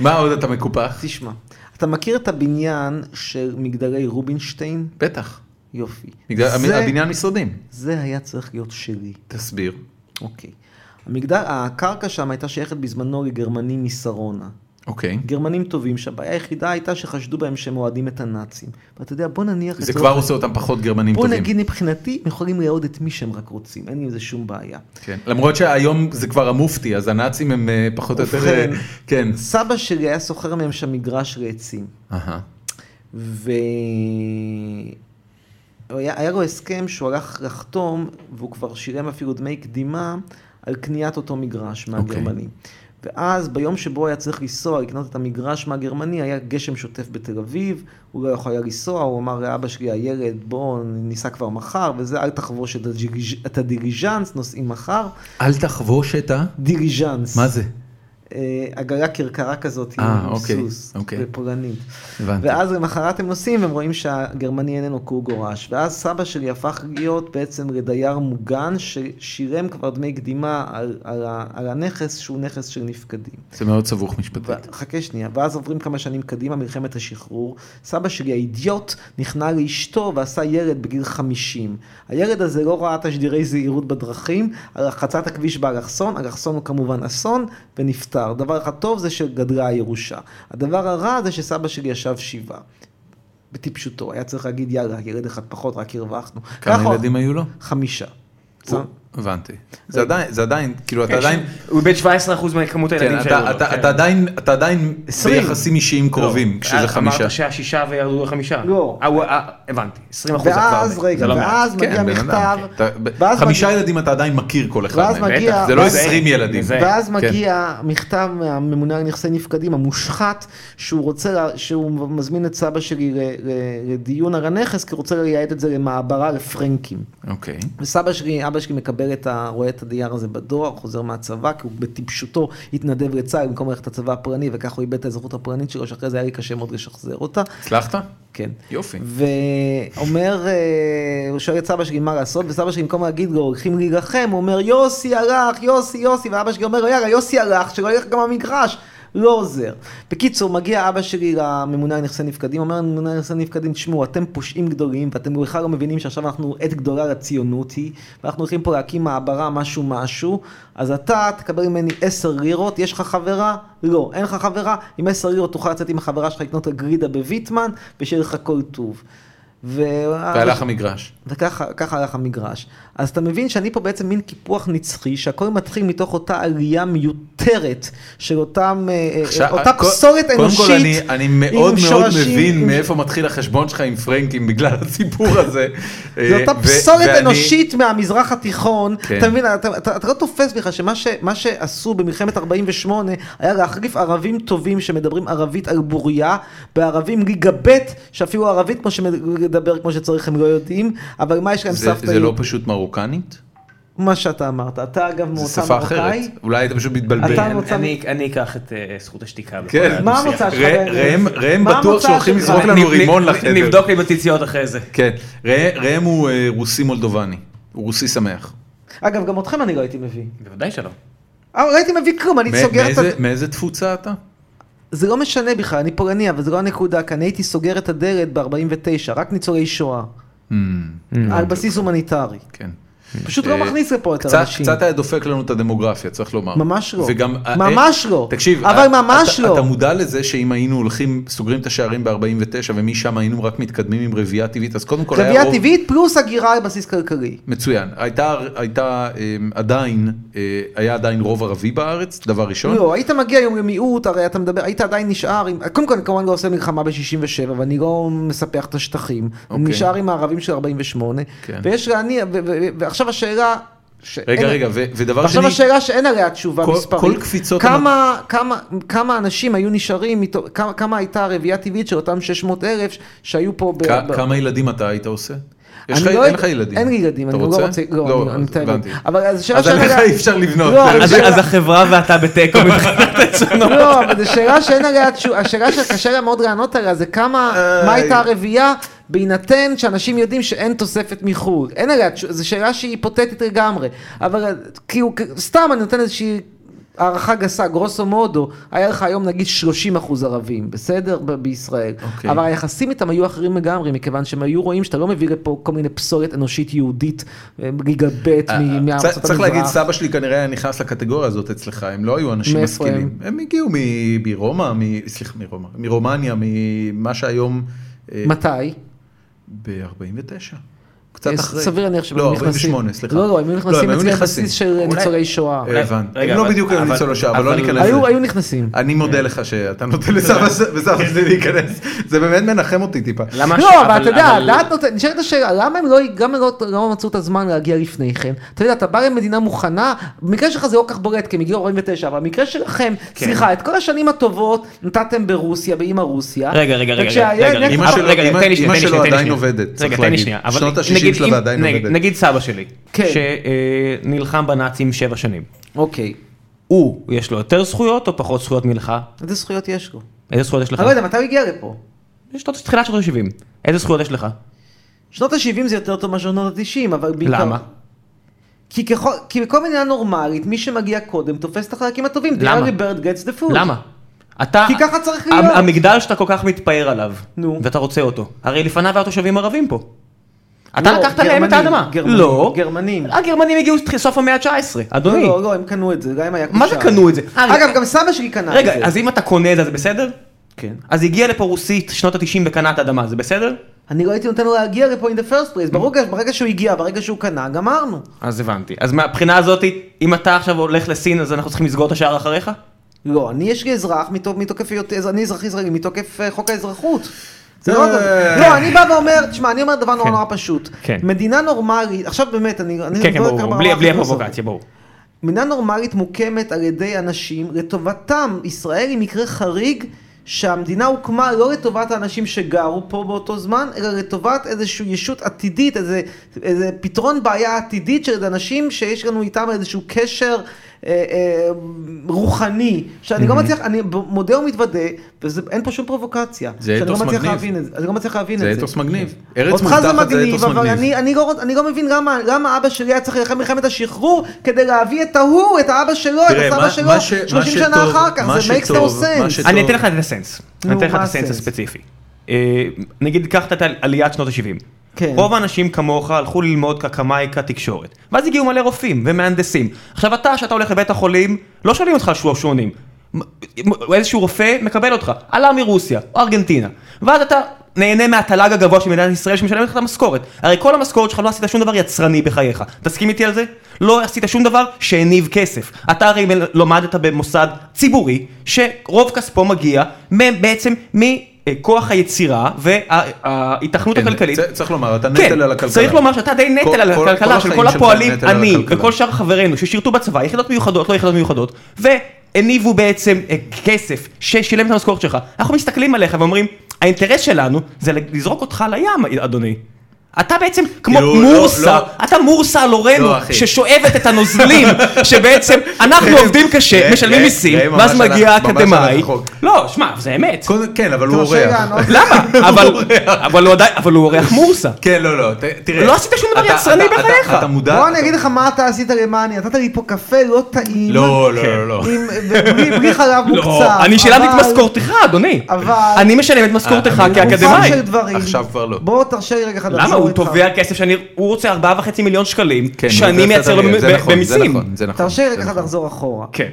[SPEAKER 5] מה עוד אתה מקופח?
[SPEAKER 3] תשמע, אתה מכיר את הבניין של מגדלי רובינשטיין?
[SPEAKER 5] בטח.
[SPEAKER 3] יופי.
[SPEAKER 5] מגדל-
[SPEAKER 3] זה-
[SPEAKER 5] הבניין משרדים.
[SPEAKER 3] זה היה צריך להיות שלי.
[SPEAKER 5] תסביר.
[SPEAKER 3] אוקיי. המגדל, הקרקע שם הייתה שייכת בזמנו לגרמנים משרונה.
[SPEAKER 5] אוקיי.
[SPEAKER 3] גרמנים טובים שהבעיה היחידה הייתה שחשדו בהם שהם אוהדים את הנאצים. ואתה יודע, בוא נניח...
[SPEAKER 5] זה
[SPEAKER 3] לצורך-
[SPEAKER 5] כבר עושה אותם פחות גרמנים
[SPEAKER 3] בוא
[SPEAKER 5] טובים.
[SPEAKER 3] נגיד מבחינתי, הם יכולים לאהוד את מי שהם רק רוצים, אין עם זה שום בעיה.
[SPEAKER 5] כן. למרות שהיום זה כבר המופתי, אז הנאצים הם אה, פחות או יותר... אה,
[SPEAKER 3] ובכן.
[SPEAKER 5] כן.
[SPEAKER 3] סבא שלי היה סוחר מהם שם מגרש לעצים,
[SPEAKER 5] אהה.
[SPEAKER 3] ו... הוא היה, היה לו הסכם שהוא הלך לחתום, והוא כבר שילם אפילו דמי קדימה, על קניית אותו מגרש
[SPEAKER 5] אוקיי.
[SPEAKER 3] מהגרמנים. ואז ביום שבו היה צריך לנסוע, לקנות את המגרש מהגרמני, היה גשם שוטף בתל אביב, הוא לא יכול היה לנסוע, הוא אמר לאבא שלי, הילד, בוא ניסע כבר מחר, וזה, אל תחבוש את הדיריז'אנס, נוסעים מחר.
[SPEAKER 5] אל תחבוש את ה...
[SPEAKER 3] דיליז'אנס.
[SPEAKER 5] מה זה?
[SPEAKER 3] אה, עגלה כרכרה כזאת,
[SPEAKER 2] אה,
[SPEAKER 3] עם
[SPEAKER 2] אוקיי,
[SPEAKER 3] סוס,
[SPEAKER 2] אוקיי.
[SPEAKER 3] ופולנית.
[SPEAKER 2] הבנתי.
[SPEAKER 3] ואז למחרת הם נוסעים, הם רואים שהגרמני איננו כי הוא גורש. ואז סבא שלי הפך להיות בעצם לדייר מוגן, ששילם כבר דמי קדימה על, על, ה- על הנכס, שהוא נכס של נפקדים.
[SPEAKER 2] זה מאוד סבוך משפטית.
[SPEAKER 3] ו- חכה שנייה, ואז עוברים כמה שנים קדימה, מלחמת השחרור. סבא שלי האידיוט נכנע לאשתו ועשה ילד בגיל 50. הילד הזה לא ראה תשדירי זהירות בדרכים, על חצת הכביש באלכסון, אלכסון הוא כמובן אסון, ונפטר. דבר אחד טוב זה שגדלה הירושה. הדבר הרע זה שסבא שלי ישב שבעה. בטיפשותו, היה צריך להגיד יאללה, ילד אחד פחות, רק הרווחנו. ככה
[SPEAKER 2] כמה
[SPEAKER 3] הוא-
[SPEAKER 2] ילדים היו לו?
[SPEAKER 3] חמישה.
[SPEAKER 2] הוא- הבנתי. זה עדיין, זה עדיין, כאילו, אתה עדיין,
[SPEAKER 1] הוא איבד 17% מכמות
[SPEAKER 2] כן,
[SPEAKER 1] הילדים
[SPEAKER 2] אתה-
[SPEAKER 1] כן, שהיו לו.
[SPEAKER 2] אתה-
[SPEAKER 1] כן.
[SPEAKER 2] אתה עדיין, אתה עדיין
[SPEAKER 3] עשרים.
[SPEAKER 2] ביחסים אישיים קרובים,
[SPEAKER 1] לא.
[SPEAKER 2] כשזה
[SPEAKER 1] אה,
[SPEAKER 2] חמישה.
[SPEAKER 1] אמרת שהשישה וירדו לחמישה.
[SPEAKER 3] לא.
[SPEAKER 1] אה, הוא- אה, הבנתי, 20% זה כבר.
[SPEAKER 3] ואז, רגע,
[SPEAKER 1] זה לא מעט.
[SPEAKER 3] ואז מגיע
[SPEAKER 2] כן, בן
[SPEAKER 3] מכתב,
[SPEAKER 2] אדם, אתה-
[SPEAKER 3] ואז
[SPEAKER 2] חמישה
[SPEAKER 3] מגיע-
[SPEAKER 2] ילדים אתה עדיין מכיר כל אחד
[SPEAKER 3] ואז
[SPEAKER 2] מהם.
[SPEAKER 3] מגיע-
[SPEAKER 2] בטח, זה לא
[SPEAKER 3] ואז-
[SPEAKER 2] 20 ילדים.
[SPEAKER 1] זה-
[SPEAKER 3] ואז
[SPEAKER 2] כן.
[SPEAKER 3] מגיע מכתב מהממונה על נכסי נפקדים המושחת שהוא רוצה, לה- שהוא מזמין את סבא שלי ל- ל- לדיון על הנכס כי הוא רוצה לייעד את זה למעברה לפרנקים.
[SPEAKER 2] אוקיי.
[SPEAKER 3] וסבא שלי, אבא שלי מקבל את ה... רואה את הדייר הזה בדואר, חוזר מהצבא, כי הוא בטיפשותו התנדב לצה"ל במקום ללכת לצבא הפולני, וכך הוא איבד את האזרחות הפולנית שלו, שאחרי זה היה לי קשה מאוד לשחזר אותה.
[SPEAKER 2] הצלחת?
[SPEAKER 3] כן.
[SPEAKER 2] יופי.
[SPEAKER 3] ואומר, אה, הוא שואל את סבא שלי מה לעשות, וסבא שלי במקום להגיד לו, הולכים להילחם, הוא אומר, יוסי הלך, יוסי, יוסי, ואבא שלי אומר, לו, יאללה, יוסי הלך, שלא ילך גם המגרש. לא עוזר. בקיצור, מגיע אבא שלי לממונה על נכסי נפקדים, אומר לממונה על נכסי נפקדים, תשמעו, אתם פושעים גדולים, ואתם בכלל לא מבינים שעכשיו אנחנו עת גדולה לציונות היא, ואנחנו הולכים פה להקים מעברה משהו משהו, אז אתה תקבל ממני 10 לירות, יש לך חברה? לא. אין לך חברה? עם 10 לירות תוכל לצאת עם החברה שלך לקנות את הגרידה בוויטמן, ושיהיה לך כל טוב. ו...
[SPEAKER 2] והלך המגרש.
[SPEAKER 3] וככה ככה הלך המגרש. אז אתה מבין שאני פה בעצם מין קיפוח נצחי, שהכל מתחיל מתוך אותה עלייה מיותרת של אותם, אה,
[SPEAKER 2] עכשיו,
[SPEAKER 3] אה, אותה
[SPEAKER 2] קו-
[SPEAKER 3] פסולת
[SPEAKER 2] קודם
[SPEAKER 3] אנושית.
[SPEAKER 2] כל, אני- אני מאוד
[SPEAKER 3] עם
[SPEAKER 2] מאוד
[SPEAKER 3] שורשים,
[SPEAKER 2] מבין
[SPEAKER 3] עם-
[SPEAKER 2] מאיפה מתחיל החשבון שלך עם פרנקים בגלל הסיפור הזה.
[SPEAKER 3] זו
[SPEAKER 2] אה,
[SPEAKER 3] אותה
[SPEAKER 2] ו-
[SPEAKER 3] פסולת
[SPEAKER 2] ואני-
[SPEAKER 3] אנושית מהמזרח התיכון,
[SPEAKER 2] כן.
[SPEAKER 3] אתה מבין, אתה- אתה אתה לא תופס בכלל שמה ש- מה שעשו במלחמת 48 היה להחליף ערבים טובים שמדברים ערבית על בוריה, בערבים ליגה ב' שאפילו ערבית כמו שמדבר כמו שצריך הם לא יודעים, אבל מה יש להם
[SPEAKER 2] זה
[SPEAKER 3] סבתא,
[SPEAKER 2] זה לא
[SPEAKER 3] יהודית?
[SPEAKER 2] פשוט מרוקנית?
[SPEAKER 3] מה שאתה אמרת, אתה אגב
[SPEAKER 2] זו
[SPEAKER 3] מאותה
[SPEAKER 2] שפה אחרת.
[SPEAKER 3] מרוקאי,
[SPEAKER 2] אולי היית פשוט
[SPEAKER 3] אתה
[SPEAKER 2] מתבלבל.
[SPEAKER 3] מוצא-
[SPEAKER 1] אני- אני אקח את אה, זכות השתיקה. בכל
[SPEAKER 2] כן.
[SPEAKER 3] מה
[SPEAKER 1] הדו-שיח.
[SPEAKER 3] המוצא שלך?
[SPEAKER 2] ר-
[SPEAKER 3] באמת?
[SPEAKER 2] ראם- ראם
[SPEAKER 3] מה
[SPEAKER 2] בטוח
[SPEAKER 3] המוצא
[SPEAKER 2] שהולכים
[SPEAKER 3] שלך?
[SPEAKER 2] לזרוק לנו
[SPEAKER 1] נ- נ-
[SPEAKER 2] רימון
[SPEAKER 1] נ-
[SPEAKER 2] לחדר.
[SPEAKER 1] נבדוק לי בציציות אחרי זה.
[SPEAKER 2] כן, ראם- ראם הוא אה, רוסי מולדובני, הוא רוסי שמח.
[SPEAKER 3] אגב, גם אתכם אני לא הייתי מביא.
[SPEAKER 1] בוודאי שלא.
[SPEAKER 3] אה, לא הייתי מביא כלום, אני
[SPEAKER 2] מא-
[SPEAKER 3] סוגר את...
[SPEAKER 2] מאיזה-
[SPEAKER 3] הד-
[SPEAKER 2] מאיזה תפוצה אתה?
[SPEAKER 3] זה לא משנה בכלל, אני פולני, אבל זה לא הנקודה, כי אני הייתי סוגר את הדלת ב-49, רק ניצולי שואה.
[SPEAKER 2] Hmm,
[SPEAKER 3] על בסיס הומניטרי.
[SPEAKER 2] כן.
[SPEAKER 3] פשוט לא
[SPEAKER 2] אה,
[SPEAKER 3] מכניס לפה את
[SPEAKER 2] קצת-
[SPEAKER 3] האנשים.
[SPEAKER 2] קצת היה דופק לנו את הדמוגרפיה, צריך לומר.
[SPEAKER 3] ממש לא.
[SPEAKER 2] וגם, אה,
[SPEAKER 3] ממש
[SPEAKER 2] אה,
[SPEAKER 3] לא.
[SPEAKER 2] תקשיב,
[SPEAKER 3] אבל
[SPEAKER 2] אה,
[SPEAKER 3] ממש
[SPEAKER 2] אתה-
[SPEAKER 3] לא.
[SPEAKER 2] אתה מודע לזה שאם היינו הולכים, סוגרים את השערים ב-49 ומשם היינו רק מתקדמים עם רביעייה טבעית, אז קודם כל היה
[SPEAKER 3] רבייה
[SPEAKER 2] רוב... כן.
[SPEAKER 3] טבעית פלוס הגירה על בסיס כלכלי.
[SPEAKER 2] מצוין. הייתה, הייתה אמ, עדיין, אה, היה עדיין רוב ערבי בארץ, דבר ראשון.
[SPEAKER 3] לא, היית מגיע היום למיעוט, הרי אתה מדבר, היית עדיין נשאר עם, קודם כל אני כמובן לא עושה מלחמה ב-67 ואני לא מספח את השטחים,
[SPEAKER 2] אוקיי.
[SPEAKER 3] נשאר עם הערבים של 48,
[SPEAKER 2] כן.
[SPEAKER 3] ויש להניע, ו- ו- ו- ועכשיו השאלה, ש-
[SPEAKER 2] רגע,
[SPEAKER 3] אין-
[SPEAKER 2] רגע, ו- ודבר
[SPEAKER 3] ועכשיו
[SPEAKER 2] שני...
[SPEAKER 3] השאלה שאין עליה תשובה
[SPEAKER 2] כל-
[SPEAKER 3] מספרית,
[SPEAKER 2] כל קפיצות
[SPEAKER 3] כמה, כמה, כמה אנשים היו נשארים, מתו, כמה, כמה הייתה הרביעייה הטבעית של אותם 600 אלף שהיו פה, ב,
[SPEAKER 2] כ-
[SPEAKER 3] ב-
[SPEAKER 2] כמה ילדים אתה היית עושה? יש לך,
[SPEAKER 3] אני לא
[SPEAKER 2] אין
[SPEAKER 3] יודע-
[SPEAKER 2] לך ילדים.
[SPEAKER 3] אין לי ילדים,
[SPEAKER 2] אתה
[SPEAKER 3] אני לא רוצה, לא, אני- אני
[SPEAKER 2] אז
[SPEAKER 3] מתאר לי.
[SPEAKER 2] הבנתי.
[SPEAKER 3] אבל אז השאלה
[SPEAKER 2] אז
[SPEAKER 3] שאני
[SPEAKER 2] עליך
[SPEAKER 3] יודע-
[SPEAKER 2] אי אפשר לבנות.
[SPEAKER 3] לא,
[SPEAKER 2] זה
[SPEAKER 3] אבל
[SPEAKER 1] אז-
[SPEAKER 2] בסדר.
[SPEAKER 3] שאלה-
[SPEAKER 1] אז החברה ואתה בתיקו מבחינת הצונות.
[SPEAKER 3] לא, אבל זו שאלה שאין עליה תשובה, השאלה שקשה לה מאוד לענות עליה זה כמה, מה הייתה הרביעייה בהינתן שאנשים יודעים שאין תוספת מחו"ל, אין עליה תשובה, זו שאלה שהיא היפותטית לגמרי, אבל כאילו, כ- סתם אני נותן איזושהי הערכה גסה, גרוסו מודו, היה לך היום נגיד 30 אחוז ערבים, בסדר? ב- בישראל,
[SPEAKER 2] אוקיי.
[SPEAKER 3] אבל היחסים איתם היו אחרים לגמרי, מכיוון שהם היו רואים שאתה לא מביא לפה כל מיני פסולת אנושית יהודית, אה, ליגה ב'
[SPEAKER 2] אה,
[SPEAKER 3] מ- מארצות
[SPEAKER 2] צריך-
[SPEAKER 3] המזרח.
[SPEAKER 2] צריך להגיד, סבא שלי כנראה היה נכנס לקטגוריה הזאת אצלך, הם לא היו אנשים
[SPEAKER 3] מאיפה הם?
[SPEAKER 2] משכילים. הם הגיעו מ- מרומא, מ- סליחה, מרומא, מרומניה, ממה שהיום... אה,
[SPEAKER 3] מתי?
[SPEAKER 2] ב-49. קצת
[SPEAKER 3] אה,
[SPEAKER 2] אחרי.
[SPEAKER 3] סביר להניח שהם
[SPEAKER 2] לא,
[SPEAKER 3] היו נכנסים.
[SPEAKER 2] 48, סליחה.
[SPEAKER 3] לא, לא, הם היו נכנסים
[SPEAKER 2] היו
[SPEAKER 3] אצלי
[SPEAKER 2] נכנסים.
[SPEAKER 3] בסיס של
[SPEAKER 1] אולי-
[SPEAKER 3] ניצולי שואה.
[SPEAKER 2] אה, הבנתי.
[SPEAKER 1] רגע,
[SPEAKER 2] הם לא
[SPEAKER 1] אבל-
[SPEAKER 2] בדיוק היו
[SPEAKER 1] אבל-
[SPEAKER 2] ניצולי שואה, אבל לא
[SPEAKER 1] אבל-
[SPEAKER 2] ניכנס
[SPEAKER 3] היו
[SPEAKER 2] לזה.
[SPEAKER 3] היו נכנסים.
[SPEAKER 1] אה,
[SPEAKER 2] אני מודה לך שאתה נותן לסבא וסבא שלי להיכנס, זה באמת מנחם אותי טיפה.
[SPEAKER 1] למה ש-
[SPEAKER 3] לא, אבל אתה יודע, הדעת נותנת, נשאלת השאלה, למה הם לא- גם הם לא- לא מצאו את הזמן להגיע לפני כן? אתה יודע, אתה בא למדינה מוכנה, במקרה שלך זה לא כל כך בולט, כי הם הגיעו 49, אבל במקרה שלכם,
[SPEAKER 2] כן.
[SPEAKER 3] סליחה, את כל השנים הטובות נתתם ברוסיה, באמא רוסיה.
[SPEAKER 1] רגע, רגע, רגע,
[SPEAKER 3] וכשהיה
[SPEAKER 1] רגע, רגע,
[SPEAKER 3] נכס-
[SPEAKER 2] אמא
[SPEAKER 1] אבל-
[SPEAKER 2] שלו-
[SPEAKER 1] רגע,
[SPEAKER 2] אמא-
[SPEAKER 1] תן לי שנייה,
[SPEAKER 2] אמא
[SPEAKER 1] תן לי
[SPEAKER 2] שלו
[SPEAKER 1] שנייה, תן לי
[SPEAKER 2] עדיין
[SPEAKER 1] שנייה.
[SPEAKER 2] עובדת, צריך
[SPEAKER 1] רגע, תן לי
[SPEAKER 2] להגיד.
[SPEAKER 1] שנייה. אבל
[SPEAKER 2] שנות ה-שישים
[SPEAKER 1] נגיד
[SPEAKER 2] שלה
[SPEAKER 1] אם-
[SPEAKER 2] ועדיין
[SPEAKER 1] נגיד-
[SPEAKER 2] עובדת.
[SPEAKER 1] נגיד סבא שלי,
[SPEAKER 3] כן.
[SPEAKER 1] שנלחם בנאצים אה, שבע שנים.
[SPEAKER 3] אוקיי.
[SPEAKER 1] הוא, יש לו יותר זכויות או פחות זכויות מלך?
[SPEAKER 3] איזה זכויות יש לו?
[SPEAKER 1] איזה זכויות יש לך?
[SPEAKER 3] אני לא יודע, מתי הוא הגיע לפה?
[SPEAKER 1] יש לו תחילת שנות ה-70. איזה זכויות יש לך?
[SPEAKER 3] שנות ה-70 זה יותר טוב מאשר שנות ה-90, אבל בעיקר...
[SPEAKER 1] למה?
[SPEAKER 3] כי, ככל, כי בכל מדינה נורמלית, מי שמגיע קודם תופס את החלקים הטובים.
[SPEAKER 1] למה?
[SPEAKER 3] The early bird gets the food.
[SPEAKER 1] למה? אתה...
[SPEAKER 3] כי ככה צריך
[SPEAKER 1] המ-
[SPEAKER 3] להיות.
[SPEAKER 1] המגדל שאתה כל כך מתפאר עליו,
[SPEAKER 3] נו.
[SPEAKER 1] ואתה רוצה אותו. הרי לפניו היה תושבים ערבים פה. אתה
[SPEAKER 3] לא,
[SPEAKER 1] לקחת להם את
[SPEAKER 3] גרמנים,
[SPEAKER 1] האדמה.
[SPEAKER 3] גרמנים,
[SPEAKER 1] לא.
[SPEAKER 3] גרמנים.
[SPEAKER 1] הגרמנים הגיעו תח- סוף המאה ה-19.
[SPEAKER 3] לא,
[SPEAKER 1] אדוני.
[SPEAKER 3] לא, לא, הם קנו את זה, גם אם היה
[SPEAKER 1] מה זה
[SPEAKER 3] כושר.
[SPEAKER 1] קנו את זה? אה,
[SPEAKER 3] אגב, גם סבא שלי קנה את לא, זה.
[SPEAKER 1] רגע, אז אם אתה קונה את זה, זה בסדר?
[SPEAKER 3] כן.
[SPEAKER 1] אז הגיע לפה רוסית שנות ה-90 וקנה את האדמה, זה בסדר?
[SPEAKER 3] אני לא הייתי נותן לו להגיע לפה in the first
[SPEAKER 1] Mm.
[SPEAKER 3] place, ברור, ברגע שהוא הגיע, ברגע שהוא קנה, גמרנו.
[SPEAKER 1] אז הבנתי. אז מהבחינה הזאת, אם אתה עכשיו הולך לסין, אז אנחנו צריכים לסגור את השער אחריך?
[SPEAKER 3] לא, אני יש לי אזרח מתוק- מתוקף היותי, אז אני אזרח ישראלי מתוקף אה, חוק האזרחות. זה
[SPEAKER 2] אה.
[SPEAKER 3] לא, אותו- לא, אני בא ואומר, תשמע, אני אומר דבר נורא נורא פשוט.
[SPEAKER 1] כן.
[SPEAKER 3] מדינה נורמלית, עכשיו באמת, אני... אני לא
[SPEAKER 1] כן, כן,
[SPEAKER 3] מדבר
[SPEAKER 1] ברור,
[SPEAKER 3] כאן ברמה
[SPEAKER 1] בלי בלי
[SPEAKER 3] הפילוסופית.
[SPEAKER 1] הפרובוקציה, ברור.
[SPEAKER 3] מדינה נורמלית מוקמת על ידי אנשים לטובתם. ישראל היא מקרה חריג שהמדינה הוקמה לא לטובת האנשים שגרו פה באותו זמן, אלא לטובת איזושהי ישות עתידית, איזה, איזה פתרון בעיה עתידית של אנשים שיש לנו איתם איזשהו קשר אה, אה, רוחני, שאני לא מצליח, אני ב- מודה ומתוודה, ואין פה שום פרובוקציה.
[SPEAKER 2] זה
[SPEAKER 3] שאני לא
[SPEAKER 2] אתוס
[SPEAKER 3] מצליח
[SPEAKER 2] מגניב.
[SPEAKER 3] להבין את זה. אני לא מצליח להבין את
[SPEAKER 2] זה
[SPEAKER 3] זה.
[SPEAKER 2] אתוס מגניב.
[SPEAKER 1] כן.
[SPEAKER 2] ארץ
[SPEAKER 3] אותך זה
[SPEAKER 2] מובטחת זה
[SPEAKER 3] מגניב,
[SPEAKER 2] אתוס
[SPEAKER 3] אבל
[SPEAKER 2] מגניב.
[SPEAKER 3] אני, אני, לא, רוצ- אני לא מבין למה, למה אבא שלי היה צריך להילחם מלחמת השחרור כדי להביא את ההוא, את האבא שלו, את
[SPEAKER 2] תראה,
[SPEAKER 3] הסבא
[SPEAKER 2] מה-
[SPEAKER 3] שלו,
[SPEAKER 2] מה ש- מה
[SPEAKER 3] 30 שנה
[SPEAKER 2] שטוב-
[SPEAKER 3] אחר כך,
[SPEAKER 2] מה
[SPEAKER 3] זה makes
[SPEAKER 2] שטוב-
[SPEAKER 3] no
[SPEAKER 2] מה
[SPEAKER 3] sense.
[SPEAKER 2] שטוב-
[SPEAKER 1] אני אתן לך את הסנס. אני
[SPEAKER 3] נו,
[SPEAKER 1] אתן לך את
[SPEAKER 3] מה
[SPEAKER 1] הסנס
[SPEAKER 3] הסנס?
[SPEAKER 1] הספציפי. אה, נגיד קח את הת- עליית שנות ה-70.
[SPEAKER 3] כן.
[SPEAKER 1] רוב האנשים כמוך הלכו ללמוד כקמאי כתקשורת. ואז הגיעו מלא רופאים ומהנדסים. עכשיו אתה, שאתה הולך לבית החולים, לא שואלים אותך על שועשועונים. מ- מ- איזשהו רופא מקבל אותך, עלה מרוסיה או ארגנטינה. ואז אתה נהנה מהתל"ג הגבוה של מדינת ישראל שמשלמת לך את המשכורת. הרי כל המשכורת שלך לא עשית שום דבר יצרני בחייך. תסכים איתי על זה? לא עשית שום דבר שהניב כסף. אתה הרי מל- למדת במוסד ציבורי, שרוב כספו מגיע מ- בעצם מכוח היצירה וההיתכנות
[SPEAKER 2] כן,
[SPEAKER 1] הכלכלית.
[SPEAKER 2] צ- צריך לומר, אתה
[SPEAKER 1] כן,
[SPEAKER 2] נטל על הכלכלה.
[SPEAKER 1] צריך לומר שאתה די
[SPEAKER 2] כל-
[SPEAKER 1] נטל על
[SPEAKER 2] כל-
[SPEAKER 1] הכלכלה
[SPEAKER 2] כל
[SPEAKER 1] של
[SPEAKER 2] החיים
[SPEAKER 1] כל
[SPEAKER 2] שלך
[SPEAKER 1] הפועלים,
[SPEAKER 2] נטל על
[SPEAKER 1] אני
[SPEAKER 2] הכלכלה.
[SPEAKER 1] וכל שאר חברינו ששירתו בצבא, יחידות מיוחדות, לא יחידות מיוחדות, והניבו בעצם אה, כסף ששילם את המשכורת שלך. אנחנו מסתכלים עליך ואומרים, האינטרס שלנו זה לזרוק אותך לים, אדוני. אתה בעצם כמו
[SPEAKER 2] כאילו, לא-
[SPEAKER 1] מורסה,
[SPEAKER 2] לא-
[SPEAKER 1] אתה מורסה על הורינו,
[SPEAKER 2] לא, אחי. כן.
[SPEAKER 1] ששואבת את הנוזלים, שבעצם אנחנו עובדים קשה,
[SPEAKER 2] ראם,
[SPEAKER 1] משלמים
[SPEAKER 2] ראם,
[SPEAKER 1] מיסים,
[SPEAKER 2] ראם,
[SPEAKER 1] ואז
[SPEAKER 2] כן. ממש
[SPEAKER 1] מגיע
[SPEAKER 2] הלך- ממש הלך
[SPEAKER 1] האקדמאי.
[SPEAKER 2] רחוק.
[SPEAKER 1] לא, שמע, זה אמת.
[SPEAKER 2] קודם- כן, אבל הוא
[SPEAKER 3] טוב, שנייה,
[SPEAKER 2] אורח.
[SPEAKER 3] נו,
[SPEAKER 1] למה? אבל- אבל הוא עדיין- אבל הוא אורח מורסה.
[SPEAKER 2] כן, לא, לא, ת- תראה.
[SPEAKER 1] לא עשית שום דבר
[SPEAKER 2] אתה-
[SPEAKER 1] יצרני
[SPEAKER 2] אתה- אתה-
[SPEAKER 1] בחייך.
[SPEAKER 2] אתה מודע...
[SPEAKER 3] בוא אני אגיד לך מה אתה עשית למאני, נתת לי פה קפה לא טעים,
[SPEAKER 2] לא, לא, לא,
[SPEAKER 1] כן.
[SPEAKER 2] לא.
[SPEAKER 3] עם- ובלי- בלי חלב מוקצר.
[SPEAKER 1] לא, אני שילמתי את
[SPEAKER 3] אבל-
[SPEAKER 1] משכורתך, אדוני.
[SPEAKER 3] אבל-
[SPEAKER 1] אני משלם את משכורתך
[SPEAKER 2] אה, אני-
[SPEAKER 3] לגופם
[SPEAKER 1] כאקדמאי.
[SPEAKER 3] של דברים.
[SPEAKER 2] עכשיו כבר לא.
[SPEAKER 3] בוא תרשה לי רגע אחד
[SPEAKER 1] למה?
[SPEAKER 3] לעצור
[SPEAKER 1] הוא
[SPEAKER 3] איתך.
[SPEAKER 1] תובע כסף שאני... הוא רוצה 4.5 מיליון שקלים,
[SPEAKER 2] כן,
[SPEAKER 1] שאני
[SPEAKER 2] זה
[SPEAKER 1] מייצר לו
[SPEAKER 2] בסדר,
[SPEAKER 1] במ-
[SPEAKER 2] זה
[SPEAKER 1] ב-
[SPEAKER 2] נכון, זה
[SPEAKER 1] במיסים.
[SPEAKER 2] נכון, זה נכון.
[SPEAKER 3] תרשה לי רגע
[SPEAKER 2] זה
[SPEAKER 3] אחד
[SPEAKER 2] נכון.
[SPEAKER 3] לחזור אחורה.
[SPEAKER 1] כן.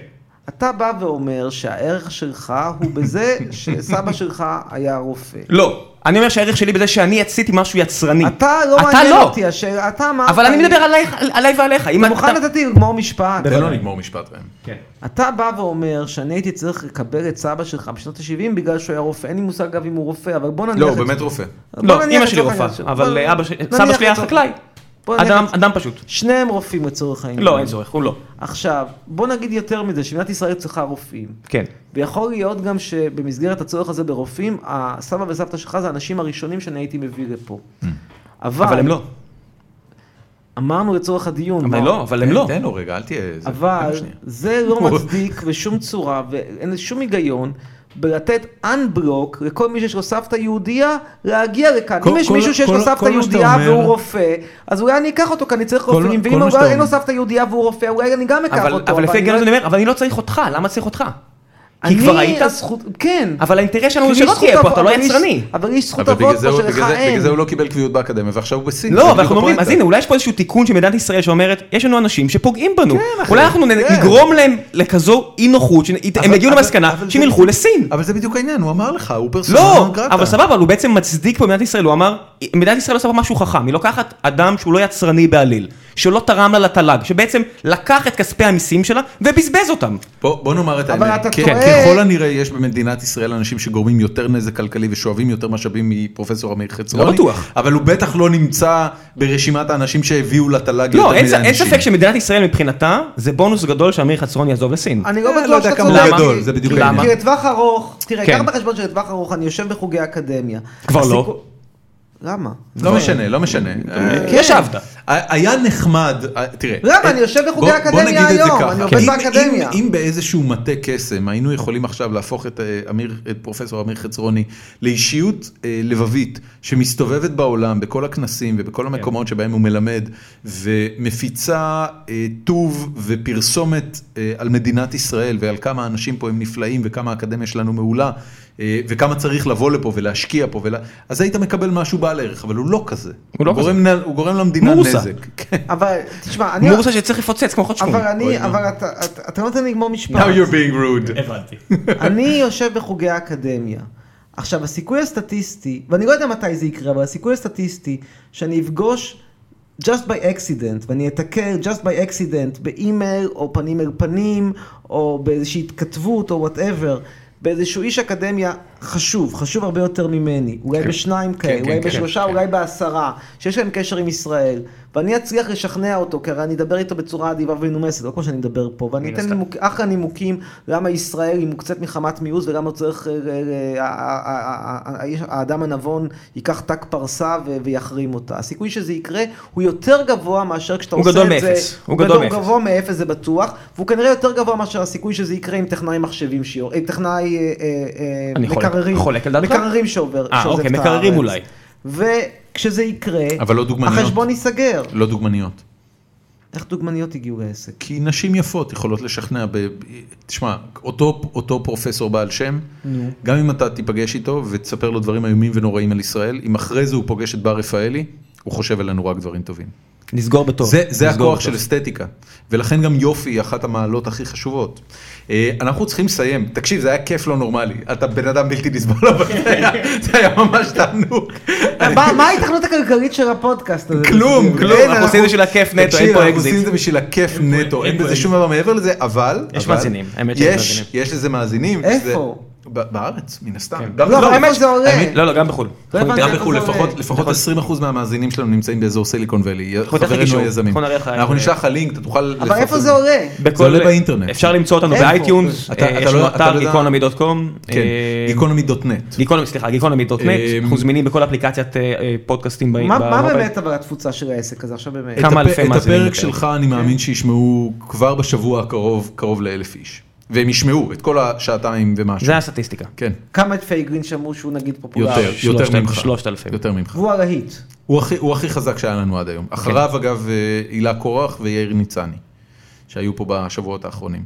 [SPEAKER 3] אתה בא ואומר שהערך שלך הוא בזה שסבא שלך היה רופא.
[SPEAKER 1] לא. אני אומר שהערך שלי בזה שאני עשיתי משהו יצרני.
[SPEAKER 3] אתה לא מעניין אותי, השאלה, אתה אמרת...
[SPEAKER 1] אבל אני
[SPEAKER 3] לי-
[SPEAKER 1] מדבר עלייך- על- עליי ועליך. אם
[SPEAKER 3] אתה
[SPEAKER 1] אתה- כן.
[SPEAKER 3] מוכן לתת לי לגמור משפט?
[SPEAKER 2] תן לו לגמור משפט ראם.
[SPEAKER 3] אתה בא ואומר שאני הייתי צריך לקבל את סבא שלך בשנות ה-70 בגלל שהוא היה רופא, אין לי מושג אגב אם הוא רופא, אבל בוא נניח...
[SPEAKER 2] לא,
[SPEAKER 3] את
[SPEAKER 2] הוא
[SPEAKER 3] זה.
[SPEAKER 2] באמת רופא.
[SPEAKER 3] בוא
[SPEAKER 1] לא,
[SPEAKER 3] נניח
[SPEAKER 1] אמא
[SPEAKER 3] את
[SPEAKER 1] שלי
[SPEAKER 3] זה
[SPEAKER 1] רופאה,
[SPEAKER 3] ככה.
[SPEAKER 1] אבל
[SPEAKER 3] בוא-
[SPEAKER 1] אה, אבא ש-
[SPEAKER 3] נניח
[SPEAKER 1] סבא
[SPEAKER 3] את
[SPEAKER 1] שלי היה
[SPEAKER 3] זה.
[SPEAKER 1] חקלאי.
[SPEAKER 3] בוא נניח
[SPEAKER 1] אדם
[SPEAKER 3] את זה.
[SPEAKER 1] אדם פשוט.
[SPEAKER 3] שניהם רופאים לצורך העניין.
[SPEAKER 1] לא, אין צורך, הוא לא.
[SPEAKER 3] עכשיו, בוא נגיד יותר מזה, שמדינת ישראל צריכה רופאים.
[SPEAKER 1] כן.
[SPEAKER 3] ויכול להיות גם שבמסגרת הצורך הזה ברופאים, הסבא וסבתא שלך זה האנשים הראשונים שאני הייתי מביא לפה. אבל,
[SPEAKER 1] Mm. אבל הם לא.
[SPEAKER 3] אמרנו לצורך הדיון.
[SPEAKER 1] אבל
[SPEAKER 3] מה-
[SPEAKER 1] לא, אבל הם לא.
[SPEAKER 2] תן לו רגע, אל תהיה... זה- תן
[SPEAKER 3] אבל
[SPEAKER 2] לו שנייה.
[SPEAKER 3] זה לא מצדיק בשום צורה ואין לזה שום היגיון בלתת unblock לכל מי שיש לו סבתא יהודייה להגיע לכאן.
[SPEAKER 5] כל-
[SPEAKER 3] אם יש
[SPEAKER 5] כל-
[SPEAKER 3] מישהו שיש לו
[SPEAKER 5] כל-
[SPEAKER 3] סבתא
[SPEAKER 5] כל מה שאתה
[SPEAKER 3] יהודייה והוא
[SPEAKER 5] אומר-
[SPEAKER 3] רופא, אז אולי אני אקח אותו כי אני צריך
[SPEAKER 5] כל-
[SPEAKER 3] רופאים,
[SPEAKER 5] כל
[SPEAKER 3] ואם
[SPEAKER 5] מה
[SPEAKER 3] הוא-
[SPEAKER 5] שאתה
[SPEAKER 3] אין לו
[SPEAKER 5] אומר-
[SPEAKER 3] סבתא יהודייה והוא רופא, אולי אני גם אקח
[SPEAKER 1] אבל-
[SPEAKER 3] אותו.
[SPEAKER 1] אבל לפי
[SPEAKER 3] אני
[SPEAKER 1] גרזון
[SPEAKER 3] לא-
[SPEAKER 1] אני אומר, אבל אני לא צריך אותך, למה צריך אותך? כי כבר
[SPEAKER 3] אני
[SPEAKER 1] היית?
[SPEAKER 3] הזכות, כן.
[SPEAKER 1] אבל האינטרס שלנו זה
[SPEAKER 3] כי לי
[SPEAKER 1] שלא
[SPEAKER 3] זכות
[SPEAKER 1] תהיה פה,
[SPEAKER 3] אב-
[SPEAKER 1] אתה לא
[SPEAKER 3] אבל לי-
[SPEAKER 1] יצרני.
[SPEAKER 3] אבל יש זכות
[SPEAKER 2] אבל
[SPEAKER 3] אבות
[SPEAKER 2] בגלל זה
[SPEAKER 3] פה
[SPEAKER 2] הוא-
[SPEAKER 3] שלך
[SPEAKER 2] בגלל זה-
[SPEAKER 3] אין.
[SPEAKER 2] בגלל זה הוא לא קיבל קביעות באקדמיה, ועכשיו הוא בסין. זה
[SPEAKER 1] לא, אבל
[SPEAKER 2] בדיוק
[SPEAKER 1] אנחנו אומרים, אז
[SPEAKER 2] הפואנטה.
[SPEAKER 1] הנה, אולי יש פה איזשהו תיקון של מדינת ישראל שאומרת, יש לנו אנשים שפוגעים בנו.
[SPEAKER 3] אחי,
[SPEAKER 1] אולי אנחנו נ-
[SPEAKER 3] כן.
[SPEAKER 1] נגרום להם לכזו אי נוחות, שהם
[SPEAKER 2] אבל-
[SPEAKER 1] יגיעו
[SPEAKER 2] אבל-
[SPEAKER 1] למסקנה
[SPEAKER 2] אבל
[SPEAKER 1] שהם
[SPEAKER 2] זה-
[SPEAKER 1] ילכו לסין.
[SPEAKER 2] אבל זה בדיוק העניין, הוא אמר לך, הוא פרסונה
[SPEAKER 1] לא,
[SPEAKER 2] נון גרטה.
[SPEAKER 1] אבל סבבה, אבל הוא בעצם מצדיק פה במדינת ישראל, הוא אמר, מדינת ישראל עושה פה משהו חכם, היא לוקחת אדם שהוא לא יצרני בעליל, שלא תרם לה לתל"ג, שבעצם לקח את כספי המיסים שלה ובזבז אותם.
[SPEAKER 2] בוא בוא נאמר את האמת.
[SPEAKER 3] אבל אתה
[SPEAKER 2] כ-
[SPEAKER 3] טועה.
[SPEAKER 2] ככל הנראה יש במדינת ישראל אנשים שגורמים יותר נזק כלכלי ושואבים יותר משאבים מפרופסור אמיר חצרוני.
[SPEAKER 1] לא בטוח.
[SPEAKER 2] אבל הוא בטח לא נמצא ברשימת האנשים שהביאו לתל"ג יותר
[SPEAKER 1] לא,
[SPEAKER 2] מדי
[SPEAKER 1] אין ס-
[SPEAKER 2] אנשים.
[SPEAKER 1] אין ספק שמדינת ישראל מבחינתה, זה בונוס גדול שאמיר חצרון יעזוב לסין.
[SPEAKER 3] אני
[SPEAKER 2] אה,
[SPEAKER 3] לא
[SPEAKER 2] לא
[SPEAKER 3] בטוח
[SPEAKER 2] יודע
[SPEAKER 3] שאתה
[SPEAKER 2] כמה
[SPEAKER 3] צודק.
[SPEAKER 1] הוא
[SPEAKER 2] גדול, זה בדיוק
[SPEAKER 1] למה?
[SPEAKER 3] כי
[SPEAKER 2] העניין.
[SPEAKER 3] לטווח ארוך, תראה,
[SPEAKER 1] כן.
[SPEAKER 3] קח בחשבון שלטווח ארוך אני יושב בחוגי אקדמיה.
[SPEAKER 1] כבר לא.
[SPEAKER 3] הסיכו- למה?
[SPEAKER 2] לא משנה, לא משנה. אה,
[SPEAKER 1] כי ישבת.
[SPEAKER 2] היה נחמד, אה, תראה.
[SPEAKER 3] למה?
[SPEAKER 2] אה,
[SPEAKER 3] אני יושב בחוגי
[SPEAKER 2] בוא-
[SPEAKER 3] האקדמיה
[SPEAKER 2] בוא נגיד את זה
[SPEAKER 3] היום,
[SPEAKER 2] ככה.
[SPEAKER 3] אני עובד
[SPEAKER 2] אם-
[SPEAKER 3] באקדמיה.
[SPEAKER 2] אם- אם באיזשהו מטה קסם היינו יכולים עכשיו להפוך את, אה, אמיר, את פרופסור אמיר חצרוני לאישיות אה, לבבית שמסתובבת בעולם בכל הכנסים ובכל המקומות שבהם הוא מלמד ומפיצה אה, טוב ופרסומת אה, על מדינת ישראל ועל כמה האנשים פה הם נפלאים וכמה האקדמיה שלנו מעולה אה, וכמה צריך לבוא לפה ולהשקיע פה, ולה... אז היית מקבל משהו בעל ערך, אבל הוא לא כזה.
[SPEAKER 1] הוא לא
[SPEAKER 2] גורם, נ... הוא גורם למדינה
[SPEAKER 1] מורסה.
[SPEAKER 2] נזק. כן.
[SPEAKER 3] אבל תשמע, אני...
[SPEAKER 1] מורסה לא שצריך לפוצץ כמו חודשקום.
[SPEAKER 3] אבל אני, אבל אתה- אתה אתה לא נותן לי לגמור משפט.
[SPEAKER 2] Now you're being rude.
[SPEAKER 6] הבנתי.
[SPEAKER 3] אני יושב בחוגי האקדמיה. עכשיו, הסיכוי הסטטיסטי, ואני לא יודע מתי זה יקרה, אבל הסיכוי הסטטיסטי שאני אפגוש just by accident, ואני אתקל just by accident באימייל, או פנים אל פנים, או באיזושהי התכתבות, או וואטאבר, באיזשהו איש אקדמיה חשוב, חשוב הרבה יותר ממני, אולי בשניים כאלה,
[SPEAKER 2] כן,
[SPEAKER 3] אולי
[SPEAKER 2] כן,
[SPEAKER 3] בשלושה, אולי בעשרה, שיש להם קשר עם ישראל, ואני אצליח לשכנע אותו, כי הרי אני אדבר איתו בצורה אדיבה ומנומסת, לא כמו שאני מדבר פה, ואני אתן נימוק, אחלה נימוקים למה ישראל היא מוקצית מחמת מיאוס, ולמה צריך, אה, אה, אה, אה, אה, אה, האיש- האדם הנבון ייקח ת"ק פרסה ו- ויחרים אותה. הסיכוי שזה יקרה הוא יותר גבוה מאשר כשאתה
[SPEAKER 1] הוא
[SPEAKER 3] עושה את זה.
[SPEAKER 1] גדול מאפס. הוא גדול מאפס.
[SPEAKER 3] גבוה מאפס זה בטוח, והוא כנראה יותר גבוה מאשר הסיכוי שזה יקרה עם טכנאי מחשבים שיור, עם טכנאי אה, אה, אה,
[SPEAKER 1] אני חולק-
[SPEAKER 3] מקררים,
[SPEAKER 1] חולק על דעתך.
[SPEAKER 3] מקררים שעובר,
[SPEAKER 1] אה,
[SPEAKER 3] שעוזב
[SPEAKER 1] אוקיי,
[SPEAKER 3] את
[SPEAKER 1] מקררים
[SPEAKER 3] הארץ.
[SPEAKER 1] אולי.
[SPEAKER 3] וכשזה יקרה,
[SPEAKER 2] אבל לא דוגמניות.
[SPEAKER 3] החשבון ייסגר.
[SPEAKER 2] לא דוגמניות.
[SPEAKER 3] איך דוגמניות הגיעו לעסק?
[SPEAKER 2] כי נשים יפות יכולות לשכנע, ב... תשמע, אותו, אותו פרופסור בעל שם, גם אם אתה תיפגש איתו ותספר לו דברים איומים ונוראים על ישראל, אם אחרי זה הוא פוגש את בר רפאלי, הוא חושב עלינו רק דברים טובים.
[SPEAKER 1] נסגור בטוב.
[SPEAKER 2] זה, זה
[SPEAKER 1] נסגור
[SPEAKER 2] הכוח
[SPEAKER 1] בטוב.
[SPEAKER 2] של אסתטיקה, ולכן גם יופי היא אחת המעלות הכי חשובות. אה, אנחנו צריכים לסיים, תקשיב, זה היה כיף לא נורמלי, אתה בן אדם בלתי נסבל, אבל זה היה- זה היה ממש תענוג.
[SPEAKER 3] מה מה ההיתכנות הכלכלית של הפודקאסט הזה?
[SPEAKER 2] אה, כלום, כלום.
[SPEAKER 1] אנחנו עושים את זה בשביל הכיף נטו, אין
[SPEAKER 2] תקשיב,
[SPEAKER 1] פה
[SPEAKER 2] אנחנו
[SPEAKER 1] אקזיט.
[SPEAKER 2] עושים את זה בשביל הכיף
[SPEAKER 6] פה-
[SPEAKER 2] נטו,
[SPEAKER 6] אין
[SPEAKER 2] אין
[SPEAKER 6] פה
[SPEAKER 2] בזה
[SPEAKER 6] אקזיט.
[SPEAKER 2] שום דבר מעבר לזה, אבל...
[SPEAKER 1] יש
[SPEAKER 2] אבל-
[SPEAKER 1] מאזינים, האמת שיש
[SPEAKER 2] יש-
[SPEAKER 1] מאזינים. כן.
[SPEAKER 2] יש לזה מאזינים. יש
[SPEAKER 3] איפה?
[SPEAKER 2] לזה- ב- בארץ, מן הסתם. גם בחו"ל.
[SPEAKER 3] לא, אבל איפה
[SPEAKER 2] האמת-
[SPEAKER 3] זה עולה?
[SPEAKER 2] האמת-
[SPEAKER 1] לא, לא, גם בחו"ל.
[SPEAKER 3] לא הבנתי
[SPEAKER 2] גם
[SPEAKER 3] איפה
[SPEAKER 2] בחו"ל,
[SPEAKER 3] זה
[SPEAKER 1] נכון.
[SPEAKER 3] עולה.
[SPEAKER 2] לפחות לפחות 20% מהמאזינים שלנו נמצאים באזור סיליקון ואלי,
[SPEAKER 1] נעשה
[SPEAKER 2] חברינו
[SPEAKER 1] קישור,
[SPEAKER 2] היזמים.
[SPEAKER 1] אנחנו נראה לך-
[SPEAKER 2] אנחנו נשלח לך לינק, אתה תוכל...
[SPEAKER 3] אבל איפה זה עולה?
[SPEAKER 1] בכל-
[SPEAKER 2] זה עולה באינטרנט.
[SPEAKER 1] אפשר למצוא אותנו
[SPEAKER 3] איפה?
[SPEAKER 1] באייטיונס,
[SPEAKER 2] אתה-
[SPEAKER 1] אה,
[SPEAKER 2] אתה
[SPEAKER 1] יש
[SPEAKER 2] לא-
[SPEAKER 1] לנו
[SPEAKER 2] אתה
[SPEAKER 1] אתר
[SPEAKER 2] לא יודע-
[SPEAKER 1] geekonomy.com.
[SPEAKER 2] כן,
[SPEAKER 1] אה,
[SPEAKER 2] גיקונומי.נט.
[SPEAKER 1] גיקונומי, סליחה, גיקונומי.נט,
[SPEAKER 2] אה,
[SPEAKER 1] אנחנו זמינים בכל אפליקציית אה, אה, פודקאסטים ב-
[SPEAKER 3] מה- מה
[SPEAKER 1] במובייל.
[SPEAKER 3] באמת אבל התפוצה של העסק הזה עכשיו באמת?
[SPEAKER 1] כמה
[SPEAKER 2] את הפ-
[SPEAKER 1] אלפי מאזינים כן.
[SPEAKER 2] את הפרק
[SPEAKER 1] בפרק.
[SPEAKER 2] שלך אני מאמין שישמעו כבר בשבוע הקרוב, קרוב לאלף איש. והם ישמעו את כל השעתיים ומשהו.
[SPEAKER 1] זה הסטטיסטיקה.
[SPEAKER 2] כן,
[SPEAKER 3] כמה את פייגרין שאמרו שהוא נגיד פופולרי?
[SPEAKER 2] יותר,
[SPEAKER 1] שלושת
[SPEAKER 2] יותר
[SPEAKER 1] אלפים,
[SPEAKER 2] ממך.
[SPEAKER 1] שלושת אלפים.
[SPEAKER 2] יותר ממך.
[SPEAKER 3] והוא הלהיט.
[SPEAKER 2] הוא הכי, הוא הכי חזק שהיה לנו עד היום. אחריו
[SPEAKER 1] כן.
[SPEAKER 2] אגב אה, הילה קורח ויאיר ניצני, שהיו פה בשבועות האחרונים.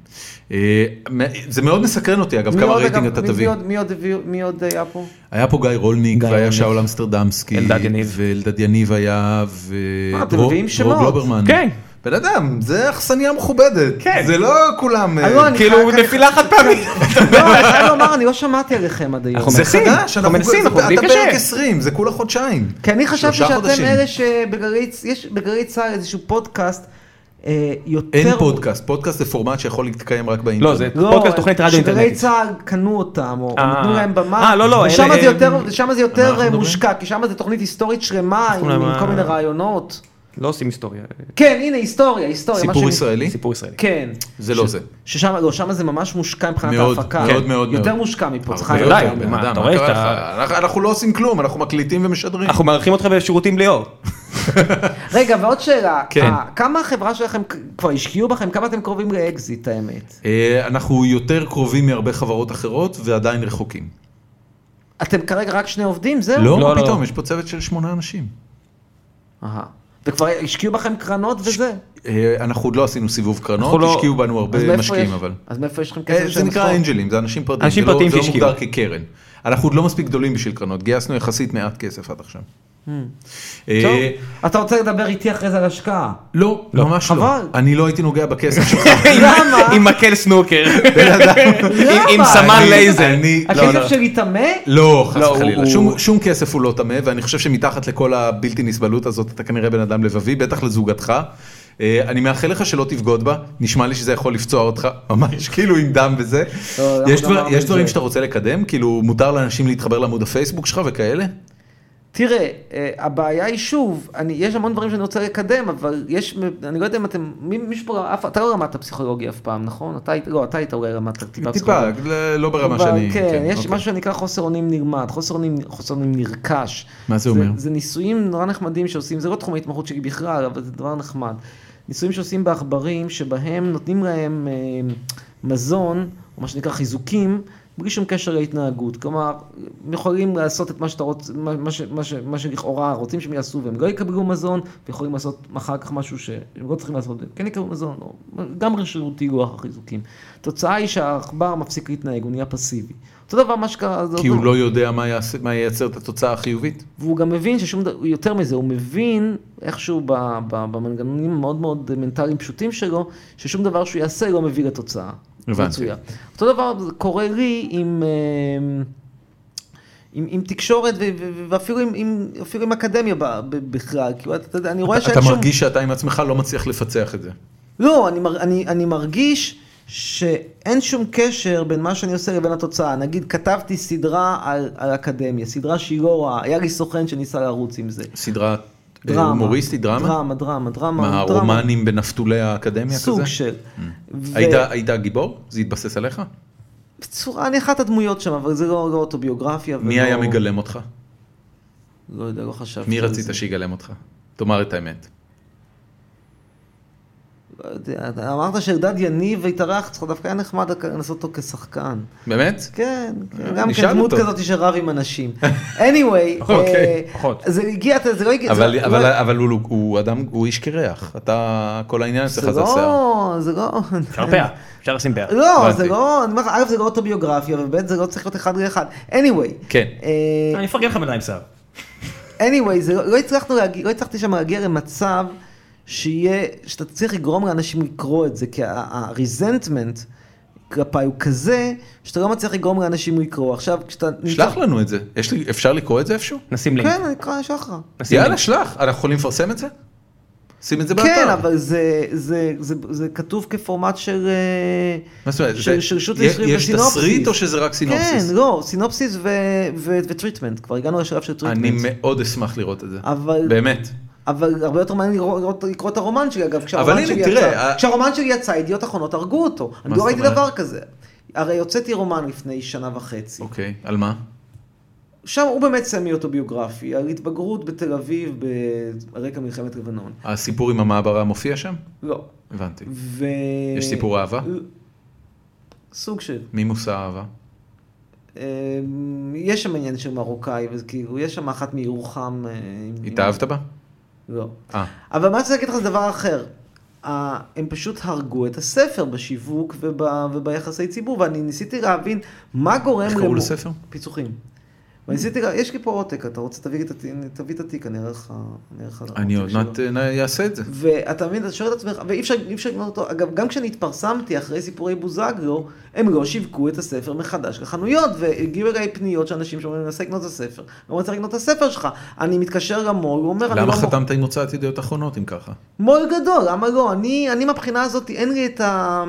[SPEAKER 2] אה, מ- זה מאוד מסקרן אותי אגב,
[SPEAKER 3] מי
[SPEAKER 2] כמה
[SPEAKER 3] עוד,
[SPEAKER 2] רייטינג
[SPEAKER 3] אגב?
[SPEAKER 2] אתה
[SPEAKER 3] מי-
[SPEAKER 2] תביא.
[SPEAKER 3] מי עוד- מי עוד הביא- מי עוד אה, היה פה?
[SPEAKER 2] היה פה גיא רולניק,
[SPEAKER 1] גיא
[SPEAKER 2] והיה
[SPEAKER 1] רולניק.
[SPEAKER 2] שאול אמסטרדמסקי,
[SPEAKER 1] אלדד יניב.
[SPEAKER 2] ואלדד יניב היה, ו...
[SPEAKER 3] אה, אתם
[SPEAKER 2] דרור-
[SPEAKER 3] מביאים
[SPEAKER 2] דרור
[SPEAKER 3] שמות.
[SPEAKER 2] גלוברמן.
[SPEAKER 1] כן.
[SPEAKER 2] בן אדם, זה אכסניה מכובדת.
[SPEAKER 1] כן.
[SPEAKER 2] זה לא כולם... אה,
[SPEAKER 3] אלון,
[SPEAKER 1] כאילו,
[SPEAKER 3] אני חייב-
[SPEAKER 1] נפילה חד פעמית.
[SPEAKER 3] לא, אני חייב לומר, אני לא שמעתי עליכם עד היום.
[SPEAKER 1] אנחנו
[SPEAKER 2] זה
[SPEAKER 1] מנסים,
[SPEAKER 2] חדש,
[SPEAKER 1] אנחנו מנסים, אנחנו עובדים
[SPEAKER 2] אתה
[SPEAKER 1] קשה.
[SPEAKER 2] פרק 20, זה כולה חודשיים.
[SPEAKER 3] כי אני חשבתי
[SPEAKER 2] שלושה
[SPEAKER 3] שאתם
[SPEAKER 2] חודשים.
[SPEAKER 3] אלה שבגלי צ- יש בגלי צה"ל איזשהו פודקאסט אה, יותר...
[SPEAKER 2] אין פודקאסט, פודקאסט זה פורמט שיכול להתקיים רק באינטרנט.
[SPEAKER 1] לא, זה
[SPEAKER 3] לא,
[SPEAKER 1] פודקאסט, תוכנית רדיו
[SPEAKER 3] שגלי
[SPEAKER 1] אינטרנטית.
[SPEAKER 3] צה"ל קנו אותם, או
[SPEAKER 1] אה.
[SPEAKER 3] נתנו להם במה,
[SPEAKER 1] אה, לא, לא,
[SPEAKER 3] ושם
[SPEAKER 1] אלה-
[SPEAKER 3] זה יותר,
[SPEAKER 1] הם-
[SPEAKER 3] שם זה
[SPEAKER 2] אנחנו
[SPEAKER 3] יותר אה,
[SPEAKER 2] מדברים?
[SPEAKER 3] מושקע, כי שם זה תוכנית היסטורית שלמה, עם
[SPEAKER 1] אנחנו
[SPEAKER 3] עם
[SPEAKER 1] למה-
[SPEAKER 3] כל מיני רעיונות.
[SPEAKER 1] לא עושים היסטוריה,
[SPEAKER 3] כן, הנה, היסטוריה, היסטוריה. מה
[SPEAKER 2] סיפור
[SPEAKER 3] שהם-
[SPEAKER 2] ישראלי?
[SPEAKER 1] סיפור ישראלי.
[SPEAKER 3] כן.
[SPEAKER 2] זה לא זה.
[SPEAKER 3] ששם, לא, שם זה ממש מושקע מבחינת
[SPEAKER 2] מאוד,
[SPEAKER 3] ההפקה.
[SPEAKER 2] מאוד, מאוד,
[SPEAKER 3] יותר
[SPEAKER 2] מאוד.
[SPEAKER 3] מושקע מפה, צריכה
[SPEAKER 2] הרבה
[SPEAKER 3] להיות.
[SPEAKER 1] ודאי,
[SPEAKER 2] יותר,
[SPEAKER 1] מה,
[SPEAKER 2] בן אדם,
[SPEAKER 1] אתה רואה
[SPEAKER 2] קרה
[SPEAKER 1] שאתה-
[SPEAKER 2] לך? אנחנו- אנחנו לא עושים כלום, אנחנו מקליטים ומשדרים.
[SPEAKER 1] אנחנו מארחים אותך בשירותים ליאור.
[SPEAKER 3] רגע, ועוד שאלה.
[SPEAKER 2] כן.
[SPEAKER 3] אה, כמה החברה שלכם כ- כבר השקיעו בכם? כמה אתם קרובים לאקזיט, האמת?
[SPEAKER 2] אה, אנחנו יותר קרובים מהרבה חברות אחרות ועדיין רחוקים.
[SPEAKER 3] אתם כרגע רק שני עובדים, זהו?
[SPEAKER 2] לא,
[SPEAKER 1] לא,
[SPEAKER 2] מה
[SPEAKER 1] לא.
[SPEAKER 2] פתאום, יש פה צוות של שמונה אנשים.
[SPEAKER 3] אהה. וכבר השקיעו בכם קרנות וזה?
[SPEAKER 2] אה, אנחנו עוד לא עשינו סיבוב
[SPEAKER 1] אנחנו
[SPEAKER 2] קרנות,
[SPEAKER 1] לא-
[SPEAKER 2] השקיעו בנו
[SPEAKER 3] אז מאיפה
[SPEAKER 2] הרבה משקיעים
[SPEAKER 3] יש-
[SPEAKER 2] אבל.
[SPEAKER 3] אז מאיפה יש לכם
[SPEAKER 2] אה,
[SPEAKER 3] כסף?
[SPEAKER 2] זה
[SPEAKER 3] לשלם
[SPEAKER 2] נקרא
[SPEAKER 3] משכורת?
[SPEAKER 2] אנג'לים, זה אנשים פרטיים,
[SPEAKER 1] אנשים
[SPEAKER 2] זה לא-
[SPEAKER 1] פרטיים
[SPEAKER 2] זה לא
[SPEAKER 1] שהשקיעו.
[SPEAKER 2] מוגדר כקרן. אנחנו עוד לא מספיק גדולים בשביל קרנות, גייסנו יחסית מעט כסף עד עכשיו. אה,
[SPEAKER 3] טוב, אתה רוצה לדבר איתי אחרי זה על השקעה.
[SPEAKER 2] לא, ממש לא.
[SPEAKER 3] חבל.
[SPEAKER 2] אני לא הייתי נוגע בכסף שלך.
[SPEAKER 3] למה?
[SPEAKER 1] עם מקל סנוקר.
[SPEAKER 2] בן אדם.
[SPEAKER 1] עם- עם
[SPEAKER 3] למה?
[SPEAKER 1] סמן
[SPEAKER 2] אני-
[SPEAKER 1] לייזר.
[SPEAKER 2] אני- לא, לא.
[SPEAKER 3] הכסף שלי טמא?
[SPEAKER 2] לא, חס
[SPEAKER 1] לא,
[SPEAKER 2] וחלילה,
[SPEAKER 1] הוא-
[SPEAKER 2] שום,
[SPEAKER 1] הוא-
[SPEAKER 2] שום כסף הוא לא טמא, ואני חושב שמתחת לכל הבלתי נסבלות הזאת אתה כנראה בן אדם לבבי, בטח לזוגתך. אה, אני מאחל לך שלא תבגוד בה, נשמע לי שזה יכול לפצוע אותך ממש, כאילו עם דם וזה.
[SPEAKER 3] לא, אנחנו
[SPEAKER 2] יש,
[SPEAKER 3] גם
[SPEAKER 2] דבר,
[SPEAKER 3] אמרנו
[SPEAKER 2] יש
[SPEAKER 3] את
[SPEAKER 2] דברים
[SPEAKER 3] זה.
[SPEAKER 2] שאתה רוצה לקדם? כאילו מותר לאנשים להתחבר לעמוד הפייסבוק שלך וכאלה?
[SPEAKER 3] תראה, אה, הבעיה היא שוב, אני, יש המון דברים שאני רוצה לקדם, אבל יש, אני לא יודע אם אתם, מי- מישהו פה, אף- אתה לא למדת פסיכולוגיה אף פעם, נכון? אתה היית, לא, אתה היית אולי למדת
[SPEAKER 2] טיפה,
[SPEAKER 3] טיפה פסיכולוגיה.
[SPEAKER 2] ל- לא ברמה
[SPEAKER 3] אבל
[SPEAKER 2] שאני...
[SPEAKER 3] כן, יש
[SPEAKER 2] אוקיי.
[SPEAKER 3] משהו שנקרא חוסר אונים נרמד, חוסר אונים, חוסר אונים נרכש.
[SPEAKER 2] מה זה אומר?
[SPEAKER 3] זה ניסויים נורא נחמדים שעושים, זה לא תחום ההתמחות שלי בכלל, אבל זה דבר נחמד. ניסויים שעושים בעכברים, שבהם נותנים להם אה, מזון, או מה שנקרא חיזוקים, בלי שום קשר להתנהגות. כלומר, הם יכולים לעשות את מה שאתה רוצ... מה, מה, ש... מה, ש... מה שלכאורה רוצים שהם יעשו, והם לא יקבלו מזון, ויכולים לעשות אחר כך משהו שהם לא צריכים לעשות, והם כן יקבלו מזון, או... גם רשירותי לוח החיזוקים. התוצאה היא שהעכבר מפסיק להתנהג, הוא נהיה פסיבי. אותו דבר מה שקרה, זה
[SPEAKER 2] כי
[SPEAKER 3] אותו-
[SPEAKER 2] הוא לא יודע מה יעשה- מה ייצר את התוצאה החיובית.
[SPEAKER 3] והוא גם מבין ששום דבר, יותר מזה, הוא מבין איכשהו ב, ב, במנגנונים המאוד מאוד מנטליים פשוטים שלו, ששום דבר שהוא יעשה לא מביא לתוצאה.
[SPEAKER 2] הבנתי.
[SPEAKER 3] רצויה. אותו דבר זה קורה לי עם, אה, עם, עם תקשורת ו, ו, ו- ואפילו עם, עם, אפילו עם אקדמיה ב, ב, בכלל, כאילו אתה, אתה, יודע, אני רואה
[SPEAKER 2] אתה
[SPEAKER 3] שאין
[SPEAKER 2] אתה
[SPEAKER 3] שום...
[SPEAKER 2] מרגיש שאתה עם עצמך לא מצליח לפצח את זה.
[SPEAKER 3] לא, אני, מר, אני, אני מרגיש שאין שום קשר בין מה שאני עושה לבין התוצאה. נגיד, כתבתי סדרה על, על אקדמיה, סדרה שהיא לא רעה, היה לי סוכן שניסה לרוץ עם זה.
[SPEAKER 2] סדרה אה,
[SPEAKER 3] דרמה.
[SPEAKER 2] הומוריסטית, דרמה?
[SPEAKER 3] דרמה, דרמה, דרמה.
[SPEAKER 2] מה,
[SPEAKER 3] דרמה.
[SPEAKER 2] הרומנים בנפתולי האקדמיה כזה? Mm.
[SPEAKER 3] סוג של. ו-
[SPEAKER 2] היית- היית גיבור? זה התבסס עליך?
[SPEAKER 3] בצורה, אני אחת הדמויות שם, אבל זה לא לא אוטוביוגרפיה.
[SPEAKER 2] מי
[SPEAKER 3] ולא-
[SPEAKER 2] היה מגלם אותך?
[SPEAKER 3] לא יודע, לא חשבתי.
[SPEAKER 2] מי
[SPEAKER 3] על
[SPEAKER 2] רצית
[SPEAKER 3] זה.
[SPEAKER 2] שיגלם אותך? תאמר את האמת.
[SPEAKER 3] לא יודע, אתה אמרת שאלדד יניב התארח, צריך דווקא היה נחמד לק- לעשות אותו כשחקן.
[SPEAKER 2] באמת?
[SPEAKER 3] כן, כן,
[SPEAKER 2] אה,
[SPEAKER 3] גם
[SPEAKER 2] נשאל
[SPEAKER 3] כן דמות
[SPEAKER 2] אותו.
[SPEAKER 3] כזאת שרב עם אנשים. anyway,
[SPEAKER 2] אוקיי,
[SPEAKER 3] אה,
[SPEAKER 4] פחות.
[SPEAKER 3] זה הגיע, אתה- זה לא הגיע, זה
[SPEAKER 2] אבל,
[SPEAKER 3] לא-
[SPEAKER 2] אבל, אבל הוא, הוא, אדם, הוא איש קרח. אתה, כל העניין
[SPEAKER 3] זה
[SPEAKER 2] אצלך זה השיער.
[SPEAKER 3] לא, זה לא,
[SPEAKER 1] אפשר פאה, אפשר לשים פאה.
[SPEAKER 3] לא,
[SPEAKER 2] הבנתי.
[SPEAKER 3] זה לא, אני אומר לך, א', זה לא אוטוביוגרפיה, וב', זה לא צריך להיות אחד לאחד. anyway.
[SPEAKER 2] כן.
[SPEAKER 3] אה,
[SPEAKER 4] אני אפרגן לך בינתיים שיער.
[SPEAKER 3] anyway, זה, לא, לא, הצלחנו להגיע, לא הצלחתי שם להגיע למצב שיהיה, שאתה צריך לגרום לאנשים לקרוא את זה, כי ה-resentment כלפיי הוא כזה, שאתה לא מצליח לגרום לאנשים לקרוא. עכשיו, כשאתה...
[SPEAKER 2] שלח לנו את זה. יש לי, אפשר לקרוא את זה איפשהו?
[SPEAKER 1] נשים לינק.
[SPEAKER 3] כן, אני אקרא, אשלח לך.
[SPEAKER 1] נשים
[SPEAKER 2] יאללה,
[SPEAKER 1] לינק.
[SPEAKER 2] שלח. אנחנו יכולים לפרסם את זה? שים את זה באתר.
[SPEAKER 3] כן, אבל זה, זה, זה, זה, כתוב כפורמט של... אה,
[SPEAKER 2] מה זאת אומרת?
[SPEAKER 3] של-
[SPEAKER 2] זה-
[SPEAKER 3] של שוט
[SPEAKER 2] יש-
[SPEAKER 3] לסריט
[SPEAKER 2] יש
[SPEAKER 3] וסינופסיס.
[SPEAKER 2] תסריט או שזה רק סינופסיס?
[SPEAKER 3] כן, לא, סינופסיס ו- ו- וטריטמנט, כבר הגענו לשלב של טריטמנט.
[SPEAKER 2] אני מאוד אשמח לראות את זה.
[SPEAKER 3] אבל...
[SPEAKER 2] באמת.
[SPEAKER 3] אבל הרבה יותר מעניין לראות- לראות- לקרוא את הרומן שלי, אגב, כשהרומן
[SPEAKER 2] הנה,
[SPEAKER 3] שלי
[SPEAKER 2] תראה,
[SPEAKER 3] יצא,
[SPEAKER 2] ה-
[SPEAKER 3] כשהרומן שלי יצא, ידיעות אחרונות הרגו אותו. אני
[SPEAKER 2] זאת
[SPEAKER 3] לא ראיתי
[SPEAKER 2] אומרת?
[SPEAKER 3] דבר כזה. הרי הוצאתי רומן לפני שנה וחצי.
[SPEAKER 2] אוקיי, על מה?
[SPEAKER 3] שם הוא באמת סמי אוטוביוגרפי, על התבגרות בתל אביב ברקע מלחמת לבנון.
[SPEAKER 2] הסיפור עם המעברה מופיע שם?
[SPEAKER 3] לא.
[SPEAKER 2] הבנתי.
[SPEAKER 3] ו...
[SPEAKER 2] יש סיפור אהבה?
[SPEAKER 3] סוג של.
[SPEAKER 2] מי מושא אהבה?
[SPEAKER 3] אמ, יש שם עניין של מרוקאי, וכאילו, יש שם אחת מירוחם. אה, עם-
[SPEAKER 2] התאהבת בה?
[SPEAKER 3] לא.
[SPEAKER 2] אה,
[SPEAKER 3] אבל מה שאני רוצה להגיד לך זה דבר אחר. ה- הם פשוט הרגו את הספר בשיווק וב, וביחסי ציבור, ואני ניסיתי להבין מה גורם...
[SPEAKER 2] איך קראו
[SPEAKER 3] למו-
[SPEAKER 2] לספר?
[SPEAKER 3] פיצוחים. וניסיתי, לה- יש לי פה עותק, אתה רוצה, תביא לי את התיק, תביא את התיק, אני אראה לך... אני אראה לך
[SPEAKER 2] אני
[SPEAKER 3] עותק
[SPEAKER 2] עוד
[SPEAKER 3] שלו.
[SPEAKER 2] מעט אה, נ- אעשה את זה.
[SPEAKER 3] לא ואתה מבין, אתה שואל את עצמך, ואי אפשר, אי אפשר לקנות אותו, אגב, גם כשאני התפרסמתי אחרי סיפורי בוזגלו, הם לא שיווקו את הספר מחדש לחנויות, והגיעו אליי פניות של אנשים שאומרים, אני מנסה לקנות את הספר, לא מצליח לקנות את הספר שלך, אני מתקשר למו"ל, הוא אומר, אני לא...
[SPEAKER 2] למה
[SPEAKER 3] מוכר."
[SPEAKER 2] חתמת עם הוצאת ידיעות אחרונות אם ככה?
[SPEAKER 3] מו"ל גדול, למה לא? אני, אני מבחינה הזאת, אין לי את ה...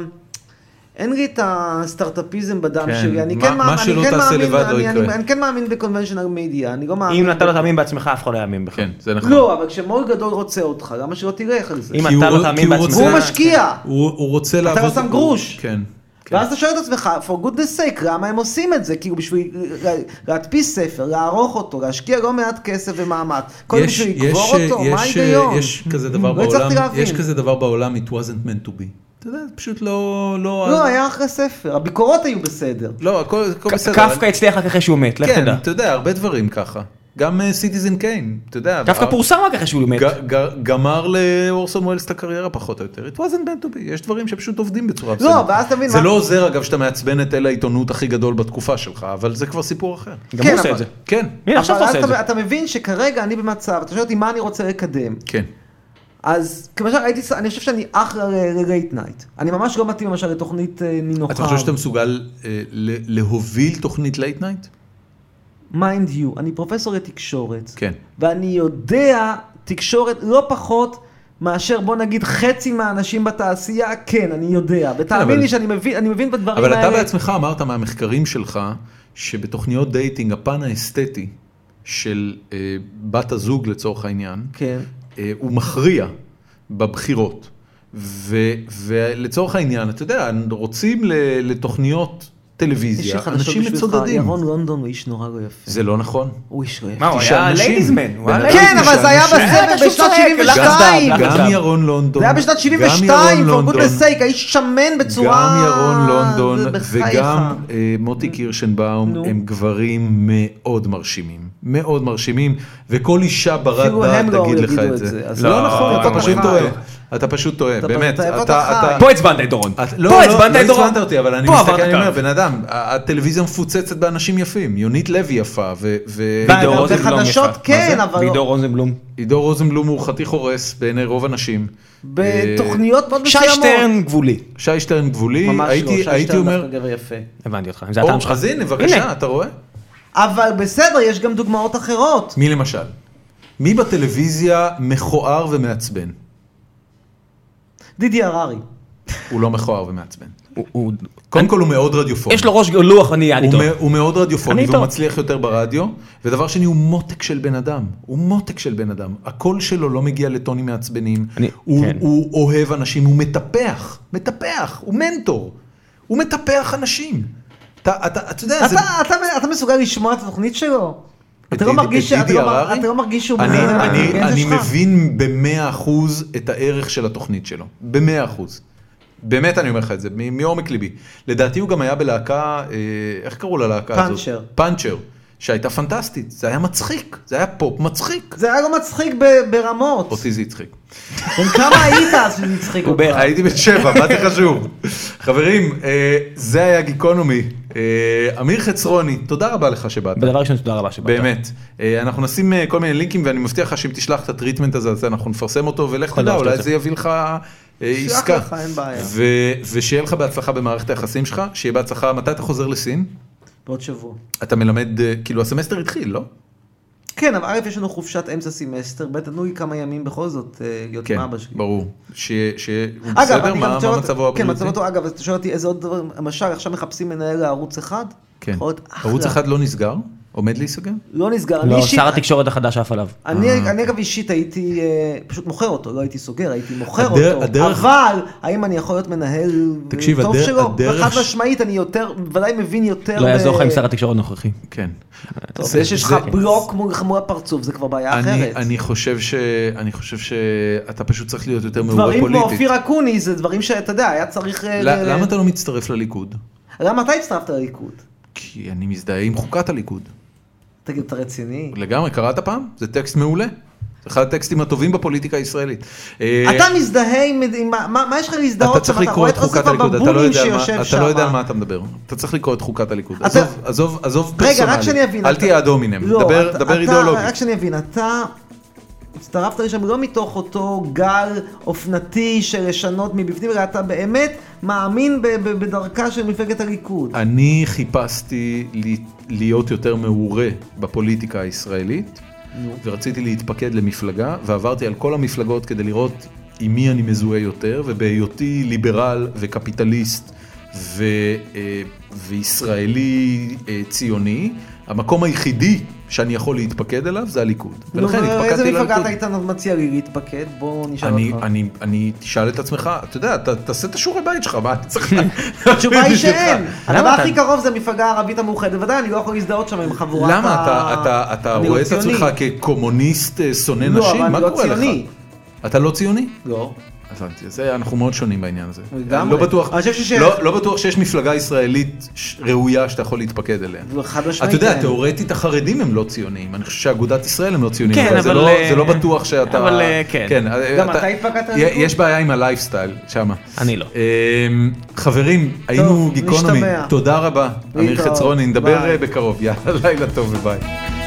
[SPEAKER 3] אין לי את הסטארטאפיזם בדם
[SPEAKER 2] כן,
[SPEAKER 3] שלי, אני
[SPEAKER 2] מה-
[SPEAKER 3] כן,
[SPEAKER 2] מה
[SPEAKER 3] מאמין-
[SPEAKER 2] שלא
[SPEAKER 3] אני כן
[SPEAKER 2] תעשה
[SPEAKER 3] מאמין,
[SPEAKER 2] לבד לא
[SPEAKER 3] אני, אני,
[SPEAKER 2] יקרה.
[SPEAKER 3] אני כן מאמין בקונבנשיונל מדיה, אני לא מאמין...
[SPEAKER 1] אם אתה לא תאמין בעצמך, אף אחד לא יאמין בך.
[SPEAKER 2] כן, זה נכון.
[SPEAKER 3] לא, אבל כשמו"ל גדול רוצה אותך, למה שלא תלך על זה?
[SPEAKER 1] אם
[SPEAKER 2] כי
[SPEAKER 1] אתה
[SPEAKER 2] הוא-
[SPEAKER 1] לא
[SPEAKER 2] כי
[SPEAKER 1] תאמין
[SPEAKER 2] הוא
[SPEAKER 1] בעצמך...
[SPEAKER 2] רוצה-
[SPEAKER 3] והוא משקיע!
[SPEAKER 2] הוא הוא רוצה לעבוד...
[SPEAKER 3] לא שם גרוש.
[SPEAKER 2] כן. כן.
[SPEAKER 3] ואז אתה שואל את עצמך, for goodness sake, למה הם עושים את זה? כאילו בשביל לה- להדפיס ספר, לערוך אותו, להשקיע לא מעט כסף ומאמץ. קודם
[SPEAKER 5] יש-
[SPEAKER 3] בשביל לקבור
[SPEAKER 2] אה,
[SPEAKER 5] יש-
[SPEAKER 3] אותו, מה
[SPEAKER 5] יש-
[SPEAKER 3] ההיגיון?
[SPEAKER 5] יש כזה דבר
[SPEAKER 3] לא הצלחתי
[SPEAKER 5] בעולם,
[SPEAKER 3] להבין.
[SPEAKER 5] יש כזה דבר בעולם, it wasn't meant to be. אתה יודע, זה פשוט לא...
[SPEAKER 3] לא, היה אחרי ספר, הביקורות היו בסדר.
[SPEAKER 2] לא, הכל הכל
[SPEAKER 1] ק-
[SPEAKER 2] בסדר.
[SPEAKER 1] קפקא הצליח רק אחרי שהוא מת, לך
[SPEAKER 2] כן,
[SPEAKER 1] תדע.
[SPEAKER 2] אתה יודע, הרבה דברים ככה. גם סיטיזן קיין, אתה יודע.
[SPEAKER 1] קפקא
[SPEAKER 2] אבל-
[SPEAKER 1] פורסם רק אחרי שהוא מת.
[SPEAKER 2] ג- ג- גמר לאורסון ווילס את הקריירה פחות או יותר. It wasn't meant to be. יש דברים שפשוט עובדים בצורה בסדר.
[SPEAKER 3] ואז תבין
[SPEAKER 2] זה
[SPEAKER 3] מה-
[SPEAKER 2] לא עוזר אגב שאתה מעצבן את אל העיתונות הכי גדול בתקופה שלך, אבל זה כבר סיפור אחר.
[SPEAKER 1] גם הוא
[SPEAKER 3] כן,
[SPEAKER 1] עושה
[SPEAKER 3] אבל-
[SPEAKER 1] את זה.
[SPEAKER 2] כן,
[SPEAKER 1] הנה, עכשיו
[SPEAKER 3] אבל
[SPEAKER 1] אתה
[SPEAKER 3] אז
[SPEAKER 1] עושה את זה.
[SPEAKER 3] אתה- אתה מבין שכרגע אני במצב, אתה שואל אותי מה אני רוצה לקדם.
[SPEAKER 2] כן.
[SPEAKER 3] אז כמשל, הייתי, ש- אני חושב שאני אחלה ל-Late Night. אני ממש לא מתאים למשל לתוכנית אה, נינוחה.
[SPEAKER 2] אתה חושב שאתה מסוגל אה, ל- להוביל תוכנית לייט נייט?
[SPEAKER 3] מיינד יו, אני פרופסור לתקשורת.
[SPEAKER 2] כן.
[SPEAKER 3] ואני יודע תקשורת לא פחות מאשר בוא נגיד חצי מהאנשים בתעשייה, כן, אני יודע. ותאמין
[SPEAKER 2] אבל-
[SPEAKER 3] לי שאני מבין, אני מבין בדברים
[SPEAKER 2] אבל
[SPEAKER 3] האלה.
[SPEAKER 2] אתה בעצמך אמרת מהמחקרים שלך שבתוכניות דייטינג הפן האסתטי של אה, בת הזוג לצורך העניין,
[SPEAKER 3] כן.
[SPEAKER 2] אה, הוא מכריע בבחירות. ו, ולצורך העניין, אתה יודע, רוצים ל, לתוכניות
[SPEAKER 3] יש
[SPEAKER 2] טלוויזיה,
[SPEAKER 3] לי חדשות
[SPEAKER 2] אנשים
[SPEAKER 3] בשבילך,
[SPEAKER 2] מצודדים.
[SPEAKER 3] ירון לונדון הוא איש נורא לא יפה.
[SPEAKER 2] זה לא נכון.
[SPEAKER 3] הוא איש לא יפה.
[SPEAKER 1] מה, הוא
[SPEAKER 2] תשעה
[SPEAKER 1] היה
[SPEAKER 2] אנשים.
[SPEAKER 1] ליידיזמן, הוא היה
[SPEAKER 2] בן אדם
[SPEAKER 1] ליידיזמן.
[SPEAKER 3] כן, אבל זה היה
[SPEAKER 2] תשעה אנשים.
[SPEAKER 1] אה,
[SPEAKER 3] בסרט
[SPEAKER 1] שהוא
[SPEAKER 3] בשנת
[SPEAKER 1] צועק,
[SPEAKER 2] גם-
[SPEAKER 3] 72.
[SPEAKER 1] לחץ
[SPEAKER 2] גם ירון לונדון.
[SPEAKER 3] זה היה בשנת
[SPEAKER 2] גם
[SPEAKER 3] 72,
[SPEAKER 2] ירון
[SPEAKER 3] for goodness
[SPEAKER 2] לונדון.
[SPEAKER 3] sake, האיש שמן בצורה...
[SPEAKER 2] גם ירון לונדון
[SPEAKER 3] זה בחייך.
[SPEAKER 2] וגם אה, מוטי קירשנbaum
[SPEAKER 3] נו.
[SPEAKER 2] הם גברים מאוד מרשימים, מאוד מרשימים, וכל אישה ברת
[SPEAKER 3] אפילו
[SPEAKER 2] דעת
[SPEAKER 3] הם לא
[SPEAKER 2] תגיד לך
[SPEAKER 3] יגידו
[SPEAKER 2] את זה. אז
[SPEAKER 3] אז
[SPEAKER 2] לא נכון,
[SPEAKER 3] אתה
[SPEAKER 2] אתה פשוט
[SPEAKER 3] חי.
[SPEAKER 2] טועה, אתה פשוט טועה,
[SPEAKER 3] אתה-
[SPEAKER 2] באמת.
[SPEAKER 3] אתה-
[SPEAKER 2] אתה-
[SPEAKER 3] אתה
[SPEAKER 2] אתה-
[SPEAKER 3] חי.
[SPEAKER 1] פה הצבנת את דורון.
[SPEAKER 2] את- לא,
[SPEAKER 1] פה
[SPEAKER 2] לא,
[SPEAKER 1] הצבנת
[SPEAKER 2] לא
[SPEAKER 1] את דורון.
[SPEAKER 2] הצבנת אותי, אבל אני
[SPEAKER 1] פה
[SPEAKER 2] מסתכל,
[SPEAKER 1] עברת
[SPEAKER 2] אני אומר,
[SPEAKER 1] קו.
[SPEAKER 2] בן אדם, ה- הטלוויזיה מפוצצת באנשים יפים, יונית לוי יפה, ו- ו-
[SPEAKER 1] די,
[SPEAKER 2] עידו רוזנבלום.
[SPEAKER 1] נו, רוזנבלום
[SPEAKER 3] בחדשות
[SPEAKER 1] יפה.
[SPEAKER 3] כן,
[SPEAKER 1] מה זה?
[SPEAKER 3] אבל לא-
[SPEAKER 1] לידור רוזנבלום.
[SPEAKER 2] עידו רוזנבלום הוא חתיך הורס בעיני רוב הנשים.
[SPEAKER 3] בתוכניות מאוד
[SPEAKER 1] שי
[SPEAKER 3] מסוימות.
[SPEAKER 1] שטרן גבולי.
[SPEAKER 2] אה, שי שטרן גבולי,
[SPEAKER 3] ממש לא,
[SPEAKER 2] אה, הייתי-
[SPEAKER 3] שי
[SPEAKER 2] הייתי
[SPEAKER 3] שטרן
[SPEAKER 2] אומר,
[SPEAKER 3] דווקא גבר יפה.
[SPEAKER 1] הבנתי אותך, אם זה
[SPEAKER 2] או,
[SPEAKER 1] הטעם שלך.
[SPEAKER 2] אז הנה, בבקשה,
[SPEAKER 1] הנה.
[SPEAKER 2] אתה רואה?
[SPEAKER 3] אבל בסדר, יש גם דוגמאות אחרות.
[SPEAKER 2] מי למשל? מי בטלוויזיה מכוער ומעצבן?
[SPEAKER 3] דידי הררי.
[SPEAKER 2] הוא לא מכוער ומעצבן.
[SPEAKER 1] הוא- הוא-
[SPEAKER 2] קודם כל הוא מאוד רדיופוני.
[SPEAKER 1] יש לו ראש לוח, אני אני
[SPEAKER 2] הוא,
[SPEAKER 1] טוב.
[SPEAKER 2] מא- הוא מאוד
[SPEAKER 1] אני
[SPEAKER 2] רדיופוני והוא
[SPEAKER 1] איתו.
[SPEAKER 2] מצליח יותר ברדיו, ודבר שני הוא מותק של בן אדם, הוא מותק של בן אדם, הקול שלו לא מגיע לטונים מעצבנים,
[SPEAKER 1] אני-
[SPEAKER 2] הוא,
[SPEAKER 1] כן.
[SPEAKER 2] הוא אוהב אנשים, הוא מטפח, מטפח, הוא מנטור, הוא מטפח אנשים. אתה, אתה, אתה יודע,
[SPEAKER 3] אתה- אתה- אתה מסוגל לשמוע את התוכנית שלו? אתה לא
[SPEAKER 2] דידי-
[SPEAKER 3] מרגיש
[SPEAKER 2] את
[SPEAKER 3] ש- אתה
[SPEAKER 2] דידי
[SPEAKER 3] לא מר-
[SPEAKER 2] הררי?
[SPEAKER 3] אתה לא מרגיש שהוא...
[SPEAKER 2] אני,
[SPEAKER 3] מזוהה עם
[SPEAKER 2] אני,
[SPEAKER 3] האינטליגנציה
[SPEAKER 2] אני
[SPEAKER 3] שלך?
[SPEAKER 2] מבין במאה אחוז את הערך של התוכנית שלו, במאה אחוז. באמת אני אומר לך את זה, מ- מעומק ליבי. לדעתי הוא גם היה בלהקה, אה, איך קראו ללהקה הזאת?
[SPEAKER 3] פאנצ'ר.
[SPEAKER 2] פאנצ'ר, שהייתה פנטסטית, זה היה מצחיק, זה היה פופ מצחיק.
[SPEAKER 3] זה היה לא מצחיק ב- ברמות.
[SPEAKER 2] אותי זה הצחיק.
[SPEAKER 3] בן כמה היית אז שזה הצחיק אותך?
[SPEAKER 2] הייתי בן שבע, מה זה חשוב? חברים, אה, זה היה גיקונומי. אה, אמיר חצרוני, תודה רבה לך שבאת.
[SPEAKER 1] בדבר ראשון, תודה רבה שבאת.
[SPEAKER 2] באמת. אה, אנחנו נשים אה, כל מיני לינקים ואני מבטיח לך שאם תשלח את הטריטמנט הזה אז אנחנו נפרסם אותו ולך תדע
[SPEAKER 1] דבר שאתה
[SPEAKER 2] אולי
[SPEAKER 1] רוצה.
[SPEAKER 2] זה יביא לך אה,
[SPEAKER 3] שלח
[SPEAKER 2] עסקה.
[SPEAKER 3] לך, אין בעיה.
[SPEAKER 2] ו- ושיהיה לך בהצלחה במערכת היחסים שלך, שיהיה בהצלחה. מתי אתה חוזר לסין?
[SPEAKER 3] בעוד שבוע.
[SPEAKER 2] אתה מלמד, אה, כאילו הסמסטר התחיל, לא?
[SPEAKER 3] כן, אבל א' יש לנו חופשת אמצע סמסטר, ב' תנו לי כמה ימים בכל זאת אה, להיות
[SPEAKER 2] כן,
[SPEAKER 3] עם אבא שלי.
[SPEAKER 2] ברור. שיהיה, שיהיה, הוא
[SPEAKER 3] אגב,
[SPEAKER 2] בסדר?
[SPEAKER 3] אני
[SPEAKER 2] מה
[SPEAKER 3] גם שואל
[SPEAKER 2] מה
[SPEAKER 3] אותו,
[SPEAKER 2] מצבו הבריאותי?
[SPEAKER 3] כן, מצבו, אגב, אז אתה שואל אותי איזה עוד דבר, למשל, עכשיו מחפשים מנהל לערוץ אחד?
[SPEAKER 2] כן.
[SPEAKER 3] יכול להיות אחלה.
[SPEAKER 2] ערוץ אחד לא נסגר? עומד להיסגר?
[SPEAKER 3] לא נסגר, אני
[SPEAKER 1] לא,
[SPEAKER 3] אישית,
[SPEAKER 1] שר התקשורת החדש עף עליו.
[SPEAKER 2] אה,
[SPEAKER 3] אני
[SPEAKER 2] אוקיי.
[SPEAKER 3] אני אגב אישית הייתי, אה, פשוט מוכר אותו, לא הייתי סוגר, הייתי מוכר
[SPEAKER 2] הדר-
[SPEAKER 3] אותו,
[SPEAKER 2] הדרך-
[SPEAKER 3] אבל האם אני יכול להיות מנהל
[SPEAKER 2] תקשיב,
[SPEAKER 3] טוב
[SPEAKER 2] הדר-
[SPEAKER 3] שלו?
[SPEAKER 2] הדרך ש-
[SPEAKER 3] חד משמעית, אני יותר, בוודאי מבין יותר,
[SPEAKER 1] לא
[SPEAKER 3] ב-
[SPEAKER 1] יעזור לך עם שר התקשורת הנוכחי.
[SPEAKER 2] כן.
[SPEAKER 3] טוב,
[SPEAKER 2] זה-
[SPEAKER 3] זה שיש לך
[SPEAKER 2] זה-
[SPEAKER 3] בלוק מול מול הפרצוף, זה כבר בעיה
[SPEAKER 2] אני,
[SPEAKER 3] אחרת.
[SPEAKER 2] אני חושב ש... אני חושב שאתה פשוט צריך להיות יותר מעורה
[SPEAKER 3] דברים
[SPEAKER 2] פוליטית.
[SPEAKER 3] כמו אופיר אקוניס, זה דברים שאתה יודע, היה צריך... אה,
[SPEAKER 2] ל-
[SPEAKER 3] ל-
[SPEAKER 2] למה אתה לא מצטרף לליכוד?
[SPEAKER 3] למה אתה הצטרפת לליכוד?
[SPEAKER 2] כי אני מזדהה עם חוקת הליכוד.
[SPEAKER 3] תגיד, אתה רציני?
[SPEAKER 2] לגמרי, קראת פעם? זה טקסט מעולה. זה אחד הטקסטים הטובים בפוליטיקה הישראלית. אה,
[SPEAKER 3] אתה מזדהה עם... עם מה- מה מה יש לך להזדהות?
[SPEAKER 2] אתה צריך
[SPEAKER 3] שם?
[SPEAKER 2] לקרוא את
[SPEAKER 3] אתה רואה
[SPEAKER 2] חוקת
[SPEAKER 3] אוסף
[SPEAKER 2] הליכוד, אתה לא
[SPEAKER 3] הבבונים
[SPEAKER 2] יודע מה-
[SPEAKER 3] שיושב
[SPEAKER 2] אתה לא יודע
[SPEAKER 3] שם.
[SPEAKER 2] על מה אתה מדבר. אתה צריך לקרוא את חוקת הליכוד.
[SPEAKER 3] אתה-
[SPEAKER 2] עזוב, עזוב, עזוב
[SPEAKER 3] רגע, רק
[SPEAKER 2] פרסונלי.
[SPEAKER 3] שאני אבין.
[SPEAKER 2] אל
[SPEAKER 3] אתה-
[SPEAKER 2] תהיה אדומינם,
[SPEAKER 3] לא, אתה-
[SPEAKER 2] דבר
[SPEAKER 3] אתה-
[SPEAKER 2] אידיאולוגי.
[SPEAKER 3] רק שאני אבין, אתה הצטרפת לשם לא מתוך אותו גל אופנתי של לשנות מבפנים, אלא אתה באמת מאמין ב- ב- בדרכה של מפלגת הליכוד.
[SPEAKER 2] אני חיפשתי לי- להיות יותר מעורה בפוליטיקה הישראלית, ורציתי להתפקד למפלגה, ועברתי על כל המפלגות כדי לראות עם מי אני מזוהה יותר, ובהיותי ליברל וקפיטליסט ו, אה, וישראלי אה, ציוני, המקום היחידי שאני יכול להתפקד אליו זה הליכוד. ולכן
[SPEAKER 3] נו, איזה
[SPEAKER 2] התפקדתי לא
[SPEAKER 3] מפלגה
[SPEAKER 2] לליכוד.
[SPEAKER 3] אתה היית מציע לי להתפקד? בוא נשאל
[SPEAKER 2] אני,
[SPEAKER 3] אותך.
[SPEAKER 2] אני, אני, תשאל את עצמך, אתה יודע, ת, תעשה את השיעורי בית שלך, מה אתה צריך...
[SPEAKER 3] התשובה היא שאין.
[SPEAKER 1] למה
[SPEAKER 3] הדבר
[SPEAKER 1] אתה-
[SPEAKER 3] הכי קרוב זה המפלגה הערבית המאוחדת, ודאי אני לא יכול להזדהות שם עם חבורת ה...
[SPEAKER 2] למה אתה, אתה, אתה
[SPEAKER 3] אני
[SPEAKER 2] רואה
[SPEAKER 3] לא
[SPEAKER 2] את
[SPEAKER 3] ציוני.
[SPEAKER 2] עצמך כקומוניסט אה, שונא
[SPEAKER 3] לא,
[SPEAKER 2] נשים?
[SPEAKER 3] אבל
[SPEAKER 2] מה
[SPEAKER 3] אני לא
[SPEAKER 2] קורה
[SPEAKER 3] ציוני.
[SPEAKER 2] לך? אתה לא ציוני?
[SPEAKER 3] לא.
[SPEAKER 2] הבנתי, זה, אנחנו מאוד שונים בעניין הזה.
[SPEAKER 3] לגמרי.
[SPEAKER 2] לא בטוח,
[SPEAKER 3] אני חושב שיש-
[SPEAKER 2] לא, לא בטוח שיש מפלגה ישראלית ש- ראויה שאתה יכול להתפקד אליה.
[SPEAKER 3] חד
[SPEAKER 1] לא
[SPEAKER 3] משמעית.
[SPEAKER 2] כן. אתה יודע,
[SPEAKER 3] אין.
[SPEAKER 2] תאורטית החרדים הם לא ציונים, אני חושב שאגודת ישראל הם לא ציונים,
[SPEAKER 1] כן,
[SPEAKER 2] אבל זה
[SPEAKER 1] אבל,
[SPEAKER 2] לא-
[SPEAKER 1] אה,
[SPEAKER 2] זה לא בטוח שאתה...
[SPEAKER 1] אבל, אה, כן.
[SPEAKER 2] אה,
[SPEAKER 3] גם אתה התפקדת לליכוד?
[SPEAKER 2] יש בעיה עם הלייפסטייל שמה.
[SPEAKER 1] אני לא.
[SPEAKER 2] אמ, חברים, היינו גיקונומי,
[SPEAKER 3] נשתמע.
[SPEAKER 2] תודה רבה, אמיר
[SPEAKER 3] להתראות.
[SPEAKER 2] חצרוני, נדבר
[SPEAKER 3] ביי.
[SPEAKER 2] אה, בקרוב, יאללה, לילה טוב וביי.